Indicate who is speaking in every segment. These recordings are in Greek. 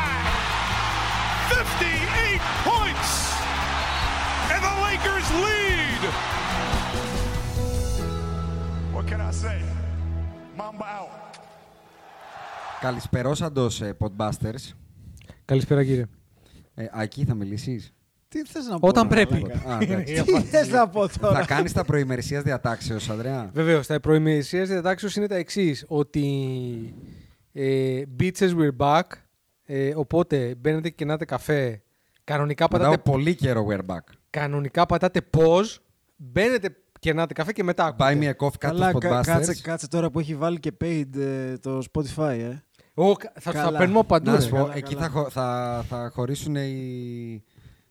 Speaker 1: 58 points! And the Lakers lead!
Speaker 2: What can I say? Mamba out.
Speaker 3: Καλησπερόσαντος ε, Podbusters.
Speaker 4: Καλησπέρα κύριε.
Speaker 3: Ε, α, εκεί θα μιλήσεις.
Speaker 5: Τι θες να πω.
Speaker 4: Όταν
Speaker 5: τώρα,
Speaker 4: πρέπει.
Speaker 5: Λέκα.
Speaker 3: Α, εντάξει.
Speaker 5: Τι θες να πω
Speaker 3: θα
Speaker 5: τώρα.
Speaker 3: κάνεις τα προημερησίας διατάξεως, Ανδρέα.
Speaker 4: Βεβαίως, τα προημερησίας διατάξεως είναι τα εξής. Ότι ε, beaches we're back. Ε, οπότε μπαίνετε και κενάτε καφέ. Κανονικά
Speaker 3: Μετά
Speaker 4: πατάτε,
Speaker 3: πολύ καιρό we're back.
Speaker 4: κανονικά πατάτε pause. Μπαίνετε κενάτε καφέ και μετά. ακούτε.
Speaker 3: Buy me a coffee κάτω
Speaker 5: Καλά,
Speaker 3: στους
Speaker 5: κα- κάτσε,
Speaker 3: Podbusters.
Speaker 5: κάτσε τώρα που έχει βάλει και paid ε, το Spotify, ε.
Speaker 4: Ω, κα- θα τους τα
Speaker 5: Καλά.
Speaker 4: παίρνουμε παντού.
Speaker 3: Να
Speaker 4: ρε.
Speaker 3: σου πω,
Speaker 5: Καλά,
Speaker 3: εκεί
Speaker 5: καλά.
Speaker 3: θα, χω- θα, θα χωρίσουν οι...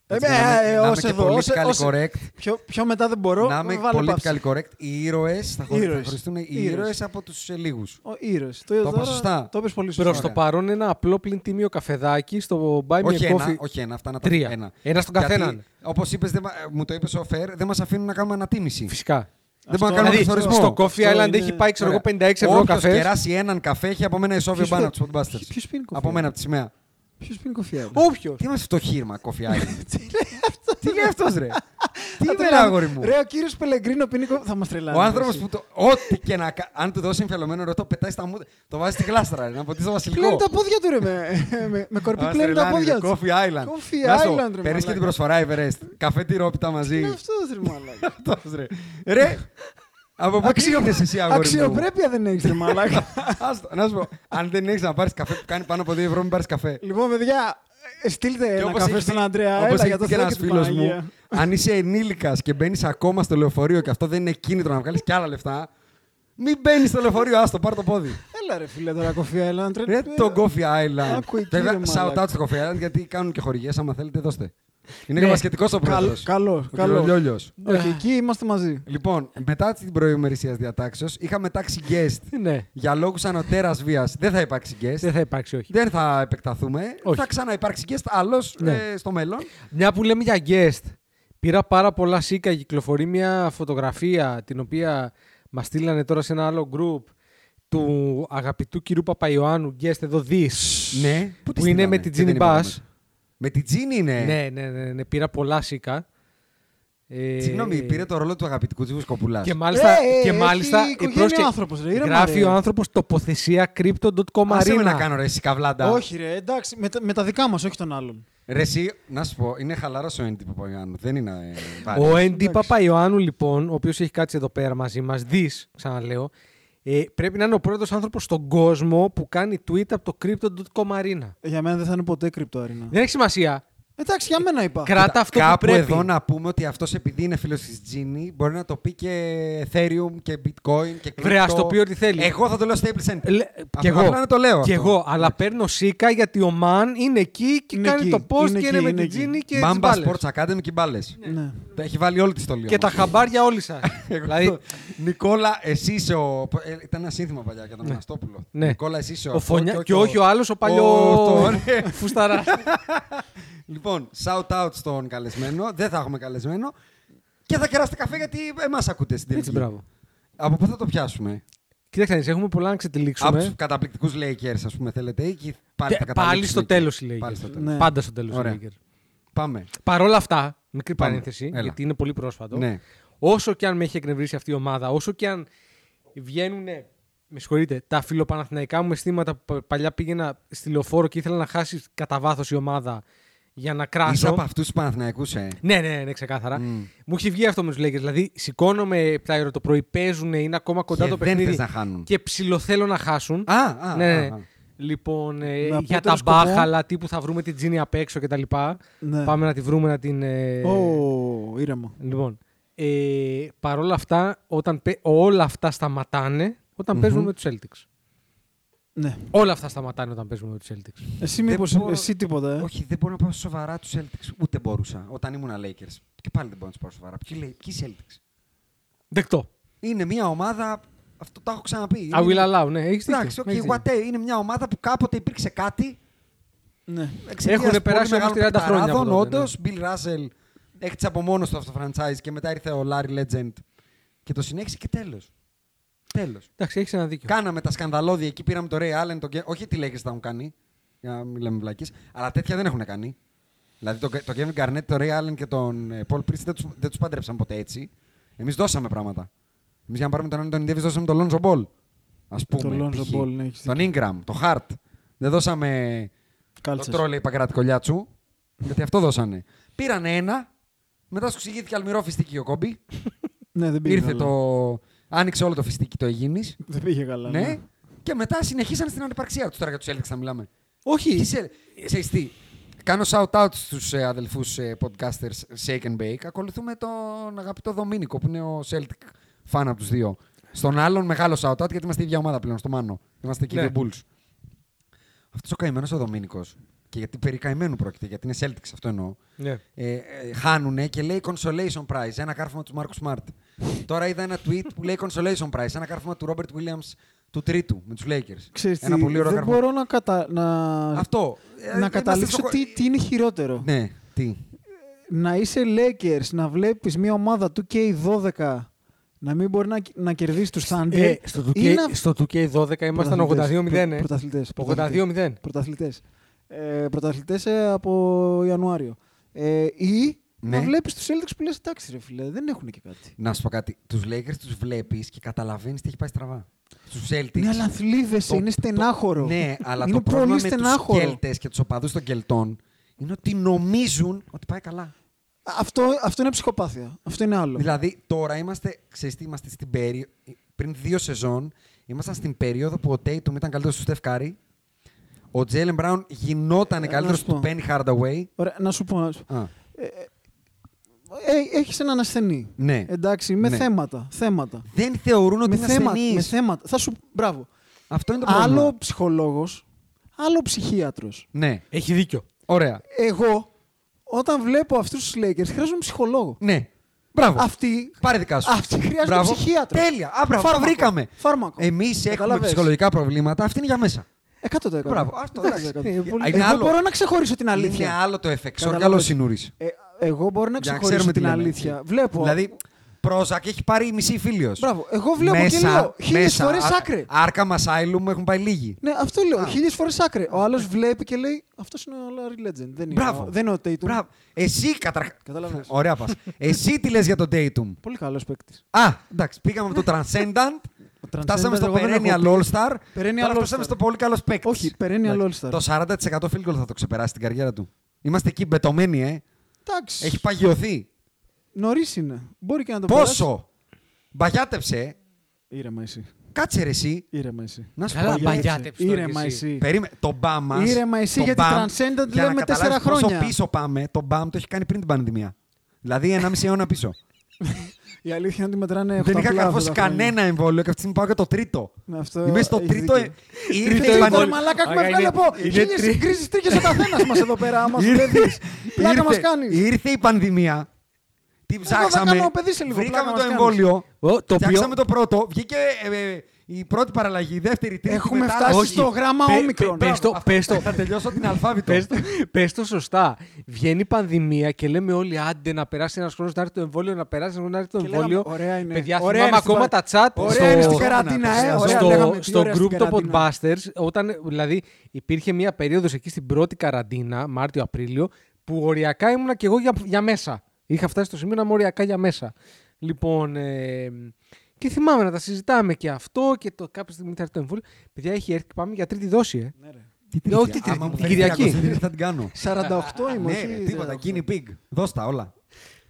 Speaker 5: Ε,
Speaker 3: Έτσι,
Speaker 5: ε,
Speaker 3: να είμαι-
Speaker 5: ε,
Speaker 3: να είμαι
Speaker 5: ως
Speaker 3: και
Speaker 5: εδώ, ως-
Speaker 3: political
Speaker 5: ως-
Speaker 3: correct.
Speaker 5: Πιο, πιο μετά δεν μπορώ.
Speaker 3: Να είμαι
Speaker 5: βάλε
Speaker 3: πολύ
Speaker 5: παύση.
Speaker 3: political correct. Οι ήρωες θα, χω- θα
Speaker 5: Ήρωες.
Speaker 3: χωριστούν οι
Speaker 5: Ήρωες.
Speaker 3: ήρωες από τους ε, λίγους.
Speaker 5: Ο ήρωες. Το,
Speaker 3: είπα
Speaker 5: τώρα-
Speaker 3: σωστά.
Speaker 5: Το είπες πολύ
Speaker 4: Προς
Speaker 5: σωστά.
Speaker 4: το
Speaker 3: Ωραία.
Speaker 4: παρόν ένα απλό πλην τίμιο καφεδάκι στο Buy Me
Speaker 3: Όχι
Speaker 4: a
Speaker 3: ένα,
Speaker 4: Coffee.
Speaker 3: όχι ένα, αυτά να τα
Speaker 4: Τρία.
Speaker 3: Ένα,
Speaker 4: Ένα στον καθέναν.
Speaker 3: Όπως είπες, ε, μου το είπες ο Φερ, δεν μας αφήνουν να κάνουμε ανατίμηση.
Speaker 4: Φυσικά.
Speaker 3: Δεν μπορούμε να
Speaker 5: Αυτό-
Speaker 3: κάνουμε
Speaker 4: Δηλαδή
Speaker 3: πληθωρισμό.
Speaker 4: στο Coffee Island
Speaker 5: είναι-
Speaker 4: έχει πάει ξέρω εγώ
Speaker 3: Ωραία.
Speaker 4: 56 ευρώ
Speaker 3: Ναι. Όποιος
Speaker 4: καφές.
Speaker 3: κεράσει έναν καφέ έχει από μένα ισόβιο
Speaker 5: Ποιος
Speaker 3: μπάνα
Speaker 5: πίνει-
Speaker 3: από του Podbusters.
Speaker 5: ποιος πίνει κοφέ?
Speaker 3: Από μένα από τη σημαία.
Speaker 5: Ποιος πίνει κοφιά.
Speaker 4: Όποιος.
Speaker 3: Τι είμαστε φτωχοί, μα Coffee Island. Τι λέει αυτός, ρε. Τι είναι, ρε, αγόρι μου.
Speaker 5: Ρε, ο κύριος Πελεγκρίνο πίνει κο- Θα μας τρελάνε.
Speaker 3: Ο άνθρωπος
Speaker 5: εσύ.
Speaker 3: που το. Ό,τι και να. κα- Αν του δώσει εμφιαλωμένο ρετό, πετάει στα μούτρα. Το βάζει στη γλάστρα, ρε, να ποτίσει το
Speaker 5: Κλαίνει
Speaker 3: βασιλικό.
Speaker 5: τα πόδια του, ρε, με, με, με κορπί
Speaker 3: Μας
Speaker 5: κλαίνει τα
Speaker 3: τρελάνε,
Speaker 5: πόδια
Speaker 3: ρε,
Speaker 5: του.
Speaker 3: Coffee Island.
Speaker 5: Coffee
Speaker 3: Να σου πω,
Speaker 5: Island, ρε,
Speaker 3: Παίρνεις και
Speaker 5: μαλάκα.
Speaker 3: την προσφορά Everest. Καφέ τυρόπιτα μαζί.
Speaker 5: Είναι αυτός, ρε, μαλάκα.
Speaker 3: Αυτός, ρε. Ρε, από πού ξύπνησες εσύ, αγόρι μου.
Speaker 5: Αξιοπρέπεια δεν έχεις, ρε, μαλάκα.
Speaker 3: Άστο, να σου πω, αν δεν έχεις να πάρεις καφέ που κάνει πάνω από 2 ευρώ, μην πάρεις καφέ.
Speaker 5: Λοιπόν, παιδιά, ε, στείλτε ένα
Speaker 3: όπως
Speaker 5: καφέ
Speaker 3: έχεις
Speaker 5: στον
Speaker 3: πει-
Speaker 5: Αντρέα.
Speaker 3: όπως
Speaker 5: Έλα,
Speaker 3: έχεις
Speaker 5: για το
Speaker 3: πει και
Speaker 5: Θεό
Speaker 3: ένας
Speaker 5: και την
Speaker 3: φίλος
Speaker 5: Παναγία.
Speaker 3: μου, αν είσαι ενήλικας και μπαίνεις ακόμα στο λεωφορείο και αυτό δεν είναι κίνητρο να βγάλεις κι άλλα λεφτά, μην μπαίνεις στο λεωφορείο, άστο, πάρ το πόδι.
Speaker 5: Έλα ρε φίλε τώρα κοφία Island. ρε.
Speaker 3: Ρε το Coffee Island.
Speaker 5: Άκου εκεί, ρε
Speaker 3: Βέβαια, shout
Speaker 5: μαλάκα.
Speaker 3: out στο Coffee Island γιατί κάνουν και χορηγίες, άμα θέλετε, δώστε. Είναι και βασχετικός ο
Speaker 5: Καλ-
Speaker 3: πρόεδρος.
Speaker 5: καλό,
Speaker 3: ο
Speaker 5: καλό.
Speaker 3: Κυρολιόλιος.
Speaker 5: Όχι, εκεί είμαστε μαζί.
Speaker 3: Λοιπόν, μετά την προημερησίας διατάξεως, είχαμε τάξει guest
Speaker 4: Ναι.
Speaker 3: για λόγους ανωτέρας βίας. Δεν θα υπάρξει guest.
Speaker 4: Δεν θα υπάρξει, όχι.
Speaker 3: Δεν θα επεκταθούμε.
Speaker 4: Όχι.
Speaker 3: Θα ξαναυπάρξει guest άλλος
Speaker 4: Ναι.
Speaker 3: στο μέλλον.
Speaker 4: Μια που λέμε για guest. Πήρα πάρα πολλά σίκα. Κυκλοφορεί μια φωτογραφία την οποία μας στείλανε τώρα σε ένα άλλο group του αγαπητού κυρίου Παπαϊωάννου. Guest εδώ, δει.
Speaker 3: Ναι.
Speaker 4: Που,
Speaker 3: τη
Speaker 4: είναι
Speaker 3: στείλανε?
Speaker 4: με την
Speaker 3: Δεν
Speaker 4: Τζίνι Μπά.
Speaker 3: είπαμε. Με την Τζίνι είναι.
Speaker 4: Ναι, ναι, ναι, ναι, Πήρα πολλά σίκα. Ε,
Speaker 3: Συγγνώμη, πήρε το ρόλο του αγαπητικού τη Βουσκοπουλά.
Speaker 4: Και μάλιστα.
Speaker 5: Ε, ε,
Speaker 4: και
Speaker 5: έχει
Speaker 4: μάλιστα
Speaker 5: οικογένεια
Speaker 4: πρόσεχε,
Speaker 5: ο άνθρωπος, ρε, ήρεμα,
Speaker 4: γράφει
Speaker 5: ρε.
Speaker 4: ο άνθρωπος τοποθεσία crypto.com.
Speaker 3: Άσε με
Speaker 4: Arena.
Speaker 3: να κάνω ρε εσύ καβλάντα.
Speaker 5: Όχι ρε, εντάξει, με, τα- με τα δικά μας, όχι των άλλων.
Speaker 3: Ρε εσύ, να σου πω, είναι χαλαρός ο Έντι Παπαγιάννου. Δεν είναι. ε, βάρη.
Speaker 4: Ο Έντι Παπαϊωάννου, λοιπόν, ο οποίος έχει κάτσει εδώ πέρα μαζί μας, δεις, ξαναλέω, ε, πρέπει να είναι ο πρώτος άνθρωπος στον κόσμο που κάνει tweet από το crypto.com arena.
Speaker 5: Ε,
Speaker 3: Ε,
Speaker 5: Για μένα δεν θα είναι ποτέ κρυπτοαρίνα.
Speaker 4: Δεν έχει σημασία.
Speaker 5: Εντάξει, για μένα είπα.
Speaker 4: Κράτα αυτό που
Speaker 3: Κάπου
Speaker 4: πρέπει.
Speaker 3: εδώ να πούμε ότι αυτός επειδή είναι φίλος της Τζίνι μπορεί να το πει και Ethereum και Bitcoin και crypto.
Speaker 4: Βρε, ας το πει ό,τι θέλει.
Speaker 3: Εγώ θα το λέω Staples Center.
Speaker 4: Λε-
Speaker 3: Απλά- απλά να το λέω.
Speaker 4: Κι
Speaker 3: αυτό.
Speaker 4: εγώ, αλλά παίρνω σίκα γιατί ο Μαν είναι εκεί και
Speaker 5: Είναι
Speaker 4: κάνει
Speaker 5: εκεί,
Speaker 4: το post
Speaker 5: είναι
Speaker 4: και είναι
Speaker 5: εκεί, είναι
Speaker 4: με την
Speaker 5: εκεί.
Speaker 4: Τζίνι και τις
Speaker 3: Μάμπα
Speaker 4: μπάλες.
Speaker 3: Sports Academy και μπάλες.
Speaker 5: Ναι.
Speaker 3: Τα έχει βάλει όλη της στολή.
Speaker 4: Και
Speaker 3: όμως.
Speaker 4: τα χαμπάρια όλοι σας.
Speaker 3: Εγώ
Speaker 4: δηλαδή,
Speaker 3: το- Νικόλα, εσύ είσαι ο. ε, Ήταν ένα σύνθημα παλιά για τον Αναστόπουλο.
Speaker 4: Ναι.
Speaker 3: Νικόλα, εσύ είσαι ο.
Speaker 4: ο
Speaker 3: αυτό
Speaker 4: Φωνιά και όχι ο άλλος ο παλιό
Speaker 3: το- ναι.
Speaker 4: φουσταράς.
Speaker 3: Λοιπόν, shout out στον καλεσμένο. Δεν θα έχουμε καλεσμένο. Και θα κεράσετε καφέ γιατί εμάς ακούτε στην
Speaker 4: Έτσι,
Speaker 3: τελική.
Speaker 4: μπράβο.
Speaker 3: Από πού θα το πιάσουμε.
Speaker 4: Κοίταξε, να δεις, έχουμε πολλά να
Speaker 3: Από τους
Speaker 4: ξετυλίξουμε.
Speaker 3: καταπληκτικούς Lakers, ας πούμε, θέλετε. Ή και πάλι,
Speaker 4: Και
Speaker 3: θα
Speaker 4: πάλι
Speaker 3: καταλήξουμε
Speaker 4: στο
Speaker 3: εκεί.
Speaker 4: τέλος οι
Speaker 3: Πάλι στο
Speaker 4: Lakers.
Speaker 3: τέλος.
Speaker 5: Ναι.
Speaker 4: Πάντα στο τέλος οι
Speaker 3: Ωραία.
Speaker 4: Lakers.
Speaker 3: Πάμε.
Speaker 4: Παρ' όλα αυτά, μικρή
Speaker 3: Πάμε.
Speaker 4: παρένθεση,
Speaker 3: Έλα.
Speaker 4: γιατί είναι πολύ πρόσφατο.
Speaker 3: Ναι.
Speaker 4: Όσο και αν με έχει εκνευρίσει αυτή η ομάδα, όσο και αν βγαίνουν. Με συγχωρείτε, τα φιλοπαναθηναϊκά μου αισθήματα που πα- παλιά πήγαινα στη λεωφόρο και ήθελα να χάσεις κατά βάθος η ομάδα για να κράσω.
Speaker 3: Είσαι από αυτούς τους Παναθηναϊκούς, ε.
Speaker 4: Ναι, ναι, ναι, ξεκάθαρα. Μου έχει βγει αυτό με τους Lakers. Δηλαδή, σηκώνομαι 7 η ώρα το πρωί, παίζουν, είναι ακόμα κοντά
Speaker 3: Και
Speaker 4: το
Speaker 3: Ε, δεν
Speaker 4: παιχνίδι.
Speaker 3: θες να χάνουν.
Speaker 4: Και ψιλοθέλω να χάσουν.
Speaker 3: Α, α,
Speaker 4: ναι,
Speaker 3: α,
Speaker 4: ναι.
Speaker 3: α.
Speaker 4: Λοιπόν, ε,
Speaker 5: Να πω
Speaker 4: για τα
Speaker 5: τέλος σκοπό.
Speaker 4: μπάχαλα, τύπου θα βρούμε την Τζίνι απ' έξω κτλ.
Speaker 5: Ναι.
Speaker 4: Πάμε να τη βρούμε να την. ε,
Speaker 5: Ω, ήρεμο.
Speaker 4: Λοιπόν, ε, παρόλα αυτά, όταν, παί- όλα αυτά σταματάνε όταν παίζουμε με τους Celtics.
Speaker 5: Ναι.
Speaker 4: Όλα αυτά σταματάνε όταν παίζουμε με τους Celtics.
Speaker 5: Εσύ μήπως,
Speaker 3: μπορώ-
Speaker 5: εσύ τίποτα, ε.
Speaker 3: Όχι, δεν μπορώ να πάω σοβαρά τους Celtics. Ούτε μπορούσα όταν ήμουν Lakers. Και πάλι δεν μπορώ να τους πάω σοβαρά. Ποιοι, λέει, ποιοι Celtics.
Speaker 4: Δεκτό.
Speaker 3: Είναι μια ομάδα. Αυτό το έχω ξαναπεί.
Speaker 4: I will
Speaker 3: Είναι-
Speaker 4: allow, ναι. Έχεις δίκιο.
Speaker 3: Εντάξει, okay,
Speaker 4: έχεις δίκιο.
Speaker 3: whatever. είναι μια ομάδα που κάποτε υπήρξε κάτι.
Speaker 5: Ναι.
Speaker 3: εξαιτίας
Speaker 4: Έχουνε
Speaker 3: πολύ
Speaker 4: περάσει όμως
Speaker 3: μεγάλων
Speaker 4: 30 χρόνια από
Speaker 3: παικταράδων,
Speaker 4: τότε, ναι.
Speaker 3: Όντως, Bill Russell έκτισε από μόνος του αυτό το franchise και μετά ήρθε ο Larry Legend και το συνέχισε και τέλος. Τέλος.
Speaker 4: Εντάξει, έχεις ένα δίκιο.
Speaker 3: Κάναμε τα σκανδαλώδια εκεί, πήραμε το Ray Allen. Τον... Ke- Όχι τι Lakers τα έχουν κάνει, για να μην λέμε βλακείς, αλλά τέτοια δεν έχουν κάνει. Δηλαδή τον Ke- τον Kevin Garnett, τον Ray Allen και τον ε, Paul Pierce δεν τους, δεν τους παντρέψαν ποτέ έτσι. Εμείς δώσαμε πράγματα. Εμείς για να πάρουμε τον Anthony Davis δώσαμε τον Lonzo Ball. Ας πούμε,
Speaker 5: Lonzo
Speaker 3: π.χ.
Speaker 5: Ball, ναι, έχεις
Speaker 3: τον Ingram, τον Hart. Δεν δώσαμε το
Speaker 5: Κάλτσες.
Speaker 3: τρόλε η Παγκράτη Κολιάτσου, γιατί αυτό δώσανε. Πήρανε ένα, μετά σου εξηγήθηκε αλμυρό φιστίκι ο Κόμπι.
Speaker 5: Ναι, δεν πήγε
Speaker 3: Ήρθε
Speaker 5: καλά.
Speaker 3: το... Άνοιξε όλο το φιστίκι το Αιγίνης.
Speaker 5: Δεν πήγε καλά.
Speaker 3: Ναι. Και μετά συνεχίσαν στην ανυπαρξία τους. Τώρα για τους Celtics θα μιλάμε.
Speaker 4: Όχι.
Speaker 3: Είσαι... Ξέρεις τι. Κάνω shout-out στους ε, αδελφούς ε, podcasters Shake and Bake. Ακολουθούμε τον αγαπητό Δομήνικο που είναι ο Celtic fan από τους δύο. Στον άλλον μεγάλο shout-out γιατί είμαστε η ίδια ομάδα πλέον, στο Μάνο. Είμαστε εκεί,
Speaker 4: Ναι.
Speaker 3: The Bulls. Αυτός ο καημένος ο Δομήνικος, και γιατί περί καημένου πρόκειται, γιατί είναι Celtics αυτό εννοώ,
Speaker 4: Ναι.
Speaker 3: ε, ε, χάνουνε και λέει consolation prize, ένα κάρφωμα του Μάρκου Σμαρτ. Τώρα είδα ένα tweet που λέει consolation prize, ένα κάρφωμα του Robert Williams του τρίτου με τους Lakers.
Speaker 5: Ξέρεις
Speaker 3: ένα
Speaker 5: τι,
Speaker 3: πολύ ωραίο
Speaker 5: δεν
Speaker 3: κάρφωμα.
Speaker 5: μπορώ να, κατα... να...
Speaker 3: Αυτό. Ε,
Speaker 5: να
Speaker 3: είμαστε στο
Speaker 5: καταλήξω
Speaker 3: χο-
Speaker 5: τι, τι είναι χειρότερο.
Speaker 3: Ναι, τι.
Speaker 5: Να είσαι Lakers, να βλέπεις μια ομάδα του K12 να μην μπορεί να, να κερδίσει τους Thunder.
Speaker 4: Ε, στο, 2K,
Speaker 5: Είναι αυ-
Speaker 4: στο 2K12 ήμασταν
Speaker 5: Πρωταθλητές.
Speaker 4: 82-0.
Speaker 5: Πρω-
Speaker 4: ε.
Speaker 5: πρωταθλητές, πρωταθλητές.
Speaker 4: 82-0.
Speaker 5: Πρωταθλητές. Ε, πρωταθλητές ε, από Ιανουάριο. Ε, ή
Speaker 3: Ναι.
Speaker 5: να βλέπεις τους Celtics που λες εντάξει ρε φίλε, δεν έχουν και κάτι.
Speaker 3: Να σου πω κάτι. Τους Lakers τους βλέπεις και καταλαβαίνεις τι έχει πάει στραβά. Στους Celtics...
Speaker 5: Ναι, αλλά θλίβεσαι,
Speaker 3: το-
Speaker 5: είναι
Speaker 3: το-
Speaker 5: στενάχωρο.
Speaker 3: Ναι, αλλά
Speaker 5: είναι
Speaker 3: το πρόβλημα
Speaker 5: πολύ
Speaker 3: με
Speaker 5: στενάχωρο.
Speaker 3: τους Κέλτες και τους οπαδούς των Κελτών είναι ότι νομίζουν ότι πάει καλά.
Speaker 5: Αυτό, αυτό είναι ψυχοπάθεια. Αυτό είναι άλλο.
Speaker 3: Δηλαδή, τώρα είμαστε, ξέρεις τι, είμαστε στην περίοδο. Πριν δύο σεζόν, ήμασταν στην περίοδο που ο Τέιτουμ ήταν καλύτερος του Στεφ Κάρι. Ο Τζέιλεν Μπράουν γινόταν
Speaker 5: Ε,
Speaker 3: καλύτερος
Speaker 5: να σου
Speaker 3: του
Speaker 5: πω.
Speaker 3: Πένι Hardaway.
Speaker 5: Ωραία, να σου πω. να σου πω.
Speaker 3: Α,
Speaker 5: Ε, Έχεις έναν ασθενή.
Speaker 3: Ναι.
Speaker 5: Εντάξει, με
Speaker 3: Ναι.
Speaker 5: θέματα. θέματα.
Speaker 3: δεν θεωρούν ότι
Speaker 5: Με,
Speaker 3: είναι
Speaker 5: θέματα,
Speaker 3: ασθενείς.
Speaker 5: με θέματα. Θα σου. Μπράβο.
Speaker 3: Αυτό είναι το πρόβλημα.
Speaker 5: Άλλο ψυχολόγος, άλλο ψυχίατρος.
Speaker 3: Ναι,
Speaker 4: Έχει δίκιο.
Speaker 3: ωραία.
Speaker 5: Εγώ, όταν βλέπω αυτούς τους Lakers, χρειάζομαι ψυχολόγο.
Speaker 3: Ναι. Μπράβο.
Speaker 5: Αυτή.
Speaker 3: Πάρε δικά σου.
Speaker 5: Αυτή χρειάζεται
Speaker 3: Μπράβο.
Speaker 5: ψυχίατρο.
Speaker 3: Τέλεια. Α, μπράβο,
Speaker 5: Φάρμακο.
Speaker 3: το βρήκαμε.
Speaker 5: Φάρμακο.
Speaker 3: Εμείς έχουμε
Speaker 5: Καταλαβες.
Speaker 3: ψυχολογικά προβλήματα. Αυτή είναι για μέσα.
Speaker 5: 100%.
Speaker 3: Μπράβο, αυτό,
Speaker 5: Εντάξει,
Speaker 3: εντάξει.
Speaker 5: ε, πολύ-
Speaker 3: Είναι
Speaker 5: Εγώ
Speaker 3: άλλο.
Speaker 5: μπορώ να ξεχωρίσω την
Speaker 3: Είναι
Speaker 5: αλήθεια.
Speaker 3: άλλο το FX. Όχι
Speaker 5: Καταλαβες.
Speaker 3: καλό Σινούρης.
Speaker 5: Ε, εγώ μπορώ να
Speaker 3: Για να
Speaker 5: ξεχωρίσω
Speaker 3: ξέρουμε
Speaker 5: την
Speaker 3: τι λέμε,
Speaker 5: αλήθεια.
Speaker 3: έτσι.
Speaker 5: Βλέπω.
Speaker 3: Δηλαδή, Πρόζακ έχει πάρει μισή φίλιος.
Speaker 5: Μπράβο. Εγώ βλέπω και λέω χίλιες φορέ άκρη.
Speaker 3: Άρκα Μασάιλου μου έχουν πάει λίγοι.
Speaker 5: Ναι, αυτό λέω. Χίλιες φορές άκρη. Ο άλλος βλέπει και λέει Αυτός είναι ο Larry Legend. Δεν είναι,
Speaker 3: Ναι. Μπράβο.
Speaker 5: ο, δεν είναι ο Tatum.
Speaker 3: Μπράβο. Εσύ καταρχά.
Speaker 5: Καταλαβαίνεις.
Speaker 3: Ωραία πας. Εσύ τι λες για τον Tatum.
Speaker 5: Πολύ καλός παίκτης.
Speaker 3: Α, εντάξει, πήγαμε από το Transcendant.
Speaker 5: Transcendent
Speaker 3: Φτάσαμε στο
Speaker 5: Ναι. εγώ δεν έχω
Speaker 3: Perennial
Speaker 5: πει.
Speaker 3: All Star.
Speaker 5: Perennial
Speaker 3: Τώρα
Speaker 5: All-Star.
Speaker 3: φτάσαμε στο πολύ καλός παίκτης.
Speaker 5: Όχι, Perennial All-Star.
Speaker 3: Το 40% field goal θα το ξεπεράσει την καριέρα του. Είμαστε εκεί μπετωμένοι, ε.
Speaker 5: Εντάξει.
Speaker 3: Έχει παγιωθεί.
Speaker 5: Νωρίς είναι. Μπορεί και να το περάσει.
Speaker 3: Πόσο! Μπαγιάτεψε.
Speaker 5: Ήρεμα εσύ.
Speaker 3: Κάτσε ρε εσύ.
Speaker 5: Ήρεμα εσύ.
Speaker 3: Να σου
Speaker 4: Καλά,
Speaker 3: πω.
Speaker 5: Παγιάτεψε.
Speaker 4: μπαγιάτεψε τώρα
Speaker 5: Ήρεμα
Speaker 4: κι εσύ.
Speaker 5: εσύ.
Speaker 3: Περίμε... Το μπαμ μας.
Speaker 5: Ήρεμα εσύ, γιατί Transcendent λέμε τέσσερα
Speaker 3: Όσο
Speaker 5: χρόνια.
Speaker 3: πίσω πάμε, το μπαμ το έχει κάνει πριν την πανδημία. Δηλαδή 1,5 αιώνα πίσω.
Speaker 5: Η αλήθεια είναι ότι μετράνε
Speaker 3: Δεν είχα
Speaker 5: οχταπλά αυτά
Speaker 3: καρφώσει
Speaker 5: τα χρόνια.
Speaker 3: κανένα εμβόλιο και αυτή τη στιγμή πάω για το τρίτο.
Speaker 5: Αυτό
Speaker 3: Είμαι στο
Speaker 5: έχεις
Speaker 3: τρίτο.
Speaker 5: δίκιο.
Speaker 3: ε, ήρθε η
Speaker 5: Τρίτο εικόνα,
Speaker 3: πανδημία.
Speaker 5: μαλάκα, έχουμε
Speaker 4: Άρα
Speaker 5: βγάλει
Speaker 4: είναι-
Speaker 5: από
Speaker 4: είναι
Speaker 5: χίλιες
Speaker 4: τρι-
Speaker 5: συγκρίσεις τρίκες ο καθένας μας εδώ πέρα, άμα σου δεν δεις. Πλάκα μας
Speaker 3: Ήρθε-
Speaker 5: κάνεις.
Speaker 3: Ήρθε η πανδημία. Την
Speaker 5: θα
Speaker 3: ψάξαμε.
Speaker 5: κάνω παιδί σε λίγο, πλάκα
Speaker 3: Βρήκαμε
Speaker 5: μας
Speaker 3: το
Speaker 5: κάνεις.
Speaker 3: εμβόλιο.
Speaker 4: Ο, το
Speaker 3: Φτιάξαμε το
Speaker 4: πιο-
Speaker 3: πρώτο. Βγήκε ε, ε, η πρώτη παραλλαγή, η δεύτερη, η τρίτη.
Speaker 5: Έχουμε
Speaker 3: μετά-
Speaker 5: φτάσει
Speaker 3: Όχι.
Speaker 5: στο γράμμα
Speaker 4: Πε-
Speaker 5: όμικρον.
Speaker 4: πε- πες το-
Speaker 3: Αυτό.
Speaker 4: πες το.
Speaker 3: Θα τελειώσω την αλφάβητο.
Speaker 4: Πες το, πες το σωστά. Βγαίνει η πανδημία και λέμε όλοι άντε να περάσει ένας χρόνος να έρθει το εμβόλιο, να περάσει ένας χρόνος να έρθει το
Speaker 5: Και λέγαμε,
Speaker 4: εμβόλιο.
Speaker 5: ωραία είναι.
Speaker 4: Παιδιά,
Speaker 5: Ωραία
Speaker 4: θυμάμαι
Speaker 5: είναι στην
Speaker 4: ακόμα τα
Speaker 5: πα-
Speaker 4: chat
Speaker 5: Ωραία
Speaker 4: στο,
Speaker 5: είναι στην καραντίνα, ε. Ωραία,
Speaker 4: στο,
Speaker 5: λέγαμε, τι
Speaker 4: στο
Speaker 5: ωραία στην
Speaker 4: group των
Speaker 5: καραντίνα.
Speaker 4: Podbusters. Όταν, δηλαδή, υπήρχε μια περίοδος εκεί στην πρώτη καραντίνα, Μάρτιο-Απρίλιο, που οριακά ήμουνα και εγώ για, για μέσα. Είχα φτάσει στο σημείο να είμαι οριακά για μέσα. Λοιπόν, ε, και θυμάμαι να τα συζητάμε και αυτό και το κάποια στιγμή θα έρθει το εμβόλιο. Παιδιά, έχει έρθει και πάμε για τρίτη δόση, ε.
Speaker 5: Ναι.
Speaker 3: Τι
Speaker 4: τρίτη,
Speaker 3: τρίτη,
Speaker 4: τι τρίτη,
Speaker 3: άμα μου
Speaker 4: την
Speaker 3: φέρει
Speaker 4: Κυριακή.
Speaker 3: 300 λίρες Θα την κάνω.
Speaker 5: 48 είμαι,
Speaker 3: Ναι,
Speaker 5: όχι...
Speaker 3: ρε, τίποτα. Guinea pig. Δώσ' τα όλα.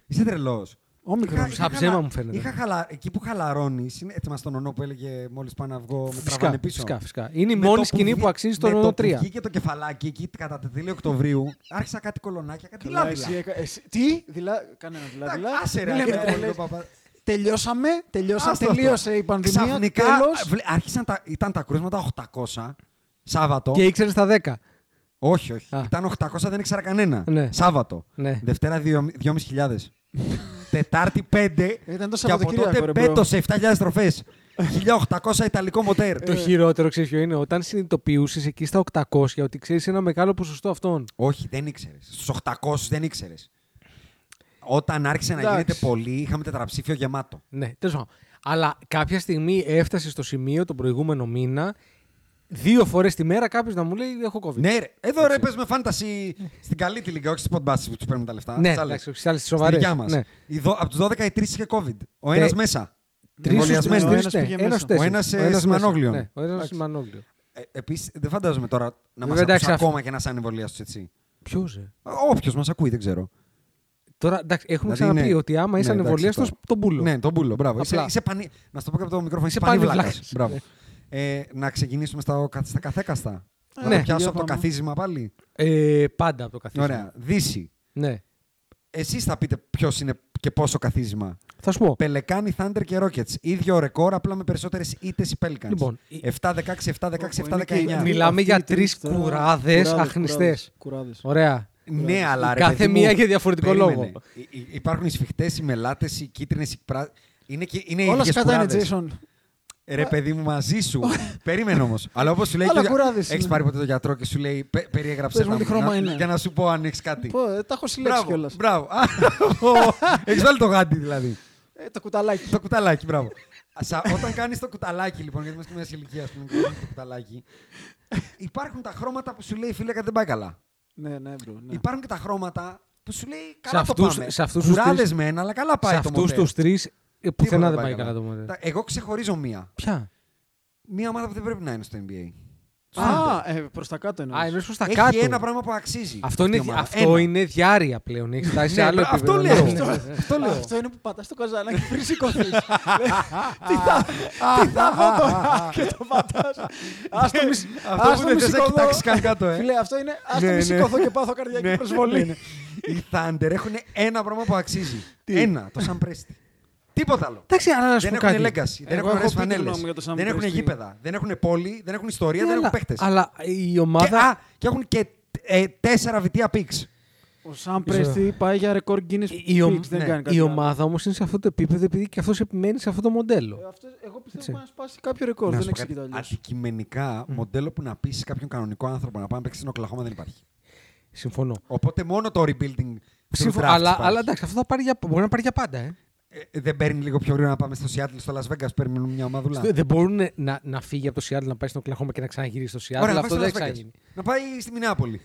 Speaker 3: Είσαι τρελός.
Speaker 5: Όμικρον.
Speaker 4: Σαν ψέμα μου φαίνεται.
Speaker 3: Είχα χαλα... Εκεί που χαλαρώνει, είναι έτοιμα στον ονό που έλεγε μόλις πάω να βγω με
Speaker 4: Φυσικά,
Speaker 3: τραβάνε πίσω.
Speaker 4: φυσικά, φυσικά. Είναι η
Speaker 3: Με
Speaker 4: μόνη
Speaker 3: το που
Speaker 4: σκηνή
Speaker 3: βγή-
Speaker 4: που αξίζει τον
Speaker 3: με
Speaker 4: όνο
Speaker 3: Το
Speaker 4: 3.
Speaker 3: που βγήκε το κεφαλάκι εκεί κατά τη 2 Οκτωβρίου, άρχισα κάτι κολονάκια, κάτι
Speaker 5: Καλά,
Speaker 3: λάβιλα.
Speaker 5: εσύ έκα- εσύ- Τι, δηλα... Κανένας
Speaker 3: Εντάξει,
Speaker 5: δηλα-δηλα.
Speaker 3: Άσε ρε,
Speaker 5: Μην λέμε
Speaker 3: ρε,
Speaker 5: τώρα,
Speaker 3: ρε,
Speaker 5: λες,
Speaker 3: το παπά-
Speaker 5: Τελειώσαμε, τελειώσαμε,
Speaker 3: Άστο αυτό.
Speaker 5: τελείωσε η πανδημία.
Speaker 3: Ξαφνικά
Speaker 5: τέλος.
Speaker 3: βλέ- άρχισαν τα, ήταν τα κρούσματα 800 Σάββατο.
Speaker 4: Και ήξερες τα 10.
Speaker 3: Όχι, όχι.
Speaker 4: Α.
Speaker 3: Ήταν 800, δεν ήξερα κανένα.
Speaker 4: Ναι.
Speaker 3: Σάββατο.
Speaker 4: Ναι.
Speaker 3: Δευτέρα δύο- 2.500. Τετάρτη 5.
Speaker 5: Ήταν το
Speaker 3: και από
Speaker 5: Σαββατοκύριακο,
Speaker 3: τότε
Speaker 5: ρε, μπρο. Ε.
Speaker 3: πέτωσε 7.000 στροφές. 1.800 ιταλικό μοτέρ.
Speaker 4: Το χειρότερο, ξέρεις ποιο είναι, όταν συνειδητοποιούσες εκεί στα 800 ότι ξέρεις ένα μεγάλο ποσοστό αυτών.
Speaker 3: Όχι, δεν ήξερες. Στους 800 δεν ήξερες. Όταν άρχισε να
Speaker 5: Εντάξει.
Speaker 3: γίνεται πολύ, είχαμε τετραψήφιο γεμάτο.
Speaker 4: Ναι, τέλος πάντων. Αλλά κάποια στιγμή έφτασε στο σημείο τον προηγούμενο μήνα, δύο φορές τη μέρα κάποιος να μου λέει: Έχω COVID.
Speaker 3: Ναι, ρε. Εδώ ρε, πες με φάνταση στην καλή τη λίγα, όχι στις podbasts που τους παίρνουν τα λεφτά.
Speaker 4: Ναι,
Speaker 3: Στις άλλες.
Speaker 4: εντάξει, όχι στις άλλες, στις σοβαρές.
Speaker 3: Στη δικιά μας.
Speaker 4: Ναι. Ε,
Speaker 3: Οι δο- Από τους 12 οι 3 είχε COVID. Ο
Speaker 4: Τε-
Speaker 3: ένας μέσα.
Speaker 4: Τρεις στους
Speaker 3: Εμβολιασμένοι.
Speaker 4: τρεις,
Speaker 5: Ο ένας
Speaker 4: ναι,
Speaker 5: πήγε
Speaker 4: ένας
Speaker 5: μέσα.
Speaker 4: στους τέσσερις.
Speaker 3: Ο ένας, ε,
Speaker 4: Ο ένας μέσα.
Speaker 3: σημανόγλιο.
Speaker 4: Ναι, ο ένας
Speaker 3: Εντάξει.
Speaker 4: σημανόγλιο.
Speaker 3: Επίση, Ε, δεν φαντάζομαι τώρα να μα
Speaker 4: Βέβαια, εντάξει,
Speaker 3: ακούσει
Speaker 4: αυτό-
Speaker 3: ακόμα και ένα ανεμβολίαστο έτσι.
Speaker 4: Ποιος,
Speaker 3: Όποιος μας ακούει, δεν ξέρω.
Speaker 4: ε? Τώρα, εντάξει, έχουμε
Speaker 3: Δηλαδή,
Speaker 4: ξαναπεί
Speaker 3: ναι.
Speaker 4: ότι άμα είσαι
Speaker 3: Ναι, εντάξει,
Speaker 4: ανεβολίαστο,
Speaker 3: τώρα.
Speaker 4: τον πούλο.
Speaker 3: Ναι, τον πούλο, μπράβο. Είσαι,
Speaker 4: Απλά.
Speaker 3: είσαι πανί... Να σου το πω και από το μικρόφωνο. Είσαι,
Speaker 4: Είσαι
Speaker 3: πανίβλακα.
Speaker 4: πανίβλακας.
Speaker 3: Μπράβο. Ε, να ξεκινήσουμε στα, στα καθέκαστα.
Speaker 5: Ε,
Speaker 3: να
Speaker 4: ναι.
Speaker 3: το πιάσω
Speaker 5: Για
Speaker 3: από το
Speaker 5: πάμε.
Speaker 3: καθίζημα πάλι.
Speaker 4: Ε, πάντα από το καθίσμα.
Speaker 3: Ωραία. Δύση.
Speaker 4: Ναι.
Speaker 3: Εσείς θα πείτε ποιος είναι και πόσο καθίζημα.
Speaker 4: Θα σου πω.
Speaker 3: Πελεκάνι, Thunder και Rockets. ίδιο ρεκόρ, απλά με περισσότερες ήττες οι Pelicans.
Speaker 4: Λοιπόν, η-
Speaker 3: 7-16, 7-16, 7-19.
Speaker 4: Μιλάμε για τρεις κουράδες
Speaker 5: κουράδες
Speaker 4: αχνηστές. Ωραία.
Speaker 3: Ναι, αλλά ρε,
Speaker 4: Κάθε
Speaker 3: παιδί μου,
Speaker 4: μία για διαφορετικό
Speaker 3: περίμενε.
Speaker 4: λόγο.
Speaker 3: Υ- υ- Υπάρχουν οι σφιχτές, οι μελάτες, οι κίτρινες, οι πράσινε. Είναι, και, είναι οι
Speaker 5: Όλα
Speaker 3: ίδιες
Speaker 5: σκατά είναι,
Speaker 3: κουράδες.
Speaker 5: Jason.
Speaker 3: Ρε παιδί μου, μαζί σου. Περίμενε όμως. Αλλά όπως σου λέει.
Speaker 5: Άλλα
Speaker 3: και ο για-
Speaker 5: κουράδες
Speaker 3: Έχεις
Speaker 5: είναι.
Speaker 3: πάρει ποτέ το γιατρό και σου λέει «Πε- περιέγραψε
Speaker 5: Πες
Speaker 3: τα
Speaker 5: μου τι
Speaker 3: μου,
Speaker 5: χρώμα
Speaker 3: να-
Speaker 5: είναι».
Speaker 3: Για να σου πω αν έχεις κάτι.
Speaker 5: Πω, ε, Τα έχω συλλέξει
Speaker 3: Μπράβο.
Speaker 5: κιόλας.
Speaker 3: Μπράβο. Έχεις βάλει το γάντι δηλαδή.
Speaker 5: Ε, Το κουταλάκι.
Speaker 3: Το κουταλάκι, μπράβο. Σα- Όταν κάνεις το κουταλάκι, λοιπόν, γιατί είμαστε και μια ηλικία, ας πούμε, και κάνεις το κουταλάκι. Υπάρχουν τα χρώματα που σου λέει φίλε κάτι δεν πάει καλά.
Speaker 5: Ναι, ναι, μπρο. ναι.
Speaker 3: Υπάρχουν και τα χρώματα που σου λέει
Speaker 4: Σε
Speaker 3: καλά
Speaker 4: αυτούς-
Speaker 3: το πάμε.
Speaker 4: σε αυτούς τους
Speaker 3: Κουράδες
Speaker 4: τρεις-
Speaker 3: με ένα, αλλά καλά πάει
Speaker 4: Σε
Speaker 3: το
Speaker 4: αυτούς
Speaker 3: μοντέλ.
Speaker 4: τους τρεις
Speaker 3: Τίποτα
Speaker 4: πουθενά δεν πάει καλά το μοντέλ.
Speaker 3: Τα- Εγώ ξεχωρίζω μία.
Speaker 4: Ποια.
Speaker 3: Μία ομάδα που δεν πρέπει να είναι στο NBA.
Speaker 5: Α, ε, προς τα κάτω εννοείς.
Speaker 4: Α, εννοείς προς τα
Speaker 3: Έχει
Speaker 4: κάτω.
Speaker 3: ένα πράγμα που αξίζει.
Speaker 4: Αυτό,
Speaker 3: αυτή η
Speaker 4: είναι,
Speaker 3: ομάδα.
Speaker 4: αυτό
Speaker 3: Ένα.
Speaker 4: είναι διάρρεια πλέον. Έχεις φτάσει σε
Speaker 3: Ναι,
Speaker 4: άλλο
Speaker 3: μπρα- αυτό
Speaker 4: επίπεδο.
Speaker 3: λέω.
Speaker 4: Ναι, ναι, ναι.
Speaker 5: Αυτό λέω. Αυτό είναι που πατάς το καζανάκι πριν σηκωθείς. τι θα, τι θα βγω τώρα και το πατάς. Ας το μη σ-
Speaker 3: Αυτό
Speaker 5: ας
Speaker 3: που
Speaker 5: το
Speaker 3: δεν
Speaker 5: μη
Speaker 3: θες να
Speaker 5: σηκωθώ.
Speaker 3: κοιτάξεις καν κάτω, ε.
Speaker 5: Φίλε, αυτό είναι ας το
Speaker 3: Ναι, ναι.
Speaker 5: μη σηκωθώ και πάθω καρδιακή προσβολή.
Speaker 3: Οι Thunder έχουν ένα πράγμα που αξίζει. Ένα, το Σαν Πρέστη. Τίποτα άλλο.
Speaker 4: Εντάξει, αλλά να σου
Speaker 3: Δεν
Speaker 4: πω
Speaker 3: έχουν
Speaker 4: κάτι.
Speaker 3: legacy, δεν
Speaker 5: Εγώ
Speaker 3: έχουν
Speaker 5: έχω
Speaker 3: ωραίε
Speaker 5: πει τη
Speaker 3: φανέλες.
Speaker 5: γνώμη μου για το Sam
Speaker 3: Δεν έχουν
Speaker 5: Presti.
Speaker 3: γήπεδα, δεν έχουν πόλη, δεν έχουν ιστορία,
Speaker 4: Ναι,
Speaker 3: δεν
Speaker 4: αλλά-
Speaker 3: έχουν παίχτες.
Speaker 4: Αλλά η
Speaker 3: Και,
Speaker 4: ομάδα.
Speaker 3: α, και έχουν και ε, τέσσερα βιτία πίξ.
Speaker 5: Ο Σαν Πρέστη πάει για ρεκόρ Guinness
Speaker 4: η- η, ο-
Speaker 5: Peaks, δεν
Speaker 4: ναι.
Speaker 5: κάνει κάτι
Speaker 4: η
Speaker 5: άλλο.
Speaker 4: ομάδα όμως είναι σε αυτό το επίπεδο επειδή και αυτός επιμένει σε αυτό το
Speaker 5: Ε,
Speaker 4: μοντέλο.
Speaker 5: αυτό- Εγώ πιστεύω πάει να σπάσει κάποιο ρεκόρ,
Speaker 3: Να
Speaker 5: δεν
Speaker 3: σου πω κάτι,
Speaker 5: εξηγείται αλλιώς.
Speaker 3: Αντικειμενικά, μοντέλο που να πείσει κάποιον κανονικό άνθρωπο να πάει να παίξεις στην Οκλαχώμα δεν υπάρχει.
Speaker 4: Συμφωνώ.
Speaker 3: Οπότε μόνο το rebuilding. through
Speaker 4: Συμφω-
Speaker 3: drafts
Speaker 4: αλλά,
Speaker 3: υπάρχει.
Speaker 4: αλλά εντάξει, αυτό θα πάρει για, μπορεί να πάρει για πάντα. Ε.
Speaker 3: Ε, δεν παίρνει λίγο πιο γρήγορα να πάμε στο Seattle, στο Las Vegas, παίρνουν μια ομαδούλα.
Speaker 4: Δεν μπορούν να, να φύγει από το Seattle, να πάει στην Οκλαχώμα και να ξαναγυρίσει στο Seattle.
Speaker 3: Ωραία, να πάει
Speaker 4: αυτό
Speaker 3: στο
Speaker 4: δεν
Speaker 3: Las Vegas.
Speaker 4: ξαναγίνει.
Speaker 3: Να πάει στη Μινεάπολη.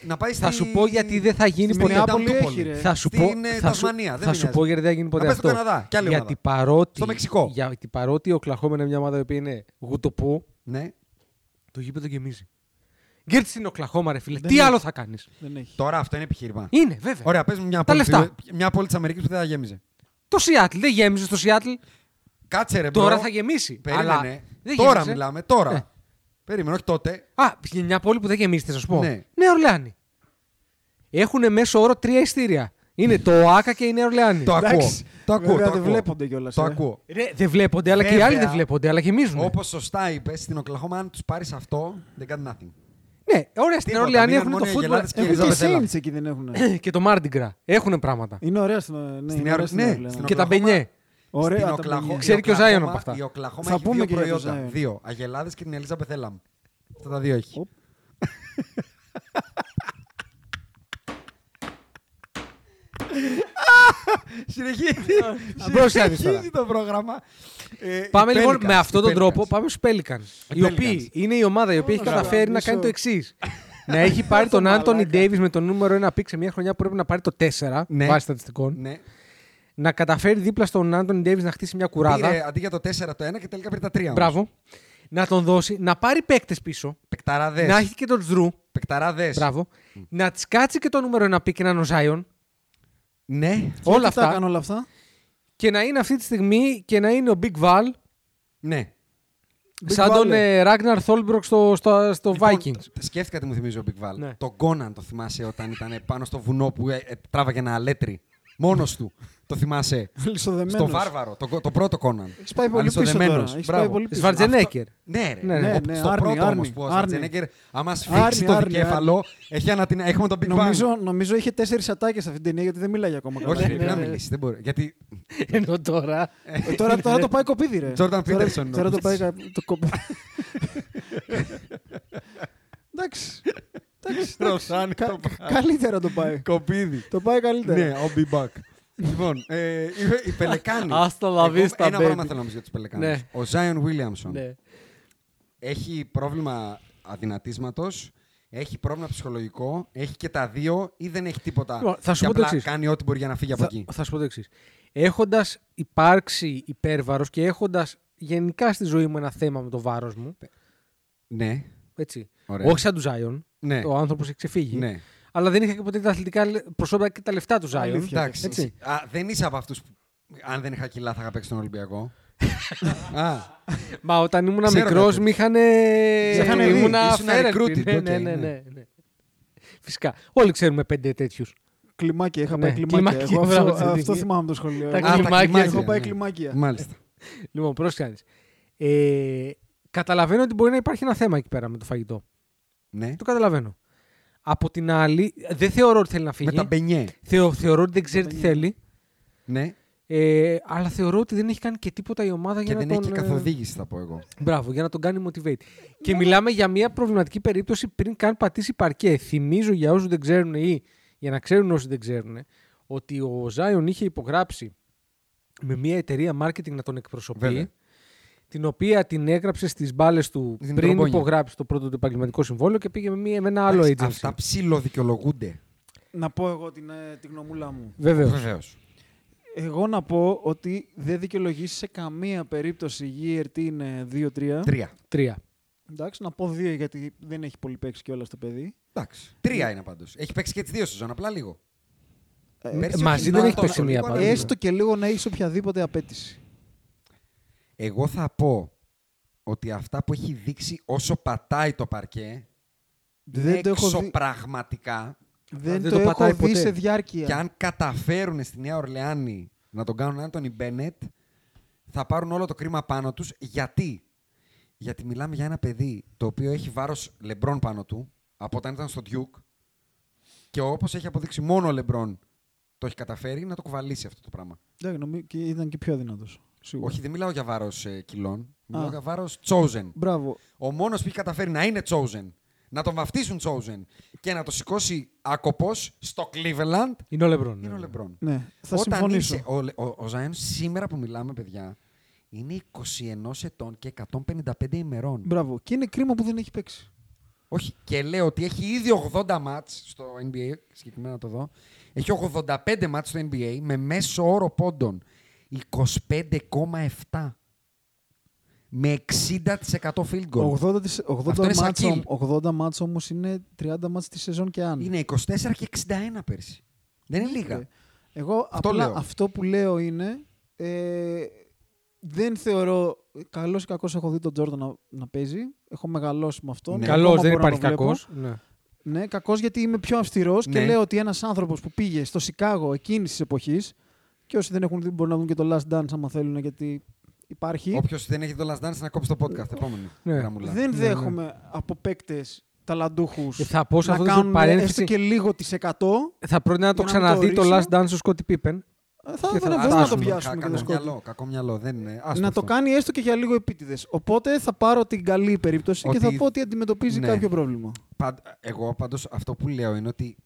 Speaker 3: Να πάει στη...
Speaker 4: Θα σου πω γιατί δεν θα γίνει
Speaker 3: στη
Speaker 4: ποτέ.
Speaker 3: Μινεάπολη
Speaker 5: Μινεάπολη
Speaker 3: έχει,
Speaker 5: έχει,
Speaker 3: ρε.
Speaker 5: ρε.
Speaker 4: Θα σου
Speaker 3: Στην,
Speaker 4: πω,
Speaker 3: ε,
Speaker 4: θα σου,
Speaker 3: Τασμανία, δεν
Speaker 4: θα σου
Speaker 3: μοιάζει.
Speaker 4: πω γιατί δεν θα γίνει ποτέ
Speaker 3: Να πες
Speaker 4: αυτό.
Speaker 3: στον Καναδά, κι άλλη
Speaker 4: γιατί
Speaker 3: ομάδα.
Speaker 4: παρότι,
Speaker 3: Στο Μεξικό.
Speaker 4: Γιατί παρότι η Οκλαχώμα είναι μια ομάδα που είναι γουτοπού,
Speaker 3: Ναι.
Speaker 4: το γήπεδο γεμίζει. Γκέρτ στην Οκλαχώμα, ρε φίλε.
Speaker 5: Δεν
Speaker 4: Τι
Speaker 5: είναι.
Speaker 4: άλλο θα κάνεις.
Speaker 5: Δεν έχει.
Speaker 3: Τώρα αυτό είναι επιχείρημα.
Speaker 4: Είναι, βέβαια.
Speaker 3: Ωραία, πες μου μια
Speaker 4: Τα
Speaker 3: πόλη,
Speaker 4: λεφτά.
Speaker 3: μια πόλη της Αμερικής που δεν θα γέμιζε.
Speaker 4: Το Seattle δεν γέμιζε στο Seattle.
Speaker 3: Κάτσε ρε μπρο.
Speaker 4: Τώρα θα γεμίσει.
Speaker 3: Περίμενε.
Speaker 4: Αλλά δεν
Speaker 3: τώρα
Speaker 4: γέμισε.
Speaker 3: μιλάμε, τώρα.
Speaker 5: Ε.
Speaker 4: Ναι.
Speaker 3: Περίμενε, όχι τότε.
Speaker 4: Α, για μια πόλη που δεν γεμίζει, θα σου πω.
Speaker 3: Ναι.
Speaker 4: Νέα Ορλεάνη. Έχουν μέσο όρο τρία ειστήρια. Είναι το ΟΑΚΑ και η Νέα Ορλεάνη.
Speaker 3: Το ακούω.
Speaker 5: Εντάξει.
Speaker 3: Το ακούω.
Speaker 5: Βέβαια,
Speaker 3: το
Speaker 5: δεν
Speaker 3: ακούω.
Speaker 5: βλέπονται κιόλας,
Speaker 3: Το
Speaker 5: ε. Ναι.
Speaker 3: ακούω.
Speaker 4: Ρε, δεν βλέπονται, αλλά και οι
Speaker 3: Βέβαια.
Speaker 4: άλλοι δεν βλέπονται, αλλά γεμίζουν.
Speaker 3: Όπως σωστά είπες, στην Οκλαχώμα, αν τους πάρεις αυτό, δεν κάνει nothing.
Speaker 4: Ναι, ωραία, στην Νέα
Speaker 3: Τίποτα,
Speaker 4: Ορλεάνη
Speaker 3: μείναν
Speaker 4: έχουν το
Speaker 3: μόνο οι
Speaker 4: φούτμπολ
Speaker 3: αγελάδες
Speaker 5: Έχουν
Speaker 3: Ελίζα
Speaker 5: και
Speaker 3: Βεσέλα.
Speaker 5: σύνδεση εκεί δεν έχουν.
Speaker 4: και το Μάρτιγκρα. Έχουν πράγματα.
Speaker 5: Είναι ωραία στην ναι, είναι
Speaker 3: Νέα-
Speaker 5: ωραία στην
Speaker 3: ναι,
Speaker 5: Νέα Ορλεάνη.
Speaker 3: στην
Speaker 4: Και τα
Speaker 3: Οκλαχώμα-
Speaker 4: μπενιέ.
Speaker 5: Ωραία
Speaker 3: Στην
Speaker 5: τα
Speaker 3: Οκλαχώ-
Speaker 5: παιδιά.
Speaker 3: η
Speaker 4: Ξέρει και ο Zion
Speaker 3: Οκλαχώμα-
Speaker 4: από αυτά.
Speaker 3: Η Οκλαχώμα
Speaker 5: Θα
Speaker 3: έχει
Speaker 5: πούμε
Speaker 3: δύο
Speaker 5: και για το
Speaker 3: προϊόντα.
Speaker 5: Zion.
Speaker 3: Δύο. Αγελάδες και την Ελίζα Μπεθέλαμ. Αυτά τα δύο έχει.
Speaker 5: Οπ.
Speaker 3: Συνεχίζει,
Speaker 4: Μπρος η Άδης τώρα.
Speaker 3: συνεχίζει το πρόγραμμα. Ε,
Speaker 4: Πάμε
Speaker 3: οι
Speaker 4: λοιπόν
Speaker 3: Pelicans,
Speaker 4: με αυτόν τον
Speaker 3: οι
Speaker 4: τρόπο
Speaker 3: Pelicans.
Speaker 4: πάμε στους Πέλικαν. Οι
Speaker 3: Pelicans.
Speaker 4: οποίοι είναι η ομάδα η οποία έχει
Speaker 5: Ωραία.
Speaker 4: καταφέρει να
Speaker 5: Μισό.
Speaker 4: κάνει το εξής. να έχει πάρει τον
Speaker 5: Μαλάκα.
Speaker 4: Άντωνι Ντέιβι με το νούμερο 1 πικ σε μια χρονιά που πρέπει να πάρει το 4
Speaker 3: Ναι.
Speaker 4: βάσει στατιστικών.
Speaker 3: Ναι.
Speaker 4: Να καταφέρει δίπλα στον Άντωνι Ντέιβι να χτίσει μια
Speaker 3: Πήρε
Speaker 4: κουράδα.
Speaker 3: αντί για το 4 το 1 και τελικά πήρε τα 3.
Speaker 4: Μπράβο. Να τον δώσει, να πάρει παίκτες πίσω.
Speaker 3: Πεκταράδες.
Speaker 4: Να έχει και τον Τζρου.
Speaker 3: Πεκταράδες.
Speaker 4: Μπράβο. Να της κάτσει και το νούμερο 1 πικ και έναν ο Ζάιον.
Speaker 3: Ναι.
Speaker 4: Όλα
Speaker 5: Γιατί τα
Speaker 4: αυτά.
Speaker 5: έκανε όλα αυτά.
Speaker 4: Και να είναι αυτή τη στιγμή και να είναι ο Big Val
Speaker 3: Ναι.
Speaker 5: Big
Speaker 4: σαν τον
Speaker 5: Val,
Speaker 4: ε, Ragnar Θόλμπροκ στο, στο, στο Vikings.
Speaker 3: Λοιπόν, σκέφτηκα τι μου θυμίζει ο Big Val.
Speaker 4: Ναι.
Speaker 3: Το Conan το θυμάσαι όταν ήταν πάνω στο βουνό που ε, ε, τράβαγε ένα αλέτρι. Μόνος του. Το θυμάσαι.
Speaker 5: Αλυσοδεμένος.
Speaker 3: Στο βάρβαρο, το, κο- το πρώτο Conan.
Speaker 5: Έχεις πάει πολύ πίσω
Speaker 3: Αλυσοδεμένος.
Speaker 5: τώρα. Έχεις
Speaker 3: Μπράβο.
Speaker 5: πάει πολύ πίσω.
Speaker 4: Σβαρτζενέκερ.
Speaker 3: Ναι, ρε.
Speaker 4: Ναι, ναι,
Speaker 3: Ο-
Speaker 5: ναι,
Speaker 3: στο
Speaker 5: Άρνη,
Speaker 3: πρώτο όμως
Speaker 5: Άρνη,
Speaker 3: που ο
Speaker 5: Άρνη.
Speaker 3: Σβαρτζενέκερ, άμα σφίξει
Speaker 5: Άρνη,
Speaker 3: το
Speaker 5: Άρνη,
Speaker 3: δικέφαλο, έχει ανατινα... έχουμε τον Big Bang.
Speaker 5: Νομίζω, νομίζω είχε τέσσερις ατάκες αυτή την ταινία γιατί δεν μιλάει ακόμα καλά.
Speaker 3: Όχι, πρέπει
Speaker 5: Ναι,
Speaker 3: να
Speaker 5: ναι.
Speaker 3: μιλήσει. Δεν μπορεί. Γιατί
Speaker 4: Ενώ τώρα.
Speaker 5: Ε, Τώρα, τώρα το πάει κοπίδι, ρε.
Speaker 3: Jordan
Speaker 5: Τώρα-
Speaker 3: Peterson είναι
Speaker 5: Τώρα
Speaker 3: ο
Speaker 5: το πάει κα- το κοπίδι. Εντάξει. Εντάξει,
Speaker 3: Ρωσάνη
Speaker 5: Κα-
Speaker 3: το πάει.
Speaker 5: Καλύτερα το πάει.
Speaker 3: Κοπίδι.
Speaker 5: Ε, Το πάει καλύτερα.
Speaker 3: Ναι, I'll be back. λοιπόν, ε, οι- οι Πελεκάνοι.
Speaker 4: Hasta la
Speaker 3: Εγώ-
Speaker 4: vista,
Speaker 3: Ένα
Speaker 4: baby.
Speaker 3: πράγμα θέλω να πω για τους Πελεκάνου.
Speaker 4: Ναι.
Speaker 3: Ο Ζάιον Βίλιαμσον
Speaker 4: Ναι.
Speaker 3: έχει πρόβλημα αδυνατίσματος, έχει πρόβλημα ψυχολογικό, έχει και τα δύο ή δεν έχει τίποτα.
Speaker 4: Λοιπόν, θα σου
Speaker 3: και
Speaker 4: πω το
Speaker 3: απλά
Speaker 4: εξής.
Speaker 3: κάνει ό,τι μπορεί για να φύγει από
Speaker 4: Θα,
Speaker 3: εκεί.
Speaker 4: θα σου πω το εξής. Έχοντας υπάρξει υπέρβαρος και έχοντας γενικά στη ζωή μου ένα θέμα με το βάρος μου.
Speaker 3: Ναι,
Speaker 4: Έτσι,
Speaker 3: Ωραία.
Speaker 4: όχι σαν του Ζάιον.
Speaker 3: Ναι.
Speaker 4: Ο άνθρωπος έχει ξεφύγει.
Speaker 3: ναι.
Speaker 4: Αλλά δεν είχα και ποτέ τα αθλητικά προσώπα και τα λεφτά του Ζάιον.
Speaker 5: Αλήθεια.
Speaker 3: Εντάξει.
Speaker 4: Έτσι.
Speaker 3: Α, δεν είσαι από αυτούς που. Αν δεν είχα κιλά, θα είχα παίξει τον Ολυμπιακό. Α,
Speaker 4: Μα όταν ήμουν
Speaker 3: Ξέρω
Speaker 4: μικρός,
Speaker 3: κάτι.
Speaker 4: με είχαν.
Speaker 3: είχανε δει.
Speaker 4: Ήμουνα
Speaker 3: Ήσουν recruited,
Speaker 4: Ναι,
Speaker 3: οκ,
Speaker 4: ναι, ναι,
Speaker 3: ναι.
Speaker 4: ναι, ναι. Φυσικά. Όλοι ξέρουμε πέντε τέτοιους.
Speaker 5: Κλιμάκια, είχα
Speaker 4: Ναι,
Speaker 5: πάει κλιμάκια.
Speaker 4: κλιμάκια,
Speaker 5: Εγώ αυτό-
Speaker 4: μπράβο, στην
Speaker 5: Αυτό
Speaker 4: ταινία.
Speaker 5: θυμάμαι από το σχολείο.
Speaker 4: Τα
Speaker 5: Εγώ-
Speaker 3: τα
Speaker 4: κλιμάκια.
Speaker 5: Έχω πάει
Speaker 3: ναι.
Speaker 5: κλιμάκια.
Speaker 3: Μάλιστα.
Speaker 4: Λοιπόν, πρόσεχε. να δεις. Ε, καταλαβαίνω ότι μπορεί να υπάρχει ένα θέμα εκεί πέρα με το φαγητό.
Speaker 3: Ναι.
Speaker 4: Το καταλαβαίνω. Από την άλλη, δεν θεωρώ ότι θέλει να
Speaker 3: Με
Speaker 4: φύγει.
Speaker 3: τα μπενιέ.
Speaker 4: Θεω, θεωρώ ότι δεν ξέρει τι θέλει.
Speaker 3: Ναι.
Speaker 4: Ε, αλλά θεωρώ ότι δεν έχει κάνει και τίποτα η ομάδα
Speaker 3: Και
Speaker 4: για
Speaker 3: δεν
Speaker 4: να
Speaker 3: έχει
Speaker 4: τον...
Speaker 3: και
Speaker 4: ε,
Speaker 3: καθοδήγηση, θα πω εγώ.
Speaker 4: Μπράβο, για να τον κάνει motivate. Και μιλάμε για μια προβληματική περίπτωση πριν καν πατήσει παρκέ. Θυμίζω για όσους δεν ξέρουν ή για να ξέρουν όσοι δεν ξέρουν ότι ο Ζάιον είχε υπογράψει με μια εταιρεία marketing να τον εκπροσωπεί.
Speaker 3: Βέβαια.
Speaker 4: Την οποία την έγραψε στις μπάλες του
Speaker 3: Την
Speaker 4: πριν
Speaker 3: προπόνια.
Speaker 4: υπογράψει το πρώτο του επαγγελματικό συμβόλαιο και πήγε με, μια, με ένα άλλο agency.
Speaker 3: Εντάξει, Αυτά ψηλοδικαιολογούνται.
Speaker 5: Να πω εγώ την, ε, τη γνωμούλα μου.
Speaker 4: Βεβαίως.
Speaker 3: Βεβαίως.
Speaker 5: Εγώ να πω ότι δεν δικαιολογείς σε καμία περίπτωση η GRT είναι
Speaker 4: Ε?
Speaker 5: 2-3.
Speaker 3: Τρία.
Speaker 4: Τρία.
Speaker 5: Εντάξει, να πω 2 γιατί δεν έχει πολύ παίξει κιόλα το παιδί.
Speaker 3: Εντάξει. Τρία είναι πάντως. Έχει παίξει και τις δύο σεζόν, απλά λίγο.
Speaker 5: Ε,
Speaker 3: Πέρσι
Speaker 4: μαζί
Speaker 3: όχι,
Speaker 4: δεν
Speaker 3: να
Speaker 4: έχει
Speaker 3: το
Speaker 4: παίξει
Speaker 3: άλλο,
Speaker 4: μία
Speaker 3: λίγο,
Speaker 4: μπάλα.
Speaker 3: άλλο.
Speaker 5: Έστω και λίγο να έχεις οποιαδήποτε απέτηση.
Speaker 3: Εγώ θα πω ότι αυτά που έχει δείξει όσο πατάει το παρκέ.
Speaker 5: Δεν το έχω δει.
Speaker 3: εξωπραγματικά.
Speaker 5: Δεν
Speaker 4: Δεν
Speaker 5: το
Speaker 4: το πατάει
Speaker 5: έχω δει
Speaker 4: ποτέ.
Speaker 5: σε διάρκεια.
Speaker 3: Και αν καταφέρουν στη Νέα Ορλεάνη να τον κάνουν Άντωνι Μπένετ, θα πάρουν όλο το κρίμα πάνω τους. Γιατί? Γιατί μιλάμε για ένα παιδί το οποίο έχει βάρος λεμπρόν πάνω του από όταν ήταν στο Duke και όπως έχει αποδείξει μόνο ο λεμπρόν το έχει καταφέρει να το κουβαλήσει αυτό το πράγμα.
Speaker 5: Εντάξει, νομίζω και ήταν και πιο αδυνατός. Σίγουρα.
Speaker 3: Όχι, δεν μιλάω για βάρος ε, κιλών, μιλάω
Speaker 5: Α.
Speaker 3: για βάρος chosen.
Speaker 5: Μπράβο.
Speaker 3: Ο μόνος που έχει καταφέρει να είναι chosen, να τον βαφτίσουν chosen και να το σηκώσει άκοπος στο Cleveland
Speaker 4: Είναι ο Λεμπρόν.
Speaker 3: είναι ο λεμπρόν.
Speaker 5: Ναι, θα
Speaker 3: Όταν
Speaker 5: συμφωνήσω.
Speaker 3: Είσαι, ο, Λε- ο, ο Ζάιον σήμερα που μιλάμε, παιδιά, είναι 21 ετών και 155 ημερών.
Speaker 5: Μπράβο. Και είναι κρίμα που δεν έχει παίξει.
Speaker 3: Όχι, και λέω ότι έχει ήδη 80 μάτς στο NBA, συγκεκριμένα το δω. Έχει 85 μάτς στο NBA με μέσο όρο πόντων 25,7 με 60% field goal.
Speaker 5: 80, της- 80
Speaker 3: είναι σαν
Speaker 5: μάτς,
Speaker 3: kill.
Speaker 5: ομ- 80 μάτς όμως είναι 30 μάτς τη σεζόν και αν. Ε,
Speaker 3: Είναι 24 και 61 πέρσι. Δεν είναι λίγα.
Speaker 5: Εγώ
Speaker 3: Αυτό
Speaker 5: απλά
Speaker 3: λέω.
Speaker 5: αυτό που λέω είναι ε, δεν θεωρώ. Καλός ή κακός έχω δει τον Τζόρνταν να, να παίζει. Έχω μεγαλώσει με αυτόν.
Speaker 3: Ναι.
Speaker 5: Ακόμα
Speaker 4: Καλό, δεν
Speaker 5: μπορώ να
Speaker 4: υπάρχει
Speaker 5: το βλέπω.
Speaker 4: κακός. Ναι.
Speaker 5: Ναι, κακός γιατί είμαι πιο αυστηρός και
Speaker 3: Ναι.
Speaker 5: λέω ότι ένας άνθρωπος που πήγε στο Σικάγο εκείνης της εποχής. Και όσοι δεν έχουν δει μπορούν να δουν και το Last Dance άμα θέλουν γιατί υπάρχει.
Speaker 3: Όποιος δεν έχει το Last Dance να κόψει το podcast. Επόμενη
Speaker 4: Ναι.
Speaker 3: γραμμούλα.
Speaker 5: ε. Δεν
Speaker 4: Ναι, ναι.
Speaker 5: δέχομαι από παίκτες ταλαντούχους
Speaker 4: Ε, θα πω σε
Speaker 5: να
Speaker 4: αυτό το
Speaker 5: κάνουν
Speaker 4: παρένθεση-
Speaker 5: έστω και λίγο τη 100.
Speaker 4: Θα πρότεινα να το
Speaker 5: Για να μην το
Speaker 4: ξαναδεί το Last
Speaker 5: ορίσω.
Speaker 4: Dance του Scottie Pippen.
Speaker 5: Ε, Θα
Speaker 4: Και θα
Speaker 5: δεν
Speaker 4: το
Speaker 5: μπορούμε να το
Speaker 4: φτάσουμε.
Speaker 5: πιάσουμε και το
Speaker 3: κακό
Speaker 5: σκότ.
Speaker 3: μυαλό, κακό μυαλό. Δεν είναι. Άστο
Speaker 5: Να
Speaker 3: αυτό.
Speaker 5: το κάνει έστω και για λίγο επίτηδες. Οπότε θα πάρω την καλή περίπτωση και
Speaker 3: Ότι-
Speaker 5: θα πω ότι αντιμετωπίζει
Speaker 3: Ναι.
Speaker 5: κάποιο πρόβλημα.
Speaker 3: Παν- Εγώ πάντως αυτό που λέω είναι ότι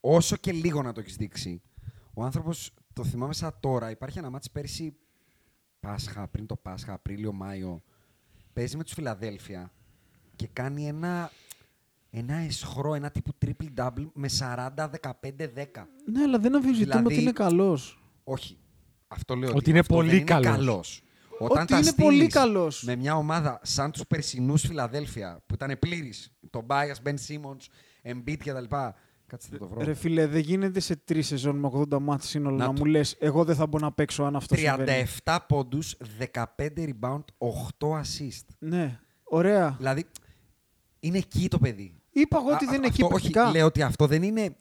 Speaker 3: όσο και λίγο να το έχεις δείξει, ο άνθρωπος το θυμάμαι σαν τώρα. Υπάρχει ένα μάτι πέρσι Πάσχα, πριν το Πάσχα, Απρίλιο, Μάιο. Παίζει με τους Φιλαδέλφια και κάνει ένα, ένα εσχρό, ένα τύπου triple double με 40-15-10.
Speaker 5: Ναι, αλλά δεν αμφισβητούμε
Speaker 3: Δηλαδή-
Speaker 5: ότι είναι καλός.
Speaker 3: Όχι. Αυτό λέω.
Speaker 4: Ότι είναι
Speaker 3: αυτό
Speaker 4: πολύ
Speaker 3: δεν είναι
Speaker 4: καλός.
Speaker 3: καλός.
Speaker 5: Ότι
Speaker 3: Όταν τα
Speaker 5: είναι
Speaker 3: στείλεις
Speaker 5: πολύ καλός.
Speaker 3: Με μια ομάδα σαν τους περσινούς Φιλαδέλφια που ήταν πλήρη. Το Μπάια, Μπεν Σίμον, Εμπίτ κτλ. Κάτσε να το βρω.
Speaker 5: Ρε φίλε, δεν γίνεται σε τρεις σεζόν με 80 μάτς σύνολο να,
Speaker 3: Να το-
Speaker 5: μου λες: Εγώ δεν θα μπορώ να παίξω αν αυτό συμβαίνει.
Speaker 3: 37 πόντου, 15 rebound, 8 assist.
Speaker 5: Ναι, ωραία.
Speaker 3: Δηλαδή είναι εκεί το παιδί.
Speaker 5: Είπα εγώ ότι
Speaker 3: Α,
Speaker 5: δεν είναι
Speaker 3: αυτό-
Speaker 5: εκεί πρακτικά.
Speaker 3: Όχι, λέω ότι αυτό δεν είναι.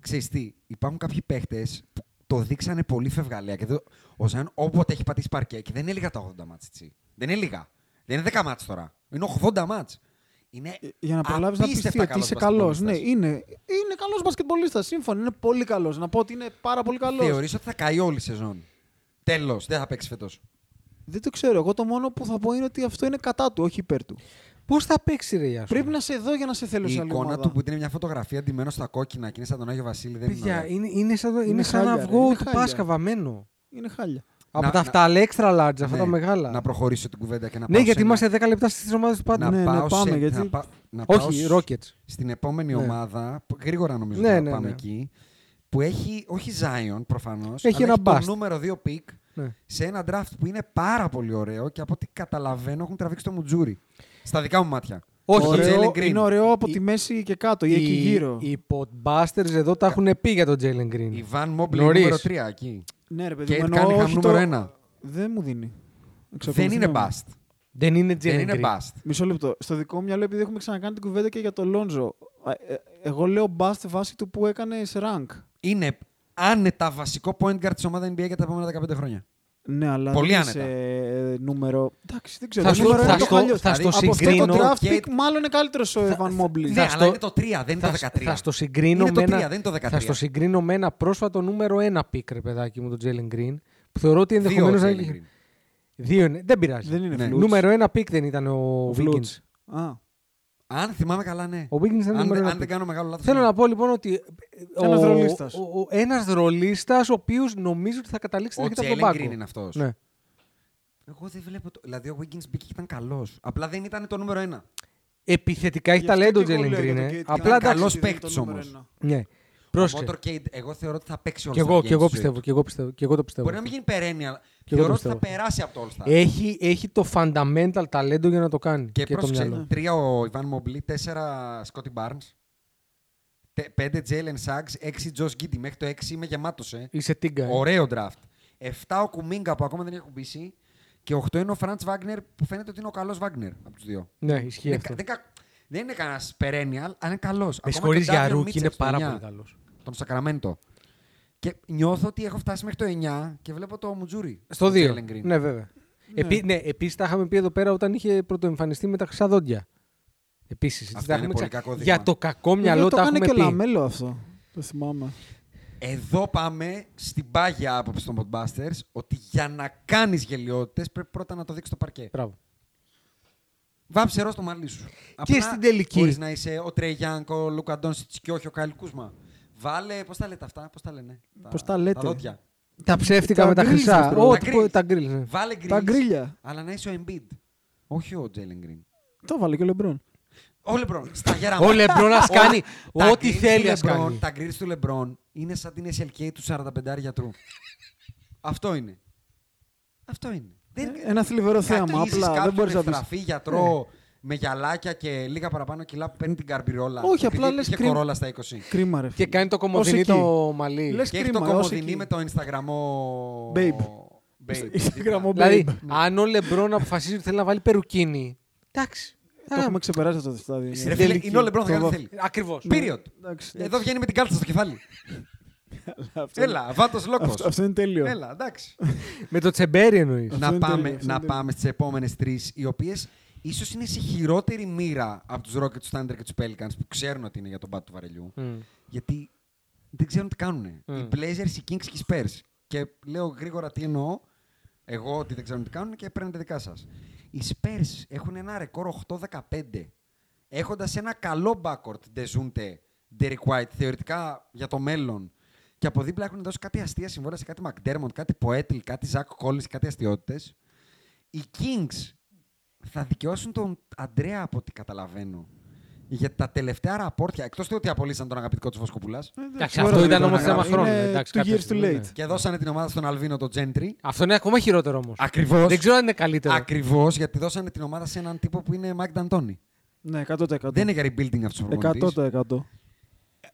Speaker 3: Ξέρεις τι, υπάρχουν κάποιοι παίχτες που το δείξανε πολύ φευγαλέα. Και δεν- ο Ζαν όποτε έχει πατήσει παρκέ και δεν είναι λίγα τα 80 μάτς, έτσι. Δεν είναι λίγα. Δεν είναι 10 μάτς τώρα. Είναι 80 μάτς. Είναι
Speaker 5: Ε, Για να προλάβεις να
Speaker 3: απίστευτα
Speaker 5: πιστεί ότι
Speaker 3: καλός
Speaker 5: είσαι καλός. Ναι,
Speaker 3: μπασκετμπολίστας.
Speaker 5: είναι, είναι καλός μπασκετμπολίστας. Σύμφωνα, είναι πολύ καλός. Να πω ότι είναι πάρα πολύ καλός.
Speaker 3: Θεωρείς ότι θα καεί όλη η σεζόν. Τέλος, δεν θα παίξει φέτος.
Speaker 5: Δεν το ξέρω. Εγώ το μόνο που θα πω είναι ότι αυτό είναι κατά του, όχι υπέρ του.
Speaker 4: Πώς θα παίξει, ρε Ιάσου.
Speaker 5: Πρέπει να σε δω για να σε θέλω
Speaker 3: Η
Speaker 5: σε άλλη
Speaker 3: εικόνα
Speaker 5: ομάδα.
Speaker 3: του που είναι μια φωτογραφία αντιμένο στα κόκκινα και είναι σαν τον Άγιο Βασίλη. Δεν είναι
Speaker 4: Παιδιά,
Speaker 3: ωραία.
Speaker 4: είναι, είναι σαν, είναι
Speaker 5: Είναι
Speaker 4: σαν
Speaker 5: χάλια, ρε,
Speaker 4: αυγό
Speaker 5: είναι
Speaker 4: του
Speaker 5: χάλια.
Speaker 4: Πάσχα βαμμένο.
Speaker 5: Είναι χάλια.
Speaker 4: Από
Speaker 3: Να-
Speaker 4: τα
Speaker 3: να-
Speaker 4: αυτά, αλλά extra large, αυτά τα
Speaker 3: Ναι,
Speaker 4: μεγάλα.
Speaker 3: Να προχωρήσω την κουβέντα και να
Speaker 4: ναι,
Speaker 3: πάω
Speaker 4: γιατί
Speaker 3: σε ένα-
Speaker 4: είμαστε 10 λεπτά στις ομάδες του
Speaker 3: να
Speaker 4: πάντα.
Speaker 5: ναι,
Speaker 3: πάω
Speaker 5: πάμε,
Speaker 3: σε,
Speaker 5: γιατί-
Speaker 3: να πα- να πάω
Speaker 4: Όχι,
Speaker 3: σ-
Speaker 4: Rockets.
Speaker 3: στην επόμενη
Speaker 4: Ναι.
Speaker 3: ομάδα, που- γρήγορα νομίζω
Speaker 4: Ναι,
Speaker 3: να
Speaker 4: ναι,
Speaker 3: πάμε
Speaker 4: ναι.
Speaker 3: εκεί, που έχει, όχι Zion προφανώς,
Speaker 4: Έχει
Speaker 3: αλλά
Speaker 4: ένα
Speaker 3: έχει
Speaker 4: bust.
Speaker 3: το νούμερο 2 πικ
Speaker 4: Ναι.
Speaker 3: σε ένα draft που είναι πάρα πολύ ωραίο και από ό,τι καταλαβαίνω έχουν τραβήξει το μουτζούρι. Στα δικά μου μάτια.
Speaker 4: Όχι,
Speaker 3: Τον
Speaker 5: ωραίο,
Speaker 3: Jalen Green.
Speaker 5: είναι ωραίο από
Speaker 4: Η-
Speaker 5: τη μέση και κάτω ή εκεί
Speaker 4: Οι-
Speaker 5: γύρω.
Speaker 4: Οι podbusters εδώ τα έχουν πει για τον Jalen Green.
Speaker 3: Η Van Mobley
Speaker 4: Νωρίς.
Speaker 3: νούμερο 3 εκεί.
Speaker 5: Ναι, ρε παιδί
Speaker 3: Κέιτ
Speaker 5: μου,
Speaker 3: Κάνιχαμ
Speaker 5: εννοώ όχι
Speaker 3: νούμερο
Speaker 5: το...
Speaker 3: 1.
Speaker 5: Δεν μου δίνει.
Speaker 3: Δεν
Speaker 5: Εξακολουθεί
Speaker 3: είναι
Speaker 5: να μου.
Speaker 3: bust.
Speaker 4: Δεν είναι Jalen
Speaker 3: Δεν είναι
Speaker 4: Green.
Speaker 3: bust.
Speaker 5: Μισό λεπτό. Στο δικό μου μυαλό, επειδή έχουμε ξανακάνει την κουβέντα και για τον Λόντζο, ε, ε, εγώ λέω bust βάσει του που έκανε σε rank.
Speaker 3: Είναι άνετα βασικό point guard της ομάδας NBA για τα επόμενα 15 χρόνια.
Speaker 5: Ναι, αλλά
Speaker 3: Πολύ
Speaker 5: δεν
Speaker 3: άνετα.
Speaker 5: είσαι ε, νούμερο. Εντάξει, δεν ξέρω.
Speaker 4: Θα
Speaker 5: το
Speaker 4: σου-
Speaker 5: νούμερο
Speaker 4: θα
Speaker 5: είναι το
Speaker 4: στο-
Speaker 3: Δηλαδή,
Speaker 5: χαλιό.
Speaker 4: θα στο
Speaker 5: Από αυτό
Speaker 4: συγκρίνω- Ναι,
Speaker 5: το draft
Speaker 3: και-
Speaker 5: pick, μάλλον είναι καλύτερος ο Evan Mobley.
Speaker 3: Ναι,
Speaker 4: στο-
Speaker 3: αλλά είναι το 3, δεν είναι το
Speaker 4: Θα,
Speaker 3: 13.
Speaker 4: θα στο συγκρίνω
Speaker 3: Είναι το
Speaker 4: με ένα,
Speaker 3: 3, δεν είναι το 13.
Speaker 4: θα στο συγκρίνω με ένα πρόσφατο νούμερο 1 πικ, ρε παιδάκι μου, τον Jalen Green. Που θεωρώ ότι
Speaker 3: Δύο
Speaker 4: ενδεχομένως να
Speaker 3: Jalen
Speaker 4: είναι.
Speaker 3: Green.
Speaker 4: Δύο είναι. Δεν πειράζει.
Speaker 5: Δεν είναι
Speaker 3: Ναι.
Speaker 5: φλούτς.
Speaker 4: Νούμερο 1 πικ δεν ήταν ο Wiggins.
Speaker 5: Φλούτς. Α,
Speaker 3: Αν θυμάμαι καλά, ναι.
Speaker 4: Ο Wiggins ήταν
Speaker 3: αν,
Speaker 4: νούμερο
Speaker 3: δεν-
Speaker 4: ένα
Speaker 3: αν δεν
Speaker 4: πικ.
Speaker 3: κάνω μεγάλο λάθος.
Speaker 4: Θέλω
Speaker 3: ναι.
Speaker 4: να πω λοιπόν ότι. ε,
Speaker 5: Ένας
Speaker 4: ο-
Speaker 5: ρολίστας.
Speaker 4: ο- ο- Ένας ρολίστας, ο οποίος νομίζω ότι θα καταλήξει
Speaker 3: Ο
Speaker 4: στην αρχή
Speaker 3: Jalen
Speaker 4: από τον
Speaker 3: Green
Speaker 4: πάγκο.
Speaker 3: είναι αυτός.
Speaker 4: Ναι.
Speaker 3: Εγώ δεν βλέπω. Το... Δηλαδή ο Wiggins μπήκε και ήταν καλός. Απλά δεν ήταν το νούμερο ένα.
Speaker 4: Επιθετικά έχει
Speaker 5: γι' αυτό
Speaker 4: ταλέντο ο
Speaker 5: και εγώ
Speaker 4: Jalen
Speaker 5: λέω για
Speaker 4: Green.
Speaker 5: τον
Speaker 4: ε.
Speaker 5: Kate
Speaker 4: Απλά
Speaker 5: Cunningham.
Speaker 3: εντάξει,
Speaker 5: Καλός
Speaker 3: δεν είναι το
Speaker 5: παίκτης
Speaker 3: νούμερο
Speaker 5: όμως.
Speaker 3: ένα.
Speaker 4: Ναι.
Speaker 3: Ο
Speaker 4: Πρόσεχε.
Speaker 3: Motorcade, εγώ θεωρώ ότι θα παίξει
Speaker 4: Και
Speaker 3: όλο
Speaker 4: εγώ, και εγώ πιστεύω, και εγώ πιστεύω, και εγώ το πιστεύω.
Speaker 3: Μπορεί να μην γίνει περένεια, αλλά
Speaker 4: εγώ το
Speaker 3: θεωρώ ότι θα
Speaker 4: πιστεύω.
Speaker 3: περάσει από το All Star.
Speaker 4: Έχει, έχει το fundamental ταλέντο για να το κάνει.
Speaker 3: και
Speaker 4: το μυαλό.
Speaker 3: πρόσεξε. ναι. Τρία ο Ιβάν Μομπλή, τέσσερα Σκότι Barnes, τε- πέντε Jalen Suggs, έξι Josh Giddy. Μέχρι το έξι είμαι γεμάτος, ε.
Speaker 4: Είσαι τίγκα. ε.
Speaker 3: Ωραίο draft. Εφτά ο Κουμίγκα που ακόμα δεν έχει κουμπίσει. Και οχτώ είναι ο Φραντ Βάγνερ που φαίνεται ότι είναι ο καλός Βάγνερ από τους δύο.
Speaker 4: Ναι, ισχύει
Speaker 3: Είναι
Speaker 4: αυτό.
Speaker 3: κα- δεν, κα- δεν είναι κανένας perennial, αλλά είναι καλός.
Speaker 4: Με συγχωρεί για ρούκι, είναι πάρα πολύ καλός.
Speaker 3: Τον Σακραμέντο. Και νιώθω ότι έχω φτάσει μέχρι το 9 και βλέπω το Μουτζούρι.
Speaker 4: Στο 2.
Speaker 3: Jalen Green.
Speaker 4: Ναι, βέβαια. Επί, ναι, επίσης τα είχαμε πει εδώ πέρα όταν είχε πρωτοεμφανιστεί με τα χρυσά δόντια. Επίσης.
Speaker 3: Αυτό είναι πολύ κακό δείγμα.
Speaker 4: Για Ε, το κακό
Speaker 5: Βέβαια,
Speaker 4: μυαλό
Speaker 5: το
Speaker 4: τα
Speaker 5: κάνει
Speaker 4: έχουμε
Speaker 5: και ο
Speaker 4: πει.
Speaker 5: Λαμέλο αυτό. Το θυμάμαι.
Speaker 3: Εδώ πάμε στην πάγια άποψη των Podbusters ότι για να κάνεις γελιότητες πρέπει πρώτα να το δείξεις το παρκέ.
Speaker 4: Μπράβο.
Speaker 3: Βάψε ρο στο μαλλί σου. Απλά
Speaker 4: στην τελική.
Speaker 3: Χωρί να είσαι ο Τρέι Γιάνκ, ο Λούκα Ντόνσιτ και όχι ο Κάιλ Κούσμα. Βάλε. Πώς τα λέτε αυτά, πώς τα λένε.
Speaker 5: Πώς τα λέτε.
Speaker 3: Τα δόντια.
Speaker 4: Τα ψεύτικα
Speaker 5: Τα
Speaker 4: με τα
Speaker 5: grills
Speaker 4: χρυσά.
Speaker 5: αυτό.
Speaker 4: Ό,τι
Speaker 3: Τα
Speaker 4: πω-
Speaker 3: grills.
Speaker 4: τα γκριλ. Ναι.
Speaker 3: Βάλε γκριν.
Speaker 5: Τα γκρίλια.
Speaker 3: Αλλά να είσαι ο Embiid. Όχι ο Τζέιλεν Γκριν.
Speaker 5: Το βάλε και ο Λεμπρόν.
Speaker 3: Ο Λεμπρόν. Στα γερά
Speaker 4: Ο
Speaker 3: μου.
Speaker 4: Λεμπρόν ας
Speaker 3: Ο-
Speaker 4: κάνει
Speaker 3: τα
Speaker 4: ό,τι
Speaker 3: γκριλς
Speaker 4: θέλει
Speaker 3: του
Speaker 4: ας
Speaker 3: LeBron,
Speaker 4: κάνει.
Speaker 3: Τα γκριν του Λεμπρόν είναι σαν την SLK του 45 γιατρού. Αυτό είναι. Αυτό είναι. Δεν-
Speaker 5: Ε, Ένα θλιβερό θέαμα.
Speaker 3: Κατλύζεις
Speaker 5: Απλά δεν
Speaker 3: κάποιον
Speaker 5: μπορείς να Ναι. πει.
Speaker 3: ευτραφή γιατρό με γυαλάκια και λίγα παραπάνω κιλά που παίρνει την καρμπιρόλα.
Speaker 5: Όχι,
Speaker 3: επειδή
Speaker 5: απλά λες
Speaker 3: Είχε
Speaker 5: κρύο.
Speaker 3: κορόλα στα 20.
Speaker 5: Κρίμα, ρε.
Speaker 4: Και
Speaker 5: φίλε.
Speaker 4: κάνει το
Speaker 5: Ως
Speaker 4: κομμωδινή
Speaker 5: εκεί.
Speaker 4: το μαλλί.
Speaker 5: Λες
Speaker 3: Και έχει το
Speaker 5: κρίμα, ως
Speaker 3: κομμωδινή
Speaker 5: εκεί.
Speaker 3: με το Instagram.
Speaker 5: Babe. Στο Instagram ο
Speaker 4: δηλαδή,
Speaker 5: Babe.
Speaker 4: αν ο Λεμπρόν αποφασίζει ότι θέλει να βάλει περουκίνη. Εντάξει.
Speaker 5: Το έχουμε ξεπεράσει αυτό το στάδιο.
Speaker 3: Ρε φίλε, είναι ο Λεμπρόν, θα κάνει ό,τι θέλει.
Speaker 4: Ακριβώς.
Speaker 3: Period.
Speaker 5: Ναι, Εντάξει,
Speaker 3: Εδώ βγαίνει με την κάλτσα στο κεφάλι.
Speaker 5: Αυτό είναι-
Speaker 3: Έλα, βάτος λόκος.
Speaker 5: Αυτό- Αυτό είναι τέλειο.
Speaker 3: Έλα, εντάξει.
Speaker 4: Με το τσεμπέρι εννοείς.
Speaker 3: να πάμε,
Speaker 5: είναι τέλειο, αυτό
Speaker 3: να
Speaker 5: είναι
Speaker 3: πάμε στις επόμενες τρεις, οι οποίες ίσως είναι σε χειρότερη μοίρα από τους Rockets, τους Thunder και τους Pelicans που ξέρουν ότι είναι για τον πάτο του βαρελιού. Γιατί δεν ξέρουν τι κάνουν. Οι Blazers, οι Kings και οι Spurs. Και λέω γρήγορα τι εννοώ. Εγώ ότι δεν ξέρουν τι κάνουν και παίρνετε δικά σας. Οι Spurs έχουν ένα ρεκόρ 8-15. Έχοντας ένα καλό backcourt, Ντεζούντε, Derek White, θεωρητικά για το μέλλον. Και από δίπλα έχουν δώσει κάτι αστεία συμβόλαια σε κάτι McDermott, κάτι Poetl, κάτι Zach Collins, κάτι αστείωτες. Οι Kings θα δικαιώσουν τον Αντρέα από ό,τι καταλαβαίνω. Για τα τελευταία ραπόρτια, εκτός του ότι απολύσαν τον αγαπητικό τους Βοσκοπουλάς.
Speaker 4: Εντάξει, αυτό ήταν όμως θέμα
Speaker 3: γράψει.
Speaker 4: χρόνου.
Speaker 5: Είναι
Speaker 4: Εντάξει,
Speaker 5: two
Speaker 4: κάποια
Speaker 5: years
Speaker 4: στιγμή,
Speaker 5: too
Speaker 4: ναι.
Speaker 5: late.
Speaker 3: Και δώσανε την ομάδα στον Αλβίνο τον Τζέντρι.
Speaker 4: Αυτό είναι ακόμα χειρότερο όμως.
Speaker 3: Ακριβώς.
Speaker 4: Δεν ξέρω αν είναι καλύτερο.
Speaker 3: Ακριβώς γιατί δώσανε την ομάδα σε έναν τύπο που είναι Μάικ Νταντόνι.
Speaker 5: Ναι, 100%.
Speaker 3: Δεν είναι για rebuilding αυτός ο προπονητής.
Speaker 5: 100%.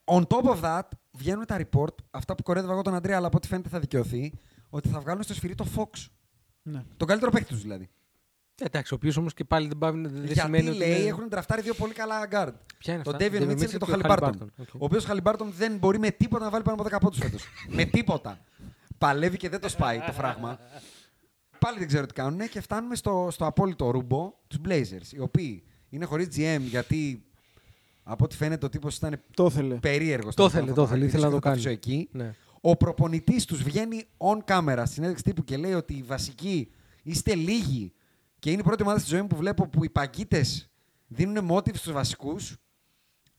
Speaker 3: On top of that, βγαίνουν τα report, αυτά που κορέδευα εγώ τον Αντρέα, αλλά από ό,τι φαίνεται θα δικαιωθεί, ότι θα βγάλουν στο σφυρί το Fox.
Speaker 5: Ναι.
Speaker 3: Τον καλύτερο παίκτη τους δηλαδή.
Speaker 4: Εντάξει, ο οποίος όμως και πάλι δεν πάει. Δεν σημαίνει
Speaker 3: Γιατί
Speaker 4: ότι
Speaker 3: λέει
Speaker 4: είναι-
Speaker 3: έχουν τραφτάρει δύο πολύ καλά guard.
Speaker 4: Ποια είναι
Speaker 3: Τον
Speaker 4: αυτά?
Speaker 3: Ντέβιον
Speaker 4: Davion
Speaker 3: Μίτσελ
Speaker 4: Mitchell
Speaker 3: και τον
Speaker 4: και ο
Speaker 3: Χαλιμπάρτον.
Speaker 4: Halliburton. Οκ.
Speaker 3: Ο οποίος Χαλιμπάρτον δεν μπορεί με τίποτα να βάλει πάνω από 10 πόντους φέτος. με τίποτα. Παλεύει και δεν το σπάει το φράγμα. Πάλι δεν ξέρω τι κάνουν και φτάνουμε στο, στο απόλυτο ρούμπο τους Blazers. Οι οποίοι είναι χωρίς GM γιατί από ό,τι φαίνεται ο τύπος ήταν
Speaker 5: Το ήθελε.
Speaker 3: περίεργος.
Speaker 4: Το ήθελε, το ήθελε, ήθελε να το κάνει.
Speaker 3: Εκεί.
Speaker 4: Ναι.
Speaker 3: Ο προπονητής τους βγαίνει on camera στην συνέντευξη τύπου και λέει ότι οι βασικοί είστε λίγοι και είναι η πρώτη ομάδα στη ζωή μου που βλέπω που οι παγκίτες δίνουν motive στους βασικούς.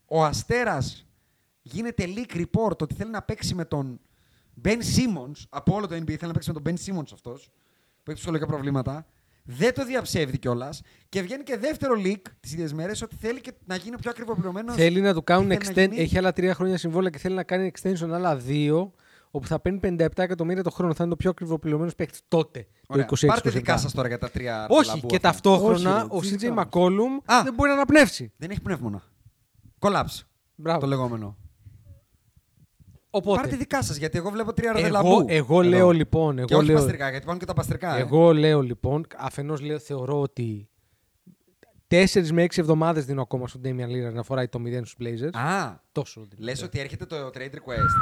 Speaker 3: Ο Αστέρας γίνεται leak report ότι θέλει να παίξει με τον Ben Simmons. Από όλο το NBA θέλει να παίξει με τον Ben Simmons αυτός που έχει ψυχολογικά προβλήματα. Δεν το διαψεύδει κιόλας και βγαίνει και δεύτερο leak τις ίδιες μέρες ότι θέλει και να γίνει πιο ακριβοπληρωμένο.
Speaker 4: Θέλει να του κάνουν extension. Έχει άλλα τρία χρόνια συμβόλαια και θέλει να κάνει extension άλλα δύο. Όπου θα παίρνει 57 εκατομμύρια το χρόνο. Θα είναι το πιο ακριβοπληρωμένο παίκτης τότε.
Speaker 3: Ωραία.
Speaker 4: Το 26
Speaker 3: Πάρτε δικά σας τώρα για τα τρία.
Speaker 4: Όχι,
Speaker 3: λαμπού
Speaker 4: και
Speaker 3: αυτά.
Speaker 4: ταυτόχρονα
Speaker 5: Όχι, ρε, τι
Speaker 4: ο CJ
Speaker 5: κάνεις.
Speaker 4: McCollum
Speaker 3: Α.
Speaker 4: δεν μπορεί να αναπνεύσει.
Speaker 3: Δεν έχει πνεύμονα. Κολάψ.
Speaker 4: Μπράβο.
Speaker 3: Το λεγόμενο. Πάρτε
Speaker 4: Οπότε,
Speaker 3: δικά σας, γιατί εγώ βλέπω τρία
Speaker 4: εγώ,
Speaker 3: ροδελαμπού.
Speaker 4: εγώ λέω λοιπόν.
Speaker 3: και
Speaker 4: Εγώ
Speaker 3: όχι
Speaker 4: λέω,
Speaker 3: παστρικά, γιατί υπάρχουν και τα παστρικά. ε.
Speaker 4: εγώ λέω λοιπόν. Αφενός λέω, θεωρώ ότι 4 με 6 εβδομάδες δίνω ακόμα στον Damian Lillard να φοράει το 0 στους Blazers.
Speaker 3: Α,
Speaker 4: Τόσο. δηλαδή.
Speaker 3: λες ότι έρχεται το trade request.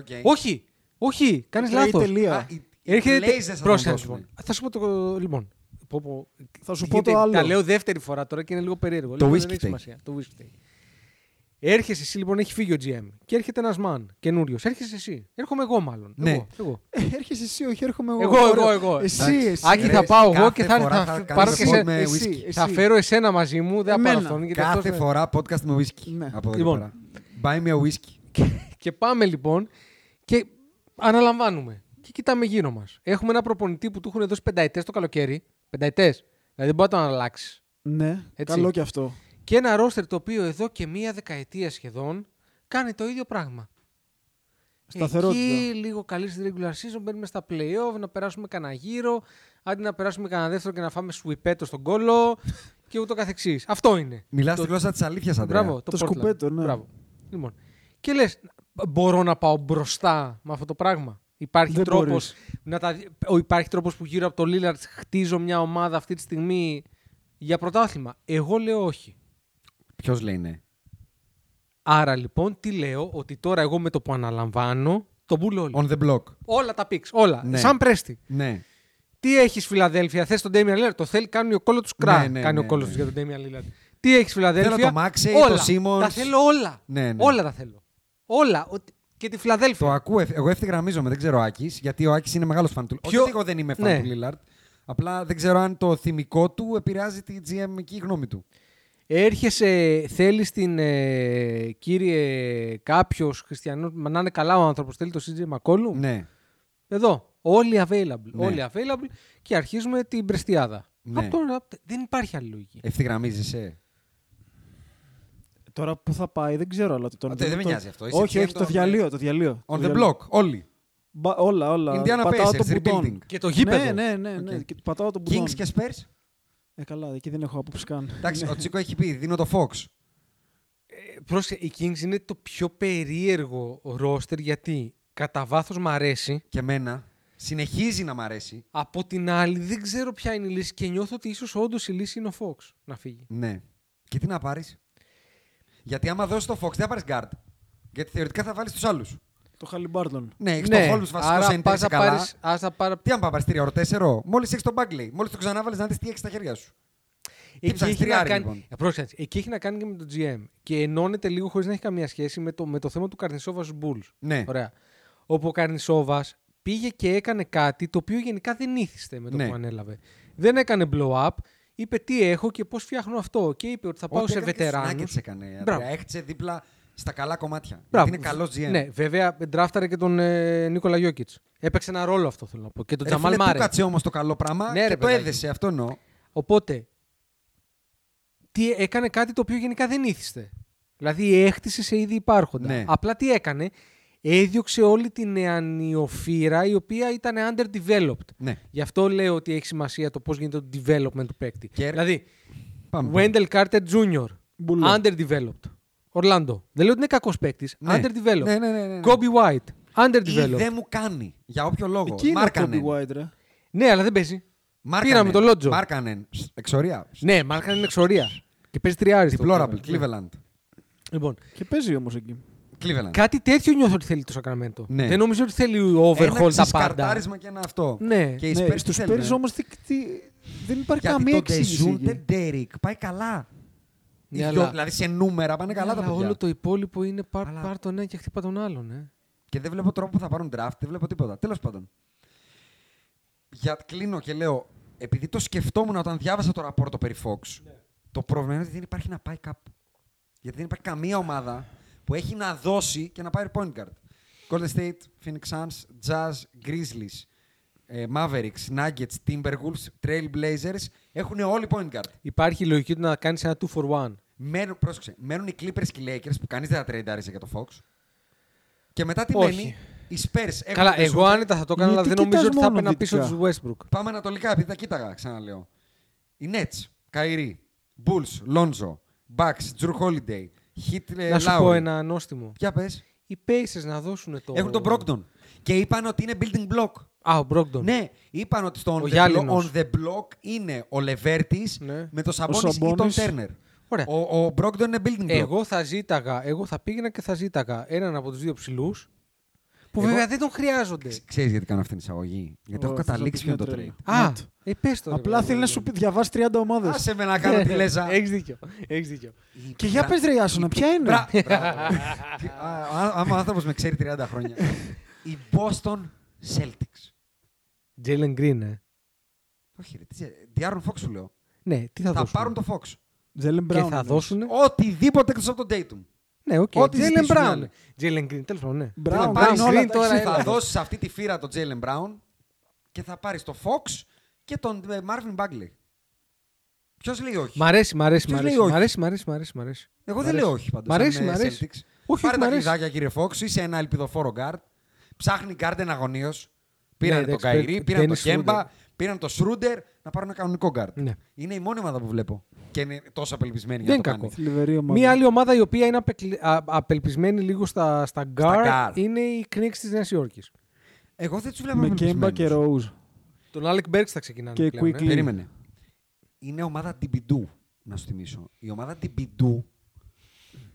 Speaker 3: Okay.
Speaker 4: Όχι! Όχι! Κάνεις
Speaker 5: Λέει
Speaker 4: λάθος.
Speaker 5: τελεία.
Speaker 3: οι, οι
Speaker 4: Έρχεται.
Speaker 3: Blazers θα τον
Speaker 4: Πρόσεχε,
Speaker 3: δώσουν.
Speaker 4: λοιπόν. Θα σου πω το. Λοιπόν. Πω, πω.
Speaker 5: Θα σου πω
Speaker 4: Γίνεται-
Speaker 5: το άλλο.
Speaker 4: Τα λέω δεύτερη φορά τώρα και είναι λίγο περίεργο.
Speaker 3: Το
Speaker 4: Λοιπόν,
Speaker 3: whisky
Speaker 4: δεν έχει
Speaker 3: take.
Speaker 4: σημασία. Το whisky take. Έρχεσαι εσύ λοιπόν, έχει φύγει ο GM και έρχεται ένας man καινούριος. Έρχεσαι εσύ. Έρχομαι εγώ μάλλον.
Speaker 3: Ναι.
Speaker 4: Εγώ, εγώ.
Speaker 5: Ε, Έρχεσαι εσύ, όχι έρχομαι εγώ.
Speaker 4: Εγώ, εγώ,
Speaker 5: Ωραία.
Speaker 4: εγώ.
Speaker 5: Εσύ,
Speaker 3: Εντάξει.
Speaker 5: εσύ.
Speaker 4: Άκη,
Speaker 3: Ρε,
Speaker 4: θα πάω εγώ
Speaker 3: κάθε
Speaker 4: και θα, έρθω-
Speaker 3: φορά
Speaker 4: θα
Speaker 3: θα
Speaker 4: πάρω και
Speaker 3: κάνεις
Speaker 4: σε.
Speaker 3: pod με
Speaker 5: εσύ,
Speaker 3: whisky.
Speaker 4: Θα
Speaker 5: εσύ.
Speaker 4: φέρω εσένα μαζί μου, δεν θα πάρω
Speaker 5: Εμένα.
Speaker 4: αυτόν. γιατί
Speaker 3: Κάθε
Speaker 4: αυτός-
Speaker 3: φορά podcast με whisky.
Speaker 5: Ναι.
Speaker 3: Από εδώ
Speaker 4: Λοιπόν.
Speaker 3: και πέρα. Buy me a whisky.
Speaker 4: Και πάμε λοιπόν και αναλαμβάνουμε. Και κοιτάμε γύρω μας. Έχουμε ένα προπονητή που του έχουν δώσει πενταετές το καλοκαίρι. Πενταετές. Δηλαδή δεν μπορεί να τον αλλάξεις.
Speaker 5: Ναι,
Speaker 4: Έτσι.
Speaker 5: καλό και αυτό.
Speaker 4: Και ένα ρόστερ το οποίο εδώ και μία δεκαετία σχεδόν κάνει το ίδιο πράγμα.
Speaker 5: Σταθερότητα.
Speaker 4: Εκεί λίγο καλή στη regular season, μπαίνουμε στα playoff, να περάσουμε κανένα γύρο, αντί να περάσουμε κανένα δεύτερο και να φάμε σουιπέτο στον κόλο και ούτω καθεξής. Αυτό είναι.
Speaker 3: Μιλάς
Speaker 4: Το-
Speaker 3: στη γλώσσα της αλήθειας, Αντρέα.
Speaker 4: Μπράβο, το,
Speaker 5: Το
Speaker 4: Portland.
Speaker 5: σκουπέτο, ναι.
Speaker 4: Μπράβο. Λοιπόν. Και λες, μπορώ να πάω μπροστά με αυτό το πράγμα. Υπάρχει
Speaker 5: Δεν
Speaker 4: τρόπος
Speaker 5: μπορείς.
Speaker 4: να τα... δι- ο- Υπάρχει τρόπος που γύρω από το Λίλαρτ χτίζω μια ομάδα αυτή τη στιγμή για πρωτάθλημα. Εγώ λέω όχι.
Speaker 3: Ποιος λέει ναι.
Speaker 4: Άρα λοιπόν τι λέω, ότι τώρα εγώ με το που αναλαμβάνω, το μπουλ όλοι.
Speaker 3: On the block.
Speaker 4: Όλα τα πίξ, όλα.
Speaker 3: Ναι.
Speaker 4: Σαν πρέστη.
Speaker 3: Ναι.
Speaker 4: Τι έχεις Φιλαδέλφια, θες τον Damian Lillard. Το θέλει, κάνει ο κόλλος του κρά.
Speaker 3: Ναι, ναι,
Speaker 4: κάνει ο
Speaker 3: ναι,
Speaker 4: κόλλος
Speaker 3: ναι.
Speaker 4: τους για τον Damian Lillard. Τι έχεις Φιλαδέλφια.
Speaker 3: Θέλω το Maxey,
Speaker 4: όλα.
Speaker 3: το Simmons.
Speaker 4: Τα θέλω όλα.
Speaker 3: Ναι, ναι.
Speaker 4: Όλα τα θέλω. Όλα. Ότι- Και τη Φιλαδέλφια.
Speaker 3: Το ακούω. ευθ- Εγώ ευθυγραμμίζομαι, δεν ξέρω ο Άκης, γιατί ο Άκης είναι μεγάλος φαν του.
Speaker 4: Ποιο-
Speaker 3: Όχι ότι εγώ δεν είμαι φαν
Speaker 4: Ναι.
Speaker 3: του Λίλαρτ. Απλά δεν ξέρω αν το θυμικό του επηρεάζει τη GM και η γνώμη του.
Speaker 4: Έρχεσαι, θέλεις την ε, κύριε κάποιος χριστιανός. Να είναι καλά ο άνθρωπος, θέλει το CJ McCollum.
Speaker 3: Ναι.
Speaker 4: Εδώ. Όλοι available.
Speaker 3: Ναι.
Speaker 4: Όλοι available και αρχίζουμε την πρεστιάδα.
Speaker 3: Ναι.
Speaker 4: Από τώρα δεν υπάρχει άλλη λογική.
Speaker 3: Ευθυγραμμίζεσαι.
Speaker 5: Τώρα που θα πάει δεν ξέρω, αλλά το τον.
Speaker 3: Ότι δεν με
Speaker 5: το-
Speaker 3: νοιάζει αυτό. Είσαι
Speaker 5: Όχι,
Speaker 3: GM
Speaker 5: όχι, το
Speaker 3: των-
Speaker 5: διαλύω. Το διαλύω.
Speaker 3: On
Speaker 5: Το
Speaker 3: the
Speaker 5: διαλύω.
Speaker 3: block, όλοι.
Speaker 5: Μπα- Όλα, όλα.
Speaker 3: Indiana
Speaker 5: Πατάω το
Speaker 3: Pacers,
Speaker 5: μπουτόν.
Speaker 3: rebuilding.
Speaker 4: Και το γήπεδο.
Speaker 5: Ναι, ναι, ναι. ναι.
Speaker 3: Οκ.
Speaker 5: Και πατάω το μπουτόν.
Speaker 3: Kings και Spurs.
Speaker 5: Ε, καλά, εκεί δεν έχω άποψη καν. Ναι,
Speaker 3: Εντάξει, ο Τσίκο έχει πει, δίνω το Fox.
Speaker 4: Ε, Πρόσεχε, η Kings είναι το πιο περίεργο ρόστερ γιατί κατά βάθος μ' αρέσει.
Speaker 3: Και εμένα. Συνεχίζει να μ' αρέσει.
Speaker 4: Από την άλλη, δεν ξέρω ποια είναι η λύση και νιώθω ότι ίσως όντως η λύση είναι ο Fox να φύγει.
Speaker 3: Ναι. Και τι να πάρεις. Γιατί άμα δώσεις το Fox, δεν θα πάρεις guard. Γιατί θεωρητικά θα βάλεις τους άλλους.
Speaker 5: Το Χαλιμπάρτον.
Speaker 3: Ναι, έχεις ναι. τον Χόλμ βασικό
Speaker 4: άρα
Speaker 3: σε
Speaker 4: πας να
Speaker 3: καλά.
Speaker 4: πάρεις, ας να πάρει...
Speaker 3: Τι αν πάει, πάρει 3 ώρε 4. Μόλις έχεις τον Bagley. Μόλις το ξανάβαλες να δεις τι έχεις στα χέρια σου.
Speaker 4: Εκεί
Speaker 3: ψάχνεις,
Speaker 4: έχει, να
Speaker 3: τριάρι,
Speaker 4: κάνει...
Speaker 3: λοιπόν.
Speaker 4: Ε, πρόσεξε, έτσι. εκεί έχει να κάνει και με το GM. Και ενώνεται λίγο χωρίς να έχει καμία σχέση με το, με το θέμα του Καρνισόβας στου Bulls.
Speaker 3: Ναι.
Speaker 4: Ωραία. Όπου ο Καρνισόβας πήγε και έκανε κάτι το οποίο γενικά δεν ήθιστε με το
Speaker 3: Ναι.
Speaker 4: που ανέλαβε. Δεν έκανε blow up. Είπε τι έχω και πώς φτιάχνω αυτό. Και είπε ότι θα πάω
Speaker 3: Ό,τι
Speaker 4: σε
Speaker 3: έκανε και στους
Speaker 4: βετεράνου.
Speaker 3: Nuggets έκανε.
Speaker 4: Μπράβο.
Speaker 3: Μπράβο. Έχτισε δίπλα στα καλά κομμάτια.
Speaker 4: Μπράβο.
Speaker 3: Γιατί είναι καλός GM.
Speaker 4: Ναι, βέβαια, ντράφταρε και τον ε, Νίκολα Γιώκητ. Έπαιξε ένα ρόλο αυτό, θέλω να πω. Και τον
Speaker 3: Ρε
Speaker 4: Τζαμάλ
Speaker 3: φίλε, του
Speaker 4: Μάρε.
Speaker 3: κάτσε όμως το καλό πράγμα
Speaker 4: Ναι,
Speaker 3: και
Speaker 4: ρε
Speaker 3: το
Speaker 4: παιδάκι.
Speaker 3: έδεσε. Αυτό εννοώ.
Speaker 4: Οπότε, τι έκανε κάτι το οποίο γενικά δεν ήθιστε. Δηλαδή, έχτισε σε ήδη υπάρχοντα.
Speaker 3: Ναι.
Speaker 4: Απλά τι έκανε, έδιωξε όλη την νεανιοφύρα η οποία ήταν underdeveloped.
Speaker 3: Ναι.
Speaker 4: Γι' αυτό λέω ότι έχει σημασία το πώς γίνεται το development του παίκτη.
Speaker 3: Και-
Speaker 4: Δηλαδή,
Speaker 3: Πάμε.
Speaker 4: Wendell Carter Jr.
Speaker 5: Μπουλό.
Speaker 4: Underdeveloped. Orlando. Δεν λέω ότι είναι κακός παίκτης.
Speaker 3: Ναι.
Speaker 4: Underdeveloped.
Speaker 3: Ναι, ναι, ναι, ναι, ναι.
Speaker 4: Kobe White.
Speaker 3: Ή
Speaker 4: Underdeveloped.
Speaker 3: δεν μου κάνει. Για όποιο λόγο.
Speaker 5: Εκεί είναι ο Kobe
Speaker 3: Μάρκανεν.
Speaker 5: White, ρε.
Speaker 4: Ναι, αλλά δεν παίζει.
Speaker 3: Μάρκανεν.
Speaker 4: Πήραμε το Λότζο.
Speaker 3: Μάρκανεν. Σ, Εξορία.
Speaker 4: Ναι, Μάρκαν είναι εξορία. Και παίζει τριάριστο.
Speaker 3: Deplorable. Cleveland.
Speaker 4: Ναι. Λοιπόν,
Speaker 5: Και παίζει όμως εκεί.
Speaker 3: Cleveland.
Speaker 4: Κάτι τέτοιο νιώθω ότι θέλει το Σακραμέντο.
Speaker 3: Ναι.
Speaker 4: Δεν νομίζω ότι θέλει overhaul τα πάντα.
Speaker 3: σκαρτάρισμα και ένα αυτό.
Speaker 4: Ναι.
Speaker 3: Και οι Spurs
Speaker 5: Ναι,
Speaker 3: τι
Speaker 5: Στους
Speaker 3: θέλουν,
Speaker 5: Πέρι
Speaker 3: ε?
Speaker 5: όμω δεν υπάρχει
Speaker 3: Γιατί
Speaker 5: καμία
Speaker 3: το
Speaker 5: εξήγηση.
Speaker 3: Ντεζούν,
Speaker 5: εκεί.
Speaker 3: δεν Ντέρικ. Πάει καλά. Οι
Speaker 4: Ναι,
Speaker 3: δυο-
Speaker 4: αλλά- Ναι,
Speaker 3: Δηλαδή σε νούμερα πάνε καλά τα
Speaker 4: Αλλά
Speaker 3: παιδιά.
Speaker 4: όλο το υπόλοιπο είναι πάρ,
Speaker 3: Αλλά-
Speaker 4: πάρ τον ένα και χτύπα τον άλλον. Ε.
Speaker 3: Και δεν βλέπω τρόπο που θα πάρουν draft, δεν βλέπω τίποτα. Τέλος πάντων. Για κλείνω και λέω, επειδή το σκεφτόμουν όταν διάβασα το ραπόρτο περί Fox,
Speaker 4: Ναι.
Speaker 3: το πρόβλημα είναι ότι δεν υπάρχει να πάει κάπου. Γιατί δεν υπάρχει καμία ομάδα που έχει να δώσει και να πάρει point guard. Golden State, Phoenix Suns, Jazz, Grizzlies, ε, Mavericks, Nuggets, Timberwolves, Trail Blazers έχουν όλοι point guard.
Speaker 4: Υπάρχει η λογική του να κάνει ένα 2 for 1.
Speaker 3: Μένουν, πρόσεξε, μένουν οι Clippers και οι Lakers που κανείς δεν θα τρέιντάριζε για το Fox. Και μετά τι
Speaker 4: Όχι.
Speaker 3: μένει, οι Spurs έχουν
Speaker 4: Καλά,
Speaker 3: τον
Speaker 4: εγώ
Speaker 3: Shooter.
Speaker 4: άνετα θα το έκανα, αλλά
Speaker 5: Γιατί
Speaker 4: δεν νομίζω
Speaker 5: κοιτάς
Speaker 4: ότι θα
Speaker 5: μόνο
Speaker 4: έπαιρνα πίσω
Speaker 5: δυτικά.
Speaker 4: τους Westbrook.
Speaker 3: Πάμε ανατολικά, επειδή τα κοίταγα, ξαναλέω. Οι Nets, Καϊρή, Bulls, Lonzo, Bucks, Drew Holiday, Hit ε,
Speaker 4: Να σου
Speaker 3: Lowry.
Speaker 4: πω ένα νόστιμο.
Speaker 3: Για πες.
Speaker 4: Οι Pacers να δώσουν το.
Speaker 3: Έχουν τον Brogdon. Και είπαν ότι είναι building block.
Speaker 4: Α, ο Brogdon.
Speaker 3: Ναι, είπαν ότι στο on,
Speaker 4: Ο
Speaker 3: the block,
Speaker 4: γυάλινος.
Speaker 3: on the block είναι ο Λεβέρτης
Speaker 4: Ναι.
Speaker 3: με τον
Speaker 5: Ο
Speaker 3: Σαμπόνις ή τον
Speaker 5: Σαμπόνις.
Speaker 3: Τέρνερ.
Speaker 4: Ωραία.
Speaker 3: Ο, ο Brogdon είναι building block.
Speaker 4: Εγώ θα ζήταγα, εγώ θα πήγαινα και θα ζήταγα έναν από τους δύο ψηλούς. Που
Speaker 3: Εγώ-
Speaker 4: βέβαια δεν τον χρειάζονται.
Speaker 3: Ξέρεις γιατί κάνω αυτήν την εισαγωγή. Γιατί
Speaker 5: Ω,
Speaker 3: έχω
Speaker 5: θέλω
Speaker 3: καταλήξει
Speaker 5: να
Speaker 3: ποιο
Speaker 5: πει
Speaker 3: είναι το
Speaker 5: μια
Speaker 3: trade.
Speaker 4: Α,
Speaker 5: Νατ.
Speaker 4: ε, πες το. ρε,
Speaker 5: Απλά
Speaker 4: παιδί
Speaker 5: θέλει να
Speaker 4: μου.
Speaker 5: σου πει διαβάσει 30 ομάδες.
Speaker 3: Άσε με να κάνω τη λέζα.
Speaker 4: Έχεις δίκιο. Έχεις δίκιο.
Speaker 5: Και για πες, Ρε Ιάσονα, ποια είναι.
Speaker 3: Μπρά- Μπράβο. Τι- α, α- Άμα ο άνθρωπος με ξέρει 30 χρόνια. Η Boston Celtics.
Speaker 4: Jalen Green, ε.
Speaker 3: Όχι, ρε, τι ζε- Diaron Fox σου λέω.
Speaker 4: Ναι, τι θα,
Speaker 3: Θα
Speaker 4: δώσουν.
Speaker 3: πάρουν το Fox.
Speaker 5: Τζέλεν
Speaker 4: Και
Speaker 5: Μπράουν.
Speaker 4: θα
Speaker 5: εννοείς.
Speaker 4: δώσουν.
Speaker 3: Οτιδήποτε εκτός από τον Dayton.
Speaker 4: Ναι, οκ.
Speaker 3: ό,τι
Speaker 4: Jalen
Speaker 3: ζητήσουν οι
Speaker 4: Brown.
Speaker 3: άλλοι.
Speaker 4: Jalen Green, τέλος πάντων, ναι.
Speaker 5: Μπράουν,
Speaker 3: θα πάρεις
Speaker 5: Brown, όλα
Speaker 3: όλα
Speaker 5: τα
Speaker 3: τα-
Speaker 5: εξή.
Speaker 3: θα δώσεις αυτή τη φύρα τον Jalen Brown και θα πάρεις το Fox και τον ε, Marvin Bagley. Ποιος λέει όχι.
Speaker 4: Μ' αρέσει, μ' αρέσει, μ'
Speaker 3: Ποιος
Speaker 4: αρέσει.
Speaker 3: λέει όχι?
Speaker 4: Μ' αρέσει, μ' αρέσει, μ' αρέσει, μ' αρέσει.
Speaker 3: Εγώ
Speaker 4: Μ'
Speaker 3: δεν
Speaker 4: αρέσει.
Speaker 3: λέω όχι πάντως.
Speaker 4: Μ' αρέσει, μ' αρέσει. Όχι, όχι,
Speaker 3: Πάρε
Speaker 4: μ'
Speaker 3: τα
Speaker 4: αρέσει.
Speaker 3: κλειδάκια, κύριε Fox, είσαι ένα ελπιδοφόρο γκάρτ. Ψάχνει γκάρτ εναγωνίω. Πήραν τον
Speaker 4: Ναι, εντάξει,
Speaker 3: Καϊρή,
Speaker 4: παίρνει-
Speaker 3: πήραν τον
Speaker 4: Dennis
Speaker 3: Κέμπα,
Speaker 4: Schroeder.
Speaker 3: πήραν τον Σρούντερ να πάρουν ένα κανονικό γκάρτ.
Speaker 4: Ναι.
Speaker 3: Είναι η μόνη ομάδα που βλέπω. Και είναι τόσο απελπισμένη
Speaker 4: Δεν
Speaker 3: για να το
Speaker 4: κακό.
Speaker 3: κάνει.
Speaker 5: Θλιβερή ομάδα.
Speaker 4: Μία άλλη ομάδα η οποία είναι απεκλει- α- απελπισμένη λίγο στα, στα guard
Speaker 3: guard.
Speaker 4: είναι οι Knicks της Νέας Υόρκης.
Speaker 3: Εγώ δεν τους βλέπω
Speaker 5: Με Κέμπα και
Speaker 3: απελπισμένους. Ναι,
Speaker 5: Ροούζ.
Speaker 4: Τον Άλεκ Μπέρξ θα ξεκινάνε.
Speaker 5: Και
Speaker 4: πλέον, ε.
Speaker 5: Quickly.
Speaker 3: Περίμενε. Είναι ομάδα Τιμπιντού, να σου θυμίσω. Η ομάδα Τιμπιντού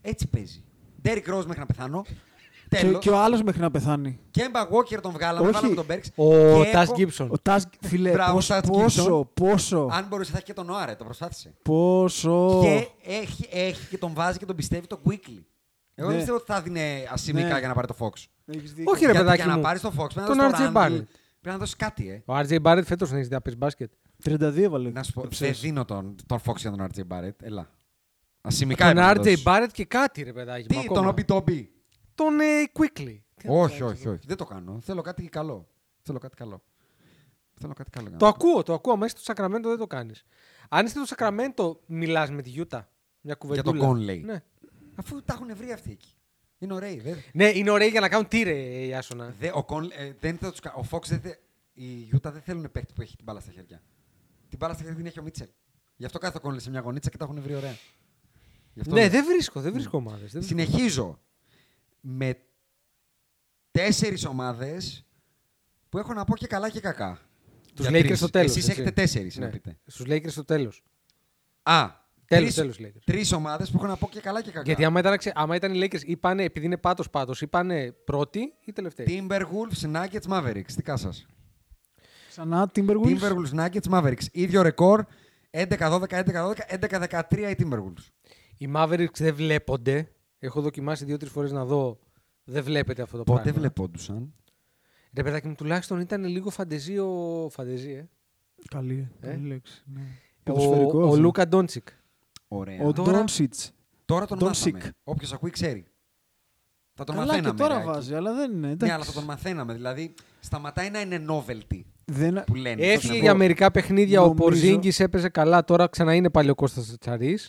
Speaker 3: έτσι παίζει. Ντέρικ Ρόζ μέχρι να πεθάνω.
Speaker 5: Και,
Speaker 3: Τέλος.
Speaker 5: και ο άλλος μέχρι να πεθαάνει.
Speaker 3: Κέμπα Walker τον βγάλαμε,
Speaker 5: Όχι.
Speaker 3: βάλαμε τον Μπέρξ.
Speaker 4: Ο
Speaker 3: Και
Speaker 4: Τας
Speaker 3: έχω-
Speaker 4: Γκίψον.
Speaker 5: Ο Τάζ, φίλε,
Speaker 3: Μπράβο,
Speaker 5: πόσο,
Speaker 3: Τάζ
Speaker 5: πόσο,
Speaker 3: Gibson.
Speaker 5: πόσο,
Speaker 3: Αν μπορούσε θα έχει και τον Νοάρε, το προσπάθησε.
Speaker 5: πόσο.
Speaker 3: Και έχει, έχει και τον βάζει και τον πιστεύει το Quickly. Εγώ δεν
Speaker 5: Ναι.
Speaker 3: πιστεύω ότι θα δίνει ασημικά
Speaker 5: Ναι.
Speaker 3: για να πάρει το Fox.
Speaker 5: Έχεις δίκιο.
Speaker 4: Όχι, ρε
Speaker 3: Γιατί
Speaker 4: παιδάκι
Speaker 3: για να
Speaker 4: μου.
Speaker 3: πάρεις το Fox πρέπει
Speaker 4: Τον
Speaker 3: να
Speaker 4: RJ
Speaker 3: δώσει
Speaker 4: Barrett.
Speaker 3: Πρέπει να δώσεις κάτι, ε.
Speaker 4: Ο RJ Barrett φέτος δεν έχει να παίζει μπάσκετ.
Speaker 5: 32 έβαλε.
Speaker 4: Ε,
Speaker 3: Να σου πω, δεν
Speaker 5: Ψες.
Speaker 3: δίνω τον, τον Fox για τον RJ Barrett. Έλα. Ασημικά
Speaker 4: Τον
Speaker 3: έπρεπε να
Speaker 4: RJ
Speaker 3: δώσεις.
Speaker 4: Barrett και κάτι, ρε παιδάκι μου.
Speaker 3: Τι,
Speaker 4: ακόμα.
Speaker 3: τον Obi ναι. Tobi.
Speaker 4: Τον ε, Quickly. Τι να
Speaker 3: Όχι,
Speaker 4: κάνω,
Speaker 3: όχι, όχι. Δεν το κάνω. Θέλω κάτι καλό. Θέλω κάτι καλό. Θέλω κάτι καλό.
Speaker 4: Το ακούω, το ακούω. Μέσα στο Σακραμέντο δεν το κάνεις. Αν είστε στο Σακραμέντο, μιλάς με τη Γιούτα. Μια κουβεντούλα.
Speaker 3: τον Conley.
Speaker 4: Ναι.
Speaker 3: Αφού τα έχουν βρει αυτοί εκεί. Είναι ωραίοι. Δεν,
Speaker 4: ναι, είναι ωραίοι για να κάνουν τύρε, ε, Ιάσονα.
Speaker 3: Δε, ο, Κον, ε, δεν θα τους, κα- ο Fox δεν θε, η Utah δεν θέλουν παίχτη που έχει την μπάλα στα χέρια. Την μπάλα στα χέρια την έχει ο Μίτσελ. Γι' αυτό κάθε κόλλησε σε μια γωνίτσα και τα έχουν βρει ωραία. Γι' αυτό
Speaker 4: Ναι,
Speaker 3: λέω.
Speaker 4: δεν βρίσκω, δεν βρίσκω ομάδες.
Speaker 3: Συνεχίζω με τέσσερις ομάδες που έχω να πω και καλά και κακά.
Speaker 4: Τους
Speaker 3: Για
Speaker 4: Lakers
Speaker 3: τρεις.
Speaker 4: στο Ναι. τέλος.
Speaker 3: Εσείς έχετε τέσσερις, να πείτε.
Speaker 4: Στους Lakers στο τέλος.
Speaker 3: Α,
Speaker 4: Τέλος, τέλος, Lakers.
Speaker 3: Τρεις ομάδες που έχω να πω και καλά και κακά.
Speaker 4: Γιατί άμα ήταν, ξε- άμα ήταν οι Lakers ή πάνε, επειδή είναι πάτος πάτος, ή πάνε πρώτοι ή τελευταίοι.
Speaker 3: Timberwolves, Nuggets, Mavericks. Δικά σα.
Speaker 5: Ξανά Timberwolves.
Speaker 3: Timberwolves, Nuggets, Mavericks. ίδιο ρεκόρ. 11-12, 11-12, 11-13 οι Timberwolves.
Speaker 4: Οι Mavericks δεν βλέπονται. Έχω δοκιμάσει δύο-τρει φορές να δω. Δεν βλέπετε αυτό το
Speaker 3: Πότε
Speaker 4: πράγμα.
Speaker 3: βλεπόντουσαν.
Speaker 4: Ρε παιδάκι μου, τουλάχιστον ήταν λίγο φαντεζή ο. Φαντεζή, ε.
Speaker 5: Καλή,
Speaker 4: Ε.
Speaker 5: καλή λέξη. ναι. Ποδοσφαιρικός
Speaker 4: Ο, ο
Speaker 5: αυτό.
Speaker 4: Λούκα Ντόντσικ.
Speaker 3: Ωραία.
Speaker 5: Ο
Speaker 4: ε. Τώρα-
Speaker 5: Ντόνσιτς.
Speaker 3: Τώρα τον
Speaker 5: Don Sick.
Speaker 3: μάθαμε. Όποιος ακούει ξέρει. Θα τον
Speaker 5: Καλά και
Speaker 3: μαθαίναμε.
Speaker 5: τώρα
Speaker 3: Ράκη.
Speaker 5: βάζει, αλλά δεν είναι.
Speaker 3: Ναι,
Speaker 5: εντάξει.
Speaker 3: αλλά θα τον μαθαίναμε. Δηλαδή, σταματάει να είναι novelty
Speaker 5: Δεν...
Speaker 3: που λένε.
Speaker 4: Έφυγε
Speaker 3: Τόσο-
Speaker 4: για μερικά παιχνίδια.
Speaker 5: Νομίζω-
Speaker 4: Ο Πορζίνγκης έπαιζε καλά. Τώρα ξανά είναι πάλι ο Κώστας Τσαρή.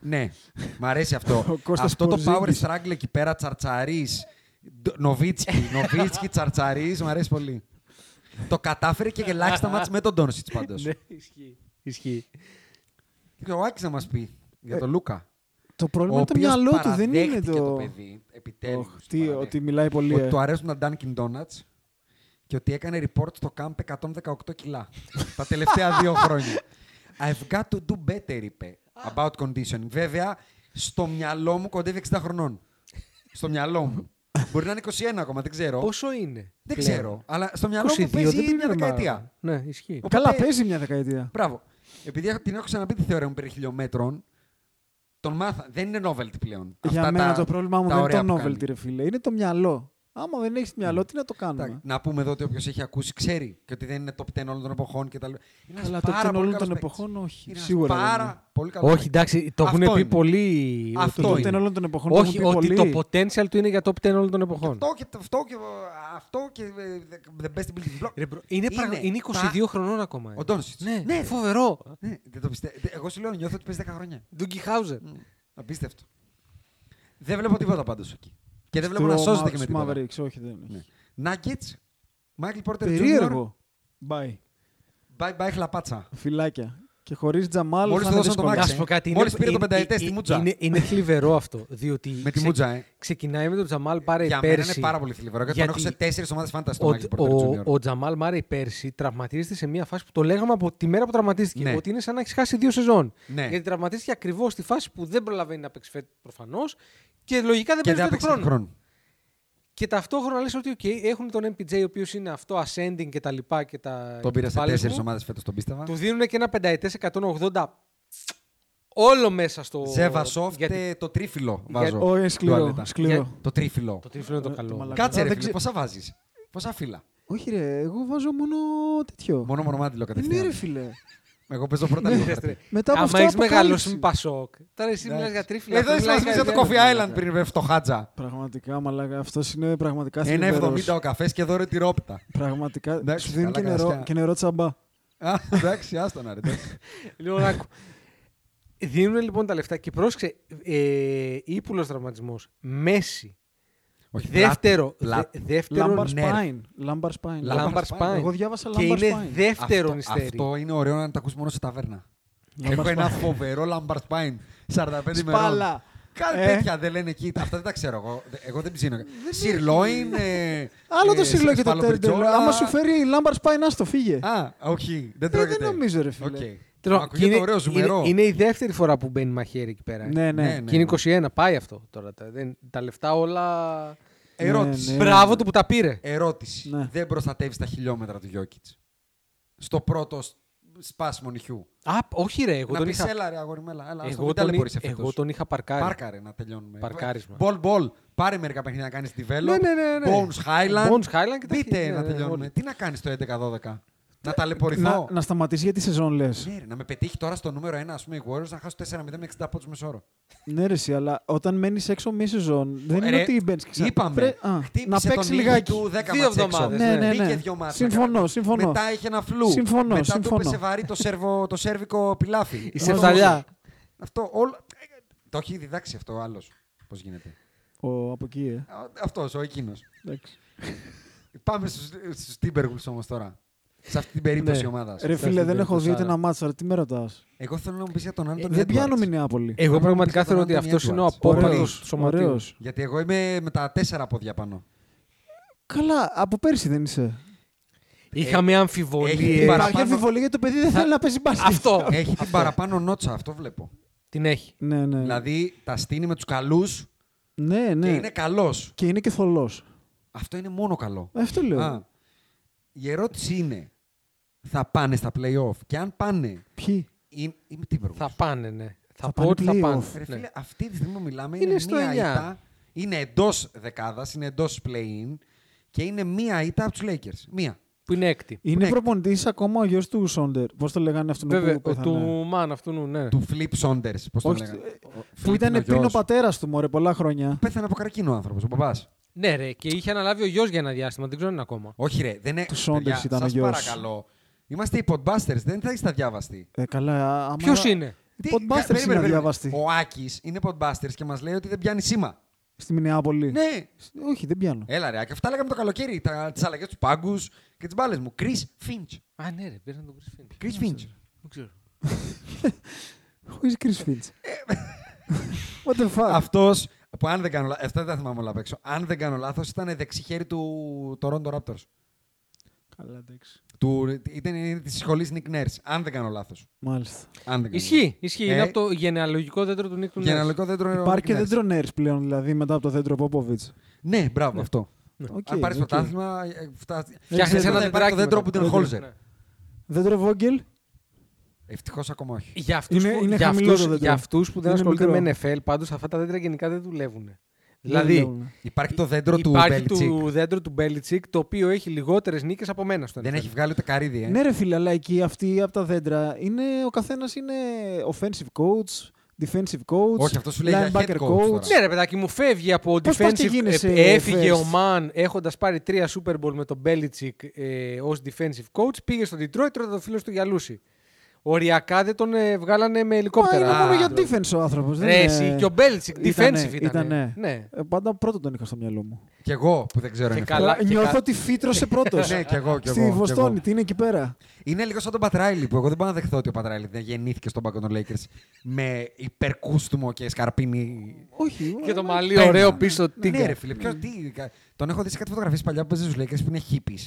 Speaker 3: Ναι, μ' αρέσει αυτό.
Speaker 5: Ο Κώστας
Speaker 3: αυτό το power
Speaker 5: Πορζίνγκης.
Speaker 3: struggle εκεί πέρα, τσαρτσαρής. Νοβίτσκι, Νοβίτσκι, τσαρτσαρής, μου αρέσει πολύ. Το κατάφερε και γελάξει τα μάτς με τον Ντόνσιτ πάντως.
Speaker 5: Ναι.
Speaker 4: ισχύει. ισχύει.
Speaker 3: Ο Άκης να μας πει για τον Λούκα.
Speaker 5: Το
Speaker 3: Ο
Speaker 5: πρόβλημα είναι το
Speaker 3: οποίος
Speaker 5: μυαλό του, δεν είναι
Speaker 3: παραδέχτηκε το
Speaker 5: το...
Speaker 3: παιδί, επιτέλους.
Speaker 5: Οχ, τι,
Speaker 3: παραδέχτηκε.
Speaker 5: ότι μιλάει πολύ.
Speaker 3: Ότι
Speaker 5: ε.
Speaker 3: του αρέσουν τα Dunkin' Donuts και ότι έκανε report στο camp 118 κιλά τα τελευταία δύο χρόνια. I've got to do better, είπε, about conditioning. Βέβαια, στο μυαλό μου κοντεύει 60 χρονών. Στο μυαλό μου. Μπορεί να είναι 21 ακόμα, δεν ξέρω.
Speaker 4: Πόσο είναι.
Speaker 3: Δεν
Speaker 4: πλέον?
Speaker 3: ξέρω, αλλά στο μυαλό
Speaker 4: 22,
Speaker 3: μου παίζει
Speaker 4: δεν
Speaker 3: μια
Speaker 4: πήρε
Speaker 3: δεκαετία.
Speaker 4: μάλλον. Ναι, ισχύει.
Speaker 3: Ο-
Speaker 5: Καλά,
Speaker 3: Οπότε-
Speaker 5: παίζει μια δεκαετία.
Speaker 3: Μπράβο. Επειδή έχω- την έχω ξαναπεί τη θεωρία μου περί χιλιόμετρων, τον μάθα. Δεν είναι novelty πλέον.
Speaker 5: Για
Speaker 3: Αυτά
Speaker 5: μένα
Speaker 3: τα-
Speaker 5: το πρόβλημά μου
Speaker 3: τα
Speaker 5: δεν
Speaker 3: ωραία
Speaker 5: είναι το
Speaker 3: που κάνει. Ναι.
Speaker 5: novelty, ρε φίλε. Είναι το μυαλό. Άμα δεν έχεις μυαλό, τι να το
Speaker 3: Εντάξει,
Speaker 5: κάνουμε.
Speaker 3: Να πούμε εδώ ότι όποιος έχει ακούσει ξέρει και ότι δεν είναι top 10 όλων των εποχών κτλ. Είναι ένας
Speaker 5: Καλά,
Speaker 3: πάρα
Speaker 5: top 10
Speaker 3: πολύ
Speaker 5: όλων
Speaker 3: καλός
Speaker 5: των
Speaker 3: παίκτης.
Speaker 5: εποχών, όχι.
Speaker 3: Είναι ένας
Speaker 5: Σίγουρα δεν
Speaker 3: Πάρα
Speaker 5: είναι.
Speaker 3: πολύ καλός.
Speaker 4: Όχι, εντάξει, το έχουν
Speaker 3: Αυτό
Speaker 4: πει
Speaker 3: είναι.
Speaker 4: πολύ.
Speaker 3: Αυτό
Speaker 5: Το top
Speaker 3: είναι.
Speaker 5: 10 όλων των εποχών. το
Speaker 4: Όχι,
Speaker 5: έχουν πει
Speaker 4: ότι
Speaker 5: πολλοί.
Speaker 4: το potential του είναι για top 10 όλων των εποχών.
Speaker 3: Αυτό και, αυτό και, αυτό και ε, the best building block.
Speaker 4: Ρε, μπρο, είναι, πραγμα- είναι 22 χρονών ακόμα. ε.
Speaker 3: Ο Ντόνσιτς.
Speaker 4: Ναι,
Speaker 3: Ναι.
Speaker 4: φοβερό.
Speaker 3: Ναι, δεν το πιστεύω. Δε- Εγώ σου λέω, νιώθω ότι παίζει 10 χρόνια.
Speaker 4: Ντούγκι Χάουζερ.
Speaker 3: Απίστευτο. Δεν βλέπω τίποτα πάντως εκεί. Και δεν βλέπω
Speaker 5: Στο
Speaker 3: να σώζεται και
Speaker 5: Mavericks,
Speaker 3: με τίποτα.
Speaker 5: Mavericks, όχι, δεν
Speaker 3: Ναι.
Speaker 5: έχει.
Speaker 3: Nuggets, Michael Porter Jr.
Speaker 5: Περίεργο. Bye.
Speaker 3: Bye bye χλαπάτσα.
Speaker 5: Φυλάκια. Και χωρίς Τζαμάλ
Speaker 3: Μόλις
Speaker 5: θα
Speaker 3: του
Speaker 5: είναι
Speaker 3: δώσαν το
Speaker 5: δύσκολο.
Speaker 3: Max.
Speaker 4: Να σου πω κάτι.
Speaker 3: Μόλις
Speaker 4: είναι-
Speaker 3: πήρε το
Speaker 4: είναι-
Speaker 3: πενταετές στη
Speaker 4: είναι-
Speaker 3: μουτζα.
Speaker 4: Είναι, είναι θλιβερό αυτό. Διότι
Speaker 3: Με τη μουτζα, ε.
Speaker 4: ξεκινάει με τον Τζαμάλ Πάρε
Speaker 3: Για
Speaker 4: Ε, πέρσι.
Speaker 3: μένα είναι πάρα πολύ θλιβερό γιατί τον έχω σε τέσσερις ομάδες φάνταση
Speaker 4: ο,
Speaker 3: τον Michael Porter
Speaker 4: ο,
Speaker 3: Jr.
Speaker 4: ο Τζαμάλ Μάρεϊ πέρσι τραυματίζεται σε μια φάση που το λέγαμε από τη μέρα που τραυματίστηκε.
Speaker 3: Ναι.
Speaker 4: Ότι είναι σαν να έχει χάσει δύο σεζόν.
Speaker 3: Ναι.
Speaker 4: Γιατί τραυματίστηκε ακριβώς στη φάση που δεν προλαβαίνει να παίξει φέτος προφανώς και λογικά δεν
Speaker 3: Και
Speaker 4: παίζει
Speaker 3: δεν
Speaker 4: φέτο
Speaker 3: έπαιξε
Speaker 4: χρόνο.
Speaker 3: τον χρόνο.
Speaker 4: Και ταυτόχρονα λες ότι okay, έχουν τον MPJ ο οποίος είναι αυτό ascending και τα λοιπά και τα.
Speaker 3: Τον πήρα σε τέσσερι
Speaker 4: τέσσερις
Speaker 3: ομάδες φέτος, τον πίστευα.
Speaker 4: Του δίνουν και ένα πενταετές 180 όλο μέσα στο.
Speaker 3: Ζέβα Σόφτ,
Speaker 4: Γιατί
Speaker 3: ε, το τρίφυλλο βάζω.
Speaker 5: Όχι, είναι σκληρό,
Speaker 3: τουαλέτα.
Speaker 5: σκληρό.
Speaker 3: Για- Το τρίφυλλο.
Speaker 4: Το τρίφυλλο είναι το
Speaker 5: Ε, το
Speaker 4: καλό.
Speaker 5: μαλακό.
Speaker 3: Κάτσε
Speaker 5: Α,
Speaker 3: ρε φίλε,
Speaker 5: δεν ξε-
Speaker 3: πόσα βάζεις. Πόσα φύλλα.
Speaker 5: Όχι, ρε, εγώ βάζω μόνο τέτοιο.
Speaker 3: Μόνο μονομάτιλο
Speaker 5: Ναι, ρε
Speaker 3: κατευθείαν.
Speaker 5: φίλε.
Speaker 3: Εγώ παίζω πρώτα λίγο χαρτί.
Speaker 5: Μετά από
Speaker 4: Ναι, Άμα
Speaker 5: αυτά
Speaker 4: έχει μεγαλώσει
Speaker 5: αποκάλυψη.
Speaker 4: με πασόκ. Τώρα εσύ μιλά
Speaker 3: Εντάξει.
Speaker 4: για τρίφυλλα.
Speaker 3: Εδώ
Speaker 4: αυτό
Speaker 3: είσαι
Speaker 4: μιλάει
Speaker 3: μας για το
Speaker 4: ιδέα.
Speaker 3: Coffee Island πριν βρε φτωχάτζα.
Speaker 5: Πραγματικά, μαλάκα. Αυτός είναι πραγματικά
Speaker 3: Ένα
Speaker 5: θλιβερός.
Speaker 3: 70 ο καφές και εδώ ρε τυρόπιτα.
Speaker 5: Πραγματικά.
Speaker 3: Εντάξει,
Speaker 5: σου δίνει
Speaker 3: καλά,
Speaker 5: και νερό,
Speaker 3: κατασκιά.
Speaker 5: και νερό τσαμπά.
Speaker 3: Α, Εντάξει, άστο να ρε. εντάξει.
Speaker 4: Λοιπόν, άκου. Δίνουν λοιπόν τα λεφτά και πρόσεξε. Ε, ύπουλος τραυματισμός. Μέση.
Speaker 3: Όχι,
Speaker 4: Δεύτερο.
Speaker 3: πλάτη, πλάτη.
Speaker 4: δε- δεύτερο
Speaker 5: Λάμπαρ
Speaker 3: νερ.
Speaker 5: Σπάιν. Λάμπαρ Σπάιν.
Speaker 3: Λάμπαρ
Speaker 4: Λάμπαρ
Speaker 3: Σπάιν.
Speaker 4: Σπάιν.
Speaker 5: Εγώ διάβασα
Speaker 4: Και
Speaker 5: Λάμπαρ
Speaker 4: είναι
Speaker 5: Σπάιν.
Speaker 4: δεύτερο
Speaker 3: Αυτό-
Speaker 4: νηστέρι.
Speaker 3: Αυτό είναι ωραίο να τα ακούσει μόνο σε ταβέρνα.
Speaker 5: Λάμπαρ
Speaker 3: Έχω ένα
Speaker 5: Σπάιν.
Speaker 3: φοβερό Λάμπαρ Σπάιν 45 ημερών.
Speaker 5: Σπάλα.
Speaker 3: Κάτι
Speaker 5: Ε.
Speaker 3: τέτοια δεν λένε εκεί. Αυτά δεν τα ξέρω εγώ. Δε- Εγώ δεν ψήνω. Σιρλόιν. ε,
Speaker 5: Άλλο
Speaker 3: ε,
Speaker 5: το σύλλογο και το
Speaker 3: σπαλομπριτζόλα.
Speaker 5: τέρντερ. Άμα σου φέρει η Λάμπαρ Σπάιν, άστο φύγε.
Speaker 3: Α, όχι. Δεν
Speaker 5: Ε,
Speaker 3: τρώγεται.
Speaker 5: Δεν νομίζω, ρε φίλε.
Speaker 3: Οκ.
Speaker 4: Τέλος,
Speaker 3: Ακούγεται
Speaker 4: και είναι-
Speaker 3: ωραίο, ζουμερό.
Speaker 4: Είναι, είναι η δεύτερη φορά που μπαίνει μαχαίρι εκεί πέρα. ε.
Speaker 5: Ναι, ναι.
Speaker 3: Ναι, ναι.
Speaker 4: Και είναι 21, πάει αυτό τώρα. Τα, δεν, τα λεφτά όλα.
Speaker 3: Ερώτηση.
Speaker 5: Ναι, ναι.
Speaker 4: Μπράβο του που τα πήρε.
Speaker 3: Ερώτηση.
Speaker 5: Ναι.
Speaker 3: Δεν προστατεύεις τα χιλιόμετρα του Γιώκητ. Στο πρώτο σ- σπάσιμο νυχιού.
Speaker 4: Α, όχι ρε, εγώ
Speaker 3: να
Speaker 4: τον
Speaker 3: πεις,
Speaker 4: είχα.
Speaker 3: έλα ρε αγόρι μου, έλα. έλα άστο,
Speaker 4: Εγώ
Speaker 3: μην
Speaker 4: τον,
Speaker 3: ταλαιπωρείς
Speaker 4: είχα-
Speaker 3: εφέτος».
Speaker 4: εγώ τον είχα παρκάρει.
Speaker 3: Πάρκαρε να τελειώνουμε.
Speaker 4: Παρκάρισμα.
Speaker 3: Μπολ, μπολ. Πάρε μερικά παιχνίδια να κάνεις τη Βέλο.
Speaker 4: Ναι, ναι, ναι, ναι.
Speaker 3: Bones Highland.
Speaker 4: Bones Highland και τα
Speaker 3: Μπείτε
Speaker 4: χι- ναι,
Speaker 3: να
Speaker 4: ναι,
Speaker 3: τελειώνουμε.
Speaker 4: όλοι.
Speaker 3: Τι να κάνεις το 11-12. Να ταλαιπωρηθώ.
Speaker 5: ε, Να, να σταματήσει για τη σεζόν λες.
Speaker 3: Ναι, ρε, να με πετύχει τώρα στο νούμερο 1, ας πούμε, οι Warriors να χάσω 4-0 με 60 πόντου μεσόωρο.
Speaker 5: Ναι, ρε, εσύ, αλλά όταν μένεις έξω μη σεζόν, δεν είναι
Speaker 3: Ρε,
Speaker 5: ότι μπαίνεις και ξανά.
Speaker 3: Ε, Είπαμε.
Speaker 5: Πρέπει- α,
Speaker 3: χτύπησε
Speaker 5: να παίξει
Speaker 3: τον ήχο
Speaker 5: λιγάκι.
Speaker 3: Του 10
Speaker 4: Δύο
Speaker 3: μάτς έξω.
Speaker 4: εβδομάδες,
Speaker 5: Ναι, ναι,
Speaker 3: Μπήκε
Speaker 5: ναι.
Speaker 3: δύο μάτς
Speaker 5: Συμφωνώ,
Speaker 3: να κάνει.
Speaker 5: συμφωνώ.
Speaker 3: Μετά είχε ένα φλου.
Speaker 5: Συμφωνώ,
Speaker 3: Μετά του
Speaker 5: συμφωνώ.
Speaker 3: έπεσε βαρύ το, σερβο, το σερβικό πιλάφι.
Speaker 4: Η
Speaker 3: Αυτό
Speaker 4: σερταλιά.
Speaker 3: όλο. Αυτό όλο. Ε, Το έχει διδάξει αυτό ο άλλος. Πώς γίνεται.
Speaker 5: Ο, από εκεί, ε.
Speaker 3: Αυτός ο εκείνος.
Speaker 5: Εντάξει.
Speaker 3: Πάμε στους Τίμπεργουλ όμως τώρα. Σε αυτή την περίπτωση
Speaker 5: Ναι.
Speaker 3: ομάδας.
Speaker 5: Ρε φίλε, δεν έχω δει ούτε ένα μάτσο, αλλά τι με ρωτάς.
Speaker 3: Εγώ θέλω να μου πεις για τον Άντων
Speaker 5: Ε, Δεν πιάνουμε η Νεάπολη.
Speaker 4: Εγώ πραγματικά
Speaker 3: Τον
Speaker 4: θεωρώ ότι
Speaker 3: Άντωνη
Speaker 4: αυτός είναι ο
Speaker 3: Edwards.
Speaker 4: απόπατο
Speaker 3: Ωραίος,
Speaker 4: σωματίου.
Speaker 5: ωραίος.
Speaker 3: Γιατί εγώ είμαι με τα τέσσερα πόδια πάνω.
Speaker 5: Καλά, από πέρσι δεν είσαι.
Speaker 4: Είχαμε
Speaker 3: έχει
Speaker 4: αμφιβολίε.
Speaker 3: την παρα-
Speaker 5: Υπάρχει
Speaker 3: παραπάνω-
Speaker 5: αμφιβολία ε, γιατί το παιδί δεν θέλει να παίζει μπάσκετ.
Speaker 4: Αυτό.
Speaker 3: Έχει την παραπάνω νότσα, αυτό βλέπω.
Speaker 4: Την έχει.
Speaker 5: Ναι, ναι.
Speaker 3: Δηλαδή τα στείνει με τους καλούς
Speaker 5: ναι, ναι.
Speaker 3: και είναι καλός.
Speaker 5: Και είναι και θολός.
Speaker 3: Αυτό είναι μόνο καλό.
Speaker 5: Ε, Αυτό λέω.
Speaker 3: Α, η ερώτηση είναι, θα πάνε στα play-off και αν πάνε,
Speaker 5: Ποιοι.
Speaker 3: είναι, είμαι τύπερος.
Speaker 4: Θα πάνε, ναι. Θα,
Speaker 5: Θα
Speaker 4: πω ότι θα
Speaker 5: πάνε
Speaker 4: πάνε.
Speaker 5: playoff.
Speaker 3: Ρε
Speaker 4: Ναι.
Speaker 3: φίλε, αυτή τη στιγμή που μιλάμε
Speaker 4: Είναι
Speaker 3: είναι,
Speaker 4: στο
Speaker 3: μία
Speaker 4: εννιά.
Speaker 3: ήττα, είναι εντός δεκάδας, είναι εντός play-in και είναι μία ήττα από τους Lakers. Μία.
Speaker 4: Που είναι έκτη.
Speaker 5: Είναι
Speaker 3: Ναι.
Speaker 5: προπονητής ακόμα ο γιος του Σόντερ. Πώς το λέγανε αυτόν
Speaker 4: Βέβαια,
Speaker 5: που
Speaker 4: ο
Speaker 5: πέθανε.
Speaker 4: του Μαν αυτού, νου, ναι.
Speaker 3: Του Flip Saunders, ε, πώς το
Speaker 5: Όχι,
Speaker 3: λέγανε.
Speaker 5: ε,
Speaker 3: Ο Flip
Speaker 5: Που
Speaker 3: είναι
Speaker 5: ήταν πριν
Speaker 3: γιος.
Speaker 5: ο πατέρας του, μωρέ, πολλά χρόνια.
Speaker 3: Πέθανε από καρκίνο ο άνθρωπος, ο παπάς.
Speaker 4: Ναι, ρε, και είχε αναλάβει ο γιος για ένα διάστημα, δεν ξέρω αν είναι ακόμα.
Speaker 3: Όχι ρε, δεν είναι...
Speaker 5: Του Saunders
Speaker 3: Παιδιά,
Speaker 5: ήταν ο
Speaker 3: σας
Speaker 5: γιος.
Speaker 3: παρακαλώ. Είμαστε οι podbusters, δεν θα έχεις τα διάβαστη.
Speaker 5: Ε, καλά, άμα...
Speaker 4: Ποιος είναι.
Speaker 5: Οι
Speaker 3: Τι- κα-
Speaker 5: Podbusters
Speaker 3: περίμενε,
Speaker 5: είναι
Speaker 3: περίμενε.
Speaker 5: αδιάβαστοι.
Speaker 3: Ο Άκης είναι podbusters και μας λέει ότι δεν πιάνει σήμα.
Speaker 5: Στη Μινεάπολη.
Speaker 3: Ναι.
Speaker 5: Όχι, δεν πιάνω.
Speaker 3: Έλα ρε, Άκη, αυτά λέγαμε το καλοκαίρι, τις αλλαγές του πάγκους και τις μπάλες μου. Chris Finch.
Speaker 4: Α, ναι, ρε, πήραν τον Chris Finch.
Speaker 3: Chris Finch.
Speaker 4: Δεν ξέρω.
Speaker 5: Who is Chris Finch?
Speaker 3: Ε,
Speaker 5: What the fuck.
Speaker 3: Αυτός που αν δεν κάνω λάθο. Αυτά δεν τα θυμάμαι όλα απ' έξω. Αν δεν κάνω λάθος, ήταν δεξί χέρι του Toronto Raptors.
Speaker 5: Καλά, εντάξει.
Speaker 3: Του, ήταν της σχολής Nick Nurse. Αν δεν κάνω λάθος.
Speaker 5: Μάλιστα.
Speaker 3: Αν δεν κάνω
Speaker 4: Ισχύει, ισχύει.
Speaker 3: Ε,
Speaker 4: Είναι από το γενεαλογικό δέντρο του Νίκ του
Speaker 3: λάθος. Γενεαλογικό δέντρο.
Speaker 5: Υπάρχει και
Speaker 3: Nick Nurse.
Speaker 5: δέντρο Νέρ πλέον, δηλαδή μετά από το δέντρο Πόποβιτ.
Speaker 3: Ναι, μπράβο αυτό.
Speaker 5: Οκ,
Speaker 3: αν πάρεις
Speaker 5: οκ.
Speaker 3: πρωτάθλημα, ε, φτάσει.
Speaker 4: Φτιάχνει
Speaker 3: Δεν
Speaker 4: ένα
Speaker 3: θα υπάρχει
Speaker 4: δεντράκι.
Speaker 3: το δέντρο που
Speaker 4: μετά.
Speaker 3: την Χόλζερ.
Speaker 4: Ναι.
Speaker 5: Δέντρο Βόγγελ.
Speaker 3: Ευτυχώς ακόμα όχι.
Speaker 4: Για αυτούς,
Speaker 5: Είναι-
Speaker 4: που,
Speaker 5: είναι
Speaker 4: για
Speaker 5: χαμηλό
Speaker 4: αυτούς-
Speaker 5: το δέντρο.
Speaker 4: για αυτούς που δεν
Speaker 5: Είναι
Speaker 4: ασχολούνται
Speaker 5: μικρό.
Speaker 4: με NFL, πάντως αυτά τα δέντρα γενικά δεν δουλεύουν.
Speaker 5: Δεν
Speaker 4: Δηλαδή,
Speaker 5: δουλεύουν.
Speaker 3: Υπάρχει το δέντρο του
Speaker 4: υπάρχει
Speaker 3: Μπέλτσικ.
Speaker 4: του δέντρο του Μπέλιτσικ, το οποίο έχει λιγότερες νίκες από μένα στο
Speaker 3: Δεν
Speaker 4: NFL.
Speaker 3: έχει βγάλει ούτε καρύδι, ε.
Speaker 5: Ναι, ρε φίλε, αλλά εκεί αυτοί από τα δέντρα είναι ο καθένας είναι offensive coach, defensive coach.
Speaker 3: Όχι, αυτό σου λέει για
Speaker 5: linebacker
Speaker 3: head coach τώρα.
Speaker 4: Ναι, ρε παιδάκι μου, φεύγει από
Speaker 5: Πώς πας και
Speaker 4: defensive.
Speaker 5: γίνεσαι
Speaker 4: ε, έφυγε
Speaker 5: first?
Speaker 4: ο Μαν έχοντας πάρει τρία Super Bowl με τον Μπέλιτσικ ε, ως defensive coach. Πήγε στο Detroit, τώρα το φίλο του γυαλούσι. Οριακά δεν τον ε, βγάλανε με
Speaker 5: Μα
Speaker 4: ελικόπτερα.
Speaker 5: είναι
Speaker 3: Α,
Speaker 5: μόνο για
Speaker 3: ναι.
Speaker 5: defense ο άνθρωπος.
Speaker 4: Ρε, εσύ και ο Μπέλιτσικ defensive ήταν.
Speaker 5: Ήτανε.
Speaker 4: Ναι.
Speaker 5: Ε, Πάντα πρώτο τον είχα στο μυαλό μου.
Speaker 3: Κι εγώ που δεν ξέρω.
Speaker 4: Και
Speaker 3: NFL.
Speaker 4: καλά.
Speaker 5: Αλλά νιώθω
Speaker 4: κα-
Speaker 5: ότι φύτρωσε πρώτος.
Speaker 3: Ναι, κι εγώ, κι εγώ. κι
Speaker 5: Στη
Speaker 3: εγώ.
Speaker 5: Βοστόνη, τι είναι εκεί πέρα.
Speaker 3: Είναι λίγο σαν τον Πατράιλι που εγώ δεν μπορώ να δεχθώ ότι ο Πατράιλι δεν γεννήθηκε στον πάγκο των Lakers με υπερκούστούμο και σκαρπίνι.
Speaker 5: Όχι.
Speaker 4: Και το
Speaker 5: μα-
Speaker 4: μαλλί
Speaker 3: Πένα.
Speaker 4: ωραίο πίσω
Speaker 3: Ναι,
Speaker 4: τίγκα.
Speaker 3: ρε φίλε, ποιος, τι, κα- τον έχω δει σε κάτι φωτογραφίες παλιά που παίζει στους Lakers που είναι χύπη.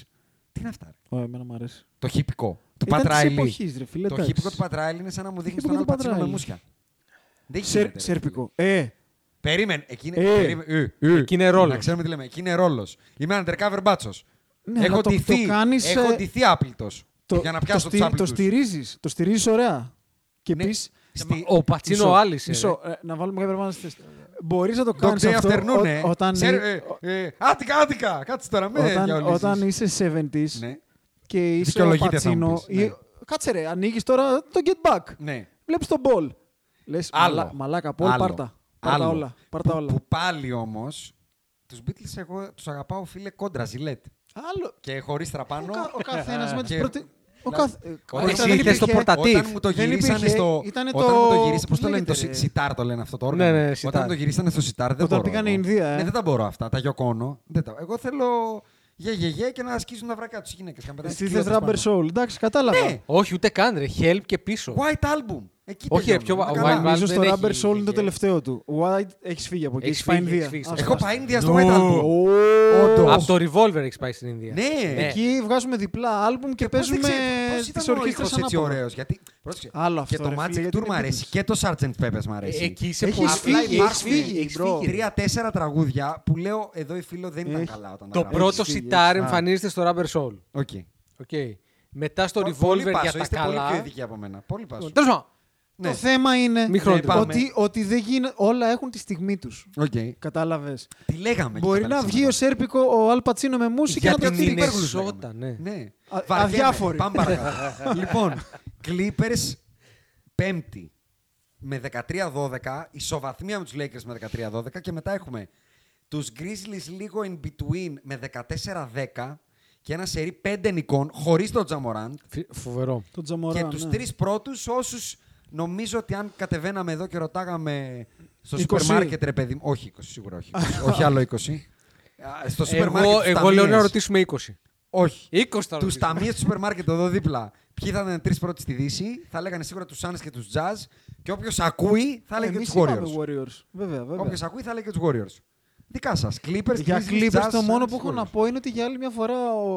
Speaker 3: Τι είναι αυτά, ρε.
Speaker 5: Ω, εμένα μου αρέσει.
Speaker 3: Το χύπικο του
Speaker 5: Ε, Ήταν της
Speaker 3: Πατράιλι.
Speaker 5: εποχής, ρε φίλε,
Speaker 3: Το
Speaker 5: εντάξει.
Speaker 3: χύπικο του Πατράιλι είναι σαν να μου δείχνει
Speaker 5: Χύπικο
Speaker 3: τον άλλο
Speaker 5: του
Speaker 3: πατσίνο με
Speaker 5: Πατράιλι.
Speaker 3: μουσια. Δεν
Speaker 5: Σερ-
Speaker 3: γίνεται. ρε
Speaker 5: Σερπικό. Ε,
Speaker 3: φίλε. Περίμενε. Εκεί είναι,
Speaker 5: Ε.
Speaker 3: περίμενε, ε, ε.
Speaker 4: Εκεί είναι ρόλος.
Speaker 3: Να ξέρουμε τι λέμε. Εκεί είναι ρόλος. Είμαι undercover μπάτσος.
Speaker 5: Ναι, αλλά
Speaker 3: έχω
Speaker 5: το-
Speaker 3: ντυθεί,
Speaker 5: το κάνεις, ε,
Speaker 3: έχω ντυθεί άπλητος
Speaker 5: το,
Speaker 3: για να
Speaker 5: το
Speaker 3: πιάσω
Speaker 5: στι-
Speaker 3: τους
Speaker 5: Το στηρίζεις. Το στηρίζεις ωραία. Και
Speaker 3: Ναι.
Speaker 5: πεις.
Speaker 3: Στη...
Speaker 4: Ο Πατσίνο άλυσε. ρε.
Speaker 5: Μισό, ε, να βάλουμε κάποια πράγματα στη θέση. Μπορείς να το
Speaker 3: Το
Speaker 5: κάνεις
Speaker 3: day
Speaker 5: αυτό
Speaker 3: afternoon,
Speaker 5: ό-
Speaker 3: ε.
Speaker 5: όταν,
Speaker 3: Ξέρ-
Speaker 5: ε-
Speaker 3: ε, ε, Άτικα, άτικα! Κάτσε τώρα, με
Speaker 5: όταν,
Speaker 3: διαολύσεις.
Speaker 5: όταν είσαι 70s
Speaker 3: Ναι,
Speaker 5: και είσαι ο
Speaker 3: Δικαιολογείται, θα μου
Speaker 5: Πατσίνο.
Speaker 3: πεις, ναι.
Speaker 5: ή- Κάτσε ρε, ανοίγεις τώρα το get back.
Speaker 3: ναι.
Speaker 5: Βλέπεις τον ball. Λες
Speaker 3: Άλλο.
Speaker 5: μαλάκα ball,
Speaker 3: Άλλο.
Speaker 5: πάρτα. Πάρτα
Speaker 3: Άλλο.
Speaker 5: όλα. Πάρτα
Speaker 3: που,
Speaker 5: όλα.
Speaker 3: που πάλι όμως. Τους Beatles εγώ τους αγαπάω φίλε κόντρα, ζιλέτ.
Speaker 5: Άλλο.
Speaker 3: Και χωρίς τραπάνω.
Speaker 5: Ο, κα, ο καθένας με τις
Speaker 3: Και-
Speaker 5: προτε... Ο
Speaker 3: Δηλαδή,
Speaker 5: καθ... ε,
Speaker 3: όταν
Speaker 5: κοίταξα,
Speaker 4: εσύ
Speaker 5: δεν
Speaker 4: ήρθες στο
Speaker 5: υπήρχε-
Speaker 4: πορτα-
Speaker 3: Όταν μου το
Speaker 5: Δεν
Speaker 3: γυρίσανε
Speaker 5: υπήρχε,
Speaker 3: στο.
Speaker 5: ήταν
Speaker 3: Όταν
Speaker 5: το-
Speaker 3: μου το γυρίσανε. Πώς
Speaker 5: πώς
Speaker 3: το λένε, το
Speaker 5: λέγεται,
Speaker 3: σι-
Speaker 5: ρε?
Speaker 3: σιτάρ το λένε αυτό το όργανο.
Speaker 4: Ναι, ναι, σιτάρ.
Speaker 3: Όταν μου το γυρίσανε στο σιτάρ δεν
Speaker 5: Όταν
Speaker 3: μπορώ.
Speaker 5: πήγανε
Speaker 3: εγώ.
Speaker 5: η Ινδία, ε.
Speaker 3: Ναι, δεν τα μπορώ αυτά. Τα γιοκόνο. Δεν τα... Εγώ θέλω γε, γε, γε και να ασκίζουν τα βρακιά του γυναίκε.
Speaker 5: Εσύ θες rubber soul. Εντάξει,
Speaker 3: Ναι.
Speaker 5: κατάλαβα.
Speaker 4: Όχι, ούτε καν ρε. Help και πίσω.
Speaker 3: White album. Εκεί
Speaker 4: Όχι,
Speaker 3: τελειώνουμε.
Speaker 4: πιο-
Speaker 3: Να
Speaker 4: Wild
Speaker 3: καλά.
Speaker 4: Wild-
Speaker 5: Νομίζω στο
Speaker 4: δεν
Speaker 5: rubber
Speaker 4: έχει-
Speaker 5: soul
Speaker 3: ε.
Speaker 5: είναι το
Speaker 4: έχει-
Speaker 5: τελευταίο του. White έχει φύγει από εκεί.
Speaker 4: Έχεις
Speaker 5: Έχει πάει
Speaker 4: φύγει,
Speaker 5: Ινδία.
Speaker 4: έχεις φύγει στο
Speaker 5: Άστα.
Speaker 3: Έχω πάει Ινδία στο White album.
Speaker 5: Όντως.
Speaker 4: Από το Revolver έχεις πάει στην Ινδία.
Speaker 3: Ναι.
Speaker 4: Ναι.
Speaker 5: Εκεί βγάζουμε διπλά άλμπουμ
Speaker 3: Ε,
Speaker 5: και παίζουμε τι ορχήστρε
Speaker 3: ορχήστρε έτσι ωραίος. Γιατί. πρόσεξε,
Speaker 5: Άλλο
Speaker 3: και
Speaker 5: αυτό, ρε
Speaker 3: το
Speaker 5: φίλε,
Speaker 3: Magic
Speaker 5: γιατί
Speaker 3: Tour μ'
Speaker 5: είναι
Speaker 3: αρέσει
Speaker 5: Beatles.
Speaker 3: και το Sgt. Pepper's μ' αρέσει.
Speaker 4: Ε, Εκεί είσαι
Speaker 5: Έχεις φύγει,
Speaker 4: πολύ. Απλά
Speaker 5: έχεις
Speaker 4: υπάρχουν-
Speaker 5: φύγει, έχεις φύγει.
Speaker 3: Τρία-τέσσερα τραγούδια που λέω εδώ οι φίλο δεν ήταν
Speaker 5: Έχει.
Speaker 3: καλά όταν τα
Speaker 4: Το
Speaker 3: γράψανε.
Speaker 4: πρώτο
Speaker 5: φύγει,
Speaker 4: σιτάρ
Speaker 3: έχεις.
Speaker 4: εμφανίζεται στο Rubber Soul.
Speaker 3: Οκ.
Speaker 4: Okay. Μετά στο
Speaker 3: Πολύ
Speaker 4: Revolver
Speaker 3: πάσο,
Speaker 4: για τα
Speaker 3: είστε Πολύ πιο
Speaker 4: καλά.
Speaker 3: ειδικοί Ναι, από μένα. Πολύ πάσο. Λοιπόν,
Speaker 4: Τέλος πάντων.
Speaker 5: Το θέμα είναι
Speaker 4: Μη χρονοτριβούμε.
Speaker 5: ότι, ότι δεν γίνε- όλα έχουν τη στιγμή τους.
Speaker 3: Οκ.
Speaker 5: Κατάλαβες.
Speaker 3: Τι λέγαμε.
Speaker 5: Μπορεί
Speaker 3: εκεί
Speaker 5: να
Speaker 3: πέρα
Speaker 5: βγει
Speaker 3: σήμερα.
Speaker 5: ο Σέρπικο ο Αλπατσίνο με μουσική και
Speaker 4: Για
Speaker 5: να το
Speaker 4: την
Speaker 5: στείλει.
Speaker 3: Υπέργουλους
Speaker 4: Μινεσότα, ναι.
Speaker 3: Ναι.
Speaker 5: Α-
Speaker 3: Βαριέμαι.
Speaker 5: αδιάφοροι.
Speaker 3: Πάμε παρακάτω. Λοιπόν, Clippers πέμπτη με 13-12, ισοβαθμία με τους Lakers με 13-12 και μετά έχουμε τους Grizzlies λίγο in between με 14-10 και ένα σερί 5 νικών χωρίς τον Τζαμοράντ
Speaker 4: Φι- Φοβερό.
Speaker 5: Τον Τζαμορά.
Speaker 3: και τους
Speaker 5: ναι.
Speaker 3: τρεις πρώτους όσους νομίζω ότι αν κατεβαίναμε εδώ και ρωτάγαμε στο
Speaker 5: 20.
Speaker 3: σούπερ μάρκετ ρε παιδί μου, όχι 20 σίγουρα όχι, όχι άλλο 20. Α, Στο σούπερ μάρκετ
Speaker 4: Εγώ,
Speaker 3: τους
Speaker 4: εγώ λέω να
Speaker 3: ταμείες.
Speaker 4: ρωτήσουμε 20.
Speaker 3: Όχι.
Speaker 4: 20 θα
Speaker 3: Του
Speaker 4: ρωτήσουμε.
Speaker 3: ταμείες του σούπερ μάρκετ εδώ δίπλα. Ποιοι θα ήταν τρεις πρώτοι στη Δύση, θα λέγανε σίγουρα τους Suns και τους Jazz. Και όποιος ακούει θα έλεγε και
Speaker 5: Ε, Εμείς
Speaker 3: τους
Speaker 5: είπαμε
Speaker 3: Warriors.
Speaker 5: Warriors. Βέβαια, βέβαια.
Speaker 3: Όποιος ακούει θα έλεγε και τους Warriors. Δικά σας. Clippers,
Speaker 5: Για
Speaker 3: Grizzlies,
Speaker 5: Clippers
Speaker 3: Jazz,
Speaker 5: το μόνο
Speaker 3: Suns,
Speaker 5: που έχω να
Speaker 3: Warriors.
Speaker 5: πω είναι ότι για άλλη μια φορά ο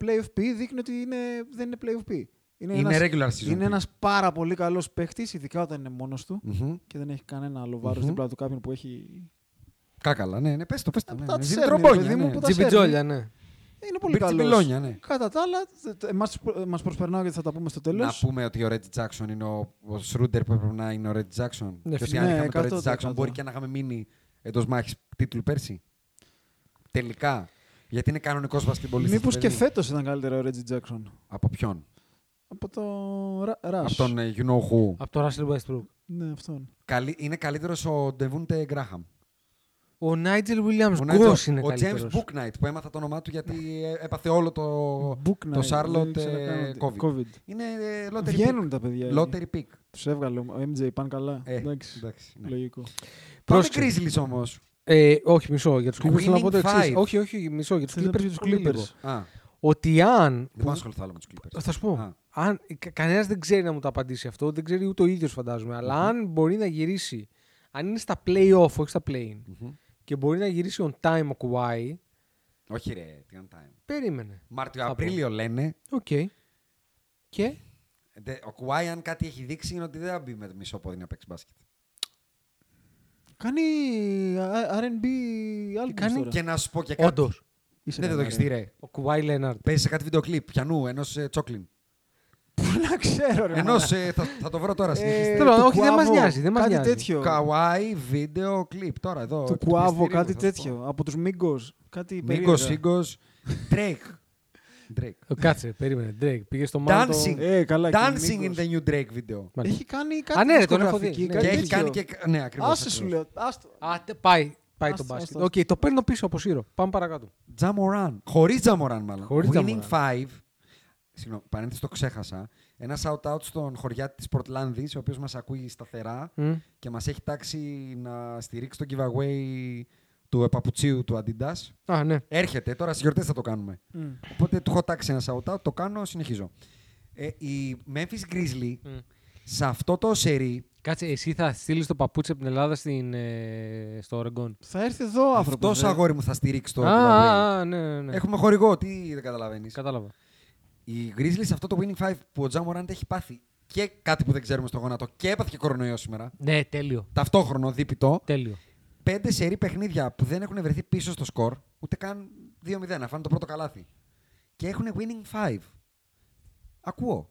Speaker 5: Play P δείχνει ότι είναι, δεν είναι Play P.
Speaker 3: Είναι regular season
Speaker 5: Είναι
Speaker 3: P.
Speaker 5: ένας πάρα πολύ καλός παίχτης, ειδικά όταν είναι μόνος του
Speaker 3: Μμμ.
Speaker 5: και δεν έχει κανένα άλλο βάρος
Speaker 3: Μμμ.
Speaker 5: στην πλάτη του κάποιον που έχει...
Speaker 3: Κακαλά, ναι, ναι, πες το, πες το. Ναι,
Speaker 5: Τα
Speaker 3: ναι.
Speaker 5: της
Speaker 3: Ζήτει
Speaker 5: έρνει, ρε
Speaker 3: τρομπόνια,
Speaker 5: παιδί μου,
Speaker 3: ναι.
Speaker 5: που τα
Speaker 4: Τζιμπιτζόλια, ναι.
Speaker 5: Είναι πολύ
Speaker 3: Μπήρτ
Speaker 5: καλός.
Speaker 3: Τσιμπιλόνια, ναι.
Speaker 5: Κατά τα άλλα, τε- μας, μας προσπερνάω γιατί θα τα πούμε στο
Speaker 3: Να
Speaker 5: τέλος.
Speaker 3: πούμε ότι ο Ρέτζι Τζάξον είναι ο, ο Σρούντερ που έπρεπε να είναι ο Ρέτζι Τζάξον.
Speaker 4: Ναι,
Speaker 3: και ότι
Speaker 4: φυσικά.
Speaker 3: αν
Speaker 5: Ναι,
Speaker 3: είχαμε τον Ρέτζι
Speaker 5: 100%.
Speaker 3: Τζάξον μπορεί και να είχαμε μείνει εντός μάχης τίτλου πέρσι. Τελικά. Γιατί είναι κανονικός βασιλιμπολίστη.
Speaker 5: Μήπως και φέτος ήταν καλύτερο ο Reggie Jackson.
Speaker 3: Από ποιον.
Speaker 5: Από το Ra- Rush.
Speaker 3: Από τον ε, You Know Who.
Speaker 4: Από το Russell Westbrook.
Speaker 5: Ναι, αυτόν.
Speaker 3: Καλή, είναι καλύτερος ο Ντεβούντε Γκράχαμ.
Speaker 4: Ο Νάιτζελ Williams
Speaker 3: Ο
Speaker 4: Γκος είναι
Speaker 3: ο James
Speaker 4: καλύτερος.
Speaker 3: Booknight που έμαθα το όνομά του γιατί ε, έπαθε όλο το,
Speaker 5: Book
Speaker 3: το
Speaker 5: Night, δεν
Speaker 3: Charlotte
Speaker 5: ήξερα καν
Speaker 3: ε,
Speaker 5: ότι-
Speaker 3: COVID.
Speaker 5: COVID.
Speaker 3: Είναι ε, lottery
Speaker 5: Βγαίνουν
Speaker 3: pick.
Speaker 5: τα παιδιά.
Speaker 3: Lottery pick.
Speaker 5: Τους έβγαλε ο MJ, πάνε καλά.
Speaker 3: Ε,
Speaker 5: εντάξει.
Speaker 3: εντάξει, ναι.
Speaker 5: Λογικό.
Speaker 3: Πάμε
Speaker 4: Πρόσεξε.
Speaker 3: Grizzlies όμως.
Speaker 4: Ε, όχι, μισό. Για τους Clippers θέλω να πω το
Speaker 3: Winning
Speaker 4: εξής.
Speaker 3: five.
Speaker 4: Όχι, όχι, μισό. Για τους
Speaker 5: Θες να
Speaker 4: Clippers.
Speaker 5: πεις τους
Speaker 4: πολύ λίγο.
Speaker 5: Clippers.
Speaker 3: Α,
Speaker 4: Ότι αν.
Speaker 3: δεν θα ασχοληθώ άλλο με τους Clippers.
Speaker 4: Θα σου πω.
Speaker 3: Α.
Speaker 4: Αν... Κανένας δεν ξέρει να μου τα απαντήσει αυτό. Δεν ξέρει ούτε ο ίδιος φαντάζομαι. Αλλά αν μπορεί να γυρίσει. Αν είναι στα play-off, όχι στα play-in.
Speaker 3: Μμμ.
Speaker 4: Και μπορεί να γυρίσει on time ο Kawhi.
Speaker 3: Όχι ρε, τι on time.
Speaker 4: Περίμενε. Θα πω.
Speaker 3: Μάρτιο-Απρίλιο λένε.
Speaker 4: Οκ. Και.
Speaker 3: Δε- Ο Κουάι, αν κάτι έχει δείξει, είναι ότι δεν θα μπει με το μισό πόδι να παίξει μπάσκετ.
Speaker 5: Κάνει α- R&B album
Speaker 4: κάνει
Speaker 5: τώρα. ναι.
Speaker 3: Και να σου πω και κάτι.
Speaker 4: Όντως.
Speaker 5: Είσαι
Speaker 3: Ναι, Δεν θα το
Speaker 5: καλά,
Speaker 3: έχει δει,
Speaker 5: ρε.
Speaker 3: ρε.
Speaker 4: Ο Kawhi Leonard.
Speaker 3: Παίζει σε κάτι βίντεο κλιπ πιανού ε, ενό τσόκλιν.
Speaker 5: Πού να ξέρω, ρε.
Speaker 3: Ενός.
Speaker 5: μαλάκα.
Speaker 3: θα, θα το βρω τώρα.
Speaker 5: Ε,
Speaker 3: συνεχίστε.
Speaker 4: Τέλος,
Speaker 5: του
Speaker 4: όχι, δεν μας
Speaker 5: Κουάβο,
Speaker 4: νοιάζει, δεν μας
Speaker 5: κάτι
Speaker 4: νοιάζει.
Speaker 5: τέτοιο.
Speaker 3: Καουάι βίντεο κλιπ. Τώρα εδώ.
Speaker 5: Του
Speaker 3: εκ
Speaker 5: Κουάβο,
Speaker 3: μυστηρίου,
Speaker 5: κάτι
Speaker 3: θα σου πω.
Speaker 5: τέτοιο. Από τους Μίγκος. Κάτι
Speaker 3: Μίγκος,
Speaker 5: περίεργα.
Speaker 3: Σίγκο. Drake. Drake.
Speaker 4: Ε, Κάτσε, περίμενε. Drake. Πήγες στο Μάντο.
Speaker 3: Dancing.
Speaker 5: Ε, καλά, και
Speaker 3: Dancing in
Speaker 5: Μίγκος.
Speaker 3: the new Drake video.
Speaker 4: Μάλιστα.
Speaker 5: Έχει κάνει κάτι
Speaker 4: Α, ναι, ρε, τον έχω
Speaker 5: δισκογραφική,
Speaker 4: δει, ναι.
Speaker 3: Και
Speaker 5: κάτι
Speaker 3: έχει
Speaker 5: τέτοιο.
Speaker 3: κάνει και. Ναι, ακριβώς.
Speaker 5: Άσε σου λέω. άστο.
Speaker 4: Α, τε- πάει. Πάει
Speaker 5: Άστο,
Speaker 4: το μπάσκετ.
Speaker 5: άστο,
Speaker 4: Οκ,
Speaker 5: άστο.
Speaker 4: το παίρνω πίσω από Σύρο. Πάμε παρακάτω.
Speaker 3: Τζαμοράν. Χωρίς Τζαμοράν, μάλλον.
Speaker 4: Χωρίς
Speaker 3: Winning
Speaker 4: Τζαμοράν.
Speaker 3: 5. Συγγνώμη, παρένθεση το ξέχασα. Ένα shout-out στον χωριάτη τη Πορτλάνδη, ο οποίος μας ακούει σταθερά
Speaker 4: Μμ.
Speaker 3: και μας έχει τάξει να στηρίξει το giveaway του παπουτσίου του Adidas.
Speaker 4: Α, ναι.
Speaker 3: Έρχεται, τώρα στις γιορτές θα το κάνουμε. Οπότε του έχω τάξει ένα shout-out, το κάνω, συνεχίζω. Ε, η Memphis Grizzly
Speaker 4: Μμ.
Speaker 3: σε αυτό το σερί,
Speaker 4: Κάτσε, εσύ θα στείλεις το παπούτσι από την Ελλάδα στην, ε, στο Ορεγκόν.
Speaker 5: Θα έρθει εδώ ο
Speaker 3: αυτό
Speaker 5: άνθρωπος. ε. ρε.
Speaker 3: αγόρι μου θα στηρίξει το
Speaker 4: Α,
Speaker 3: giveaway.
Speaker 4: α, α, ναι, ναι, ναι.
Speaker 3: Έχουμε χορηγό, τι δεν καταλαβαίνεις.
Speaker 4: Κατάλαβα.
Speaker 3: Οι Grizzlies σε αυτό το winning 5 που ο Τζαμοράντ έχει πάθει και κάτι που δεν ξέρουμε στο γόνατο και έπαθε και κορονοϊό σήμερα.
Speaker 4: Ναι, τέλειο.
Speaker 3: Ταυτόχρονο, δίπητο.
Speaker 4: Τέλειο.
Speaker 3: Πέντε σερή παιχνίδια που δεν έχουν βρεθεί πίσω στο σκορ, ούτε καν 2-0, να φάνε το πρώτο καλάθι. Και έχουν winning 5. Ακούω.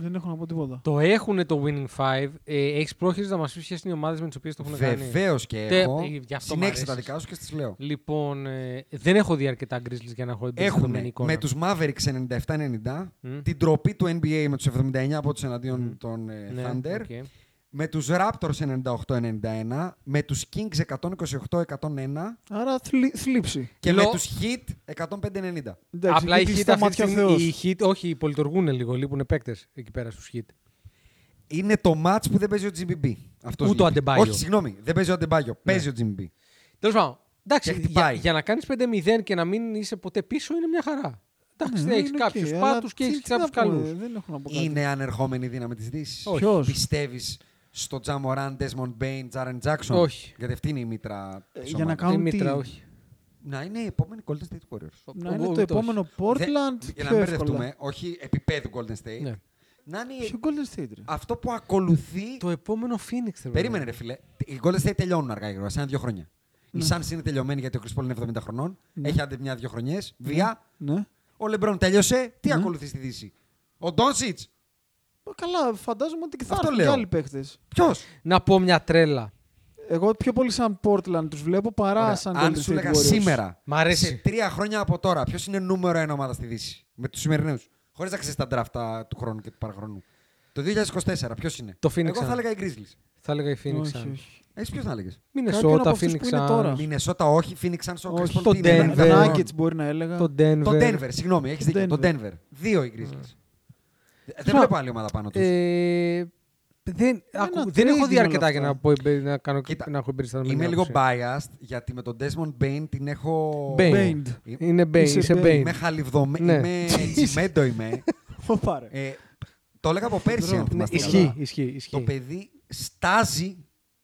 Speaker 5: Δεν έχω να πω τίποτα.
Speaker 4: Το έχουν το Winning 5. Ε, έχεις πρόχειρες να μας πεις ποιες είναι οι ομάδες με τις οποίες το έχουν κάνει.
Speaker 3: Βεβαίως και
Speaker 4: Τε-
Speaker 3: έχω.
Speaker 4: ε, γι' αυτό μ'
Speaker 3: Συνέχισε
Speaker 4: αρέσεις.
Speaker 3: τα δικά σου και στις λέω.
Speaker 4: Λοιπόν, ε, δεν έχω δει αρκετά Grizzlies για να έχω την
Speaker 3: Έχουν
Speaker 4: εικόνα.
Speaker 3: με τους Mavericks 97-90,
Speaker 4: Μμ.
Speaker 3: την τροπή του NBA με τους 79 από τους εναντίον των ε,
Speaker 4: Ναι,
Speaker 3: Thunder,
Speaker 4: οκ.
Speaker 3: με τους Raptors 98-91, με τους Kings 128-101
Speaker 5: Άρα θλι- θλίψη.
Speaker 3: και
Speaker 4: Λο-
Speaker 3: με τους Heat 105-90.
Speaker 5: Εντάξει,
Speaker 4: Απλά
Speaker 5: εκεί
Speaker 4: οι
Speaker 5: κλείσει
Speaker 4: Heat
Speaker 5: τα
Speaker 4: αυτή τη
Speaker 5: μάτια ο
Speaker 4: στιγμή, οι
Speaker 5: Θεός.
Speaker 4: Heat, όχι, λειτουργούν λίγο, λείπουν παίκτες εκεί πέρα στους Heat.
Speaker 3: Είναι το match που δεν παίζει ο GBB. Αυτός
Speaker 4: Ούτε ο
Speaker 3: λείπει.
Speaker 4: Adebayo. Ναι.
Speaker 3: Όχι, συγγνώμη, δεν παίζει ο Αντεμπάγιο. Παίζει ο GBB.
Speaker 4: Τέλος πάντων, εντάξει,
Speaker 3: Και
Speaker 4: για,
Speaker 3: χτυπάει.
Speaker 4: για, να κάνεις 5-0 και να μην είσαι ποτέ πίσω είναι μια χαρά. Εντάξει,
Speaker 5: Ναι,
Speaker 4: έχεις
Speaker 5: οκ,
Speaker 4: κάποιους
Speaker 5: αλλά
Speaker 4: πάτους και
Speaker 5: τι-
Speaker 4: έχεις
Speaker 5: τι να
Speaker 4: κάποιους
Speaker 5: πούμε,
Speaker 4: καλούς.
Speaker 5: Δεν έχω να πω κάτι.
Speaker 3: Είναι ανερχόμενη η δύναμη της Δύσης.
Speaker 4: Όχι.
Speaker 5: Ποιος?
Speaker 3: Πιστεύεις στο Τζαμοράν, Desmond Bain, Jaren Jackson.
Speaker 4: Όχι.
Speaker 3: Γιατί αυτή είναι η μήτρα.
Speaker 5: Ε,
Speaker 3: της
Speaker 5: Για να
Speaker 3: ομάδας.
Speaker 4: Η
Speaker 5: κάνουν τι.
Speaker 4: Μήτρα, όχι.
Speaker 3: Να είναι η επόμενη Golden State Warriors.
Speaker 5: Να
Speaker 4: Ο-
Speaker 5: είναι
Speaker 4: ο-
Speaker 5: το
Speaker 4: ούτε όχι.
Speaker 5: επόμενο
Speaker 3: Δε-
Speaker 5: Portland
Speaker 3: για να μην
Speaker 5: πιο εύκολα.
Speaker 3: μπερδευτούμε, όχι επίπεδου Golden State.
Speaker 4: Ναι.
Speaker 3: Να είναι
Speaker 5: Ποιο Golden State, ρε.
Speaker 3: αυτό που ακολουθεί.
Speaker 4: Το επόμενο Phoenix θέλω να
Speaker 3: Περίμενε,
Speaker 4: πω.
Speaker 3: ρε φίλε. Οι Golden State τελειώνουν αργά ή γρήγορα, σε ένα-δύο χρόνια. Η Suns είναι τελειωμένη γιατί ο Chris Paul είναι 70 χρονών. Έχει άντε μια-δύο χρονιές. Βία.
Speaker 5: Ναι.
Speaker 3: Ο LeBron τελείωσε. Τι ακολουθείς στη Δύση. Ο Doncic.
Speaker 5: Μα Καλά, φαντάζομαι ότι και θα
Speaker 3: Αυτό
Speaker 5: έρθουν και
Speaker 3: λέω.
Speaker 5: άλλοι παίχτε.
Speaker 3: Ποιος.
Speaker 4: Να πω μια τρέλα.
Speaker 5: Εγώ πιο πολύ σαν Portland τους βλέπω παρά σαν
Speaker 3: Αν
Speaker 5: Golden
Speaker 3: σου
Speaker 5: State
Speaker 3: λέγα
Speaker 5: Warriors.
Speaker 3: σήμερα.
Speaker 4: Μ' αρέσει.
Speaker 3: Σε τρία χρόνια από τώρα, ποιος είναι νούμερο ένα ομάδα στη Δύση. Με τους σημερινούς. Χωρίς να ξέρεις τα draft τα- του χρόνου και του παραχρονού. Το 2024, ποιος είναι.
Speaker 4: Το Phoenix
Speaker 3: Εγώ θα
Speaker 4: Suns.
Speaker 3: έλεγα οι Grizzlies.
Speaker 4: Θα έλεγα η Phoenix
Speaker 5: Όχι,
Speaker 4: Suns.
Speaker 5: όχι.
Speaker 3: Εσύ ποιο θα έλεγες.
Speaker 5: Κάποιον από
Speaker 4: Μινεσότα,
Speaker 5: αυτούς
Speaker 4: Phoenix
Speaker 5: που είναι
Speaker 4: Suns.
Speaker 5: τώρα.
Speaker 3: Μινεσότα, όχι. Phoenix Suns, ο
Speaker 5: Όχι,
Speaker 3: Chris Paul.
Speaker 4: το
Speaker 3: Τι είναι,
Speaker 4: Denver.
Speaker 3: ένα χρόνο.
Speaker 5: Ε, Nuggets μπορεί να έλεγα.
Speaker 4: Το
Speaker 3: Το
Speaker 4: Denver.
Speaker 3: Denver, συγγνώμη, έχεις δίκιο. Το
Speaker 5: Denver.
Speaker 3: Denver. Δύο οι Grizzlies. Δεν
Speaker 4: Μα-
Speaker 3: βλέπω άλλη ομάδα πάνω τους.
Speaker 4: Mm. Ε, δεν, άκου,
Speaker 5: trade
Speaker 4: δεν έχω δει
Speaker 5: είναι όλα
Speaker 4: αρκετά για
Speaker 5: αυτά.
Speaker 4: να, πω, εμπε- να, κάνω,
Speaker 3: Κοίτα,
Speaker 4: να έχω εμπεριστατωμένη
Speaker 3: Είμαι λίγο
Speaker 4: άποψη.
Speaker 3: biased γιατί με τον Desmond Bain την έχω.
Speaker 4: Bane.
Speaker 5: Bane.
Speaker 3: Ε,
Speaker 4: Είναι Bane,
Speaker 5: Είσαι
Speaker 4: είσαι
Speaker 5: Bane.
Speaker 4: Bane.
Speaker 3: Είμαι χαλιβδομένο.
Speaker 4: Ναι.
Speaker 3: Είμαι τσιμέντο είμαι.
Speaker 5: Ω, πάρε.
Speaker 3: Ε, Το έλεγα από πέρσι, αν
Speaker 5: Ναι,
Speaker 4: Ναι,
Speaker 3: θυμάστε.
Speaker 4: Ισχύει,
Speaker 3: καλά.
Speaker 4: ισχύει,
Speaker 3: Το
Speaker 4: ισχύει.
Speaker 3: παιδί στάζει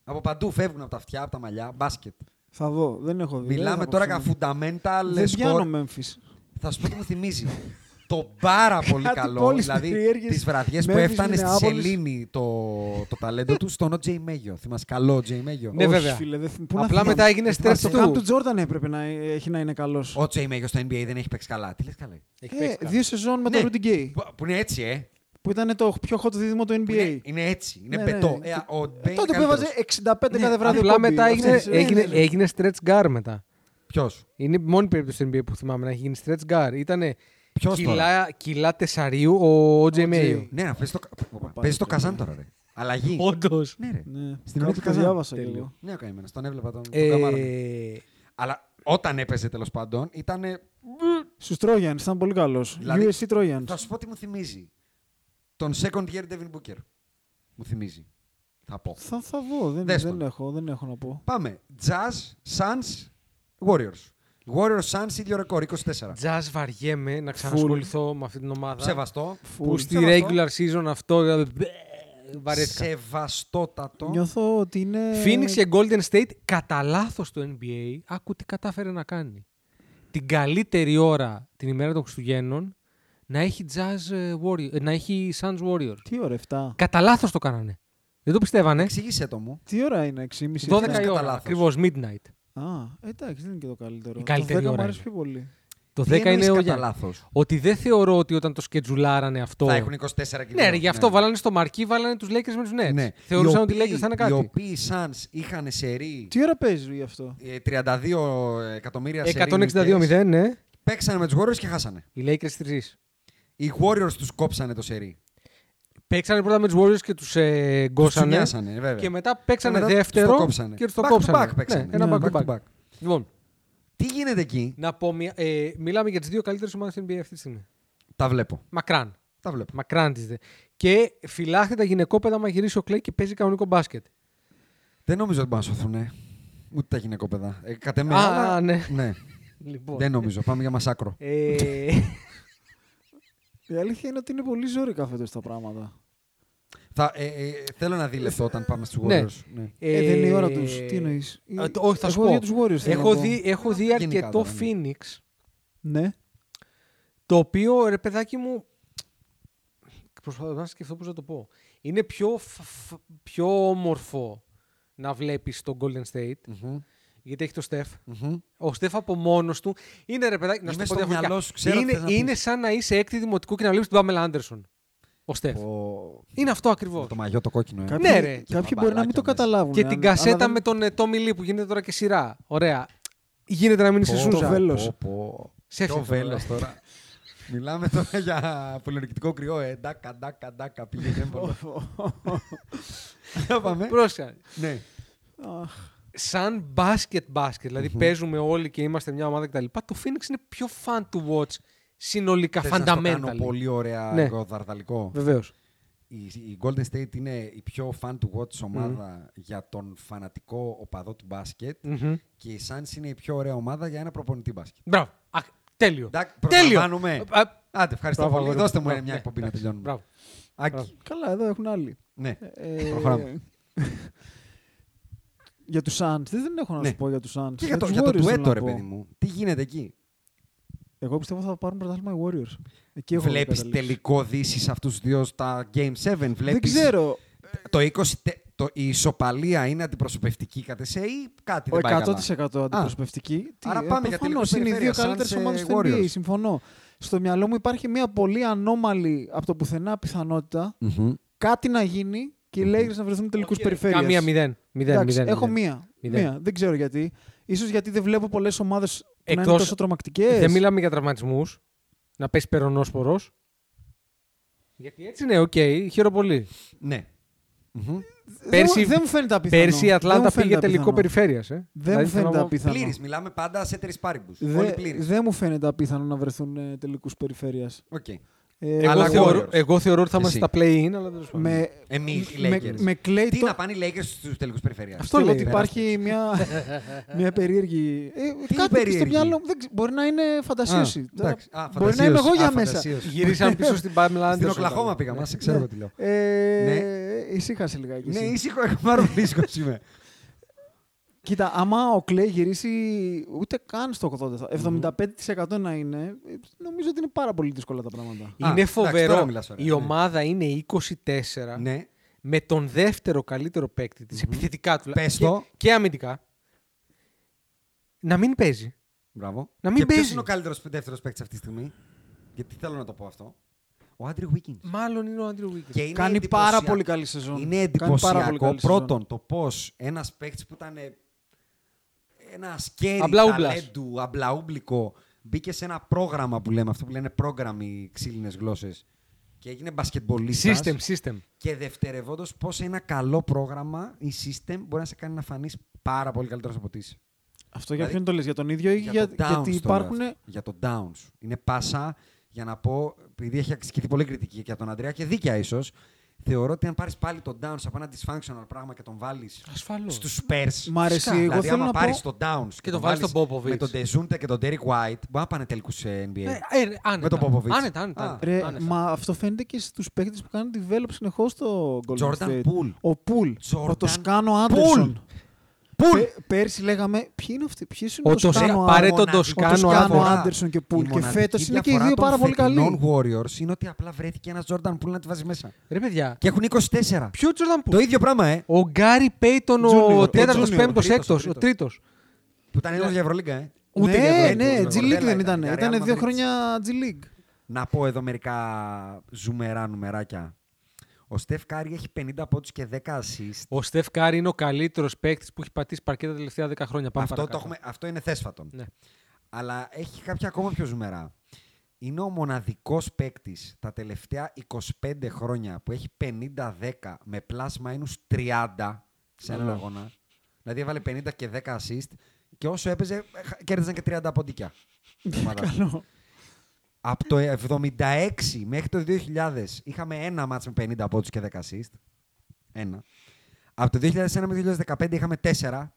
Speaker 3: από παντού, φεύγουν από τα αυτιά, από τα μαλλιά, μπάσκετ.
Speaker 5: Θα δω. Δεν έχω δει. δεν
Speaker 3: Μιλάμε
Speaker 5: θα
Speaker 3: τώρα
Speaker 5: πω
Speaker 3: για
Speaker 5: ψέματα.
Speaker 3: fundamental
Speaker 5: Δεν πιάνω
Speaker 3: score.
Speaker 5: Memphis.
Speaker 3: Θα σου πω τι μου θυμίζει. το πάρα πολύ
Speaker 5: Κάτι
Speaker 3: καλό.
Speaker 5: πόλεις
Speaker 3: δηλαδή
Speaker 5: περίεργες.
Speaker 3: τις βραδιές που
Speaker 5: Memphis,
Speaker 3: έφτανε στη
Speaker 5: Μινεάπολης.
Speaker 3: Σελήνη το, το ταλέντο τους στον OJ Μέγιο. Θυμάσαι καλό OJ Μέγιο.
Speaker 4: Ναι,
Speaker 5: Όχι,
Speaker 4: βέβαια.
Speaker 5: Φίλε, δεν θυμ- πού να
Speaker 4: Απλά
Speaker 5: θυμάμαι.
Speaker 4: μετά έγινε
Speaker 5: Μα
Speaker 4: stretch
Speaker 5: στο
Speaker 4: του.
Speaker 5: του Τζόρνταν έπρεπε να ε- έχει να είναι καλός.
Speaker 3: Ο OJ Μέγιο στο NBA δεν έχει παίξει καλά. Τι λες καλά.
Speaker 4: Έχει
Speaker 5: Ε,
Speaker 4: παίξει καλά.
Speaker 5: δύο σεζόν με
Speaker 3: Ναι.
Speaker 5: το Rudy Gay.
Speaker 3: Που- Που είναι έτσι, ε.
Speaker 5: Που ήταν το πιο hot δίδυμο του NBA.
Speaker 4: Ναι,
Speaker 3: Είναι, είναι έτσι. Είναι
Speaker 5: Ναι, ναι.
Speaker 3: πετό. Ε, ο Bane
Speaker 5: Ε,
Speaker 3: είναι
Speaker 5: Τότε που
Speaker 3: καλύτερος.
Speaker 5: έβαζε 65 κάθε βράδυ.
Speaker 4: Ναι, Απλά
Speaker 5: ο Kobe.
Speaker 4: μετά έγινε,
Speaker 5: Αυτές- ναι,
Speaker 4: έγινε,
Speaker 5: ναι, ναι.
Speaker 4: έγινε stretch guard μετά.
Speaker 3: Ποιος?
Speaker 4: Είναι η μόνη περίπτωση στην NBA που θυμάμαι να έχει γίνει stretch guard. Ήταν
Speaker 3: Ποιος
Speaker 4: κιλά, κιλά τεσσαρίου ο OJ Mayo.
Speaker 3: Ναι, να παίζει το, Οπα, παίζει το Καζάν τώρα, ρε. Αλλαγή.
Speaker 4: Όντως.
Speaker 3: Ναι, ρε.
Speaker 5: Ναι,
Speaker 3: Στην
Speaker 5: κάπου
Speaker 3: Ολυμπιακή
Speaker 5: το
Speaker 3: Καζάν.
Speaker 5: διάβασα και
Speaker 4: Τέλειο.
Speaker 5: εγώ.
Speaker 3: Ναι, ο καημένος. Τον έβλεπα τον, τον καμάρωνε.
Speaker 4: Ε,
Speaker 3: Αλλά όταν έπαιζε τέλος πάντων ήταν.
Speaker 5: Στους Τρόγιαν ήταν πολύ καλός.
Speaker 3: Δηλαδή-
Speaker 5: USC Τρόγιαν.
Speaker 3: Θα σου πω τι μου θυμίζει. Τον second year Devin Booker. Μου θυμίζει. Θα πω.
Speaker 5: Θα, θα δω. Δεν,
Speaker 3: Δες τον.
Speaker 5: δεν, έχω, δεν έχω να πω.
Speaker 3: Πάμε. Jazz, Suns, Warriors. Warriors, Suns, ίδιο ρεκόρ, 24.
Speaker 4: Jazz βαριέμαι να ξανασχοληθώ με αυτή την ομάδα.
Speaker 3: Σεβαστό.
Speaker 4: Που στη
Speaker 3: Σεβαστό.
Speaker 4: regular season αυτό δηλαδή, μπε, βαρέθηκα.
Speaker 3: Σεβαστότατο.
Speaker 5: Νιώθω ότι είναι.
Speaker 4: Phoenix και Golden State κατά λάθος το NBA. Άκου τι κατάφερε να κάνει. Την καλύτερη ώρα την ημέρα των Χριστουγέννων να έχει Jazz ε, Warrior, ε, να έχει Suns Warriors.
Speaker 5: Τι ώρα, 7.
Speaker 4: Κατά λάθος το κάνανε. Δεν το πιστεύανε.
Speaker 3: Εξήγησέ το μου.
Speaker 5: Τι ώρα είναι, 6.30.
Speaker 4: 12 η
Speaker 3: κατά
Speaker 4: ώρα,
Speaker 3: λάθος.
Speaker 4: ακριβώς midnight.
Speaker 5: Α, εντάξει, δεν είναι και το καλύτερο.
Speaker 4: Η
Speaker 5: το
Speaker 4: καλύτερη
Speaker 5: 10
Speaker 4: ώρα
Speaker 5: μου αρέσει
Speaker 4: είναι.
Speaker 5: πιο πολύ.
Speaker 4: Το 10
Speaker 3: Τι εννοείς
Speaker 4: είναι ο
Speaker 3: κατά
Speaker 4: Γιάννης.
Speaker 3: λάθος.
Speaker 4: Ότι δεν θεωρώ ότι όταν το σκετζουλάρανε αυτό.
Speaker 3: Θα έχουν 24 και
Speaker 4: Ναι,
Speaker 3: δύο.
Speaker 4: ρε, γι' αυτό βάλανε στο μαρκί, βάλανε τους Lakers με τους Nets.
Speaker 3: Ναι.
Speaker 4: Θεωρούσαν
Speaker 3: Οι
Speaker 4: ότι οι
Speaker 3: οποίοι-
Speaker 4: Lakers θα είναι
Speaker 3: Οι
Speaker 4: κάτι.
Speaker 3: οποίοι Suns είχαν σερί
Speaker 5: Τι ώρα παίζει γι' αυτό.
Speaker 3: ε, 32 εκατομμύρια σερί. νίκες.
Speaker 4: 162-0, ναι.
Speaker 3: Παίξανε με τους Warriors και χάσανε.
Speaker 4: Οι Lakers 3.
Speaker 3: Οι Warriors τους κόψανε το σερί.
Speaker 4: Παίξανε πρώτα με τους Warriors και τους ε,
Speaker 3: Τους
Speaker 4: γκώσανε.
Speaker 3: τσουνιάσανε, βέβαια.
Speaker 4: Και μετά παίξανε
Speaker 3: Μετά τους
Speaker 4: δεύτερο
Speaker 3: το κόψανε.
Speaker 4: και τους το
Speaker 3: Back to
Speaker 4: κόψανε.
Speaker 3: back παίξανε.
Speaker 4: Ναι, ένα
Speaker 3: Ναι,
Speaker 4: back,
Speaker 3: back
Speaker 4: to
Speaker 3: to
Speaker 4: back.
Speaker 3: back.
Speaker 4: Λοιπόν,
Speaker 3: Τι γίνεται εκεί,
Speaker 4: να πω μια, ε, μιλάμε για τις δύο καλύτερες ομάδες στην NBA αυτή τη στιγμή.
Speaker 3: τα βλέπω.
Speaker 4: Μακράν.
Speaker 3: Τα βλέπω.
Speaker 4: Μακράν τις δε. Και φυλάχτε τα γυναικόπαιδα μα γυρίσει ο Κλέη και παίζει κανονικό μπάσκετ.
Speaker 3: Δεν νομίζω ότι μπορούν να σωθούν, ναι. Ούτε τα γυναικόπαιδα. Ε, κατ' εμέ,
Speaker 4: Α,
Speaker 3: αλλά-
Speaker 4: ναι.
Speaker 3: ναι.
Speaker 4: Λοιπόν.
Speaker 3: Δεν νομίζω. Πάμε για μασάκρο.
Speaker 4: Ε,
Speaker 5: Η αλήθεια είναι ότι είναι πολύ ζώρικα φέτος τα πράγματα.
Speaker 3: Θα, ε, ε, θέλω να δει λεπτό όταν πάμε στους
Speaker 4: ναι.
Speaker 3: Warriors. Ναι.
Speaker 5: Ε, δεν είναι η ώρα τους. Τι εννοείς?
Speaker 4: ε, το- Όχι, θα σου
Speaker 5: Εγώ
Speaker 4: πω.
Speaker 5: για τους Warriors θέλω
Speaker 4: έχω,
Speaker 5: να
Speaker 4: δει, έχω δει
Speaker 3: Γενικά
Speaker 4: αρκετό
Speaker 3: τώρα, ναι.
Speaker 4: Phoenix
Speaker 5: Ναι.
Speaker 4: Το οποίο, ρε παιδάκι μου, προσπαθώ να σκεφτώ πώς να το πω. Είναι πιο, φ- φ- πιο όμορφο να βλέπεις τον Golden State, γιατί έχει το Στεφ. Ο Στεφ από μόνος του είναι ρε παιδάκι, να σου
Speaker 3: Είμαι
Speaker 4: το πω
Speaker 3: στο
Speaker 4: διαφορετικά.
Speaker 3: μυαλό σου, ξέρω τι
Speaker 4: είναι,
Speaker 3: θες να
Speaker 4: είναι
Speaker 3: πεις.
Speaker 4: σαν να είσαι έκτη δημοτικού και να βλέπεις τον Πάμελα Άντερσον. Ο Στεφ.
Speaker 3: Ο-
Speaker 4: Είναι αυτό ακριβώς. Ναι,
Speaker 3: Το μαγιό το κόκκινο. ε.
Speaker 5: Κάποιοι,
Speaker 4: ρε.
Speaker 5: Κάποιοι
Speaker 3: Και
Speaker 5: μπορεί να μην
Speaker 3: μπαμπαλάκια
Speaker 5: το
Speaker 3: μέσα.
Speaker 5: καταλάβουν.
Speaker 4: Και
Speaker 5: αν-
Speaker 4: την
Speaker 5: αλλά
Speaker 4: κασέτα
Speaker 5: δεν-
Speaker 4: με τον ε, Τόμι Λί που γίνεται τώρα και σειρά. Ωραία. Γίνεται να μείνει σε
Speaker 3: Πω,
Speaker 4: Σούζα.
Speaker 5: Το βέλος.
Speaker 3: Πω, πω.
Speaker 4: Σε
Speaker 3: Ποιο
Speaker 4: έφυγε τώρα.
Speaker 3: βέλος τώρα. Μιλάμε τώρα για πολυορκητικό κρυό. Ε, ντάκα, ντάκα, ντάκα. Πήγε δεν μπορώ. Για πάμε.
Speaker 4: Πρόσεχε.
Speaker 3: Ναι.
Speaker 4: σαν μπάσκετ μπάσκετ, δηλαδή παίζουμε όλοι και είμαστε μια ομάδα κτλ. Το Phoenix είναι πιο fun to watch συνολικά,
Speaker 3: Θες να στο κάνω
Speaker 4: fundamental.
Speaker 3: πολύ ωραία
Speaker 4: Ναι.
Speaker 3: εγώ δαρδαλικό.
Speaker 4: Βεβαίως.
Speaker 3: Η, η Golden State είναι η πιο fan to watch ομάδα για τον φανατικό οπαδό του μπάσκετ και η Suns είναι η πιο ωραία ομάδα για ένα προπονητή μπάσκετ.
Speaker 4: Μπράβο. Α, τέλειο.
Speaker 3: Εντάξει,
Speaker 4: τέλειο.
Speaker 3: προλαμβάνουμε.
Speaker 4: Α,
Speaker 3: Άντε, ευχαριστώ
Speaker 4: Μπράβο,
Speaker 3: πολύ.
Speaker 4: αγόρι μου.
Speaker 3: Δώστε μου
Speaker 4: Μπράβο.
Speaker 3: μια
Speaker 4: Ναι,
Speaker 3: εκπομπή να
Speaker 4: εντάξει.
Speaker 3: τελειώνουμε.
Speaker 4: Μπράβο.
Speaker 3: Άκη,
Speaker 5: Καλά, εδώ έχουν άλλοι.
Speaker 3: ναι.
Speaker 5: Ε,
Speaker 3: Προχωράμε.
Speaker 5: Για τους Suns. Δεν δεν έχω να
Speaker 3: Ναι.
Speaker 5: σου πω για τους Suns.
Speaker 3: Και για το,
Speaker 5: τους
Speaker 3: για το
Speaker 5: Warriors θέλω
Speaker 3: ντουέτο,
Speaker 5: να
Speaker 3: ρε
Speaker 5: πω.
Speaker 3: παιδί μου. Τι γίνεται εκεί.
Speaker 5: Εγώ πιστεύω θα πάρουν πρωτάθλημα οι Warriors. Εκεί έχω
Speaker 3: Βλέπεις
Speaker 5: καταλήξει.
Speaker 3: τελικό δύσης σε αυτού του δύο στα Game 7.
Speaker 5: Δεν
Speaker 3: Βλέπεις
Speaker 5: ξέρω.
Speaker 3: Το 20, τε- το, η ισοπαλία είναι αντιπροσωπευτική κατ' εσέ ή κάτι
Speaker 5: Ο
Speaker 3: δεν πάει καλά.
Speaker 5: 100% αντιπροσωπευτική. ε,
Speaker 3: Άρα πάμε για τελικούς
Speaker 5: Προφανώς είναι οι δύο
Speaker 3: περιφέρειας,
Speaker 5: καλύτερες
Speaker 3: Suns,
Speaker 5: ομάδε
Speaker 3: ε,
Speaker 5: του NBA.
Speaker 3: Warriors.
Speaker 5: Συμφωνώ. Στο μυαλό μου υπάρχει μια πολύ ανώμαλη από το πουθενά πιθανότητα κάτι να γίνει και οι Lakers να βρεθούν τελικούς περιφέρειε.
Speaker 4: Καμία μηδέν. Μηδέν,
Speaker 5: Εντάξει,
Speaker 4: μηδέν,
Speaker 5: έχω
Speaker 4: μηδέν.
Speaker 5: μία.
Speaker 4: Μηδέν.
Speaker 5: μία. Δεν ξέρω γιατί. Ίσως γιατί δεν βλέπω πολλές ομάδες να είναι
Speaker 4: Εκτός-
Speaker 5: τόσο τρομακτικές.
Speaker 4: Δεν μιλάμε για τραυματισμούς. Να πέσει περονόσπορος. Γιατί έτσι είναι, οκ, χαίρομαι πολύ.
Speaker 3: Ναι. Μμμ.
Speaker 4: Πέρσι-
Speaker 5: δεν μου φαίνεται απίθανο.
Speaker 4: Πέρσι η
Speaker 5: Δεν μου
Speaker 4: Ατλάντα
Speaker 5: φαίνεται
Speaker 4: πήγε τελικό
Speaker 5: απίθανο.
Speaker 4: περιφέρειας. Ε.
Speaker 5: Δεν μου
Speaker 4: Δηλαδή, θέλω
Speaker 5: φαίνεται
Speaker 4: να πω-
Speaker 5: απίθανο.
Speaker 3: Πλήρης. Μιλάμε πάντα σε τρεις πάριμπου.
Speaker 5: Δε-
Speaker 3: Όλοι πλήρης.
Speaker 5: Δεν μου φαίνεται απίθανο να βρεθούν ε, τελικούς περιφέρειας.
Speaker 3: Οκ.
Speaker 5: Ε,
Speaker 4: Εγώ
Speaker 3: Αλλά
Speaker 4: θεωρώ,
Speaker 3: Warriors.
Speaker 4: εγώ θεωρώ ότι θα είμαστε
Speaker 3: Εσύ.
Speaker 4: στα play-in, αλλά δεν το
Speaker 5: με,
Speaker 3: Εμείς οι
Speaker 5: με,
Speaker 3: Lakers.
Speaker 5: με Clay
Speaker 3: Τι
Speaker 5: το-
Speaker 3: να πάνε οι Lakers στους τελικούς περιφέρεια.
Speaker 5: Αυτό λέει
Speaker 4: λέει,
Speaker 5: ότι υπάρχει μια, μια περίεργη. Ε,
Speaker 3: Τι
Speaker 5: κάτι στο
Speaker 3: περίεργη?
Speaker 5: μυαλό μου. δεν ξε- Μπορεί να είναι φαντασίωση.
Speaker 3: Α, εντάξει. Α,
Speaker 5: μπορεί να είμαι
Speaker 3: φαντασίωση.
Speaker 5: εγώ για
Speaker 3: Α,
Speaker 5: μέσα.
Speaker 3: φαντασίωση.
Speaker 4: Γυρίσαμε πίσω στην Πάμελα
Speaker 3: Στην
Speaker 4: Άντερσον.
Speaker 3: Οκλαχώμα πήγαμε, άσε ξέρω εγώ τι λέω.
Speaker 5: Ε,
Speaker 3: Ναι.
Speaker 5: Ησύχασε λιγάκι.
Speaker 3: Ναι,
Speaker 5: εσύ.
Speaker 3: ήσυχο, έχω πάρει δύσκολο είμαι.
Speaker 5: Κοίτα, άμα ο Κλέη γυρίσει ούτε καν στο 80, θα- 75% να είναι, ε, νομίζω ότι είναι πάρα πολύ δύσκολα τα πράγματα.
Speaker 3: Α,
Speaker 4: είναι
Speaker 3: εντάξει, τώρα
Speaker 4: φοβερό.
Speaker 3: μιλάς ωραία,
Speaker 4: Η
Speaker 3: ναι.
Speaker 4: ομάδα είναι 24
Speaker 3: Ναι.
Speaker 4: με τον δεύτερο καλύτερο παίκτη της, επιθετικά
Speaker 3: Πες
Speaker 4: τουλάχιστον.
Speaker 3: το.
Speaker 4: Και, και αμυντικά. Να μην παίζει.
Speaker 3: Μπράβο.
Speaker 4: Να μην
Speaker 3: και ποιος
Speaker 4: παίζει.
Speaker 3: είναι ο καλύτερος δεύτερος παίκτης αυτή τη στιγμή. Γιατί θέλω να το πω αυτό. Ο Άντριου Βίκιν.
Speaker 4: Μάλλον είναι ο Άντριου Βίγκιν.
Speaker 3: είναι
Speaker 5: Κάνει
Speaker 3: εντυπωσιακό-
Speaker 5: πάρα πολύ καλή σεζόν.
Speaker 3: Είναι
Speaker 5: Κάνει πάρα πολύ
Speaker 3: εντυπωσιακό
Speaker 5: καλή σεζόν.
Speaker 3: πρώτον το πώς ένας παίκτης που ήταν ε, ένα σκέρι
Speaker 4: Αμπλαούμπλας.
Speaker 3: ταλέντου, αμπλαούμπλικο, μπήκε σε ένα πρόγραμμα που λέμε, αυτό που λένε πρόγραμμοι ξύλινες γλώσσες και έγινε μπασκετμπολίστας.
Speaker 4: System, system.
Speaker 3: Και δευτερευόντως, πώς ένα καλό πρόγραμμα ή system μπορεί να σε κάνει να φανείς πάρα πολύ καλύτερος από ότι είσαι.
Speaker 5: Αυτό για
Speaker 3: Δηλαδή,
Speaker 5: ποιον το λες, για τον ίδιο ή για,
Speaker 3: το Downs
Speaker 5: γιατί
Speaker 3: το
Speaker 5: υπάρχουν...
Speaker 3: λέω αυτό. Για τον Downs. Είναι πάσα για να πω, επειδή έχει ασκηθεί πολύ κριτική και από τον Αντρέα και δίκαια ίσως, θεωρώ ότι αν πάρεις πάλι τον Downs από ένα dysfunctional πράγμα και τον βάλεις
Speaker 4: Ασφαλώς.
Speaker 3: στους Spurs.
Speaker 5: Μ' αρέσει,
Speaker 3: φυσικά.
Speaker 5: εγώ
Speaker 3: δηλαδή,
Speaker 5: θέλω
Speaker 3: άμα
Speaker 5: να πω-
Speaker 3: πάρει τον Downs και,
Speaker 4: τον βάλεις
Speaker 3: βάλεις
Speaker 4: τον Popovich.
Speaker 3: Με τον Τεζούντε και τον Derek White, μπορεί να πάνε τελικού σε NBA.
Speaker 4: Ε, ε, ρε, άνετα.
Speaker 3: Με τον Popovich.
Speaker 4: Άνετα, άνετα,
Speaker 3: Α.
Speaker 4: άνετα.
Speaker 5: Ρε,
Speaker 4: Άνετα.
Speaker 5: μα αυτό φαίνεται και στους παίκτες που κάνουν develop συνεχώς στο Golden
Speaker 3: Jordan
Speaker 5: State.
Speaker 3: Poole.
Speaker 5: Ο Πουλ.
Speaker 3: Jordan
Speaker 5: Ο Τοσκάνο
Speaker 3: Poole.
Speaker 5: Άντερσον.
Speaker 3: Πουλ!
Speaker 5: Πε- πέρσι λέγαμε ποιοι είναι αυτοί, ποιος είναι
Speaker 4: Ο
Speaker 5: ο Τοσκάνο
Speaker 4: Τοσκάνο, πάρε
Speaker 5: Άντερσον.
Speaker 4: τον Τοσκάνο
Speaker 5: Άντερσον.
Speaker 4: Άντερσον.
Speaker 5: και Poole.
Speaker 3: Η
Speaker 5: Και φέτος
Speaker 3: μοναδική
Speaker 5: είναι και
Speaker 3: διαφορά
Speaker 5: οι δύο
Speaker 3: των
Speaker 5: πάρα πολύ καλοί.
Speaker 3: φετινών Warriors είναι ότι απλά βρέθηκε ένας Jordan Pool να τη βάζει μέσα.
Speaker 4: Ρε, παιδιά.
Speaker 3: Και έχουν 24.
Speaker 4: Ποιο Τζόρνταν Πούλ.
Speaker 3: Το ίδιο πράγμα, ε.
Speaker 4: Ο Γκάρι Πέιτον,
Speaker 5: Junior,
Speaker 4: ο
Speaker 5: ο
Speaker 4: τέταρτος,
Speaker 5: Junior,
Speaker 4: πέμπτο,
Speaker 3: ο τρίτος,
Speaker 4: έκτος,
Speaker 3: ο
Speaker 4: ο τρίτος.
Speaker 3: Που ήταν έτοιμο για Ευρωλίγκα, ε.
Speaker 4: Ούτε
Speaker 5: ναι,
Speaker 4: για το Έντο,
Speaker 5: ναι,
Speaker 4: για
Speaker 5: G
Speaker 4: το
Speaker 5: League
Speaker 3: Βορδέλα
Speaker 5: δεν
Speaker 3: ήταν,
Speaker 5: ήταν.
Speaker 3: για Real
Speaker 5: Ήταν δύο
Speaker 3: Madrid.
Speaker 5: χρόνια G League.
Speaker 3: Να πω εδώ μερικά ζουμερά νουμεράκια. Ο Στεφ Κάρι έχει 50 πόντους και 10 assist.
Speaker 4: Ο Στεφ Κάρι είναι ο καλύτερος παίκτης που έχει πατήσει παρκέτα τα τελευταία 10 χρόνια. Πάμε
Speaker 3: Αυτό, το
Speaker 4: παρακάτω.
Speaker 3: έχουμε, αυτό είναι θέσφατον.
Speaker 4: Ναι.
Speaker 3: Αλλά έχει κάποια ακόμα πιο ζουμερά. Είναι ο μοναδικός παίκτης τα τελευταία 25 χρόνια που έχει 50-10 με plus minus 30 σε
Speaker 4: Ναι.
Speaker 3: έναν αγώνα. Δηλαδή έβαλε 50 και 10 assist και όσο έπαιζε ε, χα- κέρδιζαν και 30 ποντίκια. η ομάδα του. Από το 76 μέχρι το 2000 είχαμε ένα μάτς με 50 πόντους και 10 assist. Ένα. Από το 2001 με το 2015 είχαμε 4.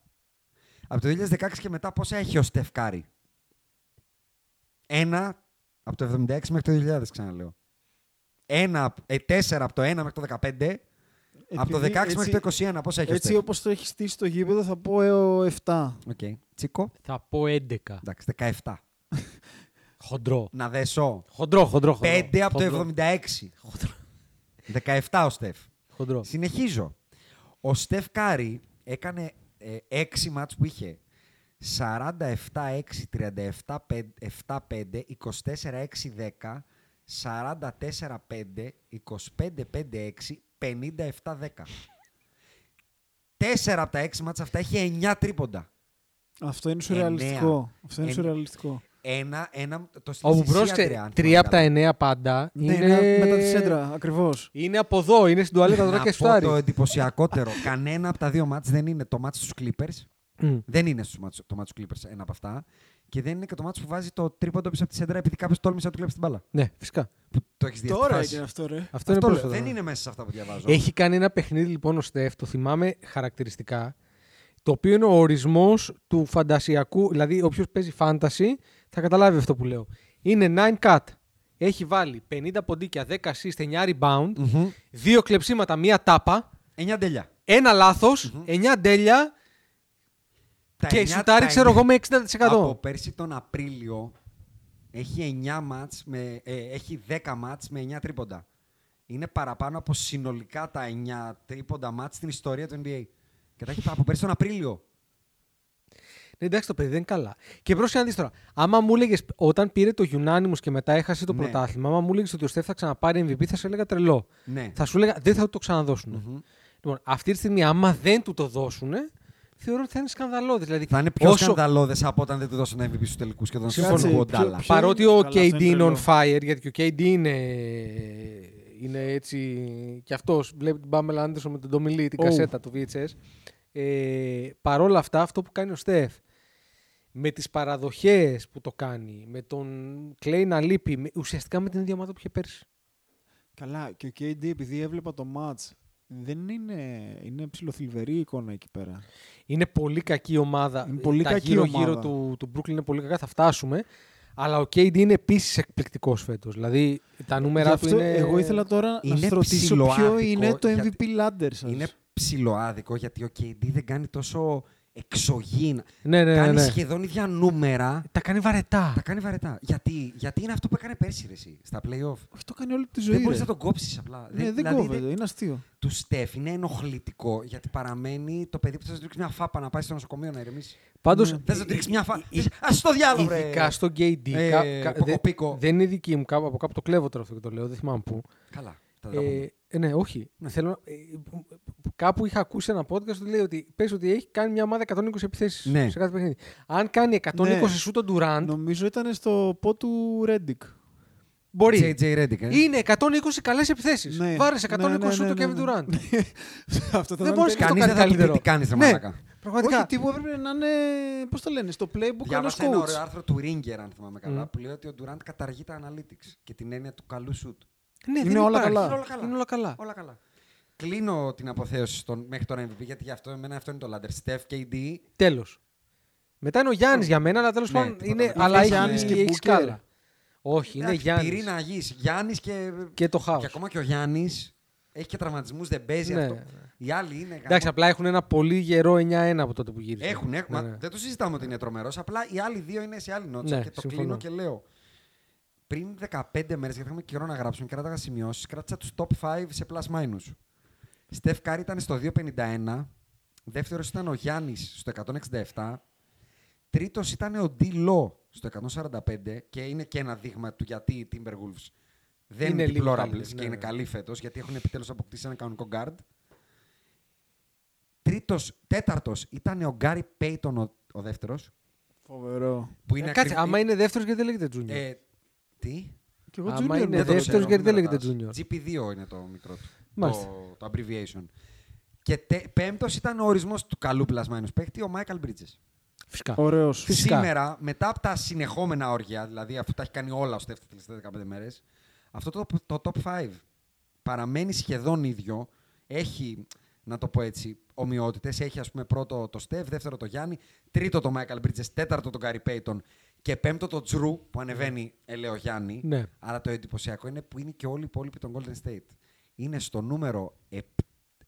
Speaker 3: Από το 2016 και μετά πόσα έχει ο Στεφκάρη. Ένα από το 76 μέχρι το 2000 ξαναλέω. Ένα, απ- ε, τέσσερα από το 1 μέχρι το 15. από το 16
Speaker 5: Ε, Επειδή
Speaker 3: μέχρι το 21 πόσα έχει
Speaker 5: Έτσι
Speaker 3: ο Στεφ.
Speaker 5: όπως το έχει στήσει το γήπεδο θα πω ε, ο 7.
Speaker 3: Οκ. Τσίκο.
Speaker 4: Θα πω 11.
Speaker 3: Εντάξει, 17.
Speaker 4: Χοντρό.
Speaker 3: Να δέσω.
Speaker 4: Χοντρό, χοντρό. χοντρό.
Speaker 3: 5 από
Speaker 4: Χοντρό.
Speaker 3: το 76. 17 ο Στεφ.
Speaker 4: Χοντρό.
Speaker 3: Συνεχίζω. Ο Στεφ Κάρι έκανε ε, 6 μάτς που είχε. 47-6, 37-5, 24-6-10, 44-5, 25-5-6, 57-10. Τέσσερα από τα έξι μάτς αυτά έχει 9 τρίποντα.
Speaker 5: Αυτό είναι σουρεαλιστικό. Αυτό είναι
Speaker 3: Εν-
Speaker 5: σουρεαλιστικό.
Speaker 3: Ένα, ένα, το στη
Speaker 4: Όπου
Speaker 3: θυσία, Αντρέα,
Speaker 4: πρόσεχε,
Speaker 3: αν
Speaker 4: 3 από
Speaker 3: θυμάμαι καλά.
Speaker 4: τα 9 πάντα
Speaker 5: Ναι,
Speaker 4: είναι...
Speaker 5: είναι μετά τη σέντρα, ακριβώς.
Speaker 4: Είναι από εδώ, είναι στην τουαλέτα τώρα
Speaker 3: Να
Speaker 4: και
Speaker 3: πω το
Speaker 4: στάρι.
Speaker 3: εντυπωσιακότερο. Κανένα από τα δύο μάτς δεν είναι το μάτς στους Clippers.
Speaker 4: Mm.
Speaker 3: Δεν είναι στους μάτς, το μάτς στους Clippers ένα από αυτά. Και δεν είναι και το μάτς που βάζει το τρίποντο πίσω από τη σέντρα επειδή κάποιος τόλμησε να του κλέψει την μπάλα.
Speaker 4: Ναι, φυσικά.
Speaker 3: Που το έχεις δει αυτή τη
Speaker 5: Τώρα
Speaker 3: φάση.
Speaker 5: έγινε αυτό, ρε.
Speaker 4: Αυτό,
Speaker 3: Αυτό
Speaker 4: είναι
Speaker 3: λέω,
Speaker 4: πρόσφατα.
Speaker 3: δεν είναι μέσα σε αυτά που διαβάζω.
Speaker 4: Έχει κάνει ένα παιχνίδι λοιπόν ο Στεφ, το θυμάμαι χαρακτηριστικά, το οποίο είναι ο ορισμός του φαντασιακού, δηλαδή όποιος παίζει fantasy θα καταλάβει αυτό που λέω. Είναι 9 cut. Έχει βάλει 50 ποντίκια, 10 assist, 9 rebound,
Speaker 3: Μμμ.
Speaker 4: δύο κλεψίματα, μία τάπα,
Speaker 3: Εννιά τέλεια.
Speaker 4: ένα λάθος, 9 τέλεια
Speaker 3: Τα
Speaker 4: και
Speaker 3: εννιά-
Speaker 4: σουτάρει,
Speaker 3: τα
Speaker 4: ξέρω
Speaker 3: εννιά-
Speaker 4: εγώ, με 60%.
Speaker 3: Από πέρσι τον Απρίλιο έχει 9 μάτς με, ε, έχει 10 μάτς με 9 τρίποντα. Είναι παραπάνω από συνολικά τα 9 τρίποντα μάτς στην ιστορία του NBA. Και τα έχει από πέρσι τον Απρίλιο.
Speaker 4: Ναι, εντάξει, το παιδί δεν είναι καλά. Και πρόσεχε να δεις τώρα. Άμα μου έλεγες όταν πήρε το Unanimous και μετά έχασε το
Speaker 3: Ναι.
Speaker 4: πρωτάθλημα, άμα μου έλεγες ότι ο Στεφ θα ξαναπάρει MVP, θα σε έλεγα τρελό.
Speaker 3: Ναι.
Speaker 4: Θα σου έλεγα δεν θα του το ξαναδωσουν Λοιπόν, αυτή τη στιγμή, άμα δεν του το δώσουν, θεωρώ ότι θα είναι σκανδαλώδη. Δηλαδή,
Speaker 3: Θα είναι πιο
Speaker 4: όσο-
Speaker 3: σκανδαλώδες από όταν δεν του δώσαν MVP στους τελικούς και τον
Speaker 5: Κάτσε,
Speaker 3: στον
Speaker 5: πιο-
Speaker 3: Γκοντάλα.
Speaker 5: πιο-
Speaker 4: Παρότι
Speaker 5: Καλά,
Speaker 4: ο
Speaker 5: αυτό είναι
Speaker 4: KD είναι on
Speaker 5: τρελό.
Speaker 4: fire, γιατί και ο KD είναι, είναι έτσι. και αυτός βλέπει την Pamela Anderson με τον Tommy Lee, την
Speaker 5: Oh.
Speaker 4: κασέτα του VHS. Ε, παρόλα αυτά, αυτό που κάνει ο Στεφ με τις παραδοχές που το κάνει, με τον Clay να λείπει, με- ουσιαστικά με την ίδια ομάδα που είχε πέρσι.
Speaker 5: Καλά, και ο KD επειδή έβλεπα το match, δεν είναι, είναι ψηλοθυλβερή η εικόνα εκεί πέρα.
Speaker 4: Είναι πολύ κακή η ομάδα.
Speaker 5: Είναι πολύ
Speaker 4: Τα
Speaker 5: κακή
Speaker 4: γύρω-γύρω
Speaker 5: ομάδα.
Speaker 4: του, του Brooklyn είναι πολύ κακά, θα φτάσουμε. Αλλά ο KD είναι επίσης εκπληκτικός φέτος. Δηλαδή τα νούμερα
Speaker 5: Ε, Γι'
Speaker 4: του
Speaker 5: αυτό
Speaker 4: είναι.
Speaker 5: Εγώ ήθελα τώρα να
Speaker 3: Είναι
Speaker 5: σας ρωτήσω
Speaker 3: ψηλοάδικο,
Speaker 5: ποιο είναι το MVP
Speaker 3: γιατί
Speaker 5: ladder σας.
Speaker 3: Είναι ψηλοάδικο γιατί ο KD δεν κάνει τόσο εξωγήινα.
Speaker 4: Ναι, ναι, ναι,
Speaker 3: κάνει
Speaker 4: ναι.
Speaker 3: σχεδόν ίδια νούμερα.
Speaker 4: Τα κάνει βαρετά.
Speaker 3: Τα κάνει βαρετά. Γιατί, γιατί είναι αυτό που έκανε πέρσι ρε, εσύ, στα playoff.
Speaker 5: Αυτό κάνει όλη τη ζωή.
Speaker 3: Δεν μπορείς
Speaker 5: ρε.
Speaker 3: να τον κόψεις απλά.
Speaker 5: Ναι, δεν
Speaker 3: δηλαδή
Speaker 5: κόβεται.
Speaker 3: είναι-
Speaker 5: Είναι αστείο.
Speaker 3: Του Στεφ είναι ενοχλητικό γιατί παραμένει το παιδί που θα σου τρίξει μια φάπα να πάει στο νοσοκομείο να ηρεμήσει. Ναι.
Speaker 4: Πάντως,
Speaker 5: Ναι.
Speaker 3: Δεν θα σου τρίξει μια φάπα.
Speaker 4: ε, ε,
Speaker 3: Ας το διάλογο, ρε.
Speaker 4: Ειδικά στο KD.
Speaker 3: Ε,
Speaker 4: κα- κα- δεν-
Speaker 3: Ποκοπίκο.
Speaker 4: δεν είναι δική μου. Κάπου, από κάπου το κλέβω τώρα αυτό και το λέω. Δεν θυμάμαι πού.
Speaker 3: Καλά. τα τα πούμε.
Speaker 4: Ε, ε, ναι, όχι. Θέλω, να- ε, κάπου είχα ακούσει ένα podcast που λέει ότι πες ότι έχει κάνει μια ομάδα 120 επιθέσεις
Speaker 3: Ναι.
Speaker 4: σε κάθε παιχνίδι. Αν κάνει 120
Speaker 5: Ναι.
Speaker 4: σου τον Durant,
Speaker 5: Νομίζω ήταν στο πό του Ρέντικ.
Speaker 4: μπορεί.
Speaker 3: JJ Redick, ε. Ναι.
Speaker 4: Είναι 120 καλές επιθέσεις.
Speaker 5: Ναι.
Speaker 4: Βάρες 120 σου το Kevin Durant.
Speaker 5: Αυτό θα
Speaker 4: Δεν
Speaker 5: ήταν
Speaker 4: μπορείς
Speaker 5: τέλειο.
Speaker 4: να
Speaker 3: Κανεί
Speaker 4: κάνει
Speaker 3: δεν θα του πει
Speaker 4: καλύτερο.
Speaker 3: τι κάνεις, ρε
Speaker 4: Ναι.
Speaker 3: μαλάκα.
Speaker 4: Πραγματικά.
Speaker 5: Όχι, τύπου έπρεπε να είναι. Πώς το λένε, στο playbook ενό
Speaker 3: Διάβασα ένα ωραίο
Speaker 5: coach.
Speaker 3: άρθρο του Ringer, αν θυμάμαι καλά, που λέει ότι ο Durant καταργεί τα analytics και την έννοια του καλού σουτ.
Speaker 4: Ναι,
Speaker 5: Είναι
Speaker 4: δεν
Speaker 5: όλα
Speaker 4: υπάρχει.
Speaker 5: καλά.
Speaker 4: Είναι όλα καλά. Είναι όλα καλά.
Speaker 3: Όλα καλά. Κλείνω την αποθέωση στον, μέχρι τώρα MVP, γιατί για αυτό, εμένα αυτό είναι το Λάντερ. Στεφ, KD,
Speaker 4: Τέλος. Μετά είναι ο Γιάννης για μένα, αλλά τέλος
Speaker 3: Ναι,
Speaker 4: πάντων
Speaker 3: τίποτα.
Speaker 4: είναι.
Speaker 3: Μετά
Speaker 4: Αλλά
Speaker 5: είναι Γιάννης
Speaker 4: έχει
Speaker 5: και
Speaker 4: έχει
Speaker 5: Booker.
Speaker 4: σκάλα. Όχι, είναι
Speaker 3: Εντάξει,
Speaker 4: Γιάννης.
Speaker 3: Πυρήνα γης. Γιάννης και.
Speaker 4: Και το χάος.
Speaker 3: Και ακόμα και ο Γιάννης έχει και τραυματισμούς, δεν παίζει
Speaker 4: Ναι,
Speaker 3: αυτό.
Speaker 4: ναι.
Speaker 3: Οι άλλοι είναι.
Speaker 4: Εντάξει, απλά έχουν ένα πολύ γερό 9-1 από τότε που γύρισαν.
Speaker 3: Έχουν, έχουν.
Speaker 4: Ναι,
Speaker 3: μα
Speaker 4: ναι.
Speaker 3: Δεν το συζητάμε ότι είναι τρομερός. Απλά οι άλλοι δύο είναι σε άλλη νότσα.
Speaker 4: Ναι,
Speaker 3: και το
Speaker 4: συμφωνώ.
Speaker 3: κλείνω και λέω. Πριν 15 μέρες, γιατί είχαμε καιρό να γράψουμε και να τα είχα σημειώσει, κράτησα τους top 5 σε plus minus. Στεφ Κάρη ήταν στο 2,51. Δεύτερος ήταν ο Γιάννης στο 167. Τρίτος ήταν ο Ντι Λό στο 145 και είναι και ένα δείγμα του γιατί οι Timberwolves δεν
Speaker 4: Είναι
Speaker 3: είναι,
Speaker 4: λίγο
Speaker 3: deplorables
Speaker 4: καλύτεροι,
Speaker 3: και
Speaker 4: ναι,
Speaker 3: είναι
Speaker 4: ναι.
Speaker 3: καλοί φέτος γιατί έχουν επιτέλους αποκτήσει ένα κανονικό guard. Τρίτος, τέταρτος ήταν ο Γκάρι Πέιτον ο, ο δεύτερος.
Speaker 5: Φοβερό.
Speaker 3: Που
Speaker 4: Ε,
Speaker 3: είναι
Speaker 4: Κάτσε,
Speaker 3: ακριβ-
Speaker 4: άμα είναι δεύτερος γιατί δεν λέγεται Junior.
Speaker 3: Ε, τι?
Speaker 5: Και εγώ
Speaker 4: Άμα
Speaker 5: Junior
Speaker 4: είναι
Speaker 5: λέω.
Speaker 3: το
Speaker 4: δεύτερος,
Speaker 3: ξέρω,
Speaker 4: γιατί
Speaker 3: μην
Speaker 4: δεν λέγεται
Speaker 3: ρωτάς.
Speaker 4: junior.
Speaker 3: GP2 είναι το μικρό του.
Speaker 4: Μάλιστα.
Speaker 3: Το, το abbreviation. Και τε, πέμπτος ήταν ο ορισμός του καλού πλασμένου παίκτη, ο Michael Bridges.
Speaker 4: Φυσικά.
Speaker 5: Ωραίος.
Speaker 4: Φυσικά.
Speaker 3: Σήμερα, μετά από τα συνεχόμενα όρια, δηλαδή αφού τα έχει κάνει όλα ο Στέφτη τις τελευταίες 15 μέρες, αυτό το, το top 5 παραμένει σχεδόν ίδιο. Έχει, να το πω έτσι, ομοιότητες. Έχει, ας πούμε, πρώτο το Στεφ, δεύτερο το Γιάννη, τρίτο το Michael Bridges, τέταρτο τον Gary Payton και πέμπτο το Τζρου που ανεβαίνει, ελέω Γιάννη.
Speaker 4: Ναι.
Speaker 3: Αλλά το εντυπωσιακό είναι που είναι και όλοι οι υπόλοιποι των Golden State. Είναι στο νούμερο 7,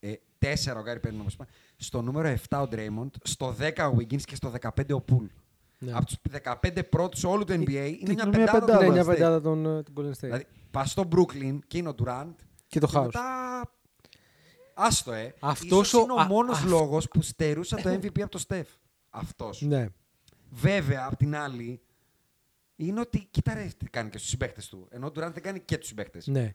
Speaker 3: 4 ο Γκάρι Πέιτον, όπως είπα, στο νούμερο 7 ο Draymond, στο 10 ο Wiggins και στο 15 ο Pool.
Speaker 4: Ναι.
Speaker 3: Από τους 15 πρώτους όλου του NBA είναι μια
Speaker 5: μια
Speaker 3: πεντάδα. των
Speaker 5: πεντάδα.
Speaker 4: Είναι
Speaker 3: Golden
Speaker 4: μια
Speaker 3: State.
Speaker 4: πεντάδα των ε, των Golden State.
Speaker 3: Δηλαδή, πας στο Brooklyn και είναι ο Durant.
Speaker 4: Και το House.
Speaker 3: Μετά... Άστο, ε.
Speaker 4: Αυτός
Speaker 3: Ίσως είναι
Speaker 4: ο-
Speaker 3: ο
Speaker 4: α-
Speaker 3: μόνος
Speaker 4: αυ-
Speaker 3: λόγος που στερούσα το MVP από το Steph. Αυτός.
Speaker 4: Ναι.
Speaker 3: Βέβαια, απ' την άλλη, είναι ότι κοίτα ρε, τι κάνει και στους συμπαίχτε του. Ενώ ο Durant δεν κάνει και τους συμπαίχτε.
Speaker 4: ναι.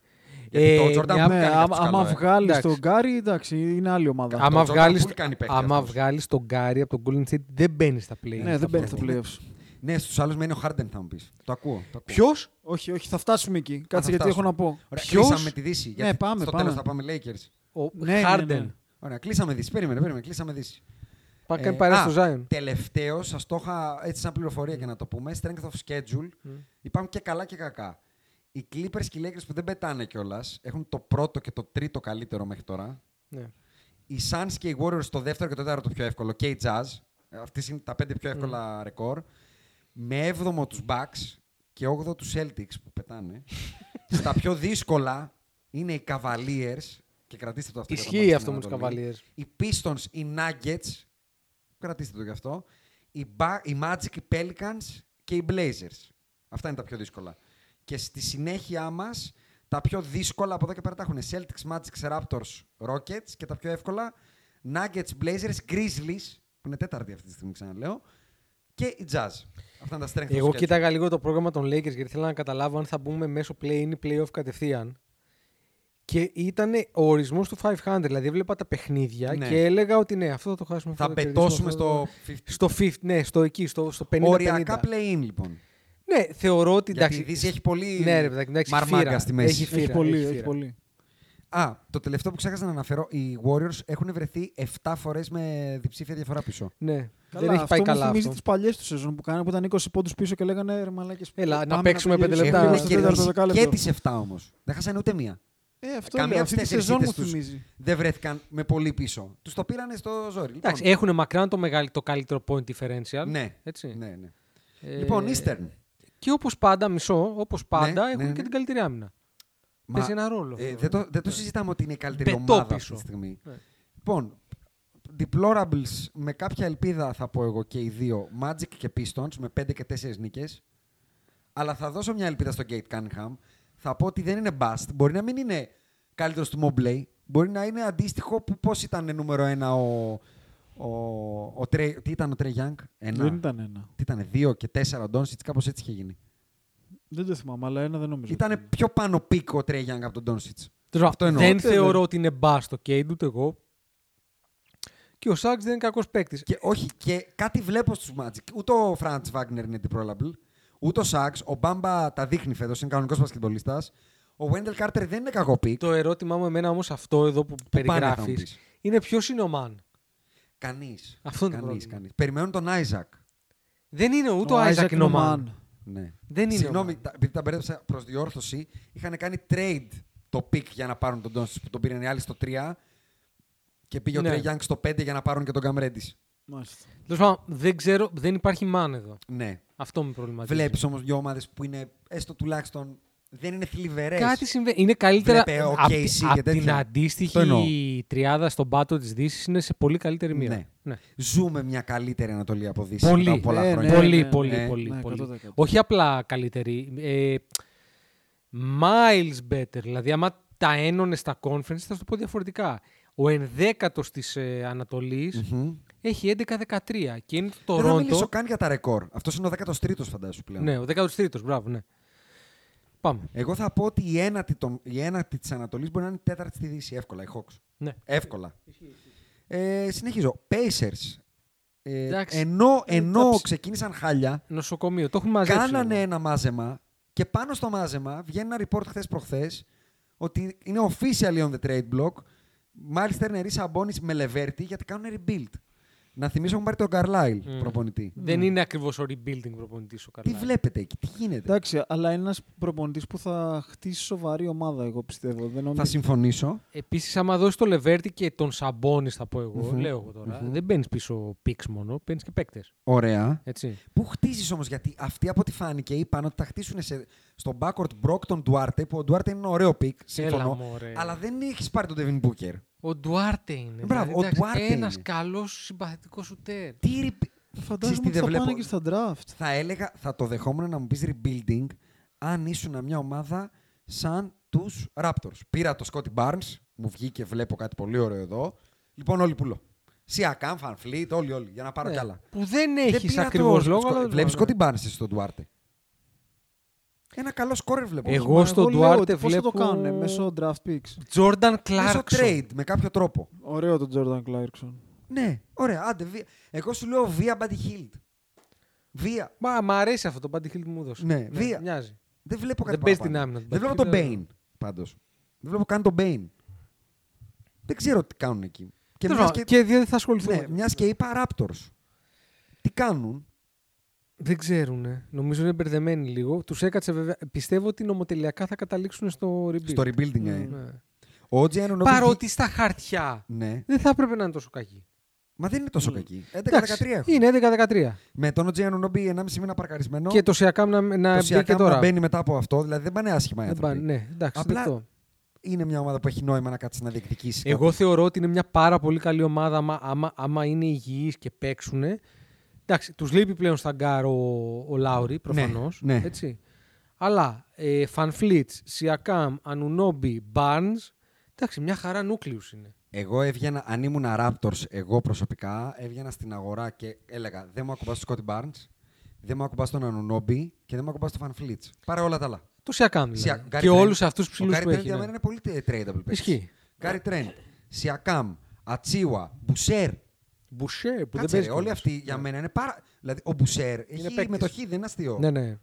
Speaker 3: Γιατί το
Speaker 4: Ε,
Speaker 3: Jordan
Speaker 4: μια-
Speaker 3: Poole
Speaker 5: Ναι,
Speaker 3: κάνει
Speaker 5: άμα
Speaker 3: αυτός καλό,
Speaker 5: άμα
Speaker 3: ε.
Speaker 5: βγάλεις
Speaker 4: Εντάξει.
Speaker 5: τον Γκάρι, εντάξει, είναι άλλη ομάδα.
Speaker 4: Άμα
Speaker 3: Jordan
Speaker 4: βγάλεις-
Speaker 3: Poole κάνει παίκτη
Speaker 4: Άμα
Speaker 3: αυτός.
Speaker 4: βγάλεις τον Γκάρι από τον Golden State, δεν μπαίνει στα play.
Speaker 5: Ναι, δεν μπαίνει στα
Speaker 3: Ναι.
Speaker 5: playoffs.
Speaker 3: Ναι, στους άλλους μένει ο Harden, θα μου πεις. Το ακούω. Το ακούω.
Speaker 4: Ποιος?
Speaker 5: Όχι, όχι, θα φτάσουμε εκεί. Κάτσε
Speaker 3: θα
Speaker 5: γιατί έχω
Speaker 3: φτάσουμε.
Speaker 5: να πω.
Speaker 3: Ωραία,
Speaker 4: Ποιος?
Speaker 3: κλείσαμε τη Δύση.
Speaker 5: Ναι,
Speaker 3: γιατί
Speaker 5: πάμε,
Speaker 3: στο
Speaker 5: πάμε.
Speaker 3: τέλος θα πάμε Lakers.
Speaker 4: Ο
Speaker 5: Ναι, ναι,
Speaker 4: Harden.
Speaker 5: ναι.
Speaker 3: Ωραία, κλείσαμε Δύση. Περίμενε, περίμενε, κλείσαμε Δύση.
Speaker 4: Πάει κάνει
Speaker 3: Ε,
Speaker 4: παρέα
Speaker 3: α,
Speaker 4: στο Zion.
Speaker 3: Τελευταίο, σας το είχα έτσι σαν πληροφορία και να το πούμε. Strength of schedule. Υπάρχουν και καλά και κακά. Οι Clippers και οι Lakers που δεν πετάνε κιόλας έχουν το πρώτο και το τρίτο καλύτερο μέχρι τώρα.
Speaker 4: Ναι.
Speaker 3: Οι Suns και οι Warriors το δεύτερο και το τέταρτο πιο εύκολο. Και οι Jazz. Αυτέ είναι τα πέντε
Speaker 4: Mm.
Speaker 3: πιο εύκολα ρεκόρ. Με έβδομο τους Bucks και όγδο τους Celtics που πετάνε. Στα πιο δύσκολα είναι οι Cavaliers. Και κρατήστε το αυτό. για το
Speaker 4: Ισχύει
Speaker 3: μάτς στην
Speaker 4: αυτό με τους
Speaker 3: Ανατολή.
Speaker 4: Cavaliers.
Speaker 3: Οι Pistons, οι Nuggets. Κρατήστε το γι' αυτό. Οι, Ba- οι Magic, οι Pelicans και οι Blazers. Αυτά είναι τα πιο δύσκολα. Και στη συνέχεια μας, τα πιο δύσκολα από εδώ και πέρα τα έχουν Celtics, Magic, Raptors, Rockets και τα πιο εύκολα Nuggets, Blazers, Grizzlies, που είναι τέταρτη αυτή τη στιγμή ξαναλέω, και οι Jazz. Αυτά είναι τα strength of
Speaker 4: Εγώ
Speaker 3: schedule.
Speaker 4: κοίταγα λίγο το πρόγραμμα των Lakers γιατί ήθελα να καταλάβω αν θα μπούμε μέσω play-in ή play-off κατευθείαν. Και ήταν ο ορισμός του 500. Δηλαδή, έβλεπα τα παιχνίδια
Speaker 3: Ναι.
Speaker 4: και έλεγα ότι ναι, αυτό θα το χάσουμε. αυτό
Speaker 3: Θα
Speaker 4: το κερδίσουμε,
Speaker 3: πετώσουμε
Speaker 4: αυτό
Speaker 3: στο 50.
Speaker 4: θα- Στο 50, ναι, στο εκεί, στο, στο 50.
Speaker 3: Οριακά play-in λοιπόν.
Speaker 4: Ναι, θεωρώ ότι.
Speaker 3: Γιατί
Speaker 4: Εντάξει,
Speaker 3: η Δύση έχει πολύ
Speaker 4: ναι, ρε, παιδάκι, εντάξει,
Speaker 3: μαρμάγκα
Speaker 4: φύρα.
Speaker 3: στη μέση.
Speaker 4: Έχει φύρα.
Speaker 5: Έχει πολύ,
Speaker 4: έχει
Speaker 5: έχει
Speaker 4: φύρα.
Speaker 5: πολύ.
Speaker 3: Α, το τελευταίο που ξέχασα να αναφέρω, οι Warriors έχουν βρεθεί 7 φορές με διψήφια διαφορά πίσω.
Speaker 4: Ναι,
Speaker 5: Καλά,
Speaker 4: δεν έχει πάει
Speaker 5: αυτό
Speaker 4: καλά
Speaker 5: Μου θυμίζει
Speaker 4: αυτό.
Speaker 5: τις παλιές τους σεζόν που κάνανε που ήταν 20 πόντους πίσω και λέγανε ρε μαλάκες,
Speaker 4: Έλα,
Speaker 5: πάμε
Speaker 4: να παίξουμε πέντε
Speaker 5: γυρίσουμε Ναι,
Speaker 4: λεπτά.
Speaker 5: λίγο
Speaker 3: Έχουν
Speaker 5: στο
Speaker 4: Έχουν
Speaker 5: τέταρτο
Speaker 3: κερδίσει και
Speaker 5: δεκάλεπτο.
Speaker 3: τις 7 όμως. Δεν χάσανε ούτε μία.
Speaker 5: Ε, αυτό
Speaker 3: Καμία
Speaker 5: λέω,
Speaker 3: από
Speaker 5: αυτή
Speaker 3: τις
Speaker 5: τη
Speaker 3: τέσσερις
Speaker 5: σεζόν μου
Speaker 3: ήττες τους
Speaker 5: θυμίζει.
Speaker 3: δεν βρέθηκαν με πολύ πίσω. Τους το πήρανε στο ζόρι. Λοιπόν,
Speaker 4: Εντάξει, έχουν μακράν το, μεγάλο, το καλύτερο point differential.
Speaker 3: ναι,
Speaker 4: Έτσι.
Speaker 3: ναι, ναι.
Speaker 4: Ε,
Speaker 3: Λοιπόν, Eastern.
Speaker 4: Και όπως πάντα, μισό, όπως πάντα,
Speaker 3: Ναι,
Speaker 4: έχουν
Speaker 3: ναι,
Speaker 4: και
Speaker 3: ναι.
Speaker 4: την καλύτερη άμυνα. Παίζει ένα ρόλο αυτό,
Speaker 3: ε, δεν, το, δεν το συζητάμε ότι είναι η καλύτερη
Speaker 4: Πετώ
Speaker 3: ομάδα
Speaker 4: πίσω.
Speaker 3: αυτή τη στιγμή.
Speaker 4: Ναι.
Speaker 3: Λοιπόν, Deplorables με κάποια ελπίδα θα πω εγώ και οι δύο. Magic και Pistons με 5 και 4 νίκες. Αλλά θα δώσω μια ελπίδα στο Gate Cunningham. Θα πω ότι δεν είναι bust. Μπορεί να μην είναι καλύτερος του Mobley. Μπορεί να είναι αντίστοιχο που πώς ήταν νούμερο ένα ο... ο, ο Trey- τι ήταν ο Trey Young. Ένα.
Speaker 5: Δεν ήταν ένα.
Speaker 3: Τι ήταν, δύο και τέσσερα ο Doncic, κάπως έτσι είχε γίνει.
Speaker 5: Δεν το θυμάμαι, αλλά ένα δεν νομίζω.
Speaker 3: Ήτανε
Speaker 5: ότι
Speaker 3: πιο πάνω πίκο ο Trey Young από τον Doncic.
Speaker 4: Τέλος
Speaker 3: Αυτό
Speaker 4: πάντων,
Speaker 3: εννοώ.
Speaker 4: Δεν θεωρώ ότι είναι μπάστο το Κέιντ, ούτε εγώ. Και ο Σάξ δεν είναι κακός παίκτης.
Speaker 3: Και όχι, και κάτι βλέπω στους Magic. Ούτε ο Φραντ Βάγκνερ είναι deplorable, ούτε ο Σάξ. Ο Μπάμπα τα δείχνει φέτος, είναι κανονικός πασκευολίστα. Ο Βέντελ Κάρτερ δεν είναι κακό πικ.
Speaker 4: Το ερώτημά μου εμένα όμως αυτό εδώ που
Speaker 3: πάνε θα μου
Speaker 4: περιγράφει
Speaker 3: πεις.
Speaker 4: είναι ποιος είναι ο Μαν.
Speaker 3: Κανείς.
Speaker 4: Αυτό είναι το
Speaker 3: κανείς,
Speaker 4: πρόβλημα.
Speaker 3: κανείς. Περιμένουν τον Άιζακ.
Speaker 4: Δεν είναι ούτε ο
Speaker 5: Ο
Speaker 4: Άιζακ
Speaker 5: Isaac
Speaker 4: είναι ο
Speaker 5: είναι ο
Speaker 4: Μαν.
Speaker 5: Man.
Speaker 3: Ναι.
Speaker 4: Δεν είναι
Speaker 3: Συγγνώμη,
Speaker 4: ο Μαν.
Speaker 3: τα- επειδή τα μπέρδεψα προς διόρθωση, είχαν κάνει trade το πικ για να πάρουν τον Τόνσι που τον πήραν οι άλλοι στο 3 και πήγε
Speaker 4: Ναι.
Speaker 3: ο Τρέι Γιάνγκ στο 5 για να πάρουν και τον Καμρέντι.
Speaker 5: Μάλιστα.
Speaker 3: Ε.
Speaker 4: Τέλος πάντων, δεν ξέρω, δεν υπάρχει Μαν εδώ.
Speaker 3: Ναι.
Speaker 4: Αυτό με προβληματίζει.
Speaker 3: Βλέπεις όμως δύο ομάδες που είναι έστω τουλάχιστον δεν είναι θλιβερές.
Speaker 4: Κάτι συμβαίνει. Είναι καλύτερα
Speaker 3: Βλέπε ο
Speaker 4: απ'
Speaker 3: KC
Speaker 4: απ'
Speaker 3: και
Speaker 4: την
Speaker 3: τέτοια. Το
Speaker 4: αντίστοιχη
Speaker 3: εννοώ.
Speaker 4: τριάδα στον πάτο της Δύσης είναι σε πολύ καλύτερη μοίρα.
Speaker 3: Ναι. Ζούμε μια καλύτερη Ανατολή από Δύση
Speaker 4: Πολύ.
Speaker 3: μετά από πολλά
Speaker 5: Ε,
Speaker 3: χρόνια.
Speaker 5: ναι,
Speaker 4: πολύ,
Speaker 5: ναι,
Speaker 4: πολύ,
Speaker 3: ναι.
Speaker 4: πολύ,
Speaker 5: Ναι,
Speaker 4: πολύ.
Speaker 5: 100%.
Speaker 4: Όχι απλά καλύτερη. Ε, miles better. Δηλαδή, άμα τα ένωνες στα conference, θα σου το πω διαφορετικά. Ο ενδέκατος της ε, ανατολη έχει 11-13 και είναι το
Speaker 3: Δεν θα μιλήσω
Speaker 4: Ρόντο.
Speaker 3: καν για τα ρεκόρ. Αυτός είναι ο 13ο, φαντάζομαι πλέον.
Speaker 4: Ναι, ο 13ο, μπράβο, ναι. Πάμε.
Speaker 3: Εγώ θα πω ότι η ένατη, των- η ένατη της Ανατολής μπορεί να είναι η τέταρτη στη Δύση. Εύκολα, η Hawks.
Speaker 4: Ναι.
Speaker 3: Εύκολα. Ε, συνεχίζω. Pacers. Ε,
Speaker 4: Εντάξει. Ε,
Speaker 3: ενώ ενώ
Speaker 4: Εντάξει.
Speaker 3: ξεκίνησαν χάλια,
Speaker 4: Νοσοκομείο, το έχουμε μαζέψει.
Speaker 3: κάνανε
Speaker 4: λίγο.
Speaker 3: ένα μάζεμα και πάνω στο μάζεμα βγαίνει ένα report χθες προχθές ότι είναι officially on the trade block. Μάλιστα, Νερή Σαμπόνι με Λεβέρτη γιατί κάνουν rebuild. Να θυμίσω, έχουν πάρει τον Καρλάιλ
Speaker 4: Μμμ.
Speaker 3: προπονητή.
Speaker 4: Δεν είναι ακριβώς ο rebuilding προπονητής ο
Speaker 3: Τι
Speaker 4: Καρλάιλ.
Speaker 3: βλέπετε εκεί, τι γίνεται.
Speaker 5: Εντάξει, αλλά είναι ένας προπονητής που θα χτίσει σοβαρή ομάδα, εγώ πιστεύω. Δεν νομίζω.
Speaker 3: Θα συμφωνήσω.
Speaker 4: Επίσης, άμα δώσεις το Λεβέρτη και τον Σαμπόνι, θα πω εγω
Speaker 3: Μμμ.
Speaker 4: λέω εγώ τώρα,
Speaker 3: Μμμ.
Speaker 4: δεν παίρνει πίσω πίξ μόνο, παίρνει και παίκτες.
Speaker 3: Ωραία.
Speaker 4: Έτσι.
Speaker 3: Πού χτίζεις όμως, γιατί αυτοί από ό,τι φάνηκε είπαν ότι τα χτίσουν σε, στο backcourt Brock τον Duarte, που ο Duarte είναι ένα ωραίο pick,
Speaker 4: Έλα,
Speaker 3: συμφωνώ.
Speaker 4: μωρέ.
Speaker 3: Αλλά δεν έχεις πάρει τον Devin Booker.
Speaker 4: Ο Ντουάρτε είναι. δηλαδή,
Speaker 3: Μπράβο, ο Ντουάρτε
Speaker 4: Ένας
Speaker 3: είναι.
Speaker 4: καλός συμπαθητικός σουτέρ.
Speaker 3: Τι ρι- Ξέρεις
Speaker 5: Φαντάζομαι
Speaker 3: τι
Speaker 5: ότι θα
Speaker 3: δεν
Speaker 5: πάνε
Speaker 3: βλέπω.
Speaker 5: και στα draft.
Speaker 3: θα έλεγα, θα το δεχόμουν να μου πεις rebuilding αν ήσουν μια ομάδα σαν τους Raptors. Πήρα το Scotty Barnes, μου βγήκε, βλέπω κάτι πολύ ωραίο εδώ. Λοιπόν, όλοι πουλώ. Σιακάμ, Φανφλίτ, όλοι, όλοι, για να πάρω
Speaker 4: Ναι.
Speaker 3: κι άλλα.
Speaker 4: Που δεν
Speaker 3: Δεν
Speaker 4: έχεις
Speaker 3: πήρα το
Speaker 4: ακριβώς
Speaker 3: Scotty-
Speaker 4: λόγο. αλλά-
Speaker 3: Βλέπεις
Speaker 4: ναι.
Speaker 3: Scotty Barnes εσύ στον Duarte. Ένα καλό σκόρερ βλέπω.
Speaker 4: Εγώ
Speaker 5: Μα
Speaker 4: στο
Speaker 5: λέω
Speaker 4: Duarte
Speaker 5: ότι Πώς θα το
Speaker 4: βλέπω-
Speaker 5: κάνουν ε, μέσω draft picks.
Speaker 4: Jordan
Speaker 3: Μέσω
Speaker 4: Clarkson.
Speaker 3: trade, με κάποιο τρόπο.
Speaker 5: Ωραίο τον Jordan Clarkson.
Speaker 3: Ναι, ωραία, άντε. βία. Εγώ σου λέω βία Buddy Hield. Βία.
Speaker 4: Μα μ' αρέσει αυτό το Buddy Hill που μου έδωσε.
Speaker 3: Ναι, βία.
Speaker 4: Μοιάζει.
Speaker 3: Δεν βλέπω κάτι
Speaker 4: Δεν παίζει
Speaker 3: παραπάνω.
Speaker 4: την άμυνα του
Speaker 3: Δεν βλέπω τον
Speaker 4: Μπατζή, δεν-
Speaker 3: Μπέιν πάντως. Δεν βλέπω καν τον Μπέιν. Δεν ξέρω τι κάνουν εκεί. Και
Speaker 4: Τέλος
Speaker 3: μιας
Speaker 4: πάντων,
Speaker 3: και,
Speaker 4: Και δεν θα ασχοληθούμε.
Speaker 3: ναι, μιας και είπα Raptors. Τι κάνουν.
Speaker 4: Δεν ξέρουν. Νομίζω είναι μπερδεμένοι λίγο. Τους έκατσε βέβαια. Πιστεύω ότι νομοτελειακά θα καταλήξουν στο rebuild.
Speaker 3: Στο rebuilding, ε.
Speaker 4: Ναι.
Speaker 3: Ο OG Anunoby
Speaker 4: Παρότι στα χαρτιά
Speaker 3: βγή- Ναι.
Speaker 4: δεν θα έπρεπε να είναι τόσο κακοί.
Speaker 3: Μα δεν είναι τόσο
Speaker 4: Mm.
Speaker 3: κακή. 11-13
Speaker 4: Εντάξει,
Speaker 3: έχουν.
Speaker 4: Είναι 11-13.
Speaker 3: Με τον OG Anunoby 1,5 μήνα παρκαρισμένο.
Speaker 4: Και το Σιακάμ να, να
Speaker 3: το
Speaker 4: μπει και
Speaker 3: Siakam
Speaker 4: τώρα.
Speaker 3: να μπαίνει μετά από αυτό. Δηλαδή δεν πάνε άσχημα οι
Speaker 4: Δεν
Speaker 3: άνθρωποι.
Speaker 4: πάνε, ναι, εντάξει,
Speaker 3: Απλά
Speaker 4: δεκτό.
Speaker 3: Είναι μια ομάδα που έχει νόημα να κάτσει να διεκδικήσει. κάτι.
Speaker 4: Εγώ θεωρώ ότι είναι μια πάρα πολύ καλή ομάδα άμα, άμα, άμα είναι υγιείς και παίξουν. Εντάξει, τους λείπει πλέον στα γκάρ ο, ο Λάουρη προφανώς.
Speaker 3: ναι.
Speaker 4: Έτσι. Αλλά ε, Φανφλίτς, Σιακάμ, Ανουνόμπι, Barnes, εντάξει, μια χαρά νούκλιους είναι.
Speaker 3: Εγώ έβγαινα, αν ήμουν Raptors, εγώ προσωπικά έβγαινα στην αγορά και έλεγα Δεν μου ακουμπάς τον Σκότι Barnes, δεν μου ακουμπάς τον Ανουνόμπι και δεν μου ακουμπάς τον Φαν Φλίτς. Πάρα όλα τα άλλα.
Speaker 4: Το Σιακάμ δηλαδή.
Speaker 3: Σια- Gary
Speaker 4: και
Speaker 3: Trent.
Speaker 4: όλους αυτούς τους
Speaker 3: Ο
Speaker 4: ψηλούς
Speaker 3: Gary
Speaker 4: που
Speaker 3: Trent
Speaker 4: έχει.
Speaker 3: για
Speaker 4: ναι.
Speaker 3: μένα είναι πολύ τε- tradable παίκτης.
Speaker 4: Ισχύει.
Speaker 3: Γκάρι Τρέντ, Σιακάμ, Ατσίουα, Μπουσέρ.
Speaker 4: Μπουσέ που δεν
Speaker 3: Κάτσε
Speaker 4: παίζει.
Speaker 3: ρε, όλοι
Speaker 4: κιόλας. Ναι.
Speaker 3: αυτοί για μένα είναι πάρα... Δηλαδή, ο Μπουσέρ έχει
Speaker 4: παίκτης.
Speaker 3: μετοχή, δεν είναι αστείο.
Speaker 4: Ναι, ναι.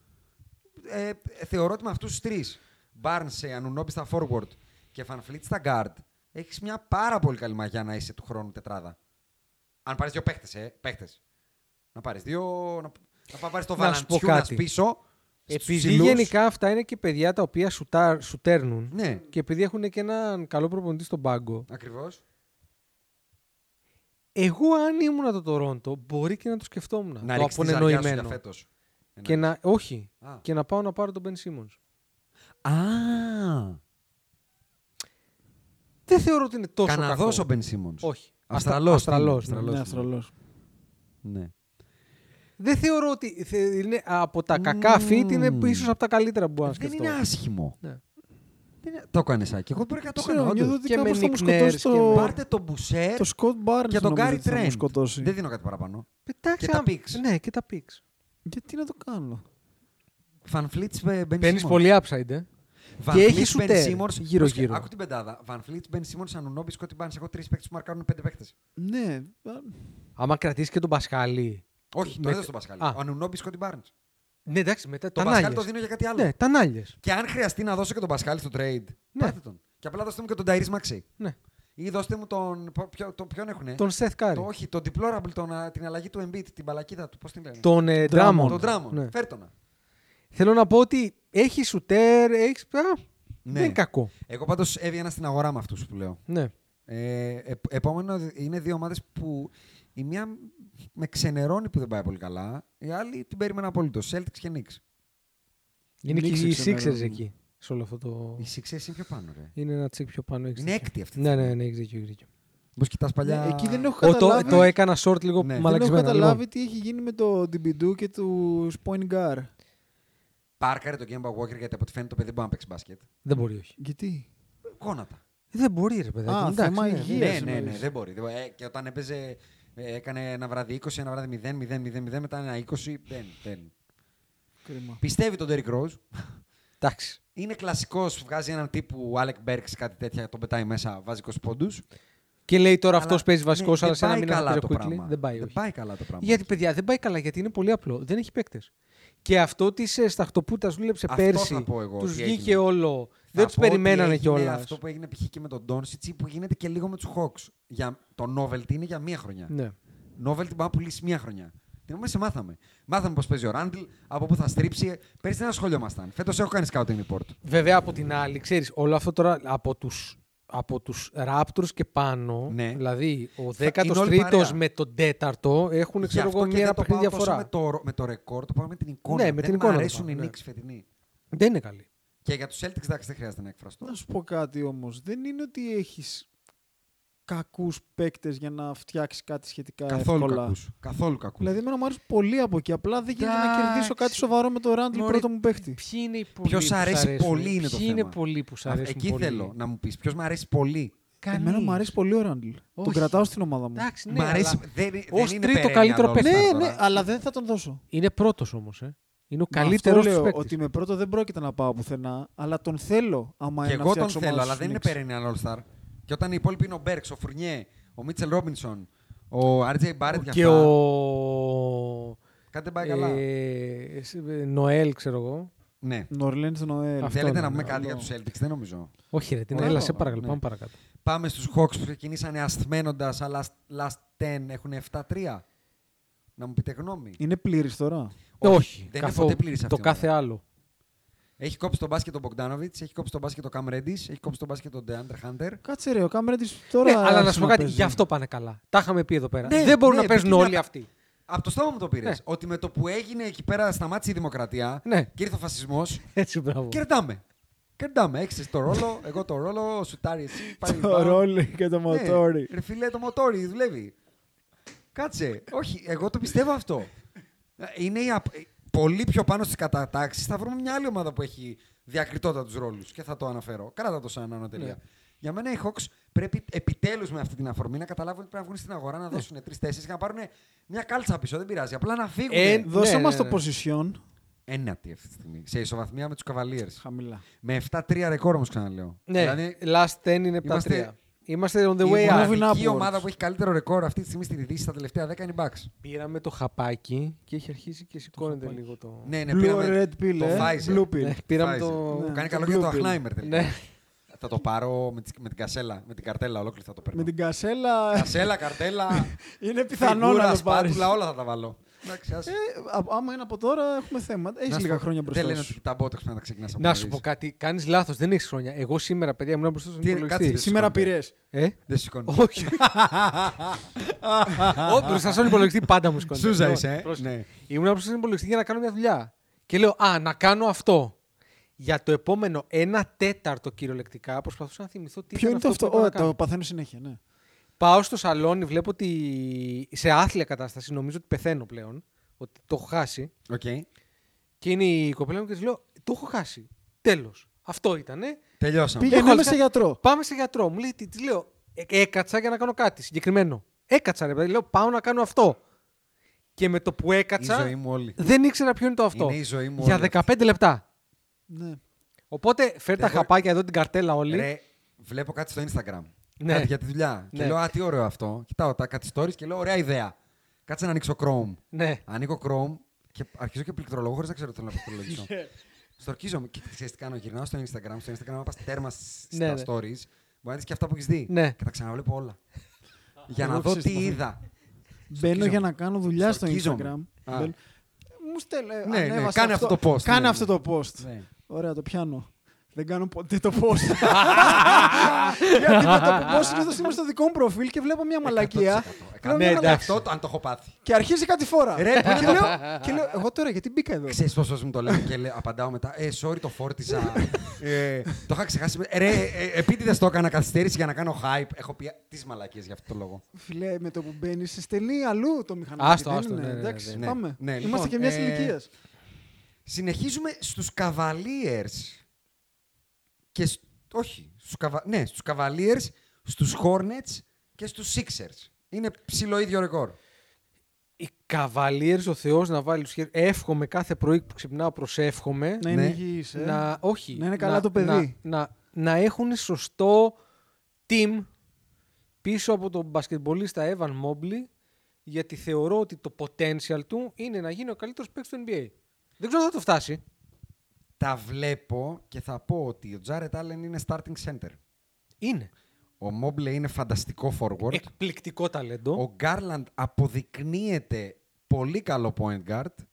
Speaker 3: Ε, θεωρώ ότι με αυτούς τους τρεις, Barnes, Ανουνόμπι στα forward και Van Fleet στα guard, έχεις μια πάρα πολύ καλή μαγιά να είσαι του χρόνου τετράδα. Αν πάρεις δύο παίχτες, ε, παίχτες. Να πάρεις δύο, να, να πάρεις το
Speaker 4: Να σου πω
Speaker 3: Valanciunas
Speaker 4: κάτι.
Speaker 3: πίσω. στους
Speaker 4: Επειδή
Speaker 3: Ε, ψηλούς.
Speaker 4: γενικά αυτά είναι και παιδιά τα οποία σουτάρ, σουτέρνουν
Speaker 3: Ναι,
Speaker 4: και επειδή έχουν και έναν καλό προπονητή στον πάγκο,
Speaker 3: ακριβώς.
Speaker 4: Εγώ αν ήμουν το Τωρόντο, μπορεί και να το σκεφτόμουν.
Speaker 3: Να
Speaker 4: το
Speaker 3: ρίξεις τη ζαριά σου για
Speaker 4: απονενοημένο.
Speaker 3: φέτος.
Speaker 4: Και να, όχι.
Speaker 3: Α.
Speaker 4: Και να πάω να πάρω τον Μπεν Simmons.
Speaker 3: Α,
Speaker 4: Δεν θεωρώ ότι είναι τόσο κακό.
Speaker 3: Καναδός ο Μπεν Σίμονς.
Speaker 4: Όχι.
Speaker 3: Αστραλός,
Speaker 4: Αστραλός,
Speaker 3: τι είναι,
Speaker 4: ναι.
Speaker 5: Ναι,
Speaker 3: Αστραλός.
Speaker 5: Αστραλός.
Speaker 3: Ναι.
Speaker 4: Δεν θεωρώ ότι θε- είναι από τα κακά fit, είναι ίσως από τα καλύτερα που μπορώ να
Speaker 3: Δεν
Speaker 4: σκεφτώ.
Speaker 3: είναι άσχημο.
Speaker 4: Ναι.
Speaker 3: Δεν είναι- Το έκανε Σάκη. Εγώ μπορεί να το
Speaker 5: Ξέρω,
Speaker 3: έκανα.
Speaker 5: Ε, νιώθω
Speaker 3: όντως.
Speaker 5: ότι
Speaker 4: Και
Speaker 5: κάπως
Speaker 4: με
Speaker 5: θα μου
Speaker 4: Nick
Speaker 5: σκοτώσει
Speaker 4: Nurse και
Speaker 5: το...
Speaker 4: με-
Speaker 3: Πάρτε τον Μπουσέρ
Speaker 5: Το Scott Barnes
Speaker 3: και τον
Speaker 5: νομίζω
Speaker 3: Γκάρι
Speaker 5: ότι θα μου
Speaker 3: Τρέντ.
Speaker 5: σκοτώσει.
Speaker 3: Δεν δίνω κάτι παραπάνω.
Speaker 4: Πετάξτε
Speaker 3: Και τα
Speaker 4: ένα-
Speaker 3: picks.
Speaker 4: Ναι, και τα picks.
Speaker 5: Γιατί να το κάνω.
Speaker 3: Φανφλίτ μπαίνει.
Speaker 4: Παίρνει πολύ upside, ε. και έχει σουτέρ γύρω-γύρω.
Speaker 3: Άκου την πεντάδα. Βανφλίτ, Μπεν Σίμον, Ανουνόμπι, Σκότι Μπάνι. Έχω τρεις παίκτες που μαρκάρουν πέντε παίκτες.
Speaker 5: Ναι, α,
Speaker 4: Άμα κρατήσεις και τον Πασχαλή.
Speaker 3: Όχι,
Speaker 4: Με-
Speaker 3: το έδωσε τον Πασχάλη.
Speaker 4: Ναι. Α.
Speaker 3: Ο Ανουνόμπι, Σκότι Μπάνι.
Speaker 4: Ναι, εντάξει, μετά
Speaker 3: Τον
Speaker 4: τα
Speaker 3: Πασχάλη το
Speaker 4: νάλιες.
Speaker 3: δίνω για κάτι άλλο.
Speaker 4: Ναι, τα νάλιες.
Speaker 3: Και αν χρειαστεί να δώσω και τον Πασχάλη στο trade,
Speaker 4: Ναι.
Speaker 3: πάτε τον. Και απλά δώστε μου και τον Ταϊρής Μαξί.
Speaker 4: Ναι.
Speaker 3: Ή δώστε μου τον. πο- ποιο- το- ποιον έχουνε.
Speaker 4: Τον Seth Curry.
Speaker 3: Ε. Το, όχι, τον Deplorable, τον, α, την αλλαγή του Embiid, την παλακίδα του. Πώς την λένε.
Speaker 4: Τον ε,
Speaker 5: Drummond.
Speaker 4: Drummond.
Speaker 3: τον Drummond.
Speaker 4: Ναι.
Speaker 3: Φέρ τον.
Speaker 4: Θέλω να πω ότι έχει σουτέρ, έχεις.
Speaker 3: Ναι.
Speaker 4: Δεν είναι κακό.
Speaker 3: Εγώ πάντως έβγαινα στην αγορά με αυτούς που λέω.
Speaker 4: Ναι.
Speaker 3: Ε, ε, επόμενο είναι δύο ομάδες που η μία με ξενερώνει που δεν πάει πολύ καλά, η άλλη την περίμενα απολύτω. Celtics και Knicks.
Speaker 4: Είναι και
Speaker 5: Knicks
Speaker 4: οι
Speaker 5: εξενερώνουν.
Speaker 4: Sixers εκεί. Σε όλο αυτό το.
Speaker 3: Η Sixers είναι πιο πάνω, ρε.
Speaker 4: Είναι ένα τσικ πιο πάνω. έχεις
Speaker 3: Είναι
Speaker 4: δίκιο.
Speaker 3: έκτη αυτή τη
Speaker 4: Ναι, ναι,
Speaker 3: στιγμή.
Speaker 4: ναι, έχεις δίκιο, έχεις δίκιο.
Speaker 3: Πώ κοιτάς παλιά.
Speaker 5: Ναι, εκεί δεν έχω
Speaker 4: Ο, το,
Speaker 5: καταλάβει.
Speaker 4: το έκανα short λίγο
Speaker 3: Ναι.
Speaker 5: Δεν έχω
Speaker 4: μαλακισμένα.
Speaker 5: καταλάβει
Speaker 4: Λοιπόν,
Speaker 5: τι έχει γίνει με το Dibidu και του Point Guard.
Speaker 3: Πάρκαρε το Game Walker γιατί από ό,τι φαίνεται το παιδί μπορεί να παίξει μπάσκετ.
Speaker 4: δεν μπορεί, όχι.
Speaker 5: Γιατί.
Speaker 3: Γόνατα.
Speaker 4: Δεν μπορεί, ρε παιδάκι.
Speaker 5: Α,
Speaker 4: εντάξει,
Speaker 5: θέμα
Speaker 4: ναι,
Speaker 5: υγείας.
Speaker 3: Ναι, ναι,
Speaker 5: εννοείς.
Speaker 3: ναι, δεν μπορεί. δεν μπορεί. Ε, και όταν έπαιζε, ε, έκανε ένα βράδυ 20, ένα βράδυ 0, 0, 0, 0, μετά ένα 20. Δεν, δεν.
Speaker 5: Κρίμα.
Speaker 3: Πιστεύει τον Derrick Rose.
Speaker 4: Εντάξει.
Speaker 3: Είναι κλασικός, βγάζει έναν τύπου Alec Burks, κάτι τέτοια, τον πετάει μέσα, βάζει 20 πόντους.
Speaker 4: Και λέει τώρα
Speaker 3: Αλλά,
Speaker 4: αυτός παίζει
Speaker 3: ναι,
Speaker 4: βασικό,
Speaker 3: δεν
Speaker 4: αλλά σε ένα
Speaker 3: πάει
Speaker 4: μήνα
Speaker 3: καλά
Speaker 4: θα
Speaker 3: το
Speaker 4: πήρε quickly.
Speaker 3: πράγμα.
Speaker 4: Δεν πάει.
Speaker 3: Δεν
Speaker 4: όχι.
Speaker 3: πάει καλά το πράγμα.
Speaker 4: Γιατί, παιδιά, δεν πάει καλά, γιατί είναι πολύ απλό. Δεν έχει παίκτες. Και αυτό τη σταχτοπούτας δούλεψε
Speaker 3: Αυτό θα
Speaker 4: πέρσι.
Speaker 3: πω εγώ
Speaker 4: Τους
Speaker 3: ότι
Speaker 4: βγήκε
Speaker 3: έγινε.
Speaker 4: όλο.
Speaker 3: Θα
Speaker 4: Δεν τους
Speaker 3: πω ότι
Speaker 4: περιμένανε
Speaker 3: έγινε
Speaker 4: κιόλας.
Speaker 3: Αυτό που έγινε π.χ. και με τον Ντόνσιτ ή που γίνεται και λίγο με τους Hawks. Για το novelty είναι για μία χρονιά.
Speaker 4: Ναι.
Speaker 3: Novelty μπορεί να πουλήσεις μία χρονιά. Την οποία σε μάθαμε. Μάθαμε πώς παίζει ο Ράντλ, από πού θα στρίψει. Πέρυσι δεν ασχολιόμασταν. Φέτος έχω κάνει scouting report.
Speaker 4: Βέβαια από την άλλη, ξέρεις, όλο αυτό τώρα από τους από τους Raptors και πάνω,
Speaker 3: Ναι.
Speaker 4: δηλαδή ο
Speaker 3: είναι όλοι
Speaker 4: 13ο
Speaker 3: παρέα.
Speaker 4: με τον 4ο έχουν
Speaker 3: Γι'
Speaker 4: Ναι, ξέρω
Speaker 3: αυτό
Speaker 4: εγώ
Speaker 3: και δεν
Speaker 4: μία ένα
Speaker 3: το
Speaker 4: παιχνίδι
Speaker 3: πάω τόσο
Speaker 4: διαφορά.
Speaker 3: με το, ρο- με το ρεκόρ, το πάμε με την εικόνα.
Speaker 4: Ναι, με
Speaker 3: δεν
Speaker 4: την εικόνα
Speaker 3: Μ'
Speaker 4: το
Speaker 3: αρέσουν
Speaker 4: πάμε,
Speaker 3: οι
Speaker 4: ναι.
Speaker 3: Knicks φετινοί.
Speaker 4: Δεν είναι καλή.
Speaker 3: Και για τους Celtics, εντάξει, δεν χρειάζεται να εκφραστώ.
Speaker 5: Να σου πω κάτι όμως. Δεν είναι ότι έχεις κακούς παίκτες για να φτιάξει κάτι σχετικά
Speaker 3: Καθόλου
Speaker 5: εύκολα.
Speaker 3: κακούς. Καθόλου κακούς.
Speaker 5: Δηλαδή, εμένα μου άρεσε πολύ από εκεί. Απλά δεν γίνεται να
Speaker 3: Εντάξει.
Speaker 5: κερδίσω κάτι σοβαρό με το Ράντλ
Speaker 4: Μωρέ,
Speaker 5: πρώτο μου παίχτη.
Speaker 4: Ποιοι είναι οι πολλοί
Speaker 3: Ποιο
Speaker 4: που σ'
Speaker 3: αρέσει
Speaker 4: αρέσουν,
Speaker 3: πολύ είναι το
Speaker 4: ποιοι
Speaker 3: θέμα.
Speaker 4: είναι πολλοί που σ'
Speaker 3: Α,
Speaker 4: αρέσουν
Speaker 3: Εκεί
Speaker 4: πολύ.
Speaker 3: θέλω να μου πεις ποιος μου αρέσει πολύ.
Speaker 4: Κανείς.
Speaker 5: Εμένα μου αρέσει πολύ ο Ράντλ. Τον
Speaker 4: Όχι.
Speaker 5: κρατάω στην ομάδα μου.
Speaker 4: Εντάξει, ναι,
Speaker 3: Μ' αρέσει.
Speaker 4: αλλά
Speaker 3: Δεν, δεν
Speaker 4: ως
Speaker 3: είναι
Speaker 4: τρίτο
Speaker 3: perennial
Speaker 4: καλύτερο
Speaker 3: all-star
Speaker 4: παίκτη.
Speaker 5: Ναι,
Speaker 3: τώρα.
Speaker 5: ναι, αλλά δεν θα τον δώσω.
Speaker 4: Είναι πρώτος όμως. Ε. Είναι ο
Speaker 5: Μα
Speaker 4: καλύτερος
Speaker 5: αυτό λέω
Speaker 4: παίκτης.
Speaker 5: ότι με πρώτο δεν πρόκειται να πάω πουθενά, αλλά τον θέλω. Άμα
Speaker 3: Και
Speaker 5: είναι να
Speaker 3: εγώ τον
Speaker 5: φτιάξω
Speaker 3: θέλω,
Speaker 5: ομάδα
Speaker 3: αλλά δεν είναι
Speaker 5: στους Knicks.
Speaker 3: perennial all-star. Και όταν οι υπόλοιποι είναι ο Μπέρξ, ο Φουρνιέ, ο Μίτσελ Ρόμπινσον, ο RJ Barrett για
Speaker 4: Και
Speaker 3: αυτά.
Speaker 4: ο.
Speaker 3: Κάτι δεν πάει καλά.
Speaker 4: ε, σ- ε, Νοέλ, ξέρω εγώ.
Speaker 3: Ναι.
Speaker 5: Νορλέντς Νοέλ.
Speaker 4: Αυτό
Speaker 3: Θέλετε
Speaker 4: ναι,
Speaker 3: να πούμε
Speaker 4: ναι,
Speaker 3: κάτι
Speaker 5: ναι.
Speaker 3: για τους Celtics, δεν νομίζω.
Speaker 4: Όχι, ρε, την
Speaker 3: Ωραίο,
Speaker 4: έλα, σε παρακαλώ.
Speaker 3: ναι.
Speaker 4: Πάμε παρακάτω.
Speaker 3: Πάμε στους Hawks που ξεκινήσανε ασθμένοντας, αλλά last 10 έχουν 7-3. Να μου πείτε γνώμη.
Speaker 5: Είναι πλήρης τώρα.
Speaker 3: Δεν
Speaker 4: Ε, καθόλου.
Speaker 3: είναι ποτέ πλήρης αυτή
Speaker 4: Το
Speaker 3: η ομάδα.
Speaker 4: κάθε άλλο.
Speaker 3: Έχει κόψει τον μπάσκετ τον Μπογκδάνοβιτ, έχει κόψει τον μπάσκετ τον Καμ Ρέντις, έχει κόψει τον μπάσκετ τον Ντεάντρε Χάντερ.
Speaker 5: Κάτσε ρε, ο Κάμερντι τώρα.
Speaker 4: ναι, αλλά να σου πω κάτι,
Speaker 5: παίζει.
Speaker 4: γι' αυτό πάνε καλά. Τα είχαμε πει εδώ πέρα.
Speaker 3: Ναι,
Speaker 4: δεν μπορούν
Speaker 3: ναι,
Speaker 4: να παίζουν
Speaker 3: επειδή
Speaker 4: όλοι
Speaker 3: να-
Speaker 4: αυτοί.
Speaker 3: Από το στόμα μου το πήρες.
Speaker 4: Ναι.
Speaker 3: Ότι με το που έγινε εκεί πέρα σταμάτησε η δημοκρατία
Speaker 4: Ναι.
Speaker 3: και ήρθε ο φασισμός.
Speaker 4: Έτσι, μπράβο.
Speaker 3: κερδάμε. Κερδάμε. Έχεις το ρόλο, εγώ το ρόλο, σουτάρι εσύ. Πάει
Speaker 5: Το ρόλι και το μοτόρι.
Speaker 3: Ρε φίλε, το μοτόρι δουλεύει. Κάτσε. Όχι, εγώ το πιστεύω αυτό. Είναι η απ- πολύ πιο πάνω στις κατατάξεις. Θα βρούμε μια άλλη ομάδα που έχει διακριτότητα τους ρόλους και θα το αναφέρω. Κράτα το σαν ανατελεία.
Speaker 4: Ναι.
Speaker 3: Για μένα οι Hawks πρέπει επιτέλους με αυτή την αφορμή να καταλάβουν ότι πρέπει να βγουν στην αγορά, να
Speaker 5: Ναι.
Speaker 3: δώσουν τρει-τέσσερι και να πάρουν μια κάλτσα πίσω. Δεν πειράζει. Απλά να φύγουν.
Speaker 4: Ε,
Speaker 3: Ε,
Speaker 4: ναι,
Speaker 5: Δώσε
Speaker 4: ναι,
Speaker 5: μας
Speaker 4: ναι.
Speaker 5: το position.
Speaker 3: Ένατη αυτή τη στιγμή. Σε ισοβαθμία με τους Cavaliers.
Speaker 5: Χαμηλά.
Speaker 3: Με 7-3 ρεκόρ όμως ξαναλέω.
Speaker 4: Ναι,
Speaker 3: Δηλαδή
Speaker 4: last 10 είναι 7-3. Είμαστε...
Speaker 3: Είμαστε-
Speaker 4: on the
Speaker 3: η
Speaker 4: way out.
Speaker 5: moving
Speaker 3: μοναδική
Speaker 5: upwards.
Speaker 3: ομάδα που έχει καλύτερο ρεκόρ αυτή τη στιγμή στη Δύση στα τελευταία 10 είναι η Bucks.
Speaker 4: Πήραμε το χαπάκι και έχει αρχίσει και σηκώνεται λίγο το.
Speaker 3: Ναι, ναι,
Speaker 5: Blue
Speaker 3: πήραμε
Speaker 5: or red pill,
Speaker 3: το
Speaker 5: ε?
Speaker 3: Pfizer.
Speaker 5: Blue pill.
Speaker 4: Ναι, πήραμε
Speaker 3: Pfizer.
Speaker 4: το-
Speaker 3: Που
Speaker 5: Ναι,
Speaker 3: Κάνει
Speaker 5: το
Speaker 3: καλό και για το
Speaker 5: blue pill.
Speaker 3: Alzheimer τελικά.
Speaker 4: Ναι.
Speaker 3: Θα το πάρω με τις- με την κασέλα, με την καρτέλα ολόκληρη θα το παίρνω.
Speaker 5: Με την κασέλα
Speaker 3: Κασέλα, καρτέλα,
Speaker 5: είναι πιθανό
Speaker 3: φιγούρα,
Speaker 5: να το πάρεις.
Speaker 3: σπάτουλα, όλα θα τα βάλω. Εντάξει, ας-
Speaker 5: Ε, α- άμα είναι από τώρα έχουμε θέμα.
Speaker 3: να
Speaker 5: Έχει
Speaker 3: σου
Speaker 5: λίγα
Speaker 3: πω,
Speaker 5: χρόνια
Speaker 3: Δεν
Speaker 5: μπροστά
Speaker 3: λένε ότι
Speaker 5: σου.
Speaker 3: τα μπότεξ να τα ξεκινάς από
Speaker 4: Να
Speaker 3: νωρίς.
Speaker 4: σου πω κάτι, κάνεις λάθος, δεν έχεις χρόνια. Εγώ σήμερα, παιδιά, ήμουν μπροστά στον
Speaker 3: Τι,
Speaker 4: υπολογιστή.
Speaker 3: κάτσε,
Speaker 5: Σήμερα
Speaker 3: σηκώνεται.
Speaker 5: πήρες.
Speaker 4: Ε?
Speaker 3: Δεν σηκώνει.
Speaker 4: Όχι. Ω, Μπροστά στον υπολογιστή πάντα μου σκόνη.
Speaker 3: Σούζα είσαι, ε. Ναι.
Speaker 4: Ήμουν μπροστά στον υπολογιστή για να κάνω μια δουλειά. Και λέω, Α, να κάνω αυτό. Για το επόμενο ένα τέταρτο κυριολεκτικά προσπαθούσα να θυμηθώ τι
Speaker 5: Ποιο
Speaker 4: ήταν
Speaker 5: είναι το
Speaker 4: αυτό.
Speaker 5: αυτό.
Speaker 4: που έπρεπε να
Speaker 5: Ω,
Speaker 4: κάνω.
Speaker 5: Το παθαίνω συνέχεια, ναι.
Speaker 4: Πάω στο σαλόνι, βλέπω ότι σε άθλια κατάσταση νομίζω ότι πεθαίνω πλέον. Ότι το έχω χάσει.
Speaker 3: Οκ.
Speaker 4: Και είναι η κοπέλα μου και της λέω: Το έχω χάσει. Τέλος. Αυτό ήτανε.
Speaker 3: Τελειώσαμε.
Speaker 5: Πήγαινε
Speaker 4: Έχω
Speaker 5: μέσα
Speaker 4: κα-
Speaker 5: σε γιατρό.
Speaker 4: Πάμε σε γιατρό. Μου λέει: Τι της λέω. «Ε, Έκατσα για να κάνω κάτι συγκεκριμένο. Έκατσα, ρε παιδί. Λέω: Πάω να κάνω αυτό. Και με το που έκατσα.
Speaker 3: Η ζωή μου όλη.
Speaker 4: Δεν ήξερα ποιο είναι το αυτό.
Speaker 3: Είναι η ζωή μου
Speaker 4: για
Speaker 3: όλη
Speaker 4: 15 λεπτά.
Speaker 5: Ναι.
Speaker 4: Οπότε φέρ τα
Speaker 3: Εγώ-
Speaker 4: χαπάκια εδώ την καρτέλα όλοι.
Speaker 3: Ρε, βλέπω κάτι στο Instagram.
Speaker 4: Ναι.
Speaker 3: Κάτι για τη δουλειά.
Speaker 4: Ναι.
Speaker 3: Και λέω, Α, τι ωραίο αυτό. Κοιτάω τα κάτι stories και λέω, Ωραία ιδέα. Κάτσε να ανοίξω Chrome.
Speaker 4: Ναι.
Speaker 3: Ανοίγω Chrome και αρχίζω και πληκτρολογώ χωρίς να ξέρω τι θέλω να πληκτρολογήσω.
Speaker 4: Ναι.
Speaker 3: Στορκίζομαι και ξέρεις τι κάνω. Γυρνάω στο Instagram. Στο Instagram, άμα πα τέρμα σ- στα
Speaker 4: Ναι, ναι.
Speaker 3: stories, μπορεί να δεις και αυτά που έχεις δει.
Speaker 4: Ναι.
Speaker 3: Και τα ξαναβλέπω όλα. για να
Speaker 5: Εγώ
Speaker 3: δω
Speaker 5: ξέρεις τι
Speaker 3: τι
Speaker 5: μου
Speaker 3: είδα.
Speaker 5: Μπαίνω για να κάνω δουλειά στο
Speaker 3: Στορκίζομαι.
Speaker 5: Instagram.
Speaker 3: Α.
Speaker 5: Μπαίνω- Μου στέλνει.
Speaker 3: ναι, κάνε αυτό το post,
Speaker 5: Κάνε
Speaker 3: ναι,
Speaker 5: αυτό
Speaker 3: ναι.
Speaker 5: το post.
Speaker 3: Ναι.
Speaker 5: Ωραία, το πιάνω. Δεν κάνω ποτέ το post. Γιατί με το post συνήθως είμαι στο δικό μου προφίλ και βλέπω μια μαλακία.
Speaker 3: 100%.
Speaker 5: Βλέπω μια
Speaker 4: Ναι,
Speaker 5: μαλακία.
Speaker 4: εντάξει.
Speaker 3: Αυτό αν το έχω πάθει.
Speaker 5: Και αρχίζει κάτι φορά.
Speaker 3: Ρε, που
Speaker 5: και,
Speaker 3: είναι το-
Speaker 5: λέω, και λέω, εγώ τώρα γιατί μπήκα εδώ.
Speaker 3: Ξέρεις πόσο μου το λένε και λέ- απαντάω μετά. Ε, sorry, το φόρτιζα. ε, το είχα ξεχάσει. Ρε, ε, επίτηδες το έκανα καθυστέρηση για να κάνω hype. Έχω πει τις μαλακίες για αυτό το λόγο.
Speaker 5: Φίλε, με το που μπαίνεις, σε στελεί αλλού το μηχανάκι.
Speaker 4: Άστο,
Speaker 5: δεν
Speaker 4: άστο,
Speaker 5: είναι,
Speaker 4: ναι, ναι, ναι,
Speaker 5: εντάξει,
Speaker 3: ναι.
Speaker 5: πάμε.
Speaker 3: Ναι, λοιπόν,
Speaker 5: Είμαστε και μιας
Speaker 3: ε,
Speaker 5: ηλικίας.
Speaker 3: Συνεχίζουμε στους Cavaliers. Και σ- όχι, στους, καβα... ναι, στους Cavaliers, στους Hornets και στους Sixers. Είναι ψηλό ίδιο ρεκόρ.
Speaker 4: Οι καβαλίερε, ο Θεός να βάλει τους χέρι. Εύχομαι κάθε πρωί που ξυπνάω, προσεύχομαι.
Speaker 5: Να είναι
Speaker 3: ναι.
Speaker 5: υγιής, ε.
Speaker 4: να, όχι,
Speaker 5: να είναι καλά το παιδί.
Speaker 4: Να, να, να έχουν σωστό team πίσω από τον μπασκετμπολίστα Evan Mobley γιατί θεωρώ ότι το potential του είναι να γίνει ο καλύτερος παίκτης του NBA. Δεν ξέρω αν θα το φτάσει.
Speaker 3: Τα βλέπω και θα πω ότι ο Τζάρετ Allen είναι starting center.
Speaker 4: Είναι.
Speaker 3: Ο Μόμπλε είναι φανταστικό
Speaker 4: Ε,
Speaker 3: forward.
Speaker 4: Εκπληκτικό ταλέντο.
Speaker 3: Ο Γκάρλαντ αποδεικνύεται πολύ καλό point guard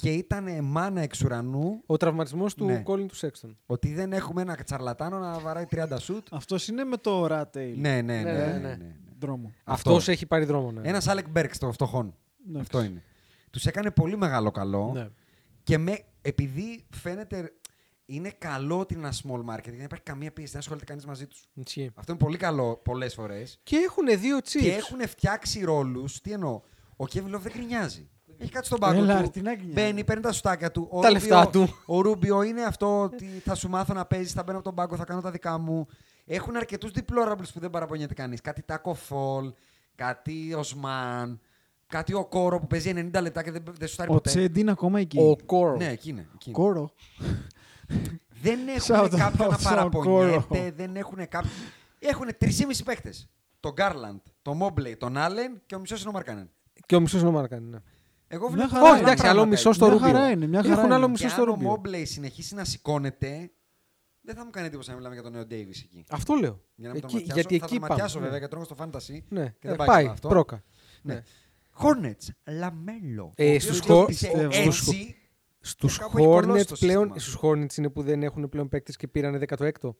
Speaker 3: και ήταν μάνα εξ ουρανού
Speaker 4: Ο, τραυματισμός του
Speaker 3: Ναι.
Speaker 4: Colin του Sexton.
Speaker 3: ότι δεν έχουμε ένα τσαρλατάνο να βαράει 30 σουτ.
Speaker 5: Αυτός είναι με το rat-tail.
Speaker 3: ναι, ναι, ναι.
Speaker 4: Ναι,
Speaker 3: ναι,
Speaker 4: ναι, ναι.
Speaker 3: ναι.
Speaker 5: Δρόμο.
Speaker 4: Αυτός έχει πάρει δρόμο. Ναι.
Speaker 3: Ένας Άλεκ Μπέρκ των φτωχών.
Speaker 5: Εντάξει.
Speaker 3: Αυτό είναι. Τους έκανε πολύ μεγάλο καλό.
Speaker 4: Ναι.
Speaker 3: Και με, επειδή φαίνεται. Είναι καλό ότι είναι ένα small market γιατί δεν υπάρχει καμία πίεση, δεν ασχολείται κανείς μαζί τους.
Speaker 4: Ισχύει.
Speaker 3: Αυτό είναι πολύ καλό πολλές φορές.
Speaker 4: Και έχουν δύο chips.
Speaker 3: Και έχουν φτιάξει ρόλους. Τι εννοώ. Ο Κέβιν Λόβ δεν γκρινιάζει. Έχει κάτι στον πάγκο
Speaker 5: Έλα,
Speaker 3: του.
Speaker 5: τι να γκρινιάζει.
Speaker 3: Μπαίνει, παίρνει τα σουτάκια του. Ο
Speaker 4: Τα λεφτά του.
Speaker 3: Ο Ρούμπιο είναι αυτό ότι θα σου μάθω να παίζεις, θα μπαίνω από τον πάγκο, θα κάνω τα δικά μου. Έχουν αρκετούς deplorables που δεν παραπονιέται κανείς. Κάτι Τάκο Φολ, κάτι Οσμάν, κάτι ο Κόρο που παίζει 90 λεπτά και δεν, δεν σου στάρει
Speaker 5: Ο
Speaker 3: ποτέ.
Speaker 5: Τσέντ είναι ακόμα εκεί.
Speaker 4: Ο Κόρο.
Speaker 3: Ναι, εκεί είναι. εκεί είναι.
Speaker 5: Κόρο.
Speaker 3: Δεν έχουν
Speaker 5: Shout
Speaker 3: κάποιον
Speaker 5: out
Speaker 3: να
Speaker 5: στον Κόρο.
Speaker 3: παραπονιέται, δεν έχουν κάποιον. Έχουν 3,5 παίχτε. Τον Γκάρλαντ, τον Μόμπλεϊ, τον Άλεν και ο μισός είναι ο Μάρκανεν.
Speaker 4: Και ο μισός νομάρκαν. Ναι.
Speaker 3: Εγώ
Speaker 5: Μια
Speaker 3: βλέπω.
Speaker 5: χαρά.
Speaker 3: άλλα
Speaker 4: Όχι, εντάξει,
Speaker 3: πράγματα
Speaker 4: άλλο μισός στο
Speaker 5: Μια
Speaker 4: Ρούμπιο.
Speaker 5: χαρά είναι, μια χαρά
Speaker 4: Έχουν άλλο
Speaker 5: είναι.
Speaker 4: μισό
Speaker 3: Και
Speaker 4: στο
Speaker 3: αν ο
Speaker 4: Ρούμπιο.
Speaker 3: Μόμπλεϊ συνεχίσει να σηκώνεται, δεν θα μου κάνει τίποτα να μιλάμε για τον νέο Ντέιβις εκεί.
Speaker 4: Αυτό λέω.
Speaker 3: Για να μην
Speaker 4: Εκεί-
Speaker 3: τον ματιάσω.
Speaker 4: γιατί
Speaker 3: θα
Speaker 4: εκεί
Speaker 3: τον ματιάσω
Speaker 4: πάμε.
Speaker 3: βέβαια γιατί τρώγω στο φάντασι.
Speaker 4: Ναι,
Speaker 3: και
Speaker 4: Ε,
Speaker 3: δεν πάει,
Speaker 4: πάει,
Speaker 3: καλά αυτό.
Speaker 4: πρόκα.
Speaker 3: Ναι.
Speaker 4: Ναι.
Speaker 3: Hornets, Λαμέλο.
Speaker 4: Ε,
Speaker 3: Ο οποίος
Speaker 4: στους
Speaker 3: χτύπησε
Speaker 4: Χο- στους
Speaker 3: έτσι.
Speaker 4: Στους
Speaker 3: Και Ε, κάπου έχει κολλώσει
Speaker 4: Hornets
Speaker 3: το
Speaker 4: πλέον,
Speaker 3: σύστημα.
Speaker 4: ε, στους Hornets είναι που δεν έχουν πλέον παίκτες και πήρανε 16ο.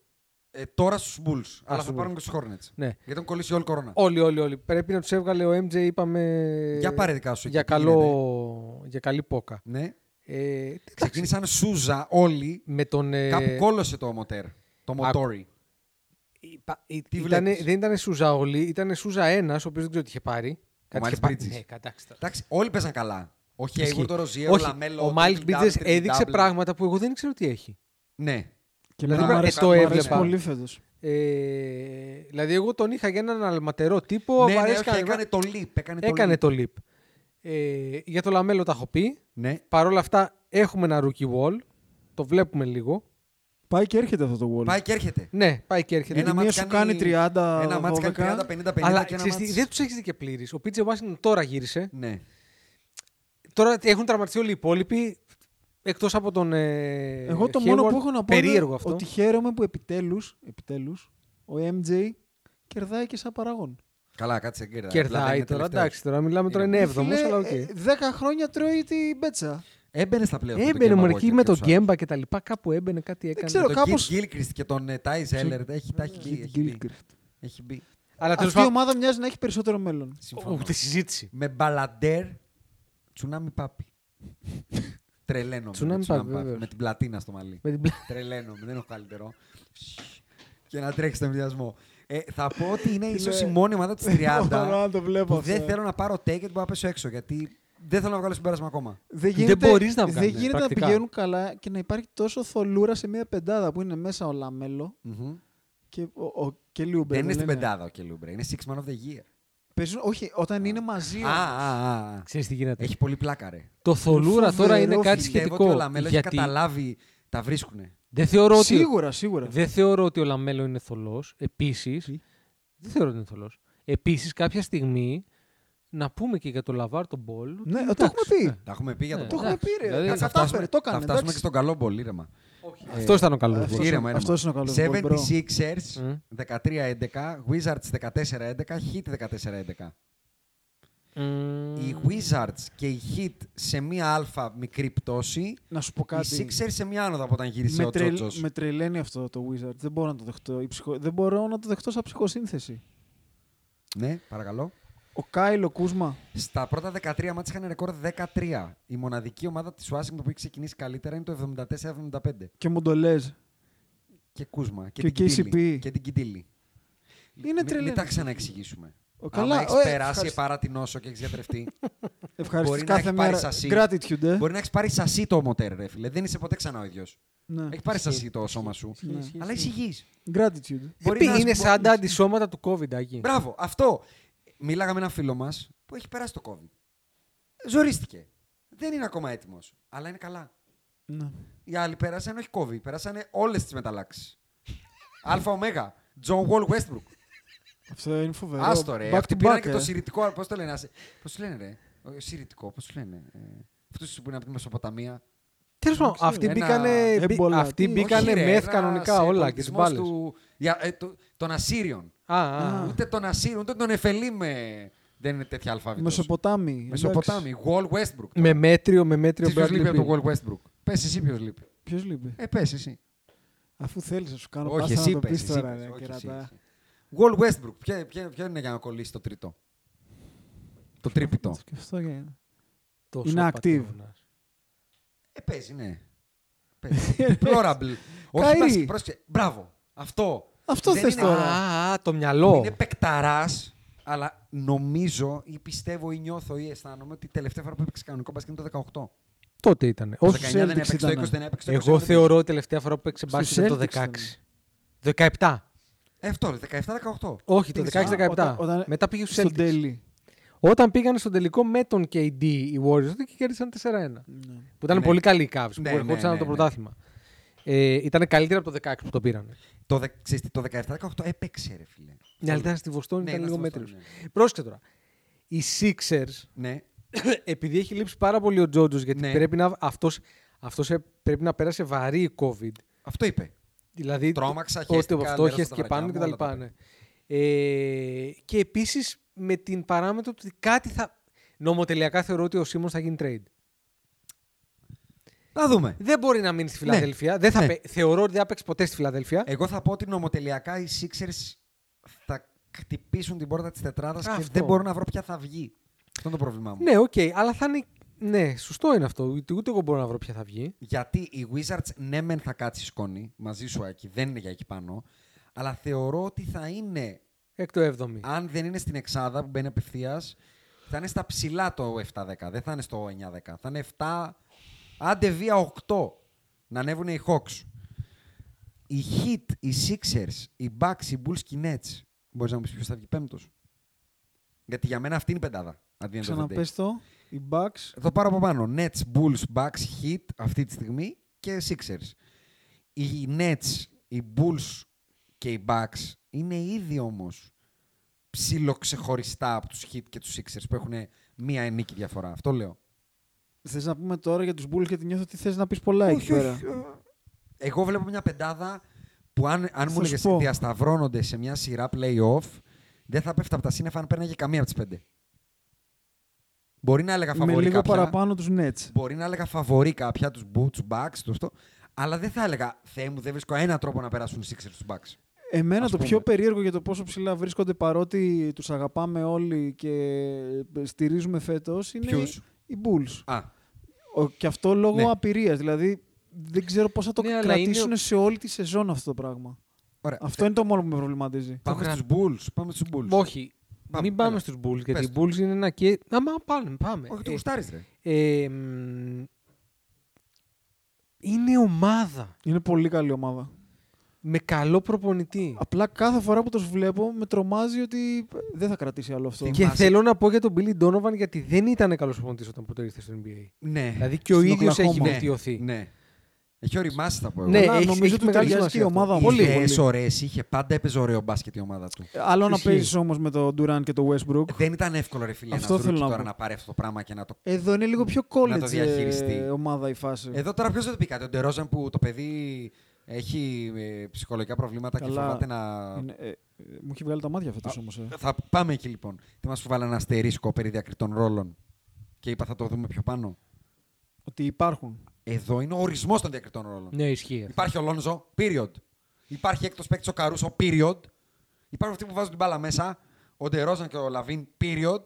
Speaker 3: ε, τώρα στους Bulls. Αλλά θα
Speaker 4: στους
Speaker 3: πάρουν και στους Hornets.
Speaker 4: Ναι.
Speaker 3: Γιατί τον κολλήσει όλη η κορώνα.
Speaker 4: Όλοι, όλοι, όλοι. Πρέπει να τους έβγαλε ο MJ, είπαμε...
Speaker 3: Για πάρε δικά σου
Speaker 4: Για,
Speaker 3: εκεί, τι
Speaker 4: καλό, για καλή πόκα.
Speaker 3: Ναι.
Speaker 4: Ε, εντάξει,
Speaker 3: Ξεκίνησαν Σούζα όλοι.
Speaker 4: με τον... ε,
Speaker 3: Κάπου κόλλωσε το μοτέρ. Το μοτόρι.
Speaker 4: είπα- ή-
Speaker 3: Τι
Speaker 4: ήτανε-
Speaker 3: βλέπεις?
Speaker 4: δεν ήταν Σούζα όλοι, ήταν Σούζα ένας, ο οποίος δεν ξέρω τι είχε πάρει. Κάτι είχε
Speaker 3: Miles
Speaker 4: πάρει.
Speaker 3: Bridges.
Speaker 4: Ναι, κατάξει τώρα.
Speaker 3: Εντάξει, όλοι παίζαν καλά. Ο
Speaker 4: Ισχύει.
Speaker 3: Χέιγουρ, το Ροζιέρο,
Speaker 4: Όχι,
Speaker 3: Λαμέλο.
Speaker 4: ο
Speaker 3: το
Speaker 4: Miles
Speaker 3: Triple
Speaker 4: Bridges
Speaker 3: Double,
Speaker 4: έδειξε
Speaker 3: Triple Double.
Speaker 4: πράγματα που εγώ δεν ξέρω τι έχει.
Speaker 3: Ναι.
Speaker 5: Και
Speaker 4: Δηλαδή,
Speaker 5: εμένα μου
Speaker 4: ε,
Speaker 5: αρέσει-
Speaker 4: το
Speaker 5: μου αρέσει
Speaker 4: έβλεπα.
Speaker 5: πολύ φέτος.
Speaker 4: Ε, δηλαδή, εγώ τον είχα για έναν αλματερό τύπο.
Speaker 3: Ναι,
Speaker 4: μου
Speaker 3: ναι,
Speaker 4: αρέσει
Speaker 3: όχι,
Speaker 4: κανένα-
Speaker 3: έκανε το leap. Έκανε,
Speaker 4: Έκανε
Speaker 3: το leap.
Speaker 4: το leap. Ε, για το Λαμέλο τα έχω πει.
Speaker 3: Ναι.
Speaker 4: Παρ' όλα αυτά έχουμε ένα rookie wall. Το βλέπουμε λίγο.
Speaker 5: Πάει και έρχεται αυτό το wall.
Speaker 3: Πάει και έρχεται.
Speaker 4: Ναι, πάει και έρχεται.
Speaker 5: Ένα- η μία σου κάνει 30,
Speaker 3: Ένα μάτς κάνει
Speaker 5: 12.
Speaker 3: 30-50-50
Speaker 4: Αλλά
Speaker 3: και ένα
Speaker 4: ξέρεις τι,
Speaker 3: μάτς-
Speaker 4: δεν τους έχεις δει και πλήρη. Ο Πίτσε Washington τώρα γύρισε.
Speaker 3: Ναι.
Speaker 4: Τώρα έχουν τραυματιστεί όλοι οι υπόλοιποι. Εκτός από τον. Ε,
Speaker 5: Εγώ το μόνο
Speaker 4: Hayward.
Speaker 5: που έχω να πω
Speaker 4: Περίεργο
Speaker 5: είναι
Speaker 4: αυτό.
Speaker 5: ότι χαίρομαι που επιτέλους, επιτέλους ο MJ κερδάει και σαν παραγόν.
Speaker 3: Καλά, κάτσε γκέρδα. Απλά δεν
Speaker 4: Κερδάει
Speaker 3: είναι
Speaker 4: τώρα.
Speaker 3: τελευταίος.
Speaker 4: Εντάξει, τώρα μιλάμε τώρα
Speaker 3: Είναι-
Speaker 4: είναι έβδομος, αλλά οκ.
Speaker 5: ε, 10 χρόνια τρώει την μπέτσα.
Speaker 3: Έμπαινε στα πλέον.
Speaker 4: Έμπαινε μόνο εκεί με τον Γκέμπα και τα λοιπά. Κάπου έμπαινε κάτι έκανε.
Speaker 5: ξέρω,
Speaker 3: Τον
Speaker 5: κάπως-
Speaker 3: κάπως... Γκίλκριστ και τον ε, Τάι Ζέλερ. Έχει, τα έχει μπει. έχει μπει. Έχει μπει.
Speaker 4: Αλλά τέλο
Speaker 5: Αυτή η ομάδα μοιάζει να έχει περισσότερο μέλλον.
Speaker 3: Συμφωνώ.
Speaker 4: Ούτε συζήτηση.
Speaker 3: Με μπαλαντέρ, τσουνάμι πάπι. Τρελαίνομαι. με
Speaker 4: Τσουνάμι
Speaker 3: Τσουνάμι
Speaker 4: Πάπι,
Speaker 3: Πάπι,
Speaker 4: βεβαίως.
Speaker 3: Με την πλατίνα στο μαλλί.
Speaker 4: Με την πλάτη.
Speaker 3: Τρελαίνομαι, δεν έχω καλύτερο. Και να τρέξει στον ενδιασμό. Ε, θα πω ότι είναι ίσω η
Speaker 5: Ναι.
Speaker 3: μόνη ομάδα της
Speaker 5: Δεν
Speaker 3: 30
Speaker 5: μπορώ να το βλέπω
Speaker 3: που δεν
Speaker 5: αυτό.
Speaker 3: θέλω να πάρω take και μπορώ να πέσω έξω. Γιατί δεν θέλω να βγάλω συμπέρασμα ακόμα.
Speaker 5: Δεν
Speaker 4: Δεν
Speaker 5: γίνεται,
Speaker 4: μπορείς να
Speaker 5: δεν
Speaker 4: βγάλεις,
Speaker 5: γίνεται να
Speaker 4: πρακτικά.
Speaker 5: πηγαίνουν καλά και να υπάρχει τόσο θολούρα σε μια πεντάδα που είναι μέσα ο Λαμέλο και ο, ο και Λιούμπερ.
Speaker 3: Δεν είναι στην
Speaker 5: λένε.
Speaker 3: πεντάδα ο Κελούμπρε. Είναι Six Man of the Year.
Speaker 5: Παίζουν, όχι, όταν είναι μαζί.
Speaker 3: Α, α, α.
Speaker 4: Ξέρεις τι γίνεται.
Speaker 3: Έχει πολύ πλάκα, ρε.
Speaker 4: Το θολούρα τώρα
Speaker 5: φοβερό
Speaker 4: είναι κάτι
Speaker 3: Πιστεύω
Speaker 4: σχετικό.
Speaker 3: ότι ο Λαμέλο έχει
Speaker 4: γιατί
Speaker 3: καταλάβει. Τα βρίσκουνε.
Speaker 4: δεν θεωρώ ότι,
Speaker 5: Σίγουρα, σίγουρα.
Speaker 4: δεν θεωρώ ότι ο Λαμέλο είναι θολός. Επίσης, δεν θεωρώ ότι είναι θολός. Επίσης, κάποια στιγμή, να πούμε και για το Λαβάρ τον Μπολ. ότι
Speaker 5: Ναι, το
Speaker 4: εντάξει,
Speaker 5: έχουμε πει.
Speaker 4: ναι.
Speaker 3: Τα έχουμε πει για τον
Speaker 4: Ναι.
Speaker 5: Το
Speaker 3: Μπολ.
Speaker 5: έχουμε πει, ρε.
Speaker 4: δηλαδή,
Speaker 5: Τα
Speaker 3: Θα
Speaker 5: κατάφερε,
Speaker 3: φτάσουμε-
Speaker 5: το έκανε.
Speaker 3: Θα φτάσουμε και
Speaker 5: εντάξει.
Speaker 3: στον καλό Μπολ, ήρεμα.
Speaker 4: Αυτό ήταν ο καλό
Speaker 5: αυτός-
Speaker 4: Μπολ.
Speaker 3: Ήρεμα, ήρεμα.
Speaker 5: αυτός είναι ο καλός λοιπόν, Μπολ, μπρο.
Speaker 3: 76ers
Speaker 4: Μμ.
Speaker 3: 13-11, Wizards 14-11, Heat 14-11. Οι Wizards και οι Heat σε μία αλφα μικρή πτώση.
Speaker 5: Να σου πω κάτι.
Speaker 3: Οι Sixers σε μία άνοδο από όταν γύρισε
Speaker 5: με,
Speaker 3: ο
Speaker 5: τρελ-
Speaker 3: Τζότζος.
Speaker 5: με τρελαίνει αυτό το Wizard. Δεν μπορώ να το δεχτώ. Η ψυχο- Δεν μπορώ να το δεχτώ σαν ψυχοσύνθεση.
Speaker 3: Ναι, παρακαλώ.
Speaker 5: Ο Κάιλο Κούσμα.
Speaker 3: Στα πρώτα 13 μάτς είχαν ρεκόρ 13. Η μοναδική ομάδα της Washington που έχει ξεκινήσει καλύτερα είναι το 74-75.
Speaker 5: και Μοντολέζ.
Speaker 3: Και Κούσμα. Και,
Speaker 5: Και
Speaker 3: την Κιντήλη.
Speaker 5: KCP.
Speaker 3: Και την Κιντήλη.
Speaker 5: Είναι
Speaker 3: Μην-
Speaker 5: τρελή.
Speaker 3: Μην τα ξαναεξηγήσουμε.
Speaker 5: Ο καλά,
Speaker 3: Άμα έχεις
Speaker 5: ο, ε,
Speaker 3: περάσει
Speaker 5: ευχαριστώ.
Speaker 3: παρά την νόσο και έχεις διατρεφτεί,
Speaker 5: Ευχαριστώ
Speaker 3: μπορεί να
Speaker 5: κάθε
Speaker 3: έχει πάρει
Speaker 5: μέρα.
Speaker 3: σασί.
Speaker 5: Gratitude, ε.
Speaker 3: μπορεί να έχεις πάρει σασί το ομοτέρ, ρε φίλε. Δεν είσαι ποτέ ξανά ο ίδιος.
Speaker 5: Ναι.
Speaker 3: Έχει πάρει σασί το σώμα σου. Αλλά είσαι υγιής.
Speaker 5: Ε, Gratitude.
Speaker 3: Μπορεί να-
Speaker 4: είναι σαν τα αντισώματα του COVID, Άκη.
Speaker 3: Μπράβο, αυτό. Μίλαγα με έναν φίλο μας που έχει περάσει το COVID. Ζορίστηκε. Δεν είναι ακόμα έτοιμος, αλλά είναι καλά.
Speaker 5: Ναι.
Speaker 3: Οι άλλοι πέρασαν όχι COVID, πέρασαν όλες τις μεταλλάξεις. Αλφα Ωμέγα. John Wall Westbrook.
Speaker 5: Αυτό είναι φοβερό.
Speaker 3: Άστο ρε.
Speaker 5: Ε, Back
Speaker 3: Αυτοί
Speaker 5: to
Speaker 3: πήραν
Speaker 5: back,
Speaker 3: και το
Speaker 5: ε.
Speaker 3: συρρητικό. Πώς το λένε, άσε. Πώ λένε, ρε. Ο- Συρρητικό, πώ λένε. Ε, Αυτούς που είναι από τη Μεσοποταμία.
Speaker 4: Τέλος πάντων,
Speaker 5: ξέρω.
Speaker 4: αυτοί
Speaker 3: Ένα
Speaker 4: μπήκανε, μπή-
Speaker 5: έμπολα,
Speaker 4: αυτοί
Speaker 5: τι,
Speaker 4: μπήκανε
Speaker 3: Όχι, ρε,
Speaker 4: μεθ
Speaker 3: ένας,
Speaker 4: κανονικά
Speaker 3: ε,
Speaker 4: όλα και τις
Speaker 3: πολιτισμός
Speaker 4: μπάλες.
Speaker 3: του- για- ε, του- Των Ασσύριων. Ούτε των Ασσύριων, ούτε των Εφελήμ ε, δεν είναι τέτοια αλφαβητός.
Speaker 5: Μεσοποτάμι. εντάξει.
Speaker 3: Μεσοποτάμι. Wall Westbrook.
Speaker 4: Με μέτριο, με μέτριο
Speaker 3: Τι ποιος
Speaker 4: Bradley
Speaker 3: λείπει από το
Speaker 4: Beal.
Speaker 3: Wall Westbrook. Πες εσύ ποιος λείπει.
Speaker 5: Ποιος λείπει.
Speaker 3: Ε, πες εσύ.
Speaker 5: Αφού θέλεις να σου κάνω
Speaker 3: Όχι,
Speaker 5: πάσα
Speaker 3: εσύ
Speaker 5: να το
Speaker 3: πες,
Speaker 5: πεις
Speaker 3: εσύ
Speaker 5: τώρα,
Speaker 3: πες,
Speaker 5: ρε,
Speaker 3: όχι,
Speaker 5: κερατά.
Speaker 3: εσύ, Wall Westbrook. Ποιο, ποιο, ποιο είναι για να κολλήσει το τρίτο. Το τρίπητο.
Speaker 5: Και αυτό είναι.
Speaker 4: Τόσο
Speaker 5: Είναι
Speaker 4: πατέρας.
Speaker 5: active.
Speaker 3: Ε, παίζει, ναι. Παίζει. Deplorable. Όχι,
Speaker 5: Καΐρη.
Speaker 3: εντάξει, πρόσεξε. Μπράβο. Αυτό.
Speaker 5: Αυτό
Speaker 3: Δεν
Speaker 5: θες
Speaker 3: είναι-
Speaker 5: τώρα.
Speaker 4: Α, α, το μυαλό.
Speaker 3: Είναι παικταράς, αλλά νομίζω ή πιστεύω ή νιώθω ή αισθάνομαι ότι η τελευταία φορά που έπαιξε κανονικό μπάσκετ είναι το 18.
Speaker 4: Τότε ήταν.
Speaker 3: Το
Speaker 4: Όχι,
Speaker 3: 19 δεν
Speaker 5: Celtics
Speaker 3: έπαιξε, το 20
Speaker 5: ήταν.
Speaker 3: δεν έπαιξε. το 21
Speaker 4: εγώ
Speaker 3: δεν
Speaker 4: θεωρώ ότι τελευταία φορά που παίξε μπάσκετ
Speaker 5: Στους
Speaker 4: ήταν το
Speaker 5: Celtics ήταν.
Speaker 4: 16. 17.
Speaker 3: Ε, Αυτό, 17-18.
Speaker 4: Όχι, το
Speaker 3: Τι ξέρω.
Speaker 4: 16-17.
Speaker 5: Όταν- όταν-
Speaker 4: Μετά πήγε στους
Speaker 5: Στον
Speaker 4: Celtics.
Speaker 5: τέλει.
Speaker 4: Όταν πήγαν στον τελικό με τον KD οι Warriors, τότε και κέρδισαν 4-1. Που ήταν
Speaker 3: Ναι.
Speaker 4: πολύ καλή η Cavs,
Speaker 3: Ναι,
Speaker 4: που
Speaker 3: ναι,
Speaker 4: ερχόντουσαν
Speaker 3: ναι,
Speaker 4: το
Speaker 3: ναι.
Speaker 4: πρωτάθλημα. Ε, ήταν καλύτερα από το 16 που το πήραν.
Speaker 3: Το, δε- ξέρεις τι, το 17-18 έπαιξε, ρε φίλε.
Speaker 4: Ναι, αλλά ήταν στη Βοστόνη,
Speaker 3: Ναι,
Speaker 4: ήταν
Speaker 3: ήταν
Speaker 4: λίγο
Speaker 3: στη
Speaker 4: μέτριο.
Speaker 3: Βοστόνη,
Speaker 4: Πρόσεξε τώρα. Οι Sixers,
Speaker 3: Ναι.
Speaker 4: επειδή έχει λείψει πάρα πολύ ο Τζότζος, γιατί
Speaker 3: Ναι.
Speaker 4: πρέπει να, αυτός, αυτός ε, πρέπει να πέρασε βαρύ COVID.
Speaker 3: Αυτό είπε.
Speaker 4: Δηλαδή,
Speaker 3: Τρόμαξα,
Speaker 4: το-
Speaker 3: χαίστηκα,
Speaker 4: ότι αυτό
Speaker 3: μοίρασα
Speaker 4: χέστηκε
Speaker 3: τα βρακιά
Speaker 4: πάνω
Speaker 3: μου,
Speaker 4: και τα
Speaker 3: όλα τα
Speaker 4: λοιπά.
Speaker 3: πέρα.
Speaker 4: ναι. Ε, και επίσης με την παράμετρο ότι κάτι θα. Νομοτελειακά θεωρώ ότι ο Σίμον θα γίνει trade.
Speaker 3: Θα δούμε.
Speaker 4: Δεν μπορεί να μείνει στη Φιλαδέλφια. Δεν θα
Speaker 3: Ναι. Ε.
Speaker 4: παι- Θεωρώ ότι δεν θα παίξει ποτέ στη Φιλαδέλφια.
Speaker 3: Εγώ θα πω ότι νομοτελειακά οι Sixers θα χτυπήσουν την πόρτα της τετράδας και
Speaker 4: Αυτό.
Speaker 3: δεν μπορώ να βρω ποια θα βγει. Αυτό είναι το πρόβλημά μου.
Speaker 4: ναι, οκ, αλλά θα είναι. Ναι, σωστό είναι αυτό. Ούτε, ούτε εγώ μπορώ να βρω ποια θα βγει.
Speaker 3: Γιατί οι Wizards ναι μεν θα κάτσει σκόνη μαζί σου εκεί, δεν είναι για εκεί πάνω, αλλά θεωρώ ότι θα είναι,
Speaker 4: Εκ το 7η.
Speaker 3: αν δεν είναι στην εξάδα που μπαίνει απευθείας, θα είναι στα ψηλά το 7-10, δεν θα είναι στο 9-10. Θα είναι 7, άντε βία 8, να ανέβουν οι Hawks. Οι Heat, οι Sixers, οι Bucks, οι Bulls και οι Nets. Μπορείς να μου πεις ποιος θα βγει πέμπτος. Γιατί για μένα αυτή είναι η πεντάδα. at the end of the day.
Speaker 5: Ξαναπες το. Οι Bucks.
Speaker 3: Θα το πάρω από πάνω. Nets, Bulls, Bucks, Heat αυτή τη στιγμή και Sixers. Οι Nets, οι Bulls και οι Bucks είναι ήδη όμως ψιλοξεχωριστά από τους Heat και τους Sixers που έχουν μία ενίκη διαφορά. Αυτό λέω.
Speaker 5: Θες να πούμε τώρα για τους Bulls γιατί νιώθω ότι θες να πεις πολλά εκεί πέρα.
Speaker 3: Εγώ βλέπω μια πεντάδα που αν, αν μου
Speaker 5: σου
Speaker 3: έλεγες
Speaker 5: πω.
Speaker 3: διασταυρώνονται σε μια σειρά play-off δεν θα πέφτα από τα σύννεφα αν πέρναγε καμία από τις πέντε. Μπορεί να έλεγα
Speaker 5: Με
Speaker 3: φαβορή
Speaker 5: λίγο
Speaker 3: κάποια.
Speaker 5: παραπάνω τους Nets.
Speaker 3: Μπορεί να έλεγα φαβορή κάποια τους Boots, Bucks, τους αυτό. Αλλά δεν θα έλεγα Θεέ μου, δεν βρίσκω έναν τρόπο να περάσουν οι Sixers του Bucks.
Speaker 5: Εμένα
Speaker 3: ας
Speaker 5: το
Speaker 3: πούμε.
Speaker 5: πιο περίεργο για το πόσο ψηλά βρίσκονται παρότι τους αγαπάμε όλοι και στηρίζουμε φέτος είναι
Speaker 3: Ποιους?
Speaker 5: οι Bulls.
Speaker 3: Α,
Speaker 5: Ο, και αυτό λόγω
Speaker 3: Ναι.
Speaker 5: απειρίας. Δηλαδή δεν ξέρω πώς θα το
Speaker 4: Ναι, αλλά
Speaker 5: κρατήσουν
Speaker 4: είναι ο-
Speaker 5: σε όλη τη σεζόν αυτό το πράγμα.
Speaker 3: Ωραία.
Speaker 5: Αυτό είναι το μόνο που με προβληματίζει.
Speaker 3: Πάμε
Speaker 4: κρα-
Speaker 3: στους Bulls. Πάμε στους Bulls.
Speaker 4: Όχι.
Speaker 3: Πάμε,
Speaker 4: Μην πάμε
Speaker 3: έλα.
Speaker 4: στους Bulls, γιατί
Speaker 3: Πες
Speaker 4: οι Bulls είναι ένα και... Να, μα πάμε, πάμε.
Speaker 3: Όχι, το
Speaker 4: Ε,
Speaker 3: γουστάρεις, ρε.
Speaker 4: ε, μ, είναι ομάδα.
Speaker 5: Είναι πολύ καλή ομάδα.
Speaker 4: Με καλό προπονητή.
Speaker 5: Απλά κάθε φορά που τους βλέπω με τρομάζει ότι δεν θα κρατήσει άλλο αυτό.
Speaker 4: Και θέλω να πω για τον Billy Donovan γιατί δεν ήταν καλός προπονητής όταν ποτέ ήρθε στο NBA.
Speaker 3: Ναι.
Speaker 4: Δηλαδή και ο
Speaker 5: Στην
Speaker 4: ίδιος έχει
Speaker 5: Οκλαχώμα.
Speaker 4: βελτιωθεί.
Speaker 3: Ναι. Έχει οριμάσει, θα πω εγώ.
Speaker 4: Ναι,
Speaker 5: Καλά,
Speaker 4: έχει,
Speaker 5: νομίζω
Speaker 4: έχει
Speaker 5: ότι
Speaker 4: μεγάλη
Speaker 5: ταιριάζει και
Speaker 4: σημασία
Speaker 5: η
Speaker 4: αυτό.
Speaker 5: ομάδα.
Speaker 4: Πολύ,
Speaker 3: Πολύ
Speaker 4: πολύ.
Speaker 3: ωραίες είχε. Πάντα έπαιζε ωραίο μπάσκετ η ομάδα του.
Speaker 5: Άλλο να
Speaker 4: Ισχύει.
Speaker 5: παίζεις όμως με τον Durant και τον Westbrook.
Speaker 3: Δεν ήταν εύκολο, ρε φίλε,
Speaker 5: Αυτό
Speaker 3: ένα
Speaker 5: θέλω
Speaker 3: ρούκι
Speaker 5: να
Speaker 3: τώρα
Speaker 5: πω.
Speaker 3: να πάρει αυτό το πράγμα και να το.
Speaker 5: Εδώ είναι λίγο πιο
Speaker 3: Να το
Speaker 5: college
Speaker 3: διαχειριστεί.
Speaker 5: ε, ομάδα η φάση.
Speaker 3: Εδώ τώρα ποιος δεν το πει κάτι. Ο Ντερόζαν που το παιδί έχει ε, ψυχολογικά προβλήματα και
Speaker 5: Καλά.
Speaker 3: φοβάται να.
Speaker 4: Ναι,
Speaker 5: Είναι- ε, ε, μου έχει βγάλει τα μάτια φέτος όμως. ε.
Speaker 3: Θα πάμε εκεί λοιπόν. Τι μας φοβάλα ένα αστερίσκο περί διακριτών ρόλων. Και είπα θα το δούμε πιο πάνω.
Speaker 5: Ότι υπάρχουν.
Speaker 3: Εδώ είναι ο ορισμός των διακριτών ρόλων.
Speaker 4: Ναι, ισχύει. αυτό.
Speaker 3: Υπάρχει ο Λόνζο, period. Υπάρχει έκτος παίκτης ο Καρούσο, period. Υπάρχουν αυτοί που βάζουν την μπάλα μέσα, ο Ντερόζαν και ο Λαβίν, period.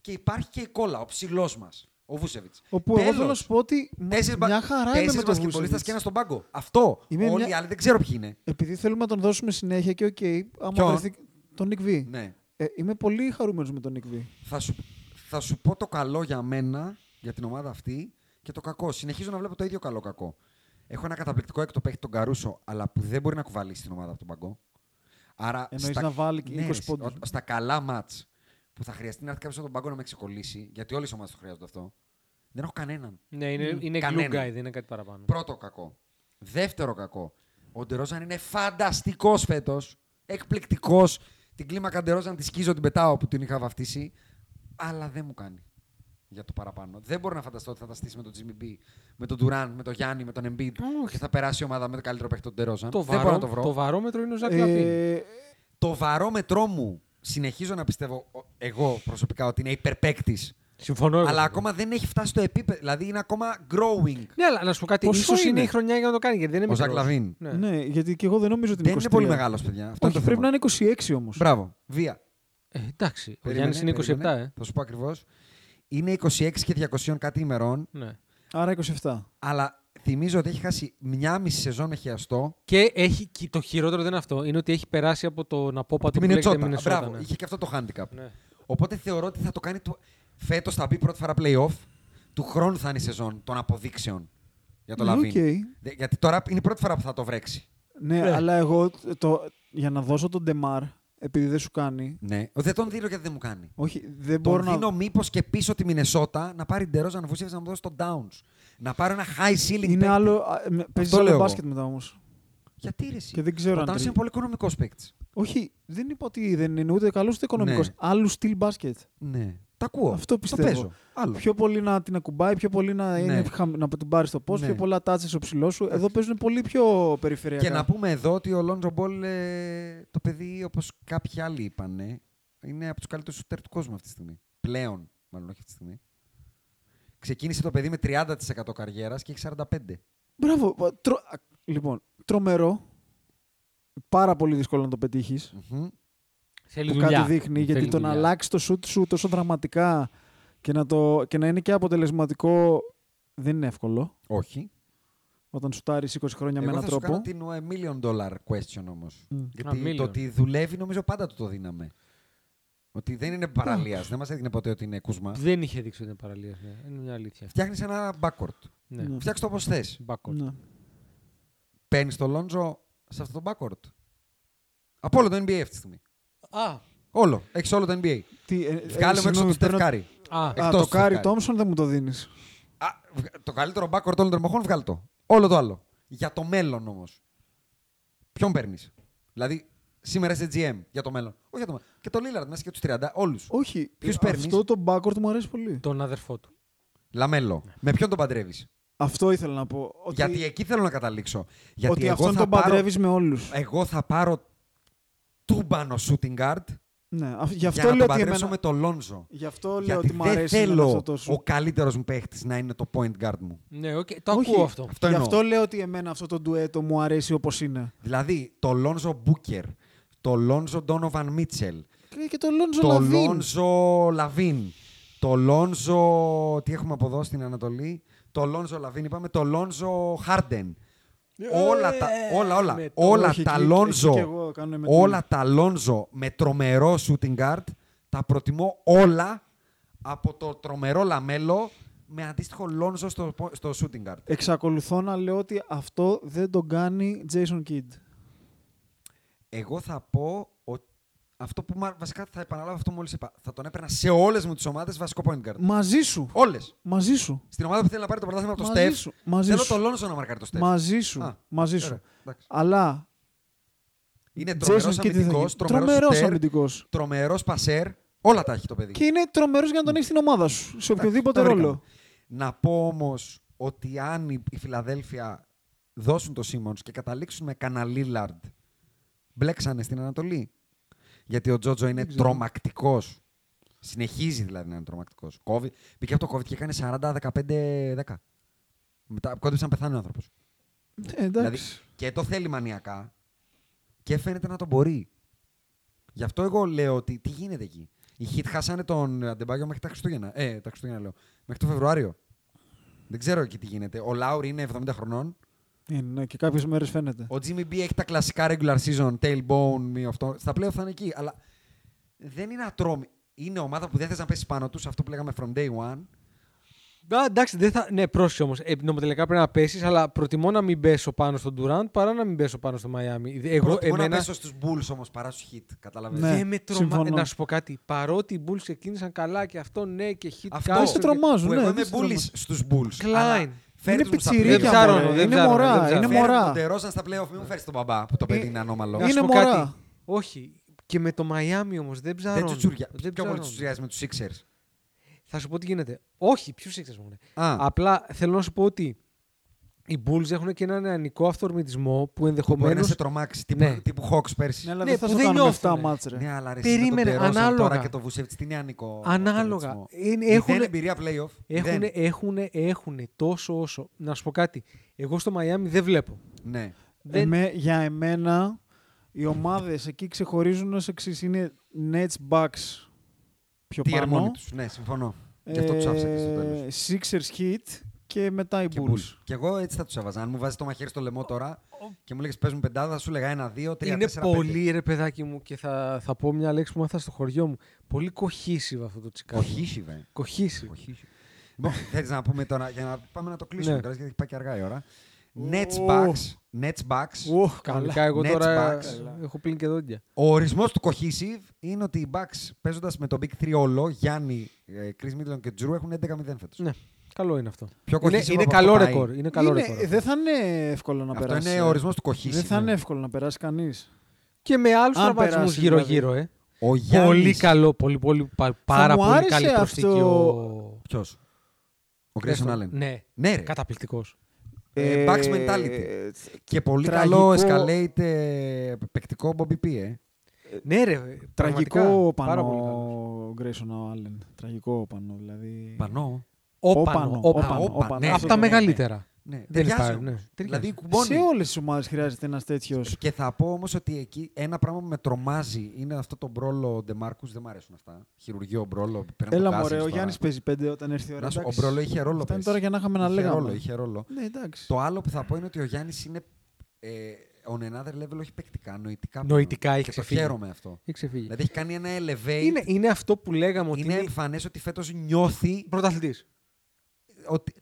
Speaker 3: Και υπάρχει και η κόλλα, ο ψηλός μας, ο Βούσεβιτ.
Speaker 5: Όπου εγώ θέλω να σου πω ότι μ- μια χαρά είμαι με τον Vucevic.
Speaker 3: και ένα στον πάγκο. Αυτό.
Speaker 5: Είμαι
Speaker 3: Όλοι
Speaker 5: μια-
Speaker 3: οι άλλοι δεν ξέρω ποιοι είναι.
Speaker 5: Επειδή θέλουμε να τον δώσουμε συνέχεια και οκ, άμα
Speaker 3: Ποιον?
Speaker 5: βρεθεί τον Nick V.
Speaker 3: Ναι.
Speaker 5: Ε, είμαι πολύ χαρούμενος με τον Nick V.
Speaker 3: Θα σου, θα σου πω το καλό για μένα, για την ομάδα αυτή και το κακό. Συνεχίζω να βλέπω το ίδιο καλό κακό. Έχω ένα καταπληκτικό έκτο παίχτη τον Καρούσο, αλλά που δεν μπορεί να κουβαλήσει την ομάδα από τον παγκό. Άρα
Speaker 5: Εννοείς να βάλει και 20
Speaker 3: ρε, σ-
Speaker 5: πόντους.
Speaker 3: Στα καλά μάτ που θα χρειαστεί να έρθει κάποιος από τον παγκό να με ξεκολλήσει, γιατί όλες οι ομάδες το χρειάζονται αυτό. Δεν έχω κανέναν.
Speaker 4: Ναι, είναι, είναι glue
Speaker 3: Κανένα.
Speaker 4: guy, δεν είναι κάτι παραπάνω.
Speaker 3: Πρώτο κακό. Δεύτερο κακό. Ο Ντερόζαν είναι φανταστικός φέτος. Εκπληκτικός. Την κλίμακα Ντερόζαν τη σκίζω, την πετάω που την είχα βαφτίσει. Αλλά δεν μου κάνει για το παραπάνω. Δεν μπορώ να φανταστώ ότι θα τα στήσει με τον Jimmy B, με τον Duran, με τον Γιάννη, με τον Embiid
Speaker 4: Όχι.
Speaker 3: και θα περάσει η ομάδα με το καλύτερο παίχτη τον Ντερόζαν.
Speaker 4: Το,
Speaker 3: Δεν μπορώ
Speaker 4: βαρό,
Speaker 3: να το βρω.
Speaker 4: το βαρόμετρο είναι ο Ζακ Λαβίν.
Speaker 5: Ε,
Speaker 3: Το βαρόμετρό μου συνεχίζω να πιστεύω ο- εγώ προσωπικά ότι είναι υπερπαίκτης.
Speaker 4: Συμφωνώ. εγώ.
Speaker 3: Αλλά ακόμα δεν έχει φτάσει στο επίπεδο. Δηλαδή είναι ακόμα growing.
Speaker 4: Ναι, αλλά να σου πω κάτι.
Speaker 3: Πόσο
Speaker 4: Ίσως είναι
Speaker 3: είναι?
Speaker 4: η χρονιά για να το κάνει. Γιατί δεν είναι
Speaker 3: Ο Ζακ
Speaker 4: μικρός.
Speaker 3: Λαβίν.
Speaker 4: Ναι.
Speaker 5: ναι, γιατί και εγώ δεν νομίζω ότι είναι
Speaker 3: Δεν
Speaker 5: 23.
Speaker 3: είναι πολύ μεγάλος, παιδιά. Αυτό είναι
Speaker 5: Όχι,
Speaker 3: το θέμα.
Speaker 5: πρέπει να είναι 26 όμως.
Speaker 3: Μπράβο. Βία.
Speaker 4: Ε, εντάξει. Ο
Speaker 3: Περίμενε,
Speaker 4: Γιάννης είναι 27,
Speaker 3: περίμενε.
Speaker 4: ε.
Speaker 3: Θα σου πω ακριβώς. Είναι 26 και 200 κάτι ημερών,
Speaker 4: Ναι.
Speaker 5: Άρα 27.
Speaker 3: αλλά θυμίζω ότι έχει χάσει μια μισή σεζόν με χιαστό.
Speaker 4: Και έχει, και το χειρότερο δεν είναι αυτό. Είναι ότι έχει περάσει από τον απόπατο
Speaker 3: Τη
Speaker 4: που λέγεται
Speaker 3: Μινετσότα.
Speaker 4: Μινεσότα.
Speaker 3: Μπράβο,
Speaker 4: ναι.
Speaker 3: είχε και αυτό το handicap.
Speaker 4: Ναι.
Speaker 3: Οπότε θεωρώ ότι θα το κάνει. Το... Φέτος θα μπει πρώτη φορά playoff. Του χρόνου θα είναι η σεζόν των αποδείξεων για το
Speaker 5: Ναι,
Speaker 3: Λαβίν.
Speaker 5: οκ.
Speaker 3: Δε- Γιατί τώρα είναι η πρώτη φορά που θα το βρέξει.
Speaker 5: Ναι, αλλά εγώ το, για να δώσω τον Ντεμάρ, επειδή δεν σου κάνει.
Speaker 3: Ναι. Δεν τον δίνω γιατί δεν μου κάνει.
Speaker 5: Όχι, δεν μπορώ
Speaker 3: Τον
Speaker 5: να.
Speaker 3: δίνω μήπως και πίσω τη Μινεσότα να πάρει Ντερόζα να βουσίευε να μου δώσει τον Downs. Να πάρω ένα high ceiling. παίκτη.
Speaker 5: Είναι άλλο. α, με- Παίζεις άλλο
Speaker 3: λέω εγώ.
Speaker 5: μπάσκετ μετά όμως.
Speaker 3: Γιατί ρε, εσύ?
Speaker 5: Και δεν ξέρω
Speaker 3: Ο
Speaker 5: αν
Speaker 3: Downs
Speaker 5: τρι-
Speaker 3: είναι πολύ οικονομικός παίκτης.
Speaker 5: Όχι, δεν είπα ότι δεν είναι ούτε καλός ούτε οικονομικός.
Speaker 3: Ναι.
Speaker 5: Άλλου στυλ μπάσκετ.
Speaker 3: Ναι. Τα ακούω.
Speaker 5: Αυτό πιστεύω.
Speaker 3: Το παίζω. Άλλο.
Speaker 5: Πιο πολύ να την ακουμπάει, πιο πολύ να, είναι,
Speaker 3: Ναι.
Speaker 5: χαμ- να την πάρει στο πώ,
Speaker 3: Ναι.
Speaker 5: πιο πολλά τάτσες στο ψηλό σου. Εδώ παίζουν πολύ πιο περιφερειακά.
Speaker 3: Και να πούμε εδώ ότι ο Λόντρο Μπολ, ε, το παιδί, όπως κάποιοι άλλοι είπανε, είναι από τους καλύτερους σουτέρ του κόσμου αυτή τη στιγμή. Πλέον, μάλλον όχι αυτή τη στιγμή. Ξεκίνησε το παιδί με 30% καριέρας και έχει 45.
Speaker 5: Μπράβο. πα- τρο- α, Λοιπόν, τρομερό. Πάρα πολύ δύσκολο να το πετύχεις.
Speaker 3: Μμμ.
Speaker 4: Θέλει
Speaker 5: που
Speaker 4: δουλειά.
Speaker 5: κάτι δείχνει, γιατί
Speaker 4: Θέλει
Speaker 5: το να
Speaker 4: δουλειά.
Speaker 5: αλλάξεις το σουτ σου τόσο δραματικά και να, το, και να είναι και αποτελεσματικό δεν είναι εύκολο.
Speaker 3: Όχι.
Speaker 5: Όταν σουτάρεις 20 χρόνια με
Speaker 3: Εγώ
Speaker 5: έναν
Speaker 3: θα σου κάνω
Speaker 5: τρόπο.
Speaker 3: την ε, million dollar question όμως.
Speaker 5: Μμ.
Speaker 4: Α,
Speaker 3: Γιατί
Speaker 4: million.
Speaker 3: το ότι δουλεύει νομίζω πάντα του το δίναμε. Ότι δεν είναι παραλίας. Δεν μας έδινε ποτέ ότι είναι κούσμα.
Speaker 4: Δεν είχε δείξει ότι είναι παραλίας. Ναι. Είναι μια αλήθεια.
Speaker 3: Φτιάχνεις ένα backward.
Speaker 4: Ναι.
Speaker 5: Ναι.
Speaker 3: Φτιάξε το όπως θες.
Speaker 4: Μπάκορ.
Speaker 5: Ναι.
Speaker 3: Παίρνεις το Λόντζο σε αυτό το backward. Από όλο το NBA αυτή τη στιγμή.
Speaker 4: Α,
Speaker 3: Όλο. Έχεις όλο το NBA.
Speaker 5: Τι, ε, ε,
Speaker 3: Βγάλε μου έξω
Speaker 5: συγγνώμη,
Speaker 3: το Στεφ
Speaker 5: παίρνω-
Speaker 3: Κάρι.
Speaker 4: α,
Speaker 5: Α,
Speaker 3: Εκτός
Speaker 5: το
Speaker 3: του
Speaker 5: Κάρι
Speaker 3: Στεφ Κάρι.
Speaker 5: Τόμσον δεν μου το δίνεις.
Speaker 3: Α, βγα- Το καλύτερο backward όλων των εποχών βγάλει το. Όλο το άλλο. Για το μέλλον όμως. Ποιον παίρνεις. Δηλαδή, σήμερα είσαι GM για το μέλλον. Όχι για το μέλλον. Και το Λίλαρντ μέσα και τους 30, όλους.
Speaker 5: Όχι. ε,
Speaker 3: Ποιους παίρνεις?
Speaker 5: αυτό το backward μου αρέσει πολύ.
Speaker 4: τον αδερφό του.
Speaker 3: Λαμέλο. Με ποιον τον παντρεύεις.
Speaker 5: Αυτό ήθελα να πω. Ότι,
Speaker 3: Γιατί εκεί θέλω να καταλήξω. Γιατί
Speaker 5: ότι
Speaker 3: εγώ
Speaker 5: αυτόν
Speaker 3: θα
Speaker 5: τον
Speaker 3: πάρω-
Speaker 5: παντρεύεις με όλους.
Speaker 3: Εγώ θα πάρω τούμπανο shooting guard
Speaker 5: Ναι, αυ- γι'
Speaker 3: για
Speaker 5: αυτό
Speaker 3: να τον
Speaker 5: λέω ότι.
Speaker 3: παντρέψω
Speaker 5: εμένα-
Speaker 3: με το Λόνζο.
Speaker 5: Γι' αυτό λέω
Speaker 3: Γιατί
Speaker 5: ότι μου
Speaker 3: δεν
Speaker 5: αρέσει εμένα αυτό
Speaker 3: θέλω
Speaker 5: το σουτ.
Speaker 3: ο καλύτερος μου παίχτης να είναι το point guard μου.
Speaker 4: Ναι, οκ, το
Speaker 5: Όχι.
Speaker 4: ακούω αυτό.
Speaker 3: Αυτό
Speaker 5: Γι'
Speaker 3: εννοώ.
Speaker 5: αυτό λέω ότι εμένα αυτό το ντουέτο μου αρέσει όπως είναι.
Speaker 3: Δηλαδή, το Λόνζο Μπούκερ, το Λόνζο Ντόνοβαν Μίτσελ,
Speaker 5: Και- Και το Λόντζο
Speaker 3: το
Speaker 5: Λαβίν.
Speaker 3: Λόνζο Λαβίν, το Λόνζο. Τι έχουμε από εδώ στην Ανατολή, το Λόνζο Λαβίν, είπαμε, το Λόνζο Χάρντεν. Όλα τα, όλα, όλα,
Speaker 5: Ναι, Ε, το-
Speaker 3: όλα
Speaker 5: όχι,
Speaker 3: τα
Speaker 5: εκεί- εκεί και
Speaker 3: Λόνζο,
Speaker 5: εγώ κάνω με
Speaker 3: όλα τα Λόνζο με τρομερό shooting guard, τα προτιμώ όλα από το τρομερό λαμέλο με αντίστοιχο Λόνζο στο, στο shooting guard.
Speaker 5: Εξακολουθώ να λέω ότι αυτό δεν τον κάνει Jason Kidd.
Speaker 3: Εγώ θα πω ότι αυτό που μα- βασικά θα επαναλάβω αυτό που μόλις είπα. Θα τον έπαιρνα σε όλες μου τις ομάδες βασικό point guard.
Speaker 5: Μαζί σου.
Speaker 3: Όλες.
Speaker 5: Μαζί σου.
Speaker 3: Στην ομάδα που θέλει να πάρει το πρωτάθλημα από το
Speaker 5: Μαζί
Speaker 3: Στεφ.
Speaker 5: σου, μαζί
Speaker 3: Θέλω
Speaker 5: σου.
Speaker 3: το Λόνζο να μαρκάρει το Στεφ.
Speaker 5: Μαζί σου.
Speaker 3: Α,
Speaker 5: μαζί
Speaker 3: ωραία,
Speaker 5: σου.
Speaker 3: εντάξει.
Speaker 5: Αλλά.
Speaker 3: Είναι τρομερός
Speaker 5: Jason Kidd δεν θα
Speaker 3: αμυντικό.
Speaker 5: γίνει. Τρομερός αμυντικός.
Speaker 3: Τρομερός πασέρ. Όλα τα έχει το παιδί.
Speaker 5: Και είναι τρομερός για να τον έχεις στην ομάδα σου. Σε οποιοδήποτε
Speaker 3: Τα βρήκαμε.
Speaker 5: ρόλο.
Speaker 3: Να πω όμως ότι αν η η Φιλαδέλφια δώσουν το Σίμον και καταλήξουν με κανένα Λίλαρντ, μπλέξανε στην Ανατολή. Γιατί ο Τζότζο είναι τρομακτικός. Συνεχίζει δηλαδή να είναι τρομακτικός. Πήγε από το COVID και έκανε 40-15-10. Μετά κόντεψε να πεθάνει ο άνθρωπος.
Speaker 5: Ε,
Speaker 3: Δηλαδή
Speaker 5: εντάξει.
Speaker 3: και το θέλει μανιακά και φαίνεται να τον μπορεί. Γι' αυτό εγώ λέω ότι τι γίνεται εκεί. Οι Χιτ χάσανε τον Αντεμπάγιο μέχρι τα Χριστούγεννα. Ε, τα Χριστούγεννα λέω. Μέχρι το Φεβρουάριο. Δεν ξέρω εκεί τι γίνεται. Ο Λάουρι είναι 70 χρονών.
Speaker 5: Ε,
Speaker 3: Δηλαδή-
Speaker 5: ναι, και κάποιες μέρες φαίνεται.
Speaker 3: Ο Jimmy B έχει τα κλασικά regular season, tailbone, μη αυτό. Στα playoff θα είναι εκεί. Αλλά δεν είναι ατρόμη. Είναι ομάδα που δεν θες να πέσεις πάνω τους, αυτό που λέγαμε from day one.
Speaker 4: Α, εντάξει, δεν θα... ναι, πρόσεχε όμως. Ε, νομοτελικά πρέπει να πέσεις, αλλά προτιμώ να μην πέσω πάνω στον Durant παρά να μην πέσω πάνω στο Miami. Εγώ,
Speaker 3: Προτιμώ να
Speaker 4: εμένα...
Speaker 3: πέσω στους Bulls όμως παρά στους Χιτ. Κατάλαβε.
Speaker 5: Ναι,
Speaker 4: δεν με τρομα... Ε,
Speaker 5: συμφωνώ.
Speaker 4: Να σου πω κάτι. Παρότι οι Bulls ξεκίνησαν καλά και αυτό ναι και hit
Speaker 3: Αυτό
Speaker 4: κάνουν
Speaker 5: σε
Speaker 4: και-
Speaker 5: τρομάζουν,
Speaker 3: Που
Speaker 5: ναι,
Speaker 3: εγώ
Speaker 5: δεν
Speaker 3: είμαι
Speaker 5: σε
Speaker 3: μπουλή στους Bulls.
Speaker 4: Klein.
Speaker 3: αλλά
Speaker 4: Είναι
Speaker 3: φέρτε τους στα
Speaker 5: πιτσιρίκια,
Speaker 3: playoff.
Speaker 5: μωρέ.
Speaker 4: Δεν ψάρωνω, δεν
Speaker 5: Είναι
Speaker 4: ψάρωνω,
Speaker 5: μωρά,
Speaker 4: δεν
Speaker 5: είναι
Speaker 4: ψάρωνω.
Speaker 3: Φέρε
Speaker 5: μωρά.
Speaker 3: τον Τερόζαν στα playoff, μην μου φέρει τον μπαμπά που το παιδί είναι ανώμαλο.
Speaker 4: Να σου
Speaker 5: Είναι
Speaker 4: πω
Speaker 5: μωρά.
Speaker 4: κάτι. Όχι. Και με το Miami όμω δεν ψάχνω.
Speaker 3: Δεν τσουτσούρια. Πιο πολύ τσουτσουριάζει με του Sixers.
Speaker 4: Θα σου πω τι γίνεται. Όχι, ποιου ήξερε μόνο.
Speaker 3: Α.
Speaker 4: Απλά θέλω να σου πω ότι οι Bulls έχουν και έναν νεανικό αυτορμητισμό που
Speaker 3: Μπορεί να
Speaker 4: ενδεχομένω.
Speaker 3: σε τρομάξει τύπου,
Speaker 4: Ναι.
Speaker 3: τύπου Hawks πέρσι.
Speaker 5: Ναι, αλλά
Speaker 4: Ναι,
Speaker 5: δεν θα
Speaker 4: που
Speaker 5: σου
Speaker 4: δεν
Speaker 5: κάνουν
Speaker 4: νιώθουνε.
Speaker 5: 7 μάτσερ.
Speaker 3: Ναι, αλλά ρε,
Speaker 4: Περίμενε,
Speaker 3: Περίμενε, ανάλογα. Τώρα
Speaker 4: ανάλογα.
Speaker 3: και το Βουσεύτσι, τι είναι άνικο.
Speaker 4: Ανάλογα.
Speaker 3: Έχουν
Speaker 4: Είναι- έχουνε-
Speaker 3: εμπειρία playoff.
Speaker 4: Έχουν,
Speaker 3: μηδέν.
Speaker 4: έχουν, έχουν τόσο όσο. Να σου πω κάτι. Εγώ στο Miami δεν βλέπω.
Speaker 3: Ναι.
Speaker 4: Δεν-
Speaker 5: Εμέ- για εμένα οι ομάδες εκεί ξεχωρίζουν ως εξής. Είναι Nets Bucks πιο
Speaker 3: Τι
Speaker 5: πάνω.
Speaker 3: ερμόνι τους. Ναι, συμφωνώ. Γι' αυτό τους άφησα και στο τέλο.
Speaker 5: ε, Sixers Heat και μετά οι
Speaker 3: Και
Speaker 5: Bulls.
Speaker 3: Bulls. Και εγώ έτσι θα τους έβαζα. Αν μου βάζεις το μαχαίρι στο λαιμό τώρα και μου λέγε παίζουν πεντάδα, θα σου λέγα ένα, δύο, τρία,
Speaker 4: είναι
Speaker 3: τέσσερα. πέντε.
Speaker 4: πολύ ρε παιδάκι μου και θα, θα πω μια λέξη που μάθα στο χωριό μου. Πολύ κοχύσιβα αυτό το τσικάκι.
Speaker 3: Κοχύσιβε.
Speaker 4: Κοχύσιβα.
Speaker 3: Λοιπόν, θέλεις να πούμε τώρα για να πάμε να το κλείσουμε
Speaker 4: Ναι.
Speaker 3: τώρα, γιατί έχει πάει και αργά η ώρα. Nets Bucks. Nets Bucks.
Speaker 5: Οχ, καλά.
Speaker 4: Κανονικά εγώ
Speaker 3: Nets
Speaker 4: τώρα
Speaker 3: Bucks.
Speaker 4: ε, έχω πλύνει και δόντια.
Speaker 3: Ο ορισμός του cohesive είναι ότι οι Bucks παίζοντας με το Big 3 όλο, Γιάννη, ε, Chris Middleton και Τζρου έχουν 11-0 φέτος.
Speaker 4: Ναι, καλό είναι αυτό.
Speaker 3: Πιο
Speaker 4: είναι,
Speaker 3: cohesive
Speaker 4: είναι
Speaker 3: από
Speaker 4: καλό
Speaker 3: αυτό πάει.
Speaker 4: ρεκόρ. Είναι καλό
Speaker 5: Είναι-
Speaker 4: ρεκόρ.
Speaker 5: δεν θα είναι εύκολο να
Speaker 3: Αυτό
Speaker 5: περάσει. ε.
Speaker 3: είναι ο ορισμός του cohesive.
Speaker 5: Δεν θα
Speaker 3: ναι.
Speaker 5: είναι εύκολο να περάσει κανείς.
Speaker 4: Και με άλλους
Speaker 5: Αν
Speaker 4: τραυματισμούς
Speaker 5: περάσει,
Speaker 4: γύρω-γύρω,
Speaker 3: δηλαδή.
Speaker 4: ε.
Speaker 3: Ο Γιάννης...
Speaker 4: Πολύ καλό, πολύ, πολύ, πα- πάρα
Speaker 5: μου
Speaker 4: πολύ
Speaker 5: άρεσε
Speaker 4: καλή
Speaker 5: αυτό-
Speaker 4: προσθήκη ο...
Speaker 3: Ποιος. Ο Grayson Allen.
Speaker 4: Ναι,
Speaker 3: Ναι, ρε.
Speaker 4: καταπληκτικός.
Speaker 3: Ε, Bucks mentality. Και πολύ καλό escalate ε, παικτικό Bobby P. Ε.
Speaker 4: Ναι ρε,
Speaker 5: Τραγικό
Speaker 4: πραγματικά, πάρα πολύ καλός.
Speaker 5: πανό ο Grayson Allen. Τραγικό πανό, δηλαδή.
Speaker 3: Πανώ.
Speaker 4: Όπανο, όπανο.
Speaker 3: όπανο. ναι,
Speaker 4: Απ'
Speaker 3: ναι,
Speaker 4: τα
Speaker 3: ναι,
Speaker 4: μεγαλύτερα.
Speaker 3: Ναι,
Speaker 4: Δεν
Speaker 3: ταιριάζει
Speaker 4: υπάρχει,
Speaker 3: όμως.
Speaker 4: ναι. Ταιριάζει.
Speaker 3: Δηλαδή κουμπώνει.
Speaker 5: Σε όλες τις ομάδες χρειάζεται ένας τέτοιος.
Speaker 3: Και θα πω όμως ότι εκεί ένα πράγμα που με τρομάζει είναι αυτό το μπρόλο Ντεμάρκου. Δεν μου αρέσουν αυτά. Χειρουργείο μπρόλο. παίρνουν
Speaker 5: Έλα
Speaker 3: τον
Speaker 5: μωρέ,
Speaker 3: Cousins
Speaker 5: ο
Speaker 3: τώρα.
Speaker 5: Γιάννης παίζει πέντε όταν έρθει η ώρα.
Speaker 3: Να σου- Ο
Speaker 5: εντάξει.
Speaker 3: Μπρόλο είχε ρόλο.
Speaker 5: Αυτά είναι
Speaker 3: πέρσι.
Speaker 5: τώρα για να είχαμε να
Speaker 3: Είχε
Speaker 5: λέγαμε.
Speaker 3: ρόλο, είχε ρόλο.
Speaker 5: Ναι, εντάξει.
Speaker 3: Το άλλο που θα πω είναι ότι ο Γιάννης είναι ε, on another level, όχι παικτικά, νοητικά. πλέον.
Speaker 4: Νοητικά έχει
Speaker 3: και
Speaker 4: ξεφύγει.
Speaker 3: Το χαίρομαι αυτό.
Speaker 4: Έχει ξεφύγει.
Speaker 3: Δηλαδή έχει κάνει ένα elevate.
Speaker 4: Είναι, είναι αυτό που λέγαμε ότι
Speaker 3: είναι
Speaker 4: είναι
Speaker 3: εμφανές ότι φέτος νιώθει.
Speaker 4: πρωταθλητής.
Speaker 3: Ότι...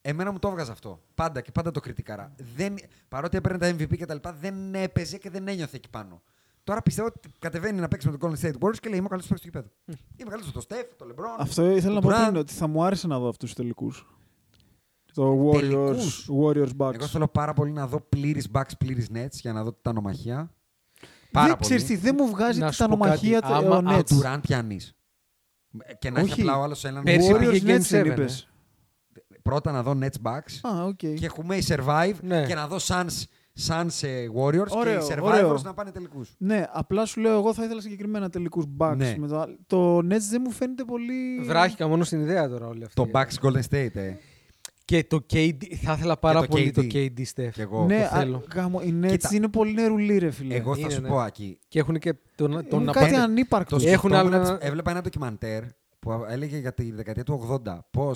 Speaker 3: Εμένα μου το έβγαζε αυτό. Πάντα και πάντα το κριτικάρα. Δεν... Παρότι έπαιρνε τα MVP και τα λοιπά, δεν έπαιζε και δεν ένιωθε εκεί πάνω. Τώρα πιστεύω ότι κατεβαίνει να παίξει με τον Golden State Warriors και λέει: Είμαι ο καλύτερος παίκτης του γηπέδου. Είμαι καλύτερο στο Steph, το LeBron.
Speaker 5: Αυτό ήθελα να πω
Speaker 3: Durant.
Speaker 5: πριν ότι θα μου άρεσε να δω αυτούς τους τελικούς. Το Warriors,
Speaker 3: Τελικούς.
Speaker 5: Warriors Bucks.
Speaker 3: Εγώ θέλω πάρα πολύ να δω πλήρης backs, πλήρης nets για να δω την τανομαχία. Πάρα
Speaker 5: δεν
Speaker 3: πολύ.
Speaker 5: ξέρεις τι, δεν μου βγάζει
Speaker 4: Να
Speaker 5: την
Speaker 4: σου πω
Speaker 5: τανομαχία
Speaker 4: κάτι,
Speaker 5: του
Speaker 4: άμα-
Speaker 5: ο
Speaker 4: άμα
Speaker 3: Από
Speaker 5: Nets.
Speaker 3: του Ραν πιανεί. Και να έχει
Speaker 5: Όχι.
Speaker 3: απλά ο άλλος έναν.
Speaker 4: Πέρσι
Speaker 3: Warriors.
Speaker 4: πήγε Game
Speaker 5: Nets δεν
Speaker 4: 7,
Speaker 5: είπες.
Speaker 3: Πρώτα να δω Nets backs
Speaker 5: Α, οκ.
Speaker 3: και Χουμέι Survive
Speaker 4: Ναι.
Speaker 3: και να δω Suns, Suns ε, Warriors
Speaker 5: Ωραίο,
Speaker 3: και οι Survivors
Speaker 5: ωραίο.
Speaker 3: να πάνε τελικούς.
Speaker 5: Ναι, απλά σου λέω, εγώ θα ήθελα συγκεκριμένα τελικούς Bucks.
Speaker 3: Ναι.
Speaker 5: Με το, άλλο. το Nets δεν μου φαίνεται πολύ.
Speaker 4: Βράχηκα μόνο στην ιδέα τώρα όλη αυτή.
Speaker 3: ε. Το backs Golden State, ε.
Speaker 4: Και το KD, θα ήθελα πάρα
Speaker 3: το
Speaker 4: πολύ
Speaker 3: KD.
Speaker 4: το KD, Steph.
Speaker 3: Κι εγώ.
Speaker 5: ναι,
Speaker 4: το θέλω.
Speaker 5: α, γάμο, οι Nets
Speaker 3: Κοίτα.
Speaker 5: είναι πολύ νερουλί, ρε φίλε.
Speaker 3: Εγώ θα
Speaker 4: Είναι,
Speaker 3: σου
Speaker 4: ναι.
Speaker 3: πω, Ακή.
Speaker 4: Και έχουν και τον, τον
Speaker 5: είναι
Speaker 4: απέναντι-
Speaker 5: κάτι ανύπαρκτο.
Speaker 3: Το σκεφτόμουν
Speaker 4: άλλο
Speaker 3: να-
Speaker 4: ένα-
Speaker 3: Έβλεπα ένα ντοκιμαντέρ που έλεγε για τη δεκαετία
Speaker 4: Mm.
Speaker 3: του 80 πώ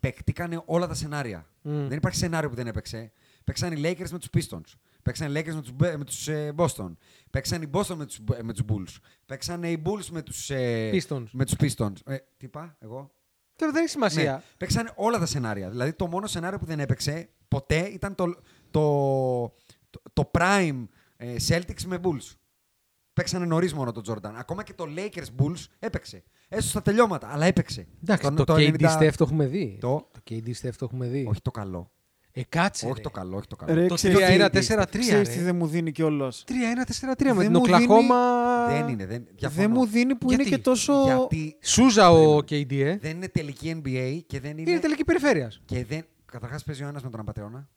Speaker 3: παίκτηκαν όλα τα σενάρια. Δεν υπάρχει σενάριο που δεν έπαιξε. Παίξαν οι Lakers με τους Pistons. Παίξαν οι Lakers με τους με τους, ε, Boston. Παίξαν οι Boston με τους με τους Bulls. Παίξαν οι Bulls με τους ε,
Speaker 4: Pistons.
Speaker 3: Με τους Pistons. Ε, τι είπα, εγώ.
Speaker 4: Τώρα δεν έχει σημασία.
Speaker 3: Ναι, παίξαν όλα τα σενάρια. Δηλαδή το μόνο σενάριο που δεν έπαιξε ποτέ ήταν το, το, το, το prime ε, Celtics με Bulls. Παίξανε νωρίς μόνο τον Τζόρνταν. Ακόμα και το Lakers Bulls έπαιξε. Έστω στα τελειώματα, αλλά έπαιξε.
Speaker 4: Εντάξει,
Speaker 3: Τον-
Speaker 4: το, KD
Speaker 3: 90
Speaker 4: Steph το έχουμε δει.
Speaker 3: Το-
Speaker 4: KD Steph το έχουμε δει.
Speaker 3: Όχι το καλό.
Speaker 4: Ε, κάτσε.
Speaker 3: Όχι
Speaker 4: ρε.
Speaker 3: το καλό, όχι το καλό.
Speaker 5: Ρε,
Speaker 4: Το
Speaker 5: Ε, ξέρεις-
Speaker 4: 3-1-4-3.
Speaker 5: Ξέρεις τι δεν μου δίνει κιόλας.
Speaker 4: 3-1-4-3 με
Speaker 5: Δεν
Speaker 4: την
Speaker 5: μου δίνει-
Speaker 4: Οκλαχώμα.
Speaker 3: Δεν είναι, δεν, διαφωνώ.
Speaker 5: Δεν μου δίνει που
Speaker 4: Γιατί?
Speaker 5: είναι και τόσο.
Speaker 3: Γιατί
Speaker 4: Σούζα ο KD, ε.
Speaker 3: δεν είναι τελική NBA και δεν είναι.
Speaker 4: Είναι τελική περιφέρειας.
Speaker 3: Και δεν... Καταρχάς παίζει ο ένας με τον απαταιώνα.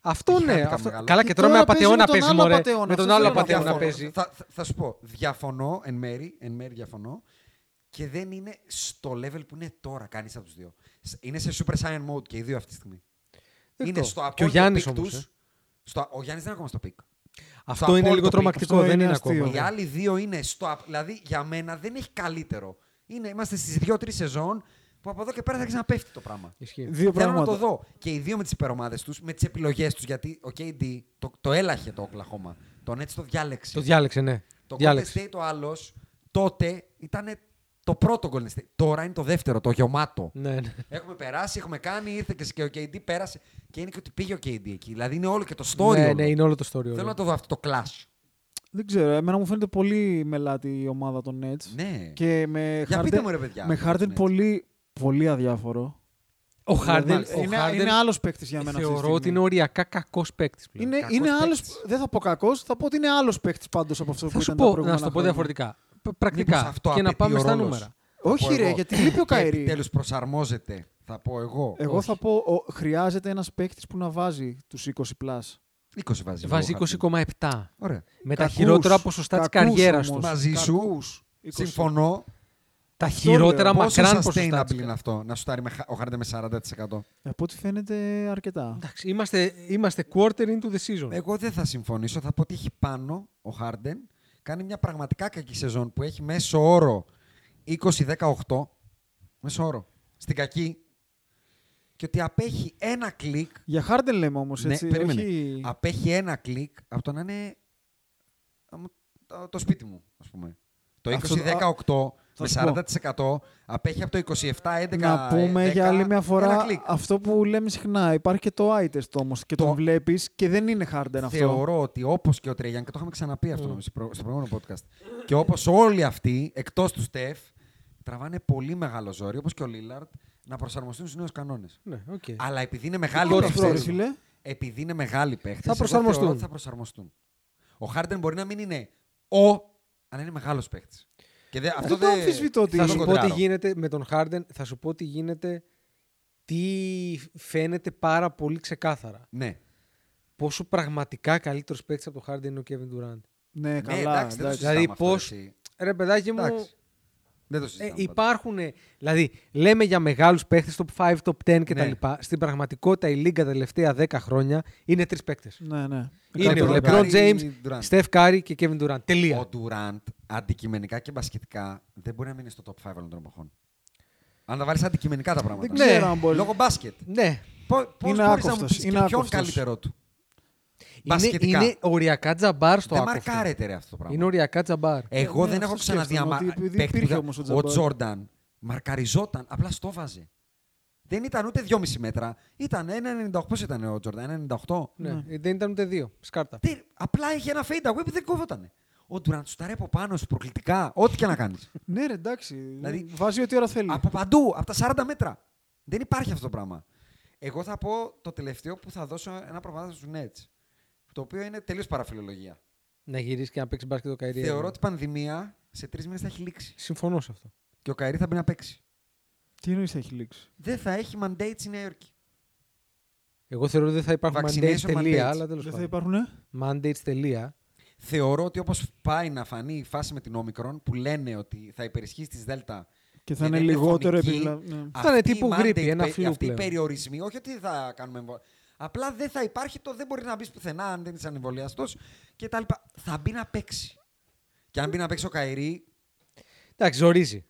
Speaker 4: Αυτό
Speaker 3: Έχει
Speaker 4: ναι.
Speaker 3: χάρηκα
Speaker 4: Αυτό...
Speaker 3: μεγάλο.
Speaker 4: Καλά,
Speaker 5: Και
Speaker 4: και τώρα με
Speaker 5: τώρα παίζει με
Speaker 4: απαταιώνα
Speaker 5: τον
Speaker 4: παίζει
Speaker 5: άλλο
Speaker 4: μωρέ.
Speaker 5: απατεώνα,
Speaker 4: Με τον
Speaker 5: αυτό
Speaker 4: άλλο
Speaker 5: θέλω να πω.
Speaker 4: απαταιώνα
Speaker 5: Διαφωνώ.
Speaker 4: παίζει.
Speaker 3: Θα, θα- θα σου πω. Διαφωνώ εν μέρη, εν μέρη διαφωνώ και δεν είναι στο level που είναι τώρα κανείς από τους δύο. Σ- Είναι σε super saiyan mode και οι δύο αυτή τη στιγμή.
Speaker 4: Δεκτό.
Speaker 3: Είναι στο
Speaker 4: Και ο ε.
Speaker 3: απόλυτο
Speaker 4: Γιάννης
Speaker 3: peak
Speaker 4: όμως.
Speaker 3: τους. Στο... Ο Γιάννης δεν είναι ακόμα στο πικ.
Speaker 4: Αυτό είναι
Speaker 3: απόλυτο
Speaker 4: λίγο
Speaker 3: peak.
Speaker 4: τρομακτικό,
Speaker 5: Αυτό
Speaker 4: δεν
Speaker 5: είναι
Speaker 4: είναι
Speaker 5: αστείο.
Speaker 4: ακόμα.
Speaker 3: Οι άλλοι δύο είναι στο. απ- Δηλαδή για μένα δεν έχει καλύτερο. Είναι, είμαστε στις δύο-τρει σεζόν που από εδώ και πέρα θα ξαναπέφτει το πράγμα.
Speaker 4: Ισχύει.
Speaker 5: Δύο
Speaker 3: Θέλω να το
Speaker 5: πράγματα.
Speaker 3: δω. Και οι δύο με τις υπερομάδες τους, με τις επιλογές τους. Γιατί ο KD το, το έλαχε το Οκλαχώμα. Τον έτσι το διάλεξε.
Speaker 4: Το διάλεξε, ναι.
Speaker 3: το Golden
Speaker 4: Διάλεξε.
Speaker 3: State ο άλλος τότε ήταν το πρώτο Golden State. Τώρα είναι το δεύτερο, το γεωμάτο.
Speaker 4: Ναι, ναι.
Speaker 3: Έχουμε περάσει, έχουμε κάνει, ήρθε και- και ο KD πέρασε. Και είναι και ότι πήγε ο KD εκεί. Δηλαδή είναι όλο και το story.
Speaker 4: Ναι,
Speaker 3: όλο.
Speaker 4: ναι, είναι όλο το story.
Speaker 3: Θέλω
Speaker 4: όλο.
Speaker 3: να το δω αυτό το clash.
Speaker 5: Δεν ξέρω, εμένα μου φαίνεται πολύ μελάτη η ομάδα των Nets.
Speaker 3: Ναι.
Speaker 5: Και με
Speaker 3: Για
Speaker 5: Harden,
Speaker 3: πείτε μου ρε παιδιά.
Speaker 5: με Harden
Speaker 3: Ναι.
Speaker 5: πολύ, πολύ αδιάφορο.
Speaker 4: Ο Χάρντεν.
Speaker 5: Δηλαδή, είναι, είναι άλλος παίκτης για μένα. αυτή τη
Speaker 4: Θεωρώ
Speaker 5: στιγμή.
Speaker 4: ότι είναι οριακά κακός παίκτης πλέον.
Speaker 5: Είναι,
Speaker 3: κακός
Speaker 5: είναι
Speaker 3: παίκτης.
Speaker 5: άλλος, δεν θα πω κακός, θα πω ότι είναι άλλος παίκτης πάντως από αυτό που
Speaker 4: Θα σου
Speaker 5: ήταν τα
Speaker 4: πω, να
Speaker 5: προηγούμενα
Speaker 4: σου το πω
Speaker 5: χρόνια.
Speaker 4: διαφορετικά. Π- Πρακτικά.
Speaker 3: αυτό
Speaker 4: Και να
Speaker 3: απαιτεί
Speaker 4: πάμε
Speaker 3: ο
Speaker 4: στα
Speaker 3: ρόλος.
Speaker 4: νούμερα.
Speaker 5: Όχι,
Speaker 3: εγώ.
Speaker 5: ρε, γιατί λείπει ο Καηρή.
Speaker 3: Επιτέλους προσαρμόζεται, θα πω εγώ.
Speaker 4: Ε,
Speaker 5: Εγώ θα πω, ο, χρειάζεται ένας παίκτης που να βάζει τους 20 plus.
Speaker 3: 20 βάζει.
Speaker 4: Βάζει
Speaker 3: λίγο, Harden.
Speaker 4: 20,7.
Speaker 3: Ωραία.
Speaker 4: Με τα
Speaker 5: Κακούς.
Speaker 4: χειρότερα ποσοστά της
Speaker 5: Κακούς
Speaker 4: καριέρας
Speaker 5: όμως.
Speaker 4: τους.
Speaker 3: Μαζί σου.
Speaker 5: Κακούς. 20.
Speaker 3: Συμφωνώ.
Speaker 4: Τα χειρότερα
Speaker 5: λέω.
Speaker 3: Πόσο
Speaker 4: μακράν ποσοστά.
Speaker 3: sustainable
Speaker 4: της
Speaker 3: είναι αυτό να σουτάρει με, χα- ο Harden με 40%.
Speaker 5: Από ό,τι φαίνεται αρκετά.
Speaker 4: Εντάξει, είμαστε, είμαστε quarter into the season.
Speaker 5: Ε,
Speaker 3: Εγώ δεν θα συμφωνήσω. Θα πω ότι έχει πάνω ο Harden. Κάνει μια πραγματικά κακή σεζόν που έχει μέσο όρο 20-18. Μέσο όρο. Στην κακή. Και ότι απέχει ένα κλικ.
Speaker 5: Για Harden λέμε όμως, έτσι.
Speaker 3: ναι, περίμενε.
Speaker 5: όχι-
Speaker 3: Απέχει ένα κλικ από το να είναι αμ, το- το σπίτι μου, ας πούμε. Το
Speaker 5: Αυτό-
Speaker 3: 20-18
Speaker 5: θα
Speaker 3: με
Speaker 5: σου πω.
Speaker 3: 40% απέχει από το 27-11.
Speaker 5: Να πούμε
Speaker 3: 10,
Speaker 5: για άλλη μια
Speaker 3: ένα
Speaker 5: φορά
Speaker 3: κλικ.
Speaker 5: αυτό που λέμε συχνά. Υπάρχει και το eye test όμως και τον
Speaker 3: Το-
Speaker 5: βλέπεις και δεν είναι Harden αυτό.
Speaker 3: Θεωρώ ότι όπως και ο Τρέγιαν, και το είχαμε ξαναπεί αυτό νομίζω, στο προ- στο προηγούμενο podcast, και όπως όλοι αυτοί εκτός του Στεφ, τραβάνε πολύ μεγάλο ζόρι, όπως και ο Λίλαρτ, να προσαρμοστούν στους νέους κανόνες.
Speaker 4: Ναι, οκ.
Speaker 3: Αλλά επειδή είναι μεγάλοι
Speaker 5: Τώρα,
Speaker 3: παίχτες,
Speaker 5: ρε φίλε.
Speaker 3: επειδή είναι μεγάλοι παίχτε,
Speaker 4: Θα προσαρμοστούν.
Speaker 3: θα προσαρμοστούν. Ο Χάρντεν μπορεί να μην είναι ο, αλλά είναι μεγάλος παίχτη. Και δε, αυτό
Speaker 5: Δεν το αμφισβητώ ότι
Speaker 4: Θα
Speaker 5: είναι
Speaker 4: σου πω τι
Speaker 3: κοντράρω.
Speaker 4: γίνεται με τον Harden, θα σου πω τι γίνεται, τι φαίνεται πάρα πολύ ξεκάθαρα.
Speaker 3: Ναι,
Speaker 4: Πόσο πραγματικά καλύτερος παίκτης από τον Harden είναι ο Kevin Durant.
Speaker 5: Ναι,
Speaker 3: ναι
Speaker 5: καλά.
Speaker 3: εντάξει, δεν το
Speaker 5: εντάξει.
Speaker 4: Δηλαδή,
Speaker 3: συζητάμε αυτό,
Speaker 4: πώς-
Speaker 3: έτσι.
Speaker 4: Ρε παιδάκι μου,
Speaker 3: Εντάξει. Δεν το
Speaker 4: ε,
Speaker 3: συζητάμε. πάντως.
Speaker 4: υπάρχουν, δηλαδή λέμε για μεγάλους παίκτες, top 5, top 10 κτλ.
Speaker 3: Ναι.
Speaker 4: Στην πραγματικότητα η Λίγκα τα τελευταία 10 χρόνια είναι τρεις παίκτες.
Speaker 5: Ναι, ναι.
Speaker 4: Είναι ο
Speaker 3: LeBron
Speaker 4: LeBron
Speaker 3: Curry,
Speaker 4: James,
Speaker 3: Durant.
Speaker 4: Steph Curry και Kevin Durant. Τελεία.
Speaker 3: Ο Ντουραντ αντικειμενικά και μπασκετικά δεν μπορεί να μείνει στο top 5 όλων των εποχών. Αν τα βάλεις αντικειμενικά τα πράγματα.
Speaker 5: Δεν ξέρω
Speaker 4: Ναι.
Speaker 5: αν μπορεί.
Speaker 3: Λόγω μπάσκετ.
Speaker 4: Ναι.
Speaker 3: Πώ μπορείς να μου
Speaker 5: άκοφτος,
Speaker 3: πεις
Speaker 5: είναι
Speaker 3: και ποιον
Speaker 5: άκοφτος.
Speaker 3: καλύτερο του.
Speaker 4: Είναι,
Speaker 3: Μπασκετικά.
Speaker 4: είναι οριακά τζαμπάρ στο
Speaker 3: δεν
Speaker 4: άκοφτο.
Speaker 3: μαρκάρεται ρε αυτό το πράγμα.
Speaker 4: Είναι οριακά τζαμπάρ.
Speaker 3: Εγώ
Speaker 5: Ναι,
Speaker 3: δεν
Speaker 5: αυτό
Speaker 3: έχω ξαναδεί
Speaker 5: σκέφτομαι,
Speaker 3: αμα...
Speaker 5: ότι επειδή
Speaker 3: παίκτη
Speaker 5: υπήρχε
Speaker 3: που-
Speaker 5: όμως ο
Speaker 3: Ο
Speaker 5: Τζαμπάρ.
Speaker 3: Τζόρνταν μαρκαριζόταν, απλά στο βάζε. Δεν ήταν ούτε 2,5 μέτρα. Ήταν 1,98 πώς ήταν ο Τζόρνταν, 1,98.
Speaker 4: Ναι. Δεν ήταν ούτε δύο. Σκάρτα.
Speaker 3: Τι, απλά είχε ένα fade away που δεν κόβονταν. Ο Ντουραντ σου τα από πάνω σου προκλητικά, ό,τι και να κάνεις.
Speaker 5: Ναι, ρε, εντάξει.
Speaker 3: Δηλαδή,
Speaker 5: Βάζει ό,τι ώρα θέλει.
Speaker 3: Από παντού, από τα 40 μέτρα. Δεν υπάρχει αυτό το πράγμα. Εγώ θα πω το τελευταίο που θα δώσω ένα προβάδισμα στους Nets. Το οποίο είναι τελείως παραφιλολογία.
Speaker 4: Να γυρίσεις και να παίξεις μπάσκετ ο Καϊρή.
Speaker 3: Θεωρώ ότι η πανδημία σε τρεις μήνες θα έχει λήξει.
Speaker 4: Συμφωνώ σε αυτό.
Speaker 3: Και ο Καηρή θα μπει να παίξει.
Speaker 5: Τι εννοείς έχει λήξει.
Speaker 3: Δεν θα έχει mandate στη Νέα Υόρκη.
Speaker 4: Εγώ θεωρώ ότι δεν θα υπάρχουν mandates
Speaker 3: Vaccination mandates.
Speaker 4: τελεία, αλλά τέλος
Speaker 5: Δεν θα
Speaker 4: πάντων.
Speaker 5: υπάρχουν.
Speaker 4: Mandates τελεία.
Speaker 3: Θεωρώ ότι όπως πάει να φανεί η φάση με την Όμικρον, που λένε ότι θα υπερισχύσει της Δέλτα.
Speaker 5: Και θα
Speaker 3: και
Speaker 5: είναι
Speaker 3: δεν
Speaker 5: λιγότερο
Speaker 3: φωνική,
Speaker 5: επιβλα... ναι.
Speaker 3: αυτοί
Speaker 4: είναι
Speaker 3: οι
Speaker 4: τύπου
Speaker 3: mandate,
Speaker 4: γρήπη, ένα
Speaker 3: πε-
Speaker 4: φλού
Speaker 3: Αυτοί οι
Speaker 4: πλέον.
Speaker 3: περιορισμοί, όχι ότι θα κάνουμε εμβολία. Απλά δεν θα υπάρχει το δεν μπορεί να μπεις πουθενά αν δεν είσαι ανεμβολιαστός κτλ. Θα μπει να παίξει. Και αν μπει να παίξει ο Καηρή,
Speaker 4: Εντάξει, ζορίζει.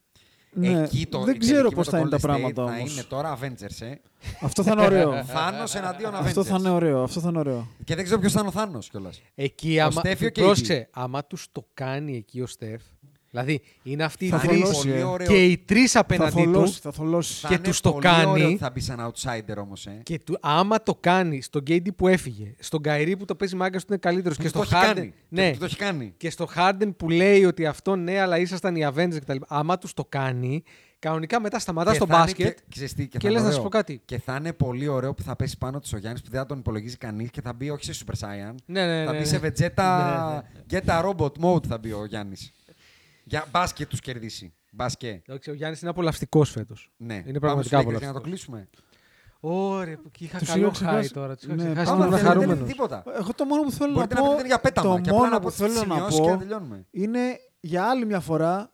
Speaker 5: Ναι.
Speaker 3: Εκεί το,
Speaker 5: Δεν
Speaker 3: η
Speaker 5: ξέρω
Speaker 3: τελική
Speaker 5: πώς
Speaker 3: με
Speaker 5: θα
Speaker 3: το
Speaker 5: είναι τα
Speaker 3: Golden State
Speaker 5: πράγματα
Speaker 3: Θα
Speaker 5: όμως.
Speaker 3: είναι τώρα Avengers, ε.
Speaker 5: Αυτό θα είναι ωραίο.
Speaker 3: Θάνος εναντίον Avengers.
Speaker 5: αυτό θα είναι ωραίο. Αυτό θα είναι ωραίο.
Speaker 3: Και δεν ξέρω ποιος θα είναι ο Θάνος κιόλας.
Speaker 4: Εκεί
Speaker 3: Ο
Speaker 4: άμα.
Speaker 3: Στέφιο και η
Speaker 4: Πρόσεξε, άμα τους το κάνει εκεί ο Στεφ. Δηλαδή είναι αυτοί οι
Speaker 5: Θα
Speaker 4: τρεις.
Speaker 5: θολώσει, ε.
Speaker 4: Και οι τρεις
Speaker 5: Θα
Speaker 4: απέναντί του.
Speaker 5: θολώσει, θα θολώσει.
Speaker 3: Θα
Speaker 4: και
Speaker 3: είναι
Speaker 4: τους το
Speaker 3: πολύ
Speaker 4: κάνει.
Speaker 3: ωραίο ότι θα μπει σαν outsider όμως, ε.
Speaker 4: Και του, άμα το κάνει στον Γκέιντι που έφυγε, στον Καϊρή που το παίζει μάγκα του είναι καλύτερος και
Speaker 3: Που
Speaker 4: στο
Speaker 3: το έχει
Speaker 4: Χάρντεν. ναι,
Speaker 3: κάνει. Που το έχει κάνει.
Speaker 4: Και στο Harden που λέει ότι αυτό ναι, αλλά ήσασταν οι Avengers κτλ. Άμα τους το κάνει, κανονικά μετά σταματάς
Speaker 3: Και
Speaker 4: στο
Speaker 3: θα είναι
Speaker 4: μπάσκετ.
Speaker 3: Και, ξέρεις τι, και,
Speaker 4: και
Speaker 3: θα
Speaker 4: λες
Speaker 3: είναι
Speaker 4: να σου
Speaker 3: ωραίο.
Speaker 4: πω κάτι.
Speaker 3: Και θα είναι πολύ ωραίο που θα πέσει πάνω τους ο Γιάννης που δεν θα τον υπολογίζει κανείς και θα μπει όχι σε Super Saiyan.
Speaker 4: Ναι, ναι,
Speaker 3: θα
Speaker 4: ναι,
Speaker 3: μπει
Speaker 4: ναι.
Speaker 3: σε Vegeta
Speaker 4: Ναι,
Speaker 3: Get a Robot Mode θα μπει ο Γιάννης. Για μπάσκετ τους κερδίσει. Μπάσκετ.
Speaker 4: Εντάξει, ο Γιάννης είναι απολαυστικός φέτος.
Speaker 3: Ναι.
Speaker 4: Είναι
Speaker 3: Πάμε στους
Speaker 4: πραγματικά
Speaker 3: Lakers για να το
Speaker 4: απολαυστικός.
Speaker 3: κλείσουμε.
Speaker 4: Ωραία, που- και είχα
Speaker 5: Τους
Speaker 4: καλό
Speaker 5: είχα
Speaker 4: χάι
Speaker 5: ξεχάσει.
Speaker 4: τώρα. Τους είχα
Speaker 5: Ναι,
Speaker 4: ξεχάσει.
Speaker 5: πάμε,
Speaker 4: ήμουν
Speaker 3: δεν- δεν
Speaker 4: χαρούμενος.
Speaker 3: λέμε τίποτα.
Speaker 5: Εγώ το μόνο που θέλω
Speaker 3: Μπορείτε
Speaker 5: να
Speaker 3: να
Speaker 5: πω.
Speaker 3: πείτε για πέταμα και
Speaker 5: το
Speaker 3: απλά
Speaker 5: μόνο
Speaker 3: να
Speaker 5: που
Speaker 3: πω τις
Speaker 5: θέλω να
Speaker 3: σημειώσεις
Speaker 5: πω
Speaker 3: και να τελειώνουμε.
Speaker 5: είναι για άλλη μια φορά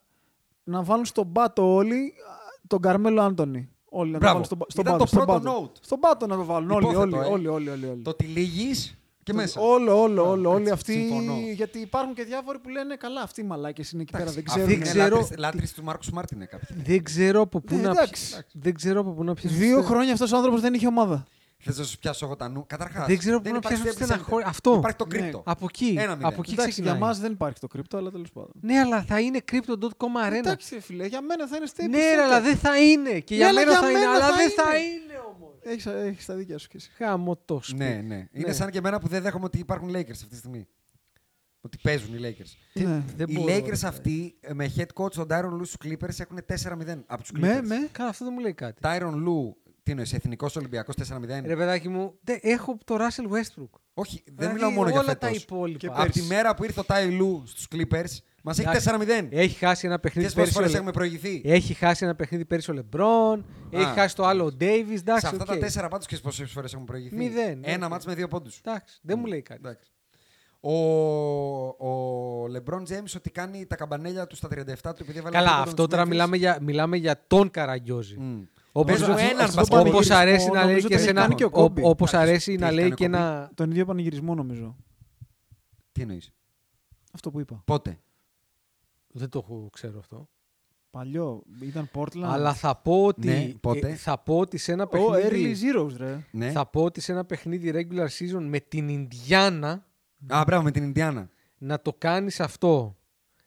Speaker 5: να βάλουν στον πάτο όλοι α, τον Καρμέλο Άντωνη. Όλοι να τον
Speaker 3: Μπράβο.
Speaker 5: βάλουν στον, πα- στον
Speaker 3: Ήταν
Speaker 5: πάτο.
Speaker 3: το
Speaker 5: στον
Speaker 3: πρώτο
Speaker 5: πάτο.
Speaker 3: note.
Speaker 5: Στον πάτο να το βάλουν όλοι.
Speaker 3: Υπόθετο,
Speaker 5: Όλοι,
Speaker 3: ε.
Speaker 5: όλοι, όλοι, όλοι, όλοι.
Speaker 3: Το ότι λυγείς και μέσα.
Speaker 5: Όλο, όλο,
Speaker 3: Μπράβο,
Speaker 5: όλο, όλοι
Speaker 3: έτσι,
Speaker 5: αυτοί.
Speaker 3: συμφωνώ.
Speaker 5: Γιατί υπάρχουν και διάφοροι που λένε καλά, αυτοί οι μαλάκες είναι εκεί πέρα, δεν
Speaker 3: Αυτοί
Speaker 5: ξέρουν.
Speaker 4: δεν
Speaker 3: είναι
Speaker 4: ξέρω-
Speaker 3: λάτρεις- λάτρεις του Μάρκους Σμάρτιν είναι κάποιοι.
Speaker 4: Δεν ξέρω από πού
Speaker 5: Ναι,
Speaker 4: να
Speaker 5: εντάξει.
Speaker 4: πιάσω. Δεν ξέρω από πού να πιάσω.
Speaker 5: Δύο
Speaker 4: στε-
Speaker 5: χρόνια αυτός ο άνθρωπος δεν είχε ομάδα.
Speaker 3: Θες να σου πιάσω εγώ τα νου. Καταρχάς,
Speaker 4: Δεν ξέρω πού να
Speaker 3: υπάρχει
Speaker 4: πιάσω
Speaker 3: Staples
Speaker 4: στεναχώρια.
Speaker 3: Center.
Speaker 4: Αυτό.
Speaker 3: Υπάρχει το
Speaker 5: Ναι.
Speaker 3: κρύπτο.
Speaker 4: Από εκεί.
Speaker 3: Ένα μηδέν.
Speaker 4: από εκεί
Speaker 5: Εντάξει, για
Speaker 4: ξεκινάει.
Speaker 5: μας δεν υπάρχει το κρυπτο, αλλά τέλος πάντων.
Speaker 4: Ναι, αλλά θα είναι crypto.com arena.
Speaker 5: Εντάξει, ρε φίλε, Ε, για μένα θα είναι stable.
Speaker 4: Ναι, ρε, αλλά δεν θα είναι. Και για
Speaker 5: αλλά
Speaker 4: μένα
Speaker 5: για
Speaker 4: θα είναι,
Speaker 5: μένα
Speaker 4: αλλά
Speaker 5: θα
Speaker 4: δεν θα
Speaker 5: είναι.
Speaker 4: είναι όμω.
Speaker 5: Έχεις, έχεις τα δίκια σου και εσύ.
Speaker 4: Χάμω το σπίτι.
Speaker 3: Ναι, ναι. Είναι σαν και εμένα που δεν δέχομαι ότι υπάρχουν Lakers αυτή τη στιγμή. Ότι παίζουν οι Lakers.
Speaker 5: Ναι.
Speaker 4: Δεν
Speaker 3: οι
Speaker 4: μπορώ,
Speaker 3: Lakers
Speaker 4: ρε.
Speaker 3: αυτοί ε, με head coach τον Tyron Lue στους Clippers έχουν 4-0 από τους Clippers.
Speaker 4: Ναι,
Speaker 5: Με, με.
Speaker 4: Καλά, αυτό δεν μου λέει κάτι.
Speaker 3: Tyron Lue, τι εννοείς, εθνικός Ολυμπιακός 4-0.
Speaker 4: Ρε παιδάκι μου, δε, έχω το Russell Westbrook.
Speaker 3: Όχι, δεν
Speaker 4: Δηλαδή,
Speaker 3: μιλάω μόνο για
Speaker 4: όλα τα
Speaker 3: φέτος.
Speaker 4: υπόλοιπα.
Speaker 3: Από τη μέρα που ήρθε ο Ty Lue στους Clippers, μας έχει 4-0.
Speaker 4: Έχει χάσει ένα παιχνίδι
Speaker 3: Ποιες πόσες
Speaker 4: πέρυσι. ο
Speaker 3: φορές
Speaker 4: Λε-
Speaker 3: έχουμε προηγηθεί.
Speaker 4: Έχει χάσει ένα παιχνίδι πέρυσι ο Λεμπρόν. Έχει χάσει το άλλο ο Ντέιβις.
Speaker 3: Σε
Speaker 4: Εντάξει,
Speaker 3: αυτά τα
Speaker 4: οκ.
Speaker 3: τέσσερα πάντως και πόσες φορές έχουμε προηγηθεί.
Speaker 4: Μηδέν,
Speaker 3: Ένα
Speaker 4: οκ.
Speaker 3: μάτς με δύο πόντους.
Speaker 4: Εντάξει, δεν μου λέει κάτι.
Speaker 3: Εντάξει. Ο, ο LeBron James ότι κάνει τα καμπανέλια του στα 37 του επειδή έβαλε
Speaker 4: Καλά,
Speaker 3: ένα τρίποντο
Speaker 4: αυτό
Speaker 3: με τους
Speaker 4: τώρα
Speaker 3: Memphis.
Speaker 4: μιλάμε για, μιλάμε για τον Καραγκιόζη.
Speaker 3: Μμμ.
Speaker 4: Όπως,
Speaker 3: Πες μου
Speaker 4: όπως-
Speaker 3: έναν
Speaker 4: όπως
Speaker 3: πανηγυρισμό,
Speaker 4: αρέσει να λέει
Speaker 5: νομίζω
Speaker 4: και
Speaker 5: ότι έχει
Speaker 4: σε ένα,
Speaker 5: κάνει και ο
Speaker 4: ό-
Speaker 5: Kobe.
Speaker 4: όπως
Speaker 3: Εντάξει,
Speaker 4: αρέσει
Speaker 3: τι
Speaker 4: να
Speaker 3: έχει
Speaker 4: λέει
Speaker 3: κάνει ο
Speaker 4: και
Speaker 3: Kobe.
Speaker 4: ένα...
Speaker 5: Τον ίδιο πανηγυρισμό νομίζω.
Speaker 3: Τι εννοείς,
Speaker 5: Αυτό που είπα.
Speaker 3: πότε.
Speaker 4: Δεν το έχω- ξέρω αυτό.
Speaker 5: Παλιό. Ήταν Portland.
Speaker 4: Αλλά θα πω ότι,
Speaker 3: Ναι, πότε?
Speaker 4: ε, θα πω ότι σε ένα
Speaker 5: Ο Early
Speaker 4: παιχνίδι...
Speaker 5: Zeros, ρε.
Speaker 3: Ναι.
Speaker 4: Θα πω ότι σε ένα παιχνίδι regular season με την Ινδιάνα
Speaker 3: Α, μπράβο, με την Ινδιάνα.
Speaker 4: να το κάνεις αυτό.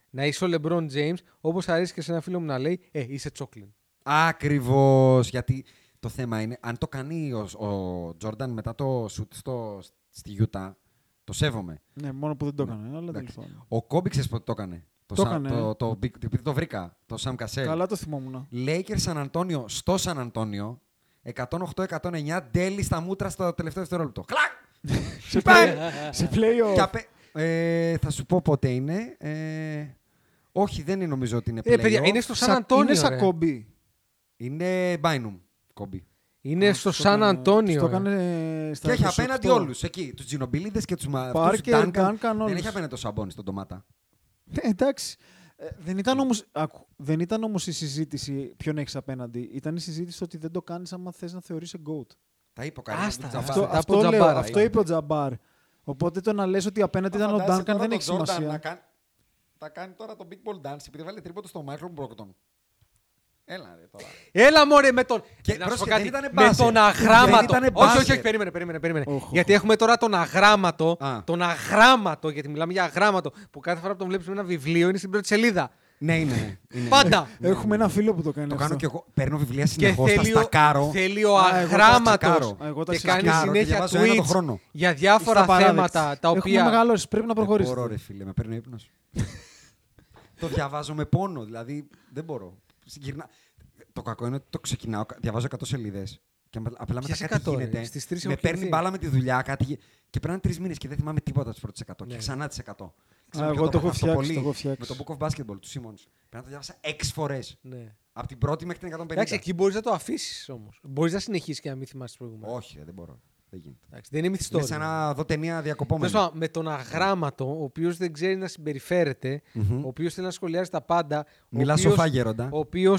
Speaker 4: Να είσαι ο LeBron James, όπως αρέσει και σε ένα φίλο μου να λέει, ε, είσαι τσόκλιν.
Speaker 3: Ακριβώς. Γιατί το θέμα είναι, αν το κάνει ο, ο Τζόρνταν μετά το σουτ στο, στη Γιούτα, το σέβομαι.
Speaker 5: Ναι, μόνο που δεν το έκανε. Αλλά τέλος
Speaker 3: Εντάξει.
Speaker 5: πάντων.
Speaker 3: Ο Κόμπι ξέρεις πότε το έκανε.
Speaker 5: Το
Speaker 3: Σα-
Speaker 5: έκανε,
Speaker 3: Το,
Speaker 5: ε.
Speaker 3: το, Big- επειδή το βρήκα, το Sam Cassell.
Speaker 5: Καλά το θυμόμουν.
Speaker 3: Lakers San Antonio στο San Antonio. 108-109, τέλει στα μούτρα στο τελευταίο δευτερόλεπτο. Κλακ!
Speaker 5: Σε
Speaker 3: Πάει!
Speaker 5: play- Σε play
Speaker 3: Και απε- ε, θα σου πω πότε είναι. Ε, όχι, δεν είναι, νομίζω ότι είναι
Speaker 4: Ε,
Speaker 3: playoff.
Speaker 4: παιδιά, είναι στο Σαν Αντώνιο.
Speaker 5: Είναι σακόμπι.
Speaker 3: Είναι Bynum, Κόμπι. Ε,
Speaker 4: Είναι στο Σαν Αντώνιο.
Speaker 5: Το
Speaker 4: ε.
Speaker 5: έκανε στα
Speaker 3: Και έχει
Speaker 5: 28.
Speaker 3: απέναντι όλους εκεί. Τους Τζινομπίλιδε και τους Μαρτίνου.
Speaker 5: Πάρκερ, Duncan, όλους.
Speaker 3: Δεν έχει απέναντι το Σαμπόνι στον ντομάτα.
Speaker 5: Ε, εντάξει. Ε, δεν, ήταν όμως, άκου, δεν ήταν όμως η συζήτηση ποιον έχεις απέναντι. Ήταν η συζήτηση ότι δεν το κάνεις άμα θες να θεωρείς goat.
Speaker 3: Τα είπε ο Καρύμ
Speaker 4: Άστα,
Speaker 3: Τζαμπάρ.
Speaker 5: Αυτό,
Speaker 4: τα από
Speaker 5: αυτό, λέω,
Speaker 4: Τζαμπάρα
Speaker 5: αυτό
Speaker 4: ήταν.
Speaker 5: είπε ο Τζαμπάρ. Οπότε το να λες ότι απέναντι ήταν ο
Speaker 3: Φαντάζεσαι
Speaker 5: Ντάνκαν
Speaker 3: τώρα τον
Speaker 5: δεν έχει
Speaker 3: Jordan
Speaker 5: σημασία.
Speaker 3: να κάνει- Θα κάνει τώρα το Big Ball Dance επειδή βάλε τρίποντο στο Michael Brockton. Έλα ρε τώρα.
Speaker 4: Έλα μωρέ με τον.
Speaker 3: Και
Speaker 4: να σου πω
Speaker 3: πρόσεχε,
Speaker 4: κάτι.
Speaker 3: δεν ήτανε
Speaker 4: με
Speaker 3: μπάσκετ.
Speaker 4: τον αγράμματο.
Speaker 3: Δεν ήτανε
Speaker 4: όχι, όχι, όχι,
Speaker 3: μπάσκετ.
Speaker 4: περίμενε, περίμενε. περίμενε.
Speaker 5: Οχ, οχ,
Speaker 4: γιατί έχουμε τώρα τον αγράμματο.
Speaker 3: Α.
Speaker 4: Τον αγράμματο, γιατί μιλάμε για αγράμματο. Που κάθε φορά που τον βλέπεις με ένα βιβλίο είναι στην πρώτη σελίδα.
Speaker 3: Ναι, είναι, ναι, είναι.
Speaker 4: Πάντα.
Speaker 5: Έχουμε ένα φίλο που το κάνει
Speaker 3: Το
Speaker 5: αυτό.
Speaker 3: κάνω και εγώ. Παίρνω βιβλία
Speaker 4: και
Speaker 3: συνεχώς, τα
Speaker 4: θέλει, ο-
Speaker 3: στακάρω.
Speaker 4: θέλει ο
Speaker 5: Α, εγώ τα
Speaker 4: αγράμματος.
Speaker 3: στακάρω.
Speaker 5: Α, εγώ τα
Speaker 4: Και κάνει
Speaker 3: στακάρω και
Speaker 4: συνέχεια
Speaker 3: διαβάζω ένα το
Speaker 4: tweets
Speaker 3: χρόνο.
Speaker 4: για διάφορα
Speaker 5: Είστε απαράδεκτοι.
Speaker 4: θέματα τα
Speaker 5: Έχουμε
Speaker 4: οποία.
Speaker 5: μεγαλώσει, πρέπει να
Speaker 3: Δεν Ε, μπορώ, ρε
Speaker 5: προχωρήσουμε.
Speaker 3: φίλε, με παίρνει ύπνος. το διαβάζω με πόνο, δηλαδή δεν μπορώ. Συγκυρνά... Το κακό είναι ότι το ξεκινάω, διαβάζω 100 σελίδες. Και με- απλά μετά
Speaker 4: Ποιες
Speaker 3: κάτι
Speaker 4: 100, ρε,
Speaker 3: γίνεται.
Speaker 4: στις τρεις
Speaker 3: με
Speaker 4: έχω
Speaker 3: παίρνει
Speaker 4: κοιμηθεί.
Speaker 3: μπάλα με τη δουλειά, κάτι. γι- Και περνάνε τρεις μήνες και δεν θυμάμαι τίποτα τι πρώτε 100.
Speaker 4: Ναι.
Speaker 3: Και ξανά τις 100.
Speaker 5: εγώ
Speaker 3: ποιο
Speaker 5: το έχω
Speaker 3: αυτό
Speaker 5: φτιάξει, το έχω φτιάξει.
Speaker 3: Με το Book of Basketball του Σίμον. Πρέπει να το διάβασα 6 φορές.
Speaker 4: Ναι.
Speaker 3: Από την πρώτη μέχρι την 150.
Speaker 4: Εντάξει, εκεί μπορείς να το αφήσεις όμως. Μπορείς να συνεχίσεις και να μην θυμάσαι προηγούμενο.
Speaker 3: Όχι, ρε, δεν μπορώ. Δεν γίνεται.
Speaker 4: Δεν είναι
Speaker 3: Είναι
Speaker 4: μυθιστόρημα.
Speaker 3: σαν να δω ταινία
Speaker 4: Τέλος
Speaker 3: διακοπόμενη.
Speaker 4: πάντων, με τον αγράμματο, ο οποίος δεν ξέρει να συμπεριφερεται ο οποίος θέλει να σχολιάζει τα πάντα.
Speaker 3: Μιλά
Speaker 4: ο οποίος-
Speaker 3: σοφά, γέροντα.
Speaker 4: Ο οποίος.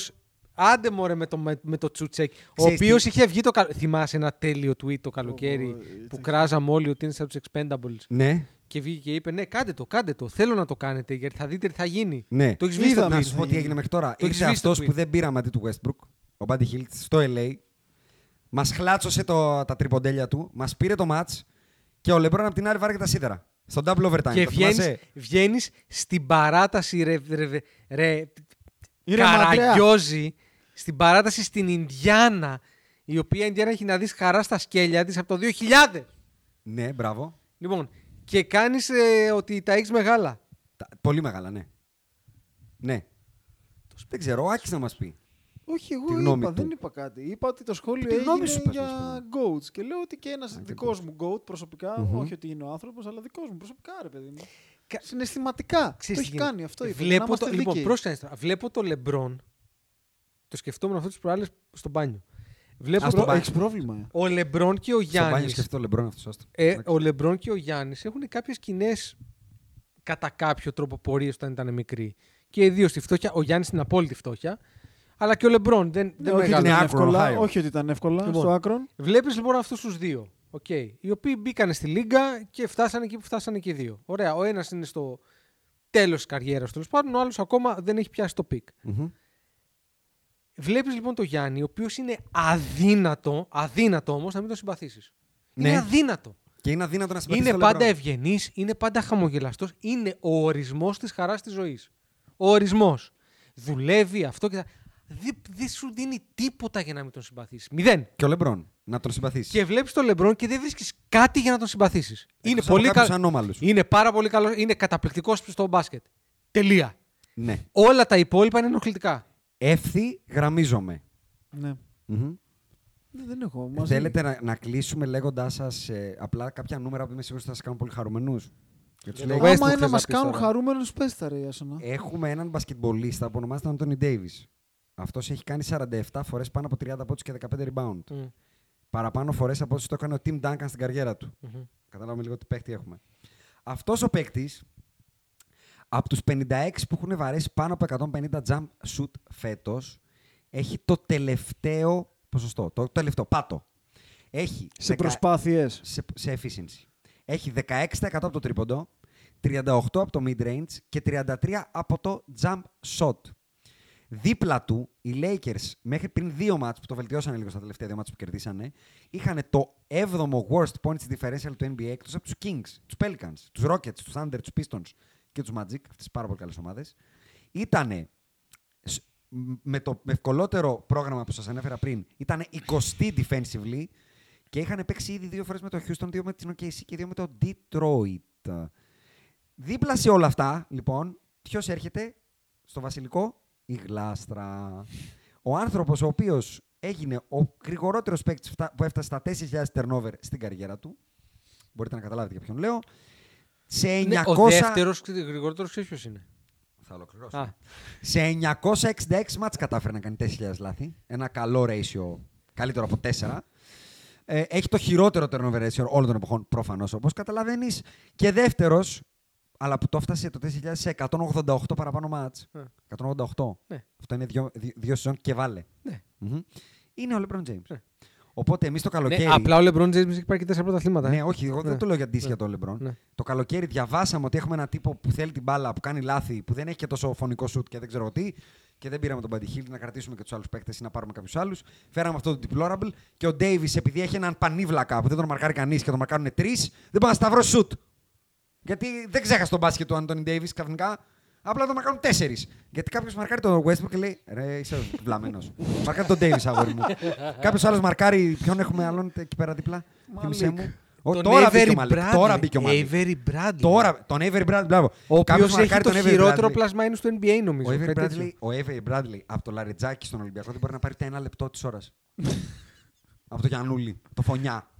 Speaker 4: Άντε μωρέ με το, με, με το τσουτσέκ. Ο
Speaker 3: Ξέρεις
Speaker 4: οποίος
Speaker 3: τι-
Speaker 4: είχε βγει το. κα- Θυμάσαι ένα τέλειο tweet το καλοκαίρι που κράζαμε όλοι ότι είναι σαν τους Expendables.
Speaker 3: Ναι.
Speaker 4: Και βγήκε και είπε: Ναι, κάντε το, κάντε το. Θέλω να το κάνετε γιατί θα δείτε τι θα γίνει.
Speaker 3: Ναι.
Speaker 4: Το έχεις βγει στο
Speaker 3: Να
Speaker 4: tweet.
Speaker 3: σου πω τι έγινε μέχρι τώρα.
Speaker 4: Το έχεις
Speaker 3: Ήρθε
Speaker 4: βγει στο
Speaker 3: αυτός
Speaker 4: tweet.
Speaker 3: που δεν πήραμε αντί του Westbrook, ο Buddy Hill, στο LA. Μας χλάτσωσε το, τα τριποντέλια του, μας πήρε το match και ο Λεμπρόν από την άλλη βάρκε τα σίδερα. Στον double overtime.
Speaker 4: Και
Speaker 3: Το θυμάσαι?
Speaker 4: βγαίνεις, βγαίνεις στην παράταση ρε, ρε, ρε,
Speaker 5: Ρε
Speaker 4: καραγκιόζη, στην παράταση στην Ινδιάνα, η οποία Ινδιάνα έχει να δεις χαρά στα σκέλια της από το 2000.
Speaker 3: Ναι, μπράβο.
Speaker 4: Λοιπόν, και κάνεις ε, ότι τα έχεις μεγάλα.
Speaker 3: Τα- πολύ μεγάλα, ναι. Ναι. Δεν ξέρω, ο Άκης να μας πει.
Speaker 5: Όχι, εγώ
Speaker 3: Τη
Speaker 5: είπα,
Speaker 3: γνώμη του.
Speaker 5: δεν είπα κάτι. Είπα ότι το σχόλιο
Speaker 3: Τη γνώμη
Speaker 5: έγινε
Speaker 3: σου πες,
Speaker 5: για
Speaker 3: ας
Speaker 5: goats. Και λέω ότι και ένας δικός μου goat προσωπικά, όχι ότι είναι ο άνθρωπος, αλλά δικός μου προσωπικά, ρε παιδί μου.
Speaker 4: Κα-
Speaker 5: Συναισθηματικά.
Speaker 4: Ξέρεις
Speaker 5: το
Speaker 4: τι
Speaker 5: έχει
Speaker 4: γίνεται.
Speaker 5: κάνει αυτό. είπε, να
Speaker 4: Βλέπω
Speaker 5: είμαστε
Speaker 4: το, λοιπόν,
Speaker 5: δίκαιοι.
Speaker 4: πρόσεχε τώρα. Βλέπω το Λεμπρόν. Το σκεφτόμουν αυτό τις προάλλες στο μπάνιο. Βλέπω
Speaker 3: Ας
Speaker 4: το-
Speaker 3: το μπάνιο.
Speaker 5: Έχεις πρόβλημα. ε.
Speaker 4: ο Λεμπρόν και ο
Speaker 3: Στο μπάνιο
Speaker 4: Γιάννης.
Speaker 3: σκεφτό Λεμπρόν αυτός. άστο.
Speaker 4: Ε, ο Λεμπρόν και ο Γιάννης έχουν κάποιες κοινέ κατά κάποιο τρόπο πορείες όταν ήταν μικροί. Και οι δύο στη φτώχεια. Ο Γιάννης στην απόλυτη φτώχεια. Αλλά και ο Λεμπρόν. Δεν,
Speaker 5: Ναι,
Speaker 4: δεν
Speaker 5: όχι, ότι
Speaker 4: μεγάλωσε.
Speaker 5: ήταν
Speaker 3: άκρο,
Speaker 5: εύκολα,
Speaker 3: Ohio.
Speaker 5: όχι ότι ήταν εύκολα
Speaker 4: Λοιπόν.
Speaker 5: στο άκρον.
Speaker 4: Βλέπεις λοιπόν αυτούς τους δύο. Okay. Οι οποίοι μπήκαν στη Λίγκα και φτάσανε εκεί που φτάσανε και οι δύο. Ωραία. Ο ένας είναι στο τέλος της καριέρας τέλος πάντων. Ο άλλος ακόμα δεν έχει πιάσει το πικ.
Speaker 3: Μμμ.
Speaker 4: Βλέπεις λοιπόν τον Γιάννη, ο οποίος είναι αδύνατο, αδύνατο όμως να μην τον συμπαθήσεις. Είναι
Speaker 3: Ναι.
Speaker 4: αδύνατο.
Speaker 3: Και είναι αδύνατο να συμπαθήσεις.
Speaker 4: Είναι
Speaker 3: το
Speaker 4: πάντα
Speaker 3: LeBron.
Speaker 4: ευγενής, είναι πάντα χαμογελαστός. Είναι ο ορισμός της χαράς της ζωής. Ο ορισμός. Δουλεύει αυτό και τα. Δεν δεν σου δίνει τίποτα για να μην τον συμπαθήσεις. Μηδέν.
Speaker 3: Και ο Λεμπρόν. Να τον συμπαθήσεις.
Speaker 4: Και βλέπεις τον Λεμπρόν και δεν βρίσκεις κάτι για να τον συμπαθήσεις. Είναι
Speaker 3: από
Speaker 4: πολύ
Speaker 3: κάποιους
Speaker 4: κα-
Speaker 3: ανώμαλους.
Speaker 4: Είναι πάρα πολύ καλό. Είναι καταπληκτικός στο μπάσκετ. Τελεία.
Speaker 3: Ναι.
Speaker 4: Όλα τα υπόλοιπα είναι ενοχλητικά.
Speaker 3: Εύθη γραμμίζομαι.
Speaker 5: Ναι.
Speaker 3: Μμμ.
Speaker 5: Ναι, Δεν έχω. μαζί.
Speaker 3: Ε, Θέλετε να, να κλείσουμε λέγοντάς σας απλά κάποια νούμερα που είμαι σίγουρος ότι θα σας κάνουν πολύ χαρούμενους.
Speaker 4: το Westbrook
Speaker 5: Άμα
Speaker 4: θες
Speaker 5: είναι να
Speaker 4: να
Speaker 5: μας
Speaker 4: πεις
Speaker 5: κάνουν
Speaker 4: τώρα.
Speaker 5: χαρούμενους, πες τα ρε Ιάσονα.
Speaker 3: Έχουμε έναν μπασκετμπολίστα που ονομάζεται Αντώνι Ντέιβι. Αυτός έχει κάνει 47 φορές πάνω από 30 πόντους και 15 rebound.
Speaker 4: Μμ.
Speaker 3: Παραπάνω φορές από όσοι το έκανε ο Tim Duncan στην καριέρα του. Κατάλαβαμε λίγο τι παίκτη έχουμε. Αυτός ο παίκτης από τους 56 που έχουν βαρέσει πάνω από 150 jump shoot φέτος έχει το τελευταίο ποσοστό. Το τελευταίο. Πάτο. Έχει
Speaker 5: Σε
Speaker 3: 10
Speaker 5: προσπάθειες.
Speaker 3: σε, σε efficiency. Έχει 16% από το τρίποντο, 38% από το mid-range και 33% από το jump shot. Δίπλα του, οι Lakers μέχρι πριν δύο μάτς που το βελτιώσανε λίγο στα τελευταία δύο μάτς που κερδίσανε, είχαν το 7ο worst points differential του NBA εκτός από τους Kings, τους Pelicans, τους Rockets, τους Thunder, τους Pistons και τους Magic, αυτές τις πάρα πολύ καλές ομάδες. Ήτανε σ- μ- με το με ευκολότερο πρόγραμμα που σας ανέφερα πριν, ήταν 20 defensively και είχαν παίξει ήδη δύο φορές με το Houston, δύο με την OKC και δύο με το Detroit. Δίπλα σε όλα αυτά, λοιπόν, ποιος έρχεται στο βασιλικό, η γλάστρα. Ο άνθρωπος ο οποίος έγινε ο γρηγορότερος παίκτης που έφτασε στα 4.000 turnover στην καριέρα του. Μπορείτε να καταλάβετε για ποιον λέω. Σε 900...
Speaker 4: Είναι Ναι, Ο δεύτερο γρηγορότερος ξέρεις ποιος είναι.
Speaker 3: Θα ολοκληρώσω.
Speaker 4: Α,
Speaker 3: Σε 966 μάτς κατάφερε να κάνει 4.000 λάθη. Ένα καλό ratio, καλύτερο από 4. Ε, έχει το χειρότερο turnover ratio όλων των εποχών, προφανώς, όπως καταλαβαίνεις. Και δεύτερος, αλλά που το έφτασε το 4.000 σε 188 παραπάνω μάτς.
Speaker 4: Ε.
Speaker 3: 188.
Speaker 4: Ναι.
Speaker 3: Αυτό είναι δύο, δύο, δύο σεζόν και βάλε.
Speaker 4: ναι.
Speaker 3: Μμμ. Είναι ο LeBron James.
Speaker 4: Ναι.
Speaker 3: Οπότε εμείς το καλοκαίρι...
Speaker 4: Ναι, απλά ο LeBron James έχει πάρει και τέσσερα πρωταθλήματα. ε.
Speaker 3: Ναι, όχι, εγώ
Speaker 4: Ναι.
Speaker 3: δεν το λέω για ντύση για το LeBron.
Speaker 4: Ναι.
Speaker 3: Το καλοκαίρι διαβάσαμε ότι έχουμε έναν τύπο που θέλει την μπάλα, που κάνει λάθη, που δεν έχει και τόσο φωνικό σουτ και δεν ξέρω τι. Και δεν πήραμε τον Buddy Hill να κρατήσουμε και τους άλλους παίκτες ή να πάρουμε κάποιους άλλους. Φέραμε αυτό το deplorable και ο Davis, επειδή έχει έναν πανίβλακα που δεν τον μαρκάρει κανείς και τον μαρκάρουν τρεις, δεν μπορεί να σταυρώσει σουτ. Γιατί δεν ξέχασε τον μπάσκετ του Άντωνι Ντέιβι ξαφνικά. Απλά τον μαρκάρουν τέσσερις. Γιατί κάποιος μαρκάρει τον Westbrook και λέει Ρε, είσαι βλαμμένος. μαρκάρει τον Ντέιβι, αγόρι μου. κάποιος άλλος μαρκάρει. Ποιον έχουμε άλλον εκεί πέρα δίπλα. Θυμησέ μου. Ο,
Speaker 4: Τον
Speaker 3: τώρα, μπήκε ο
Speaker 4: Avery
Speaker 3: Μαλίκ,
Speaker 4: Bradley.
Speaker 3: τώρα μπήκε ο Μαλίκ.
Speaker 4: Avery Bradley.
Speaker 3: Τώρα, τον Avery Bradley, μπράβο.
Speaker 4: Ο οποίος
Speaker 3: Κάποιος
Speaker 4: έχει
Speaker 3: μαρκάρει
Speaker 4: το
Speaker 3: τον Avery
Speaker 4: χειρότερο
Speaker 3: Bradley.
Speaker 4: πλάσμα είναι στο NBA, νομίζω.
Speaker 3: Ο Avery,
Speaker 4: Κάτι τέτοιο.
Speaker 3: Bradley, ο Avery Bradley από το Λαριτζάκι στον Ολυμπιακό δεν μπορεί να πάρει ούτε ένα λεπτό της ώρας. από το Γιανούλη, το φωνιά.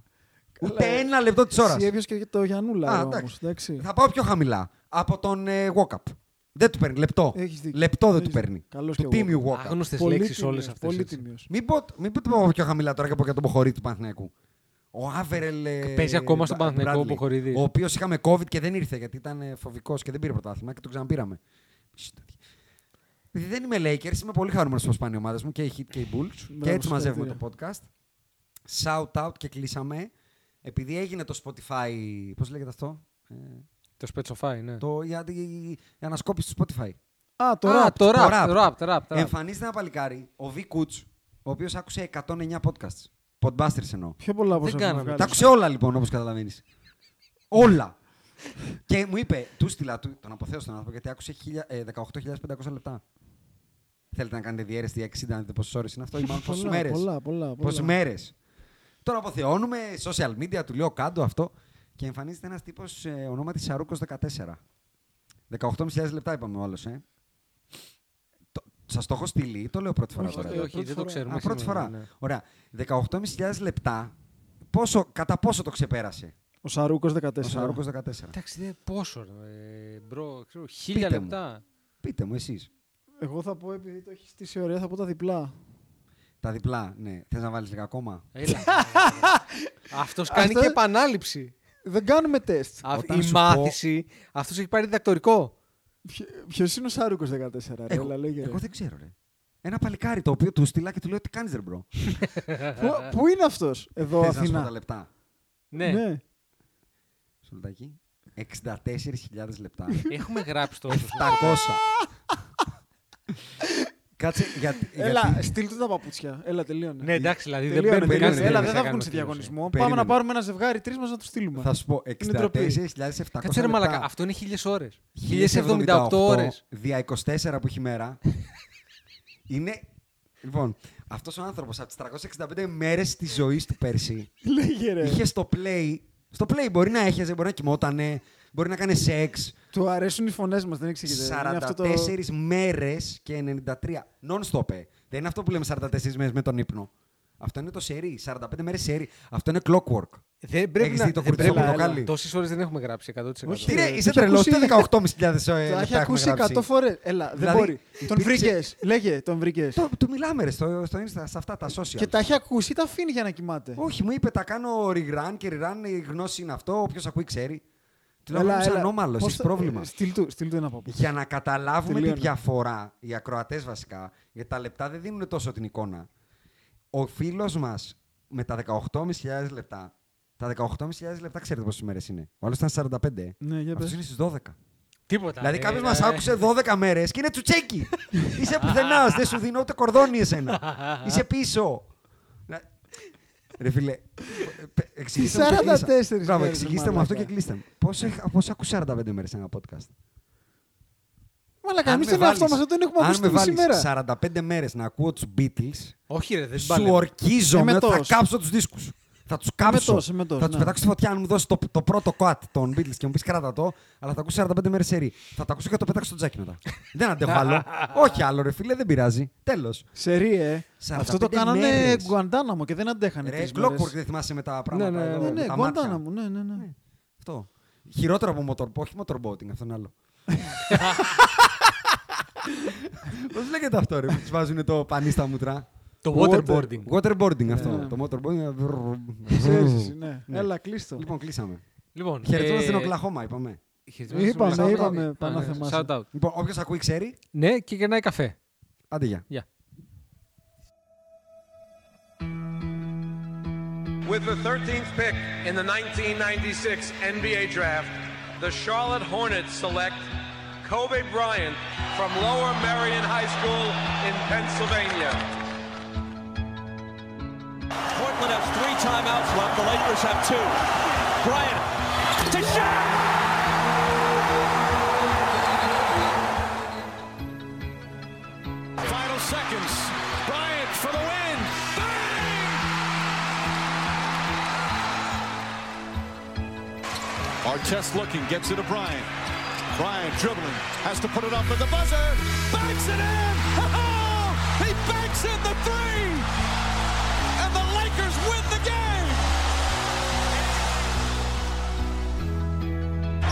Speaker 4: ε,
Speaker 3: ούτε ένα λεπτό της ώρας.
Speaker 5: Εσύ έπιασε και το Γιανούλα
Speaker 3: Α,
Speaker 5: όμως.
Speaker 3: εντάξει. Θα πάω πιο χαμηλά. Από τον ε, Walkup. Δεν του παίρνει. Λεπτό.
Speaker 5: Έχεις δίκιο.
Speaker 3: Λεπτό δεν
Speaker 5: Έχεις
Speaker 3: του
Speaker 5: δίκιο.
Speaker 3: παίρνει.
Speaker 5: Καλός
Speaker 3: του
Speaker 5: και ο
Speaker 3: τίμιου Walkup.
Speaker 4: Άγνωστες λέξεις όλες αυτές.
Speaker 5: Πολύ
Speaker 4: έτσι.
Speaker 5: τίμιο.
Speaker 3: Μην, πω, μην πω, πάω πιο χαμηλά τώρα και πω για τον Ποχορίδη του Παναθηναϊκού. Ο Άβερελ. ε,
Speaker 4: Παίζει ακόμα στον
Speaker 3: Μπρα-
Speaker 4: Παναθηναϊκό ο
Speaker 3: Bradley,
Speaker 4: Ποχορίδης.
Speaker 3: Ο οποίος είχαμε COVID και δεν ήρθε γιατί ήταν φοβικός και δεν πήρε πρωτάθλημα και τον ξαναπήραμε. Σιτ. Επειδή δεν είμαι Lakers, είμαι πολύ χαρούμενος που σπάνε οι ομάδες μου και οι Heat και οι Bulls. και έτσι μαζεύουμε το podcast. Shout out και κλείσαμε. Επειδή έγινε το Spotify. Πώς λέγεται αυτό. Ε,
Speaker 4: Το Spetsofy, ναι.
Speaker 3: Το, η, η, η ανασκόπηση του Spotify.
Speaker 5: Α, το
Speaker 4: Α,
Speaker 5: rap.
Speaker 4: το rap,
Speaker 3: rap.
Speaker 4: το rap, το rap, το rap.
Speaker 3: Εμφανίζεται ένα παλικάρι, ο Βι Κούτς, ο οποίος άκουσε 109 podcasts. Podbusters εννοώ.
Speaker 5: Πιο πολλά από
Speaker 4: Δεν
Speaker 5: όσα έχουμε
Speaker 4: κάναμε.
Speaker 5: βγάλει.
Speaker 3: Τα άκουσε όλα λοιπόν, όπως καταλαβαίνεις. όλα. και μου είπε, του στείλα, του- τον αποθέω στον άνθρωπο, γιατί άκουσε χίλια- ε, 18.500 λεπτά. Θέλετε να κάνετε διαίρεση 60, να δείτε πόσες ώρες είναι αυτό, ή μάλλον πόσε
Speaker 5: Πολλά,
Speaker 3: μέρες.
Speaker 5: πολλά, πολλά, πολλά.
Speaker 3: Πόσες μέρες. Τώρα αποθεώνουμε social media, του λέω κάτω αυτό. Και εμφανίζεται ένας τύπος ε, ονόματι Σαρούκος 14. 18.500 λεπτά είπαμε όλο, ε. Σας το έχω στείλει ή το λέω πρώτη φορά
Speaker 4: Όχι,
Speaker 3: τώρα.
Speaker 4: όχι, όχι,
Speaker 5: Πρώτη
Speaker 4: δεν το
Speaker 5: φορά.
Speaker 4: ξέρουμε.
Speaker 3: Α, πρώτη
Speaker 4: σήμερα,
Speaker 3: φορά.
Speaker 4: ναι.
Speaker 3: Ωραία. 18.500 λεπτά. Πόσο, κατά πόσο το ξεπέρασε
Speaker 5: Ο Σαρούκος 14.
Speaker 3: ο Σαρούκος 14.
Speaker 4: Εντάξει, δεν πόσο, ρε, μπρο, ξέρω, χίλια
Speaker 3: Πείτε μου.
Speaker 4: λεπτά.
Speaker 3: Πείτε μου εσείς.
Speaker 5: Εγώ θα πω, επειδή το έχεις στήσει ωραία, θα πω τα διπλά.
Speaker 3: Τα διπλά, ναι. Θες να βάλεις λίγα ακόμα.
Speaker 4: Έλα. Αυτός κάνει
Speaker 5: Αυτό-
Speaker 4: και επανάληψη.
Speaker 5: Δεν κάνουμε τεστ.
Speaker 4: Α,
Speaker 3: Όταν
Speaker 4: Η
Speaker 3: σου πω-
Speaker 4: μάθηση. Αυτός έχει πάρει διδακτορικό.
Speaker 5: Ποιο είναι ο Σαρούκος 14, ρε,
Speaker 3: Εγώ,
Speaker 5: έλα, λέγε, ρε.
Speaker 3: εγώ δεν ξέρω, ρε. Ένα παλικάρι το οποίο του στείλα και του λέω τι κάνεις ρε μπρο.
Speaker 5: Πού- Πού είναι αυτός, εδώ
Speaker 3: Θες να σου πω τα
Speaker 5: Αθηνά.
Speaker 3: λεπτά.
Speaker 4: Ναι.
Speaker 3: Σου λεπτάκι. 64.000 λεπτά.
Speaker 4: Έχουμε γράψει το όσο.
Speaker 3: 700. Κάτσε, γιατί...
Speaker 5: Έλα,
Speaker 3: γιατί-
Speaker 5: στείλ του τα παπούτσια. Έλα, τελείωνε.
Speaker 4: Ναι, εντάξει, δηλαδή δεν
Speaker 5: Τελείωνε,
Speaker 4: παίρνουμε
Speaker 5: τελείωνε.
Speaker 4: κανένα
Speaker 5: Έλα,
Speaker 4: δεν
Speaker 5: δεν θα
Speaker 4: κάνουμε
Speaker 5: βγουν σε
Speaker 4: ευθύνη.
Speaker 5: διαγωνισμό. Πάμε
Speaker 3: Περίμενε.
Speaker 5: να πάρουμε ένα ζευγάρι τρεις μας να τους στείλουμε.
Speaker 3: Θα σου πω, ε, 64.700
Speaker 5: Είναι ντροπή.
Speaker 3: λεπτά.
Speaker 4: Κάτσε ρε μαλακά, αυτό είναι χίλιες ώρες. 1078 ώρες.
Speaker 3: Δια 24 που έχει μέρα. είναι. Λοιπόν, αυτός ο άνθρωπος από τις 365 μέρες της ζωής του πέρσι
Speaker 5: Λέγε
Speaker 4: Ε.
Speaker 5: ρε.
Speaker 3: είχε στο play. Στο play μπορεί να έχιαζε, μπορεί να κοιμότανε, μπορεί να κάνει σεξ.
Speaker 5: Του αρέσουν οι φωνές μας, δεν εξηγείται. Είναι αυτό το-
Speaker 3: 44 μέρες και 93. Non-stop. ε. Δεν είναι αυτό που λέμε 44 μέρες με τον ύπνο. Αυτό είναι το σερί. 45 μέρες σερί. Αυτό είναι clockwork.
Speaker 4: Δεν πρέπει
Speaker 3: Έχεις
Speaker 4: να...
Speaker 3: δει το
Speaker 4: δεν
Speaker 3: κουρτσό
Speaker 4: πρέπει-
Speaker 3: πορτοκάλι?
Speaker 4: Τόσες ώρες δεν έχουμε γράψει 100%.
Speaker 5: Όχι,
Speaker 3: Τι ρε,
Speaker 5: ρε,
Speaker 3: είσαι
Speaker 5: το έχει
Speaker 3: τρελό. Τι
Speaker 5: ακούσει-
Speaker 3: 18.500 ε,
Speaker 5: Τα έχει
Speaker 3: λεπτά έχουμε
Speaker 5: ακούσει 100
Speaker 3: γράψει.
Speaker 5: φορές. Έλα, δεν
Speaker 3: Δηλαδή,
Speaker 5: μπορεί. Τον
Speaker 3: υπήρξε-
Speaker 5: βρήκες. Λέγε, τον βρήκες.
Speaker 3: Το, του μιλάμε ρε, στο, στο Insta, σε αυτά τα social.
Speaker 5: Και τα έχει ακούσει ή τα αφήνει για να κοιμάται.
Speaker 3: Όχι, μου είπε τα κάνω rerun και rerun η γνώση είναι αυτό. Όποιος ακούει ξέρει. Του λέω
Speaker 5: Έλα,
Speaker 3: «Είσαι
Speaker 5: έλα.
Speaker 3: ανώμαλος,
Speaker 5: Πώς
Speaker 3: έχεις
Speaker 5: θα-
Speaker 3: πρόβλημα.
Speaker 5: ε, Στείλ του, στείλ του ένα παπούτσι.
Speaker 3: Για να καταλάβουμε
Speaker 5: Τελείωνα.
Speaker 3: τη διαφορά, οι ακροατές βασικά, γιατί τα λεπτά δεν δίνουν τόσο την εικόνα. Ο φίλος μας με τα 18.500 λεπτά. Τα 18.500 λεπτά ξέρετε πόσες μέρες είναι. Ο άλλος ήταν 45. ε.
Speaker 5: Ναι, για
Speaker 3: Αυτός
Speaker 5: πες.
Speaker 3: είναι στις 12.
Speaker 4: Τίποτα.
Speaker 3: δηλαδή
Speaker 4: ε,
Speaker 3: κάποιο
Speaker 4: ε,
Speaker 3: μα άκουσε 12 μέρες και είναι τσουτσέκι. Είσαι πουθενάς, δεν σου δίνω ούτε κορδόνι εσένα. Είσαι πίσω. Να- Ρε φίλε, ε, πε- εξηγήστε μου. και
Speaker 5: 44
Speaker 3: κλείσα. Μπράβο,
Speaker 5: μέρες,
Speaker 3: εξηγήστε μου αυτό
Speaker 5: μαλάκα.
Speaker 3: και κλείστε μου. Πώς έχ- Πώς άκουσα 45 μέρε ένα podcast.
Speaker 5: Μαλάκα,
Speaker 3: Αν
Speaker 5: εμείς
Speaker 3: με
Speaker 5: Ε, τον εαυτό
Speaker 3: βάλεις-
Speaker 5: μας δεν τον έχουμε ακούσει
Speaker 3: Αν με
Speaker 5: τον
Speaker 3: βάλεις
Speaker 5: σήμερα.
Speaker 3: 45 μέρες να ακούω τους Beatles,
Speaker 4: Όχι ρε, δεν
Speaker 3: σου
Speaker 4: παλεύω.
Speaker 3: ορκίζομαι
Speaker 5: Ε, Είμαι
Speaker 3: ότι θα
Speaker 5: τός.
Speaker 3: κάψω τους δίσκους. Θα τους κάψω.
Speaker 5: τός, είμαι τός,
Speaker 3: θα τους
Speaker 5: ναι.
Speaker 3: πετάξω στη φωτιά αν μου δώσεις το, το πρώτο quad των Beatles και μου πεις κράτα το, αλλά θα ακούσω 45 μέρες σερή. Θα το ακούσω και θα το πετάξω στο τζάκι μετά. δεν αντέχω άλλο. Όχι άλλο ρε φίλε, δεν πειράζει. Τέλος.
Speaker 5: Σε ριε.
Speaker 3: 45
Speaker 5: Αυτό το κάνανε
Speaker 3: μέρες.
Speaker 5: Γκουαντάναμο και δεν αντέχανε.
Speaker 3: Ρε,
Speaker 5: τρεις μέρες.
Speaker 3: Clockwork δεν θυμάσαι με τα πράγματα.
Speaker 4: ναι,
Speaker 3: εδώ,
Speaker 5: Ναι,
Speaker 3: με
Speaker 5: ναι,
Speaker 3: τα μάτια.
Speaker 5: Γκουαντάναμο, ναι, ναι, ναι.
Speaker 3: Αυτό. Χειρότερο από motor, όχι motorboating, αυτό είναι άλλο. Πώς λέγεται αυτό ρε, που τους βάζουν το πανί στα μούτρα.
Speaker 4: Το waterboarding.
Speaker 3: Waterboarding αυτό. Το motorboarding.
Speaker 5: Ξέρεις, ναι.
Speaker 3: Ναι.
Speaker 5: Έλα, κλείστο.
Speaker 3: Λοιπόν, κλείσαμε.
Speaker 4: Λοιπόν,
Speaker 3: Χαιρετούμε
Speaker 4: ε,
Speaker 3: στην Οκλαχώμα, είπαμε.
Speaker 4: χαιρετούμε στην
Speaker 5: Είπαμε,
Speaker 4: Οκλαχώμα.
Speaker 5: είπαμε,
Speaker 4: Ναι, ναι,
Speaker 5: Παναθεμάς.
Speaker 4: Shout out.
Speaker 3: Λοιπόν, όποιος ακούει ξέρει,
Speaker 4: Ναι, και γεννάει καφέ.
Speaker 3: άντε γεια.
Speaker 6: With the 13th pick in the 1996 NBA draft, the Charlotte Hornets select Kobe Bryant from Lower Merion High School in Pennsylvania.
Speaker 7: Portland has three timeouts left. The Lakers have two. Bryant to shot.
Speaker 1: Final seconds. Bryant for the win. Bang!
Speaker 8: Artest looking, gets it to Bryant. Bryant dribbling, has to put it up for the buzzer. Banks it in! Oh, he banks in the three! And the Lakers win the game!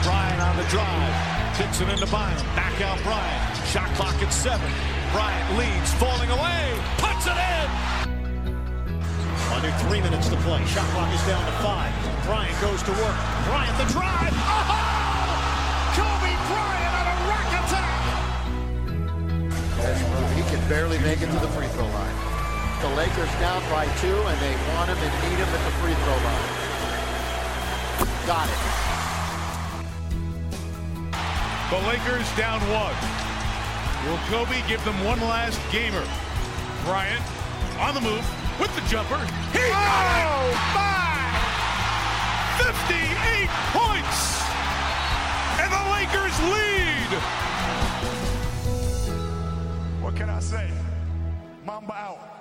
Speaker 8: Bryant on the drive, kicks it into Bynum. Back out Bryant. Shot clock at seven. Bryant leads, falling away, puts it in! Under three minutes to play. Shot clock is down to five. Bryant goes to work. Bryant the drive. Oh! Kobe Bryant on a rack attack.
Speaker 9: He can barely make it to the free throw line. The Lakers down by two, and they want him and need him at the free throw line. Got it.
Speaker 1: The Lakers down one. Will Kobe give them one last gamer? Bryant on the move with the jumper. He oh, my! 58 points! And the Lakers lead!
Speaker 2: What can I say? Mamba out.